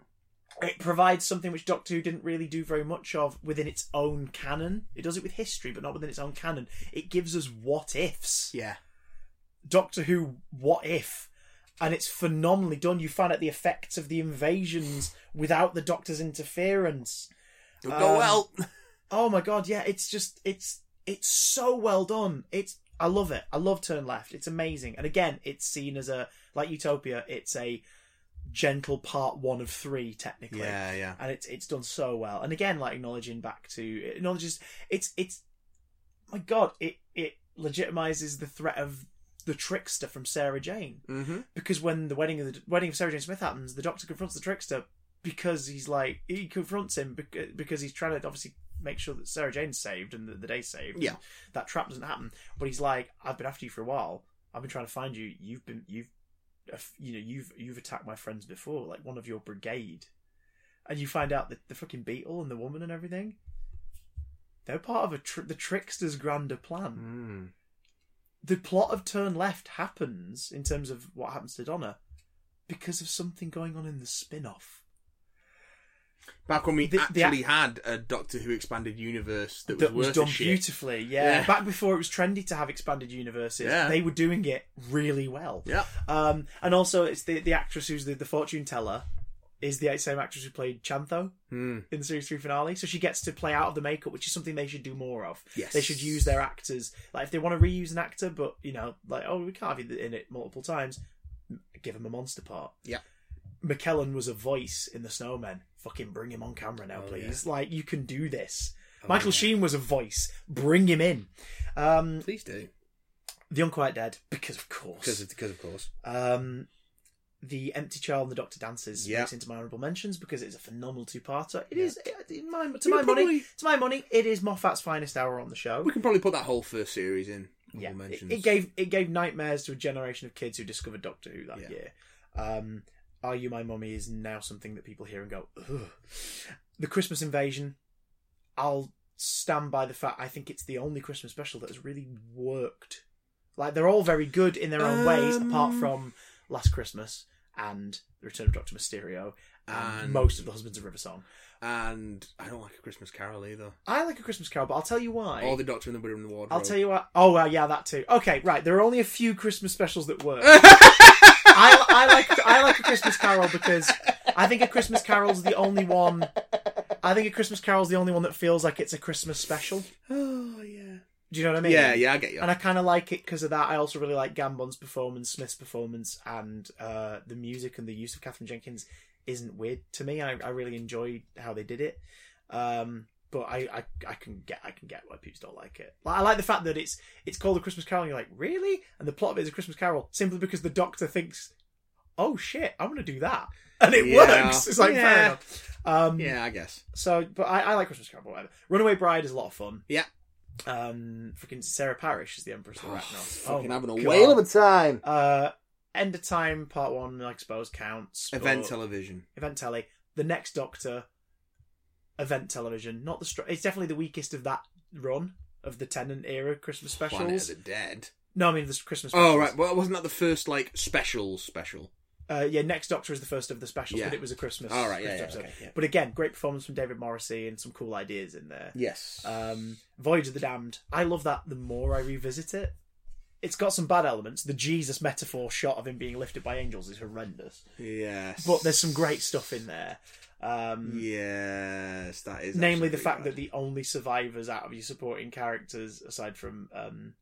Speaker 1: it provides something which Doctor Who didn't really do very much of within its own canon. It does it with history, but not within its own canon. It gives us what ifs.
Speaker 2: Yeah.
Speaker 1: Doctor Who, what if? And it's phenomenally done. You find out the effects of the invasions without the Doctor's interference.
Speaker 2: It'll go
Speaker 1: Um,
Speaker 2: well.
Speaker 1: Oh my god, yeah, it's just it's it's so well done. It's I love it. I love Turn Left. It's amazing. And again, it's seen as a like Utopia, it's a gentle part one of three technically.
Speaker 2: Yeah, yeah.
Speaker 1: And it's it's done so well. And again, like acknowledging back to it acknowledges it's it's my god, it it legitimizes the threat of the trickster from Sarah Jane
Speaker 2: Mm-hmm.
Speaker 1: because when the wedding of the wedding of Sarah Jane Smith happens, the Doctor confronts the trickster because he's like he confronts him bec- because he's trying to obviously make sure that Sarah Jane's saved and that the day's saved.
Speaker 2: Yeah.
Speaker 1: that trap doesn't happen. But he's like, I've been after you for a while. I've been trying to find you. You've been you've you know you've you've attacked my friends before, like one of your brigade. And you find out that the fucking beetle and the woman and everything, they're part of a tr- the trickster's grander plan
Speaker 2: Mm.
Speaker 1: the plot of Turn Left happens in terms of what happens to Donna because of something going on in the spin off.
Speaker 2: Back when we
Speaker 1: The- the
Speaker 2: actually had a Doctor Who expanded universe that was
Speaker 1: That
Speaker 2: worth
Speaker 1: was done
Speaker 2: a shit.
Speaker 1: beautifully, yeah.
Speaker 2: Yeah.
Speaker 1: Back before it was trendy to have expanded universes,
Speaker 2: Yeah.
Speaker 1: they were doing it really well.
Speaker 2: Yeah.
Speaker 1: Um, and also, it's the, the actress who's the, the fortune teller is the same actress who played Chantho
Speaker 2: Mm.
Speaker 1: in the series three finale, so she gets to play out of the makeup, which is something they should do more of.
Speaker 2: Yes.
Speaker 1: They should use their actors. Like if they want to reuse an actor, but you know, like oh, we can't have you in it multiple times. m- Give him a monster part.
Speaker 2: Yeah.
Speaker 1: McKellen was a voice in the Snowmen. Fucking bring him on camera now,
Speaker 2: Oh,
Speaker 1: please. Like you can do this.
Speaker 2: Oh,
Speaker 1: Michael
Speaker 2: yeah.
Speaker 1: Sheen was a voice. Bring him in. Um,
Speaker 2: Please do.
Speaker 1: the Unquiet Dead, because of
Speaker 2: Because
Speaker 1: course.
Speaker 2: of, because of course.
Speaker 1: Um, the Empty Child and the Doctor Dances
Speaker 2: Yeah.
Speaker 1: makes into my honourable mentions because it's a phenomenal two-parter. It
Speaker 2: Yeah.
Speaker 1: is in my to
Speaker 2: We
Speaker 1: my money.
Speaker 2: could probably-
Speaker 1: To my money, it is Moffat's finest hour on the show.
Speaker 2: We can probably put that whole first series in.
Speaker 1: yeah,
Speaker 2: honorable
Speaker 1: it,
Speaker 2: mentions.
Speaker 1: it gave it gave nightmares to a generation of kids who discovered Doctor Who that
Speaker 2: Yeah.
Speaker 1: year. Um, Are You My Mummy is now something that people hear and go, Ugh. The Christmas Invasion. I'll stand by the fact I think it's the only Christmas special that has really worked. Like they're all very good in their own ways, apart
Speaker 2: Um,
Speaker 1: from Last Christmas and The Return of Doctor Mysterio and,
Speaker 2: And-
Speaker 1: most of the Husbands of River Song.
Speaker 2: And I don't like A Christmas Carol either.
Speaker 1: I like a Christmas Carol, but I'll tell you why.
Speaker 2: Or The Doctor and the Widow in the Wardrobe.
Speaker 1: I'll tell you what. Oh, well, yeah, that too. Okay, right. There are only a few Christmas specials that work. I, I like I like a Christmas Carol because I think a Christmas Carol's the only one. I think a Christmas Carol's the only one that feels like it's a Christmas special.
Speaker 2: Oh, yeah.
Speaker 1: Do you know what I mean?
Speaker 2: Yeah, yeah, I get you.
Speaker 1: And I kind of like it because of that. I also really like Gambon's performance, Smith's performance, and uh, the music and the use of Catherine Jenkins isn't weird to me. I, I really enjoy how they did it. Um, but I, I, I can get I can get why people don't like it. Like, I like the fact that it's it's called a Christmas Carol. and You're like, really? And the plot of it is a Christmas Carol simply because the Doctor thinks, oh shit, I'm gonna do that, and it
Speaker 2: Yeah.
Speaker 1: works. It's like fair
Speaker 2: Yeah.
Speaker 1: enough. Um,
Speaker 2: Yeah, I guess.
Speaker 1: so, but I, I like Christmas Carol, but whatever. Runaway Bride is a lot of fun.
Speaker 2: Yeah. Oh,
Speaker 1: Um, freaking Sarah Parish is the Empress of Arachnos.
Speaker 2: fucking
Speaker 1: my
Speaker 2: having a
Speaker 1: oh, God.
Speaker 2: whale of a time.
Speaker 1: Uh, End of Time Part One, I suppose, counts. but-
Speaker 2: Event television.
Speaker 1: Event Telly. The Next Doctor. Event Television. Not the. Str- it's definitely the weakest of that run of the Tenant era Christmas
Speaker 2: Planet of
Speaker 1: specials.
Speaker 2: the Dead.
Speaker 1: No, I mean the Christmas. Specials.
Speaker 2: Oh right, well wasn't that the first like special special?
Speaker 1: Uh, yeah, Next Doctor is the first of the specials,
Speaker 2: Yeah.
Speaker 1: but it was a Christmas.
Speaker 2: All right, yeah,
Speaker 1: Christmas
Speaker 2: yeah,
Speaker 1: episode.
Speaker 2: okay, yeah.
Speaker 1: But again, great performance from David Morrissey and some cool ideas in there.
Speaker 2: Yes.
Speaker 1: Um, Voyage of the Damned. I love that the more I revisit it. It's got some bad elements. The Jesus metaphor shot of him being lifted by angels is horrendous.
Speaker 2: yes.
Speaker 1: But there's some great stuff in there. Um,
Speaker 2: Yes, that is.
Speaker 1: namely, the
Speaker 2: absolutely
Speaker 1: fact that
Speaker 2: right.
Speaker 1: the only survivors out of your supporting characters, aside from um,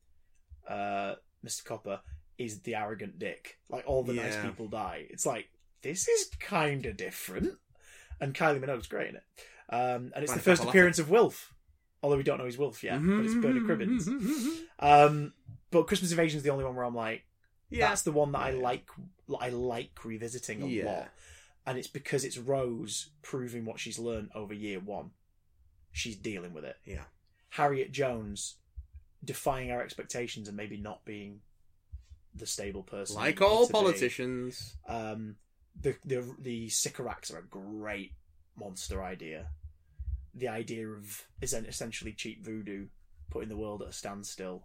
Speaker 1: uh, Mr. Copper, is the arrogant dick. Like, all the nice
Speaker 2: Yeah.
Speaker 1: people die. It's like, this is kind of different. And Kylie Minogue's great in it. Um, and it's
Speaker 2: Right,
Speaker 1: the first
Speaker 2: Papa Lappa.
Speaker 1: appearance of Wilf. Although we don't know he's
Speaker 2: Mm-hmm.
Speaker 1: Wilf yet, but it's Bernard Cribbins. Um, but Christmas Invasion is the only one where I'm like,
Speaker 2: Yeah.
Speaker 1: That's the one that I like. I like revisiting a
Speaker 2: Yeah.
Speaker 1: lot, and it's because it's Rose proving what she's learned over year one. She's dealing with it.
Speaker 2: Yeah.
Speaker 1: Harriet Jones defying our expectations and maybe not being the stable person. we
Speaker 2: like
Speaker 1: need
Speaker 2: all
Speaker 1: to be.
Speaker 2: politicians.
Speaker 1: Um, the the the Sycorax are a great monster idea. The idea of is essentially cheap voodoo putting the world at a standstill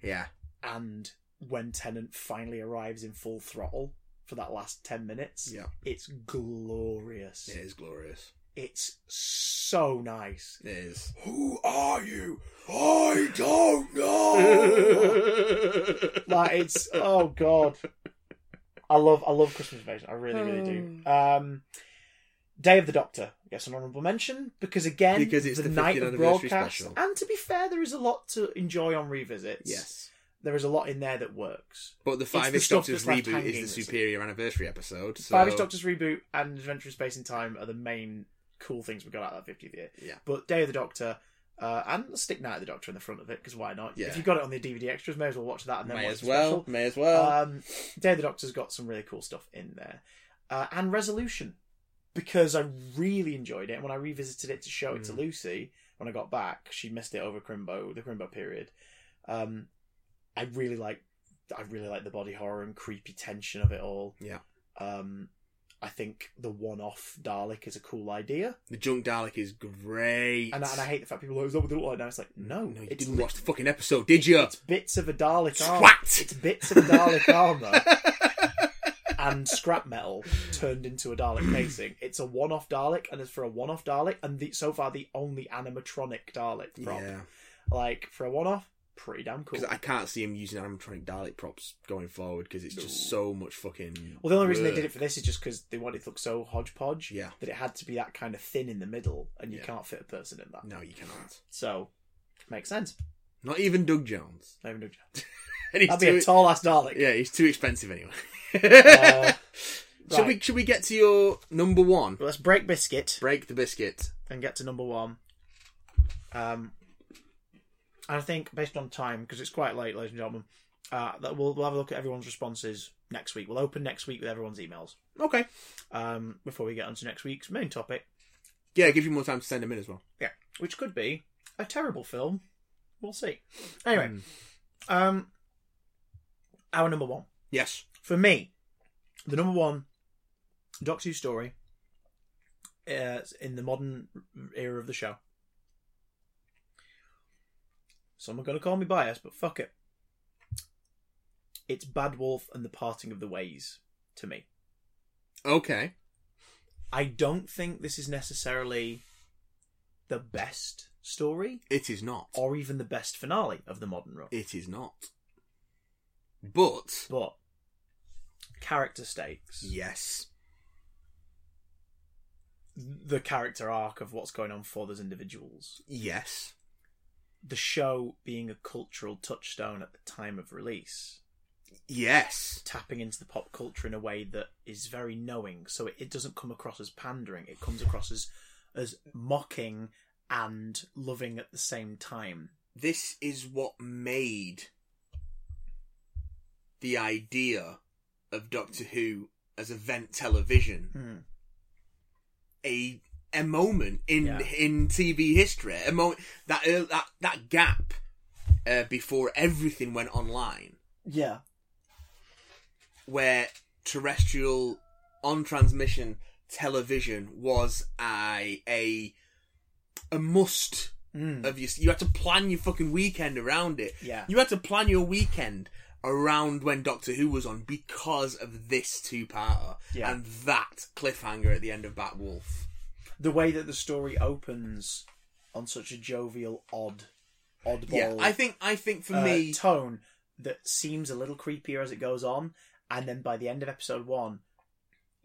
Speaker 2: Yeah.
Speaker 1: and when Tennant finally arrives in full throttle for that last 10 minutes,
Speaker 2: Yeah.
Speaker 1: it's glorious.
Speaker 2: It is glorious.
Speaker 1: It's so nice.
Speaker 2: It is.
Speaker 1: Who
Speaker 2: Are you? I don't
Speaker 1: Oh! Like it's oh god. I love I love Christmas Invasion. I really really do. Um Day of the Doctor gets an honourable mention because again
Speaker 2: Because it's the 50th anniversary special.
Speaker 1: and to be fair, there is a lot to enjoy on revisits.
Speaker 2: yes.
Speaker 1: there is a lot in there that works.
Speaker 2: But the
Speaker 1: the
Speaker 2: Five Ish
Speaker 1: stuff
Speaker 2: Doctors
Speaker 1: that's left
Speaker 2: reboot
Speaker 1: hanging
Speaker 2: is
Speaker 1: that's-
Speaker 2: the superior anniversary episode. So...
Speaker 1: Five Five Doctors reboot and Adventure in Space and Time are the main cool things we got out of that 50th year.
Speaker 2: Yeah.
Speaker 1: But Day of the Doctor uh, and stick Night of the Doctor in the front of it because why not?
Speaker 2: Yeah.
Speaker 1: If you got it on the DVD extras, may as well watch that and then
Speaker 2: May
Speaker 1: watch
Speaker 2: as
Speaker 1: the
Speaker 2: well.
Speaker 1: special.
Speaker 2: May as well.
Speaker 1: Um, Day of the Doctor's got some really cool stuff in there, uh, and Resolution because I really enjoyed it. And when I revisited it to show it to
Speaker 2: Mm.
Speaker 1: Lucy when I got back, she missed it over Crimbo, the Crimbo period. Um, I really like, I really like the body horror and creepy tension of it all.
Speaker 2: Yeah.
Speaker 1: Um, I think the one-off Dalek is a cool idea,
Speaker 2: the Junk Dalek is great.
Speaker 1: and, I- and I hate the fact people go, "Is that what they look like?" Now it's like, no,
Speaker 2: No, you
Speaker 1: it's
Speaker 2: didn't
Speaker 1: li-
Speaker 2: watch the fucking episode, did you?
Speaker 1: It's bits of a Dalek armor.
Speaker 2: Twat!
Speaker 1: It's bits of Dalek armor and scrap metal turned into a Dalek casing. It's a one-off Dalek, and it's for a one-off Dalek, and the, so far the only animatronic Dalek prop.
Speaker 2: Yeah,
Speaker 1: Like for a one-off, pretty damn cool.
Speaker 2: because I can't see him using animatronic Dalek props going forward because it's just so much fucking.
Speaker 1: well, the only reason they did it
Speaker 2: work.
Speaker 1: for this is just because they wanted it to look so hodgepodge
Speaker 2: Yeah.
Speaker 1: that it had to be that kind of thin in the middle, and you
Speaker 2: Yeah.
Speaker 1: can't fit a person in that.
Speaker 2: No, you cannot.
Speaker 1: So makes sense.
Speaker 2: Not even Doug Jones.
Speaker 1: Not even a joke.
Speaker 2: And he's
Speaker 1: That'd be a
Speaker 2: too-
Speaker 1: tall ass Dalek.
Speaker 2: Yeah, he's too expensive anyway.
Speaker 1: Uh,
Speaker 2: Should
Speaker 1: right.
Speaker 2: we should we get to your number one?
Speaker 1: But let's break biscuit
Speaker 2: Break the biscuit.
Speaker 1: and get to number one. Um, and I think based on time, because it's quite late, ladies and gentlemen, uh, that we'll, we'll have a look at everyone's responses next week. We'll open next week with everyone's emails
Speaker 2: Okay.
Speaker 1: um, before we get onto next week's main topic,
Speaker 2: Yeah, give you more time to send him in as well.
Speaker 1: which could be a terrible film. We'll see. Anyway,
Speaker 2: Hmm.
Speaker 1: um, our number one
Speaker 2: Yes.
Speaker 1: for me, the number one Doctor Who story uh, in the modern era of the show. Someone going to call me biased, but fuck it. It's Bad Wolf and the Parting of the Ways to me.
Speaker 2: Okay.
Speaker 1: I don't think this is necessarily the best story
Speaker 2: It is not.
Speaker 1: or even the best finale of the modern run.
Speaker 2: It is not. But
Speaker 1: But character stakes.
Speaker 2: yes.
Speaker 1: the character arc of what's going on for those individuals.
Speaker 2: Yes.
Speaker 1: The show being a cultural touchstone at the time of release,
Speaker 2: Yes.
Speaker 1: tapping into the pop culture in a way that is very knowing, so it, it doesn't come across as pandering. It comes across as as mocking and loving at the same time.
Speaker 2: This is what made the idea of Doctor Who as event television
Speaker 1: Hmm.
Speaker 2: a a moment in
Speaker 1: Yeah.
Speaker 2: in TV history, a moment that uh, that that gap uh, before everything went online,
Speaker 1: Yeah,
Speaker 2: where terrestrial on transmission television was a a a must of your. You had to plan your fucking weekend around it.
Speaker 1: Yeah.
Speaker 2: you had to plan your weekend around when Doctor Who was on because of this two-parter
Speaker 1: Yeah.
Speaker 2: and that cliffhanger at the end of Bat Wolf.
Speaker 1: the way that the story opens on such a jovial, odd, oddball.
Speaker 2: Yeah, I think I think for
Speaker 1: uh,
Speaker 2: me,
Speaker 1: tone that seems a little creepier as it goes on, and then by the end of episode one,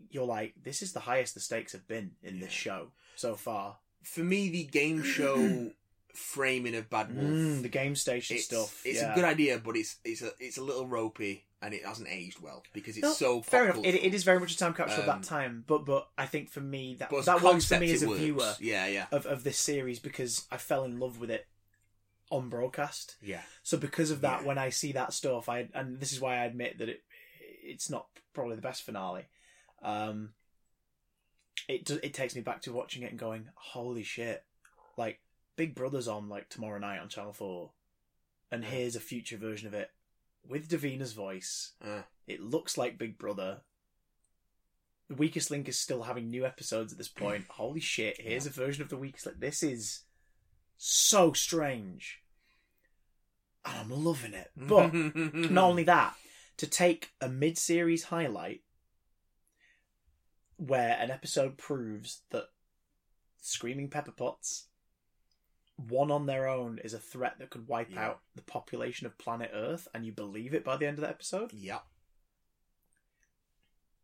Speaker 1: you're like, this is the highest the stakes have been in this show so far.
Speaker 2: for me, the game show framing of Bad Wolf,
Speaker 1: Mm, the game station
Speaker 2: it's,
Speaker 1: stuff.
Speaker 2: it's
Speaker 1: yeah.
Speaker 2: a good idea, but it's it's a it's a little ropey and it hasn't aged well because it's
Speaker 1: No,
Speaker 2: so
Speaker 1: fair
Speaker 2: pop
Speaker 1: enough. It, it is very much a time capsule of
Speaker 2: Um,
Speaker 1: that time, but but I think for me that
Speaker 2: cultural. But as a
Speaker 1: that works for
Speaker 2: concept,
Speaker 1: me as
Speaker 2: it
Speaker 1: a
Speaker 2: works.
Speaker 1: viewer
Speaker 2: Yeah, yeah,
Speaker 1: of of this series because I fell in love with it on broadcast.
Speaker 2: Yeah.
Speaker 1: So because of that, when I see that stuff, I and this is why I admit that it it's not probably the best finale. Um, it do, it takes me back to watching it and going, holy shit! Like Big Brother's on like tomorrow night on Channel Four, and here's a future version of it with Davina's voice.
Speaker 2: Uh,
Speaker 1: It looks like Big Brother. The Weakest Link is still having new episodes at this point. Holy shit, here's a version of The Weakest Link. This is so strange. And I'm loving it. But not only that, to take a mid series highlight where an episode proves that Screaming Pepperpots, one on their own, is a threat that could wipe
Speaker 2: Yeah.
Speaker 1: out the population of planet Earth, and you believe it by the end of the episode
Speaker 2: Yeah.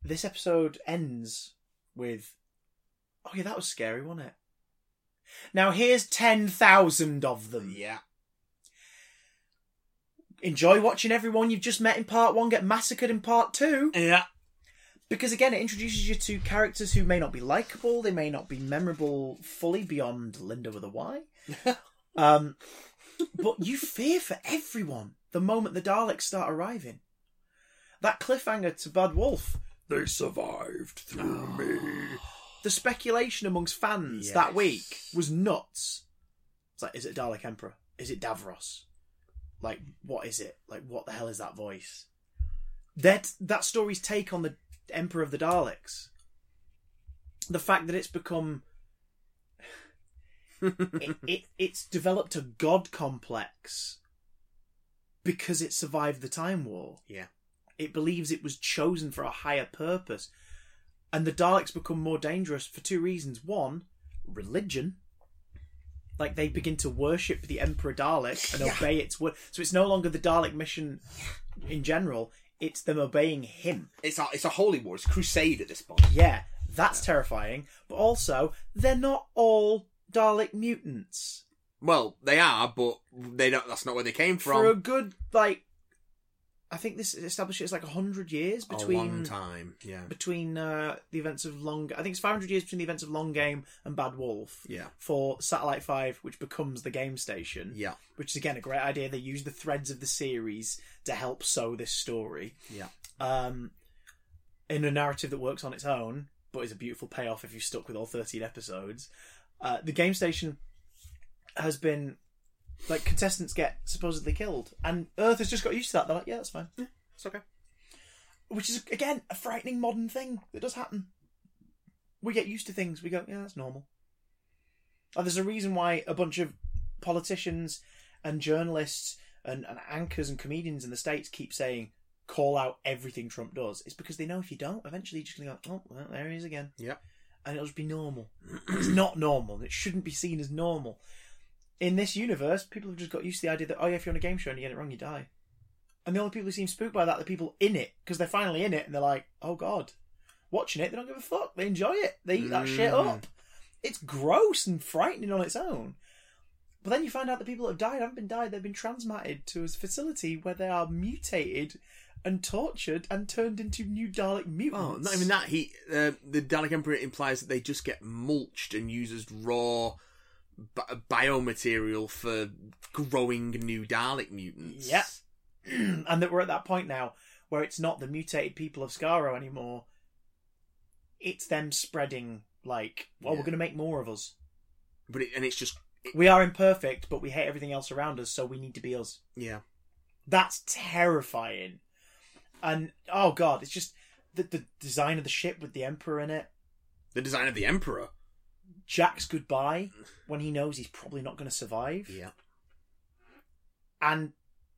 Speaker 1: this episode ends with oh yeah that was scary wasn't it now here's 10,000 of them
Speaker 2: Yeah.
Speaker 1: enjoy watching everyone you've just met in part 1 get massacred in part 2
Speaker 2: Yeah.
Speaker 1: because again it introduces you to characters who may not be likable they may not be memorable fully beyond linda with a y um, but you fear for everyone the moment the daleks start arriving that cliffhanger to bad wolf
Speaker 2: They survived through me.
Speaker 1: the speculation amongst fans
Speaker 2: Yes.
Speaker 1: that week was nuts. It's like, is it Dalek Emperor? Is it Davros? Like, what is it? Like, what the hell is that voice? That that story's take on the Emperor of the Daleks. The fact that it's become it, it it's developed a god complex because it survived the time war.
Speaker 2: Yeah.
Speaker 1: It believes it was chosen for a higher purpose. And the Daleks become more dangerous for two reasons. One, religion. Like they begin to worship the Emperor Dalek and obey its word. So it's no longer the Dalek mission in general, it's them obeying him.
Speaker 2: It's a it's a holy war. It's a crusade at this point.
Speaker 1: Yeah, that's terrifying. But also, they're not all Dalek mutants.
Speaker 2: Well, they are, but they don't. That's not where they came from.
Speaker 1: For a good, like, I think this establishes like 100 years between.
Speaker 2: a long time. Yeah.
Speaker 1: between uh, the events of Long. I think it's 500 years between the events of Long Game and Bad Wolf.
Speaker 2: Yeah.
Speaker 1: For Satellite Five, which becomes the game station.
Speaker 2: Yeah.
Speaker 1: Which is again a great idea. They use the threads of the series to help sow this story.
Speaker 2: Yeah.
Speaker 1: Um, in a narrative that works on its own, but is a beautiful payoff if you're stuck with all 13 episodes. Uh, the game station has been like contestants get supposedly killed, and Earth has just got used to that. They're like, yeah, that's fine
Speaker 2: It's okay.
Speaker 1: which is again a frightening modern thing that does happen. We get used to things. We go, yeah, that's normal. Like, there's a reason why a bunch of politicians and journalists and, and anchors and comedians in the states keep saying, "Call out everything Trump does." It's because they know if you don't, eventually you're just gonna go, "Oh, well, there he is again,"
Speaker 2: Yeah.
Speaker 1: and it'll just be normal. it's not normal. It shouldn't be seen as normal. In this universe, people have just got used to the idea that, oh yeah, if you're on a game show and you get it wrong, you die. And the only people who seem spooked by that are the people in it because they're finally in it and they're like, oh god, watching it, they don't give a fuck. They enjoy it. They eat that shit
Speaker 2: Mm.
Speaker 1: up. It's gross and frightening on its own. But then you find out the people that have died haven't been died. They've been transmitted to a facility where they are mutated and tortured and turned into new Dalek mutants.
Speaker 2: Well, Oh, not even that. He uh, the Dalek Emperor implies that they just get mulched and used as raw bi- biomaterial for growing new Dalek mutants.
Speaker 1: Yeah. and that we're at that point now where it's not the mutated people of Skaro anymore. It's them spreading like, well,
Speaker 2: Yeah.
Speaker 1: we're going to make more of us.
Speaker 2: But it, and it's just
Speaker 1: We are imperfect, but we hate everything else around us, so we need to be us.
Speaker 2: yeah.
Speaker 1: That's terrifying. And oh god, it's just the the design of the ship with the emperor in it.
Speaker 2: The design of the Emperor.
Speaker 1: Jack's goodbye when he knows he's probably not going to survive.
Speaker 2: Yeah.
Speaker 1: And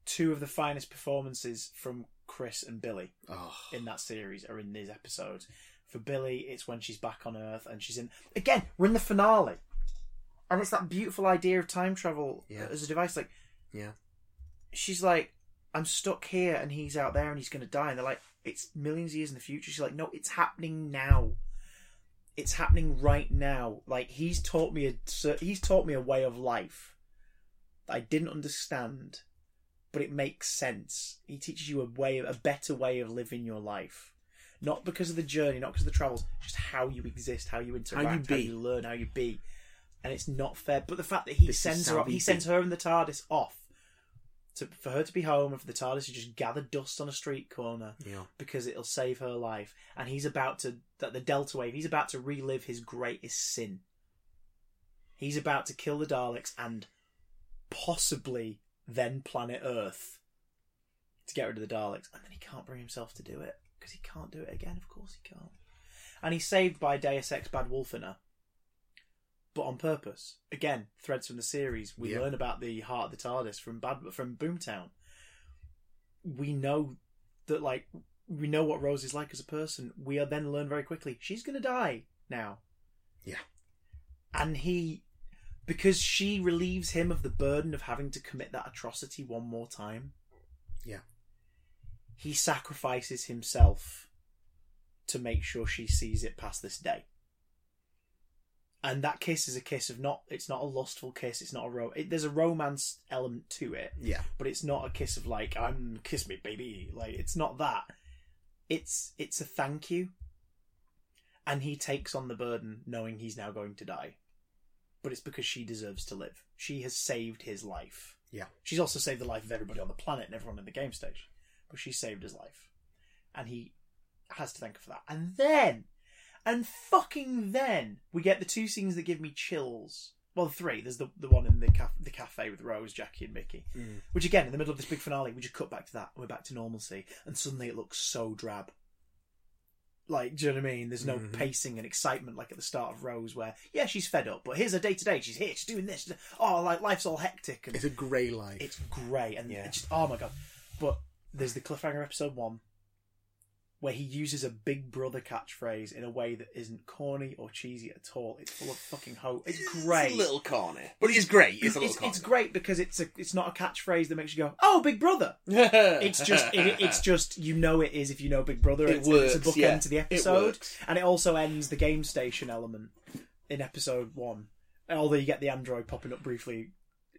Speaker 1: two of the finest performances from Chris and Billy.
Speaker 2: Oh.
Speaker 1: in that series are in these episodes. For Billy, it's when she's back on Earth and she's in. Again, we're in the finale. And it's that beautiful idea of time travel
Speaker 2: Yeah.
Speaker 1: as a device. Like,
Speaker 2: Yeah.
Speaker 1: she's like, I'm stuck here and he's out there and he's going to die. And they're like, it's millions of years in the future. She's like, no, it's happening now. It's happening right now. Like he's taught me a cer- he's taught me a way of life that I didn't understand, but it makes sense. He teaches you a way, a better way of living your life, not because of the journey, not because of the travels, just how you exist, how you interact, how you,
Speaker 2: be.
Speaker 1: learn, how you be. and it's not fair. But the fact that he
Speaker 2: This is
Speaker 1: sends her,
Speaker 2: Sal
Speaker 1: off, he
Speaker 2: Beatty.
Speaker 1: sends her and the TARDIS off to for her to be home, and for the TARDIS to just gather dust on a street corner
Speaker 2: Yeah.
Speaker 1: because it'll save her life. And he's about to that the Delta Wave. He's about to relive his greatest sin. He's about to kill the Daleks and possibly then planet Earth to get rid of the Daleks, and then he can't bring himself to do it because he can't do it again. Of course he can't. And he's saved by Deus Ex Bad Wolfiner, but on purpose. Again, threads from the series. We
Speaker 2: Yeah.
Speaker 1: learn about the heart of the TARDIS from Bad from Boomtown. We know that like we know what Rose is like as a person. We are then learn very quickly she's going to die now.
Speaker 2: Yeah.
Speaker 1: And he, because she relieves him of the burden of having to commit that atrocity one more time.
Speaker 2: Yeah.
Speaker 1: He sacrifices himself to make sure she sees it past this day. And that kiss is a kiss of not. It's not a lustful kiss. It's not a ro. It, there's a romance element to it
Speaker 2: Yeah.
Speaker 1: but it's not a kiss of like I'm kiss me baby like it's not that it's it's a thank you and he takes on the burden knowing he's now going to die but it's because she deserves to live she has saved his life
Speaker 2: Yeah.
Speaker 1: she's also saved the life of everybody on the planet and everyone in the game station but she saved his life and he has to thank her for that and then and fucking then we get the two scenes that give me chills well three there's the, the one in the, caf- the cafe with rose jackie and mickey which again, in the middle of this big finale, we just cut back to that and we're back to normalcy, and suddenly it looks so drab. Like, do you know what I mean? There's no
Speaker 2: Mhm.
Speaker 1: pacing and excitement like at the start of Rose, where yeah, she's fed up, but here's her day to day. She's here, she's doing this. she's- Oh, like life's all hectic and
Speaker 2: It's a grey life.
Speaker 1: it's great and
Speaker 2: Yeah.
Speaker 1: it's just, oh my god. But there's the cliffhanger episode one where he uses a big brother catchphrase in a way that isn't corny or cheesy at all. It's full of fucking hope. It's great.
Speaker 2: It's a little corny, but it's great. It's a little
Speaker 1: It's, it's great because it's a it's not a catchphrase that makes you go oh Big Brother.
Speaker 2: corny.
Speaker 1: It's just it, it's just you know it is if you know Big Brother.
Speaker 2: It
Speaker 1: it's,
Speaker 2: works,
Speaker 1: It's a bookend
Speaker 2: yeah.
Speaker 1: to the
Speaker 2: It
Speaker 1: episode,
Speaker 2: works.
Speaker 1: and it also ends the game station element in episode one. Although you get the android popping up briefly,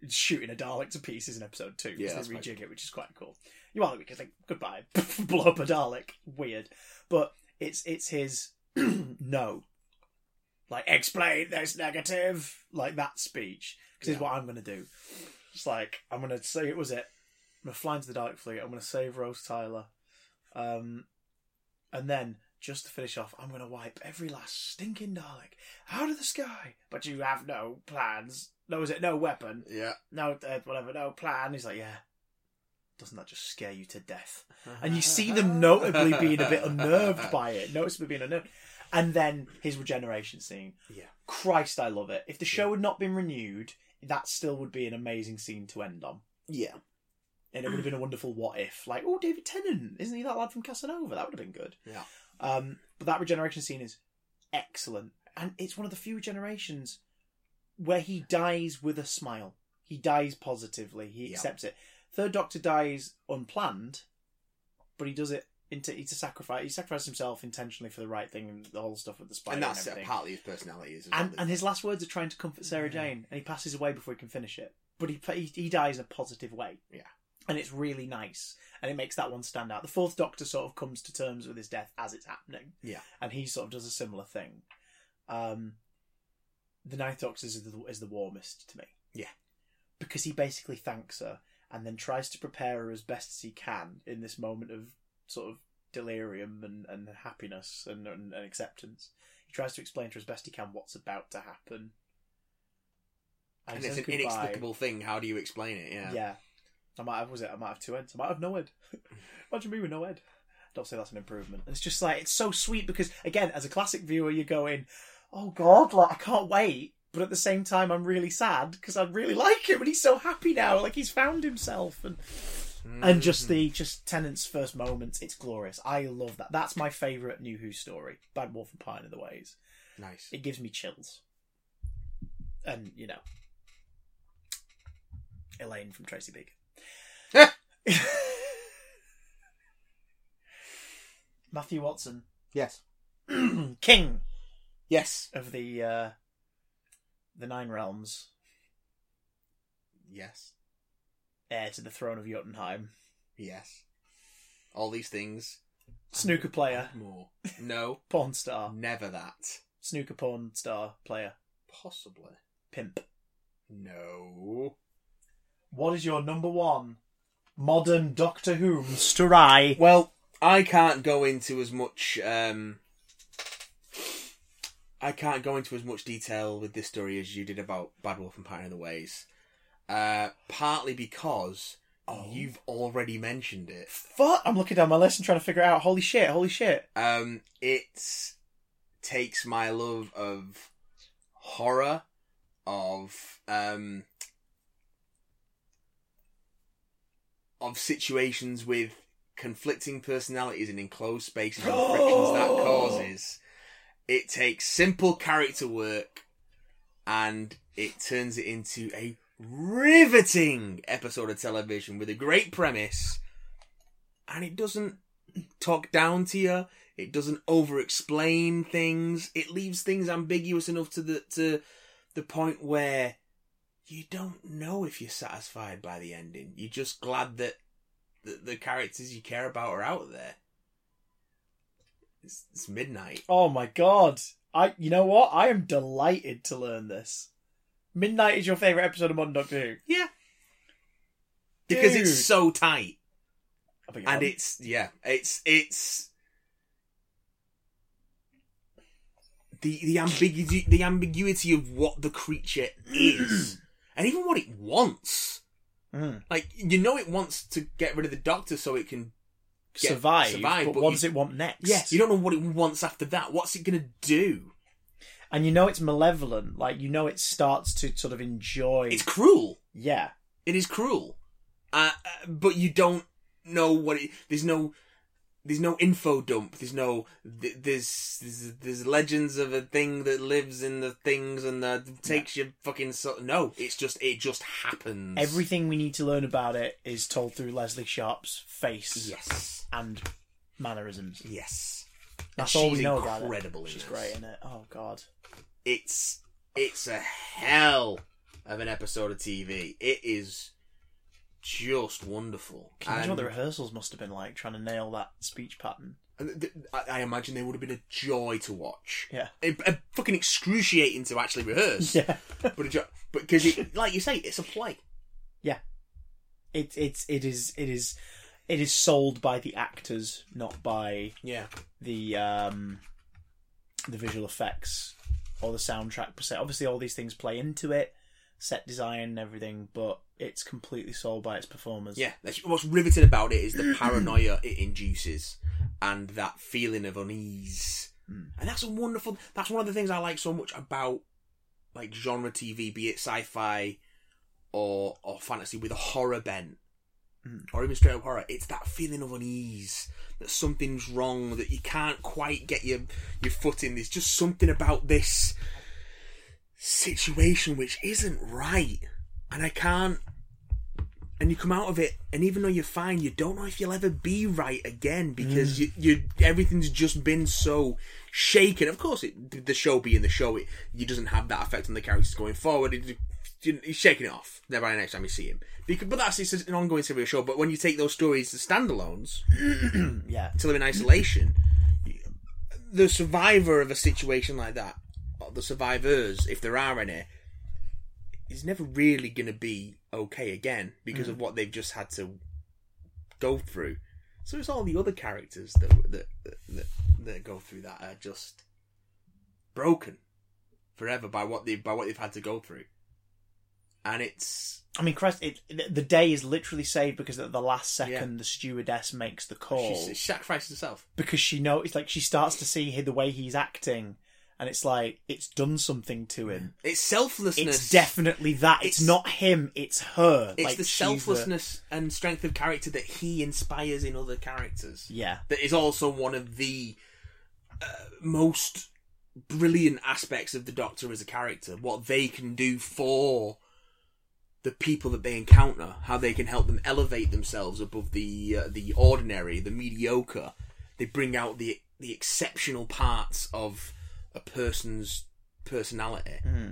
Speaker 1: shooting a Dalek to pieces in episode two.
Speaker 2: Yeah,
Speaker 1: Yeah,
Speaker 2: that's
Speaker 1: they
Speaker 2: quite
Speaker 1: rejig it, which is quite cool. You are because like goodbye, blow up a Dalek, weird. But it's it's his no, like explain this negative, like that speech. Because is
Speaker 2: Yeah.
Speaker 1: what I'm gonna do. It's like I'm gonna say it was it. I'm gonna fly into the Dalek fleet. I'm gonna save Rose Tyler, um, and then just to finish off, I'm gonna wipe every last stinking Dalek out of the sky. But you have no plans. No, is it no weapon?
Speaker 2: yeah,
Speaker 1: No, uh, whatever. No plan. He's like, yeah. Doesn't that just scare you to death? And you see them notably being a bit unnerved by it. Noticeably being unnerved. And then his regeneration scene.
Speaker 2: Yeah.
Speaker 1: Christ, I love it. If the show had not been renewed, that still would be an amazing scene to end on.
Speaker 2: yeah.
Speaker 1: And it would have been a wonderful what if. Like, oh, David Tennant, isn't he that lad from Casanova? That would have been good.
Speaker 2: Yeah.
Speaker 1: Um, but that regeneration scene is excellent. And it's one of the few generations where he dies with a smile. He dies positively. He
Speaker 2: Yeah.
Speaker 1: accepts it. Third Doctor dies unplanned, but he does it into he's a sacrifice. He sacrifices himself intentionally for the right thing and the whole stuff with the spider.
Speaker 2: And
Speaker 1: And,
Speaker 2: that's
Speaker 1: everything.
Speaker 2: partly his personality. Is
Speaker 1: And, and his last words are trying to comfort Sarah
Speaker 2: Yeah.
Speaker 1: Jane, and he passes away before he can finish it. But he, he he dies in a positive way.
Speaker 2: Yeah.
Speaker 1: and it's really nice, and it makes that one stand out. The Fourth Doctor sort of comes to terms with his death as it's happening.
Speaker 2: Yeah.
Speaker 1: and he sort of does a similar thing. Um, the Ninth Doctor is the, is the warmest to me.
Speaker 2: Yeah.
Speaker 1: because he basically thanks her and then tries to prepare her as best as he can in this moment of sort of delirium and, and happiness and, and, and acceptance. He tries to explain to her as best he can what's about to happen. he
Speaker 2: and it's
Speaker 1: says
Speaker 2: an
Speaker 1: goodbye.
Speaker 2: inexplicable thing. How do you explain it? Yeah.
Speaker 1: Yeah. I might have was it I might have two ends. I might have no end. Imagine me with no end. Don't say that's an improvement. It's just like it's so sweet because again, as a classic viewer, you're going, "Oh God, like I can't wait," but at the same time, I'm really sad because I really like him and he's so happy now, like he's found himself and
Speaker 2: Hmm.
Speaker 1: and just the just Tennant's first moments. It's glorious. I love that. That's my favorite New Who story, Bad Wolf and Pine of the Ways.
Speaker 2: Nice.
Speaker 1: It gives me chills. And, you know, Elaine from Tracy Beaker. Matthew Watson,
Speaker 2: Yes.
Speaker 1: king
Speaker 2: Yes.
Speaker 1: of the uh, the Nine Realms,
Speaker 2: Yes.
Speaker 1: heir to the throne of Jotunheim,
Speaker 2: Yes. All these things.
Speaker 1: snooker player,
Speaker 2: More. No.
Speaker 1: porn star,
Speaker 2: never that.
Speaker 1: snooker porn star player,
Speaker 2: Possibly.
Speaker 1: pimp.
Speaker 2: No.
Speaker 1: What is your number one modern Doctor Who Sturai?
Speaker 2: Well, I can't go into as much. Um, I can't go into as much detail with this story as you did about Bad Wolf and Pattern of the Ways. Uh, partly because you've already mentioned it.
Speaker 1: Fuck! I'm looking down my list and trying to figure it out. Holy shit! Holy shit!
Speaker 2: Um, it takes my love of horror, of um, of situations with conflicting personalities in enclosed spaces and the frictions that causes. It takes simple character work, and it turns it into a riveting episode of television with a great premise, and it doesn't talk down to you. It doesn't over explain things. It leaves things ambiguous enough to the to the point where you don't know if you're satisfied by the ending. You're just glad that the, the characters you care about are out there. It's, it's midnight.
Speaker 1: Oh my god! I, you know what? I am delighted to learn this. Midnight is your favorite episode of modern Doctor Who.
Speaker 2: Yeah. Because it's
Speaker 1: Dude.
Speaker 2: so tight.
Speaker 1: I beg your
Speaker 2: And
Speaker 1: pardon?
Speaker 2: it's yeah, it's it's the the ambiguity the ambiguity of what the creature is, and even what it wants.
Speaker 1: Mm.
Speaker 2: Like you know, it wants to get rid of the doctor so it can. get-
Speaker 1: survive,
Speaker 2: survive,
Speaker 1: but,
Speaker 2: but
Speaker 1: what
Speaker 2: you-
Speaker 1: does it want next?
Speaker 2: Yes, you don't know what it wants after that. What's it gonna do?
Speaker 1: and you know it's malevolent. Like you know it starts to sort of enjoy.
Speaker 2: It's cruel.
Speaker 1: yeah,
Speaker 2: It is cruel, uh, uh, but you don't know what it. There's no, there's no info dump. There's no. th- There's there's, there's legends of a thing that lives in the things and that takes your fucking. So- no, it's just it just happens.
Speaker 1: everything we need to learn about it is told through Leslie Sharp's face
Speaker 2: Yes.
Speaker 1: and mannerisms.
Speaker 2: Yes.
Speaker 1: That's
Speaker 2: And
Speaker 1: all
Speaker 2: she's
Speaker 1: we know
Speaker 2: incredible
Speaker 1: about
Speaker 2: in
Speaker 1: it. She's
Speaker 2: this.
Speaker 1: great in it. Oh god.
Speaker 2: it's it's a hell of an episode of TV. It is just wonderful.
Speaker 1: Can you imagine what
Speaker 2: And
Speaker 1: the rehearsals must have been like trying to nail that speech pattern?
Speaker 2: th- th- I I imagine they would have been a joy to watch.
Speaker 1: Yeah.
Speaker 2: A, a uh, fucking excruciating to actually rehearse.
Speaker 1: Yeah.
Speaker 2: But a jo- but because it, like you say, it's a play.
Speaker 1: It it's it is it is it is sold by the actors, not by
Speaker 2: Yeah.
Speaker 1: the um the visual effects or the soundtrack per se. Obviously all these things play into it, set design and everything, but it's completely sold by its performers.
Speaker 2: Yeah. That's, what's riveting about it is the paranoia it induces and that feeling of unease. And that's a wonderful. That's one of the things I like so much about like genre TV, be it sci-fi or or fantasy with a horror bent. Or even straight up horror, it's that feeling of unease that something's wrong, that you can't quite get your your foot in. There's just something about this situation which isn't right, and I can't. And you come out of it, and even though you're fine, you don't know if you'll ever be right again because you, you everything's just been so shaken. Of course, it, the show being the show, it you doesn't have that effect on the characters going forward. It, you- he's shaking it off. Never mind next time you see him. Because, but that's it's an ongoing serial show. But when you take those stories, the standalones,
Speaker 1: Yeah.
Speaker 2: to live in isolation. The survivor of a situation like that, or the survivors, if there are any, is never really going to be okay again
Speaker 1: Mm.
Speaker 2: because of what they've just had to go through. So it's all the other characters that that that, that go through that are just broken forever by what they by what they've had to go through, and it's
Speaker 1: I mean, Christ, it, the day is literally saved because at the last second,
Speaker 2: Yeah.
Speaker 1: the stewardess makes the call
Speaker 2: she's, she sacrificed herself.
Speaker 1: because she know it's like she starts to see the way he's acting, and it's like it's done something to him.
Speaker 2: It's selflessness.
Speaker 1: It's definitely that. It's,
Speaker 2: It's-
Speaker 1: not him. It's her.
Speaker 2: It's
Speaker 1: Like,
Speaker 2: the
Speaker 1: she's
Speaker 2: selflessness and strength of character that he inspires in other characters.
Speaker 1: yeah,
Speaker 2: That is also one of the uh, most brilliant aspects of the Doctor as a character. What they can do for the people that they encounter, how they can help them elevate themselves above the uh, the ordinary, the mediocre. They bring out the the exceptional parts of a person's personality.
Speaker 1: Hmm.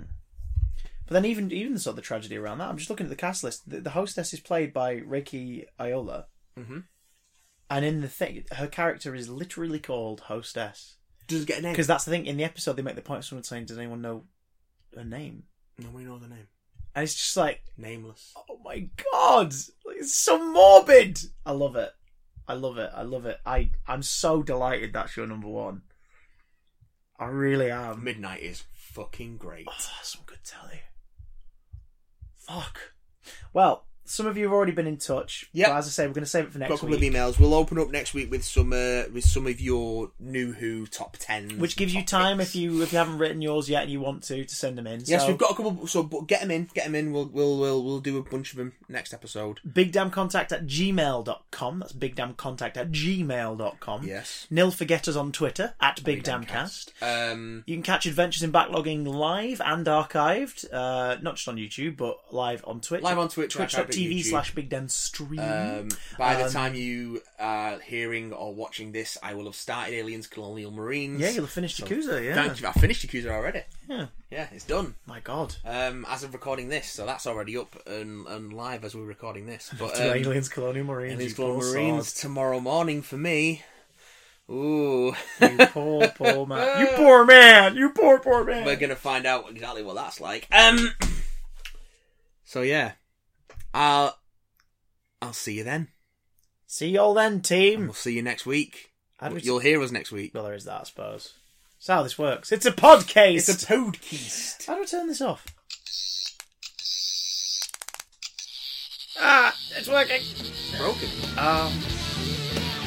Speaker 1: but then even even sort of the tragedy around that. I'm just looking at the cast list. The, the hostess is played by Reiki Iola,
Speaker 2: Mhm.
Speaker 1: and in the thing, her character is literally called hostess
Speaker 2: Doesn't get a name.
Speaker 1: because that's the thing. In the episode, they make the point of someone saying, "Does anyone know her name?"
Speaker 2: Nobody knows the name.
Speaker 1: And it's just like,
Speaker 2: Nameless.
Speaker 1: oh my god, it's so morbid. I love it. I love it. I love it. I I'm so delighted that's your number one. I really am.
Speaker 2: Midnight is fucking great.
Speaker 1: Oh, that's some good telly. Fuck. Well, some of you have already been in touch.
Speaker 2: Yep.
Speaker 1: But as I say, we're going to save it for
Speaker 2: Got a
Speaker 1: next
Speaker 2: couple of
Speaker 1: week,
Speaker 2: emails. We'll open up next week with some uh, with some of your new Who top ten,
Speaker 1: which gives you time if you if you haven't written yours yet and you want to to send them in.
Speaker 2: Yes,
Speaker 1: So,
Speaker 2: we've got a couple. So but get them in, get them in. We'll we'll we'll we'll do a bunch of them next episode.
Speaker 1: bigdamcontact at gmail.com. That's bigdamcontact at gmail.com.
Speaker 2: Yes.
Speaker 1: Nil forget us on Twitter at Big, Damn Cast.
Speaker 2: Um.
Speaker 1: You can catch Adventures in Backlogging live and archived, uh, not just on YouTube, but live on Twitch.
Speaker 2: Live on Twitch, archived at
Speaker 1: Twitch.tv
Speaker 2: YouTube.
Speaker 1: slash Big Damn Stream.
Speaker 2: Um, by the time you are hearing or watching this, I will have started Aliens Colonial Marines.
Speaker 1: yeah, you'll have finished Yakuza, yeah.
Speaker 2: Thank you. I finished Yakuza already.
Speaker 1: Yeah.
Speaker 2: Yeah, it's done.
Speaker 1: My god.
Speaker 2: Um, as of recording this, so that's already up and, and live as we're recording this. But
Speaker 1: To
Speaker 2: um,
Speaker 1: aliens, Colonial Marines.
Speaker 2: Aliens
Speaker 1: you
Speaker 2: Colonial
Speaker 1: poor
Speaker 2: Marines tomorrow morning for me. Ooh,
Speaker 1: sod. You poor, poor man. You poor man. You poor, poor man.
Speaker 2: we're gonna find out exactly what that's like. Um. So yeah, I'll I'll see you then.
Speaker 1: See y'all then, team.
Speaker 2: We'll see you next week.
Speaker 1: Hmm. I'd be-
Speaker 2: You'll hear us next week.
Speaker 1: Well, there is that, I suppose. That's how this works. It's a podcast.
Speaker 2: It's a podcast.
Speaker 1: How do I turn this off? Ah, it's working.
Speaker 2: Broken.
Speaker 1: Um.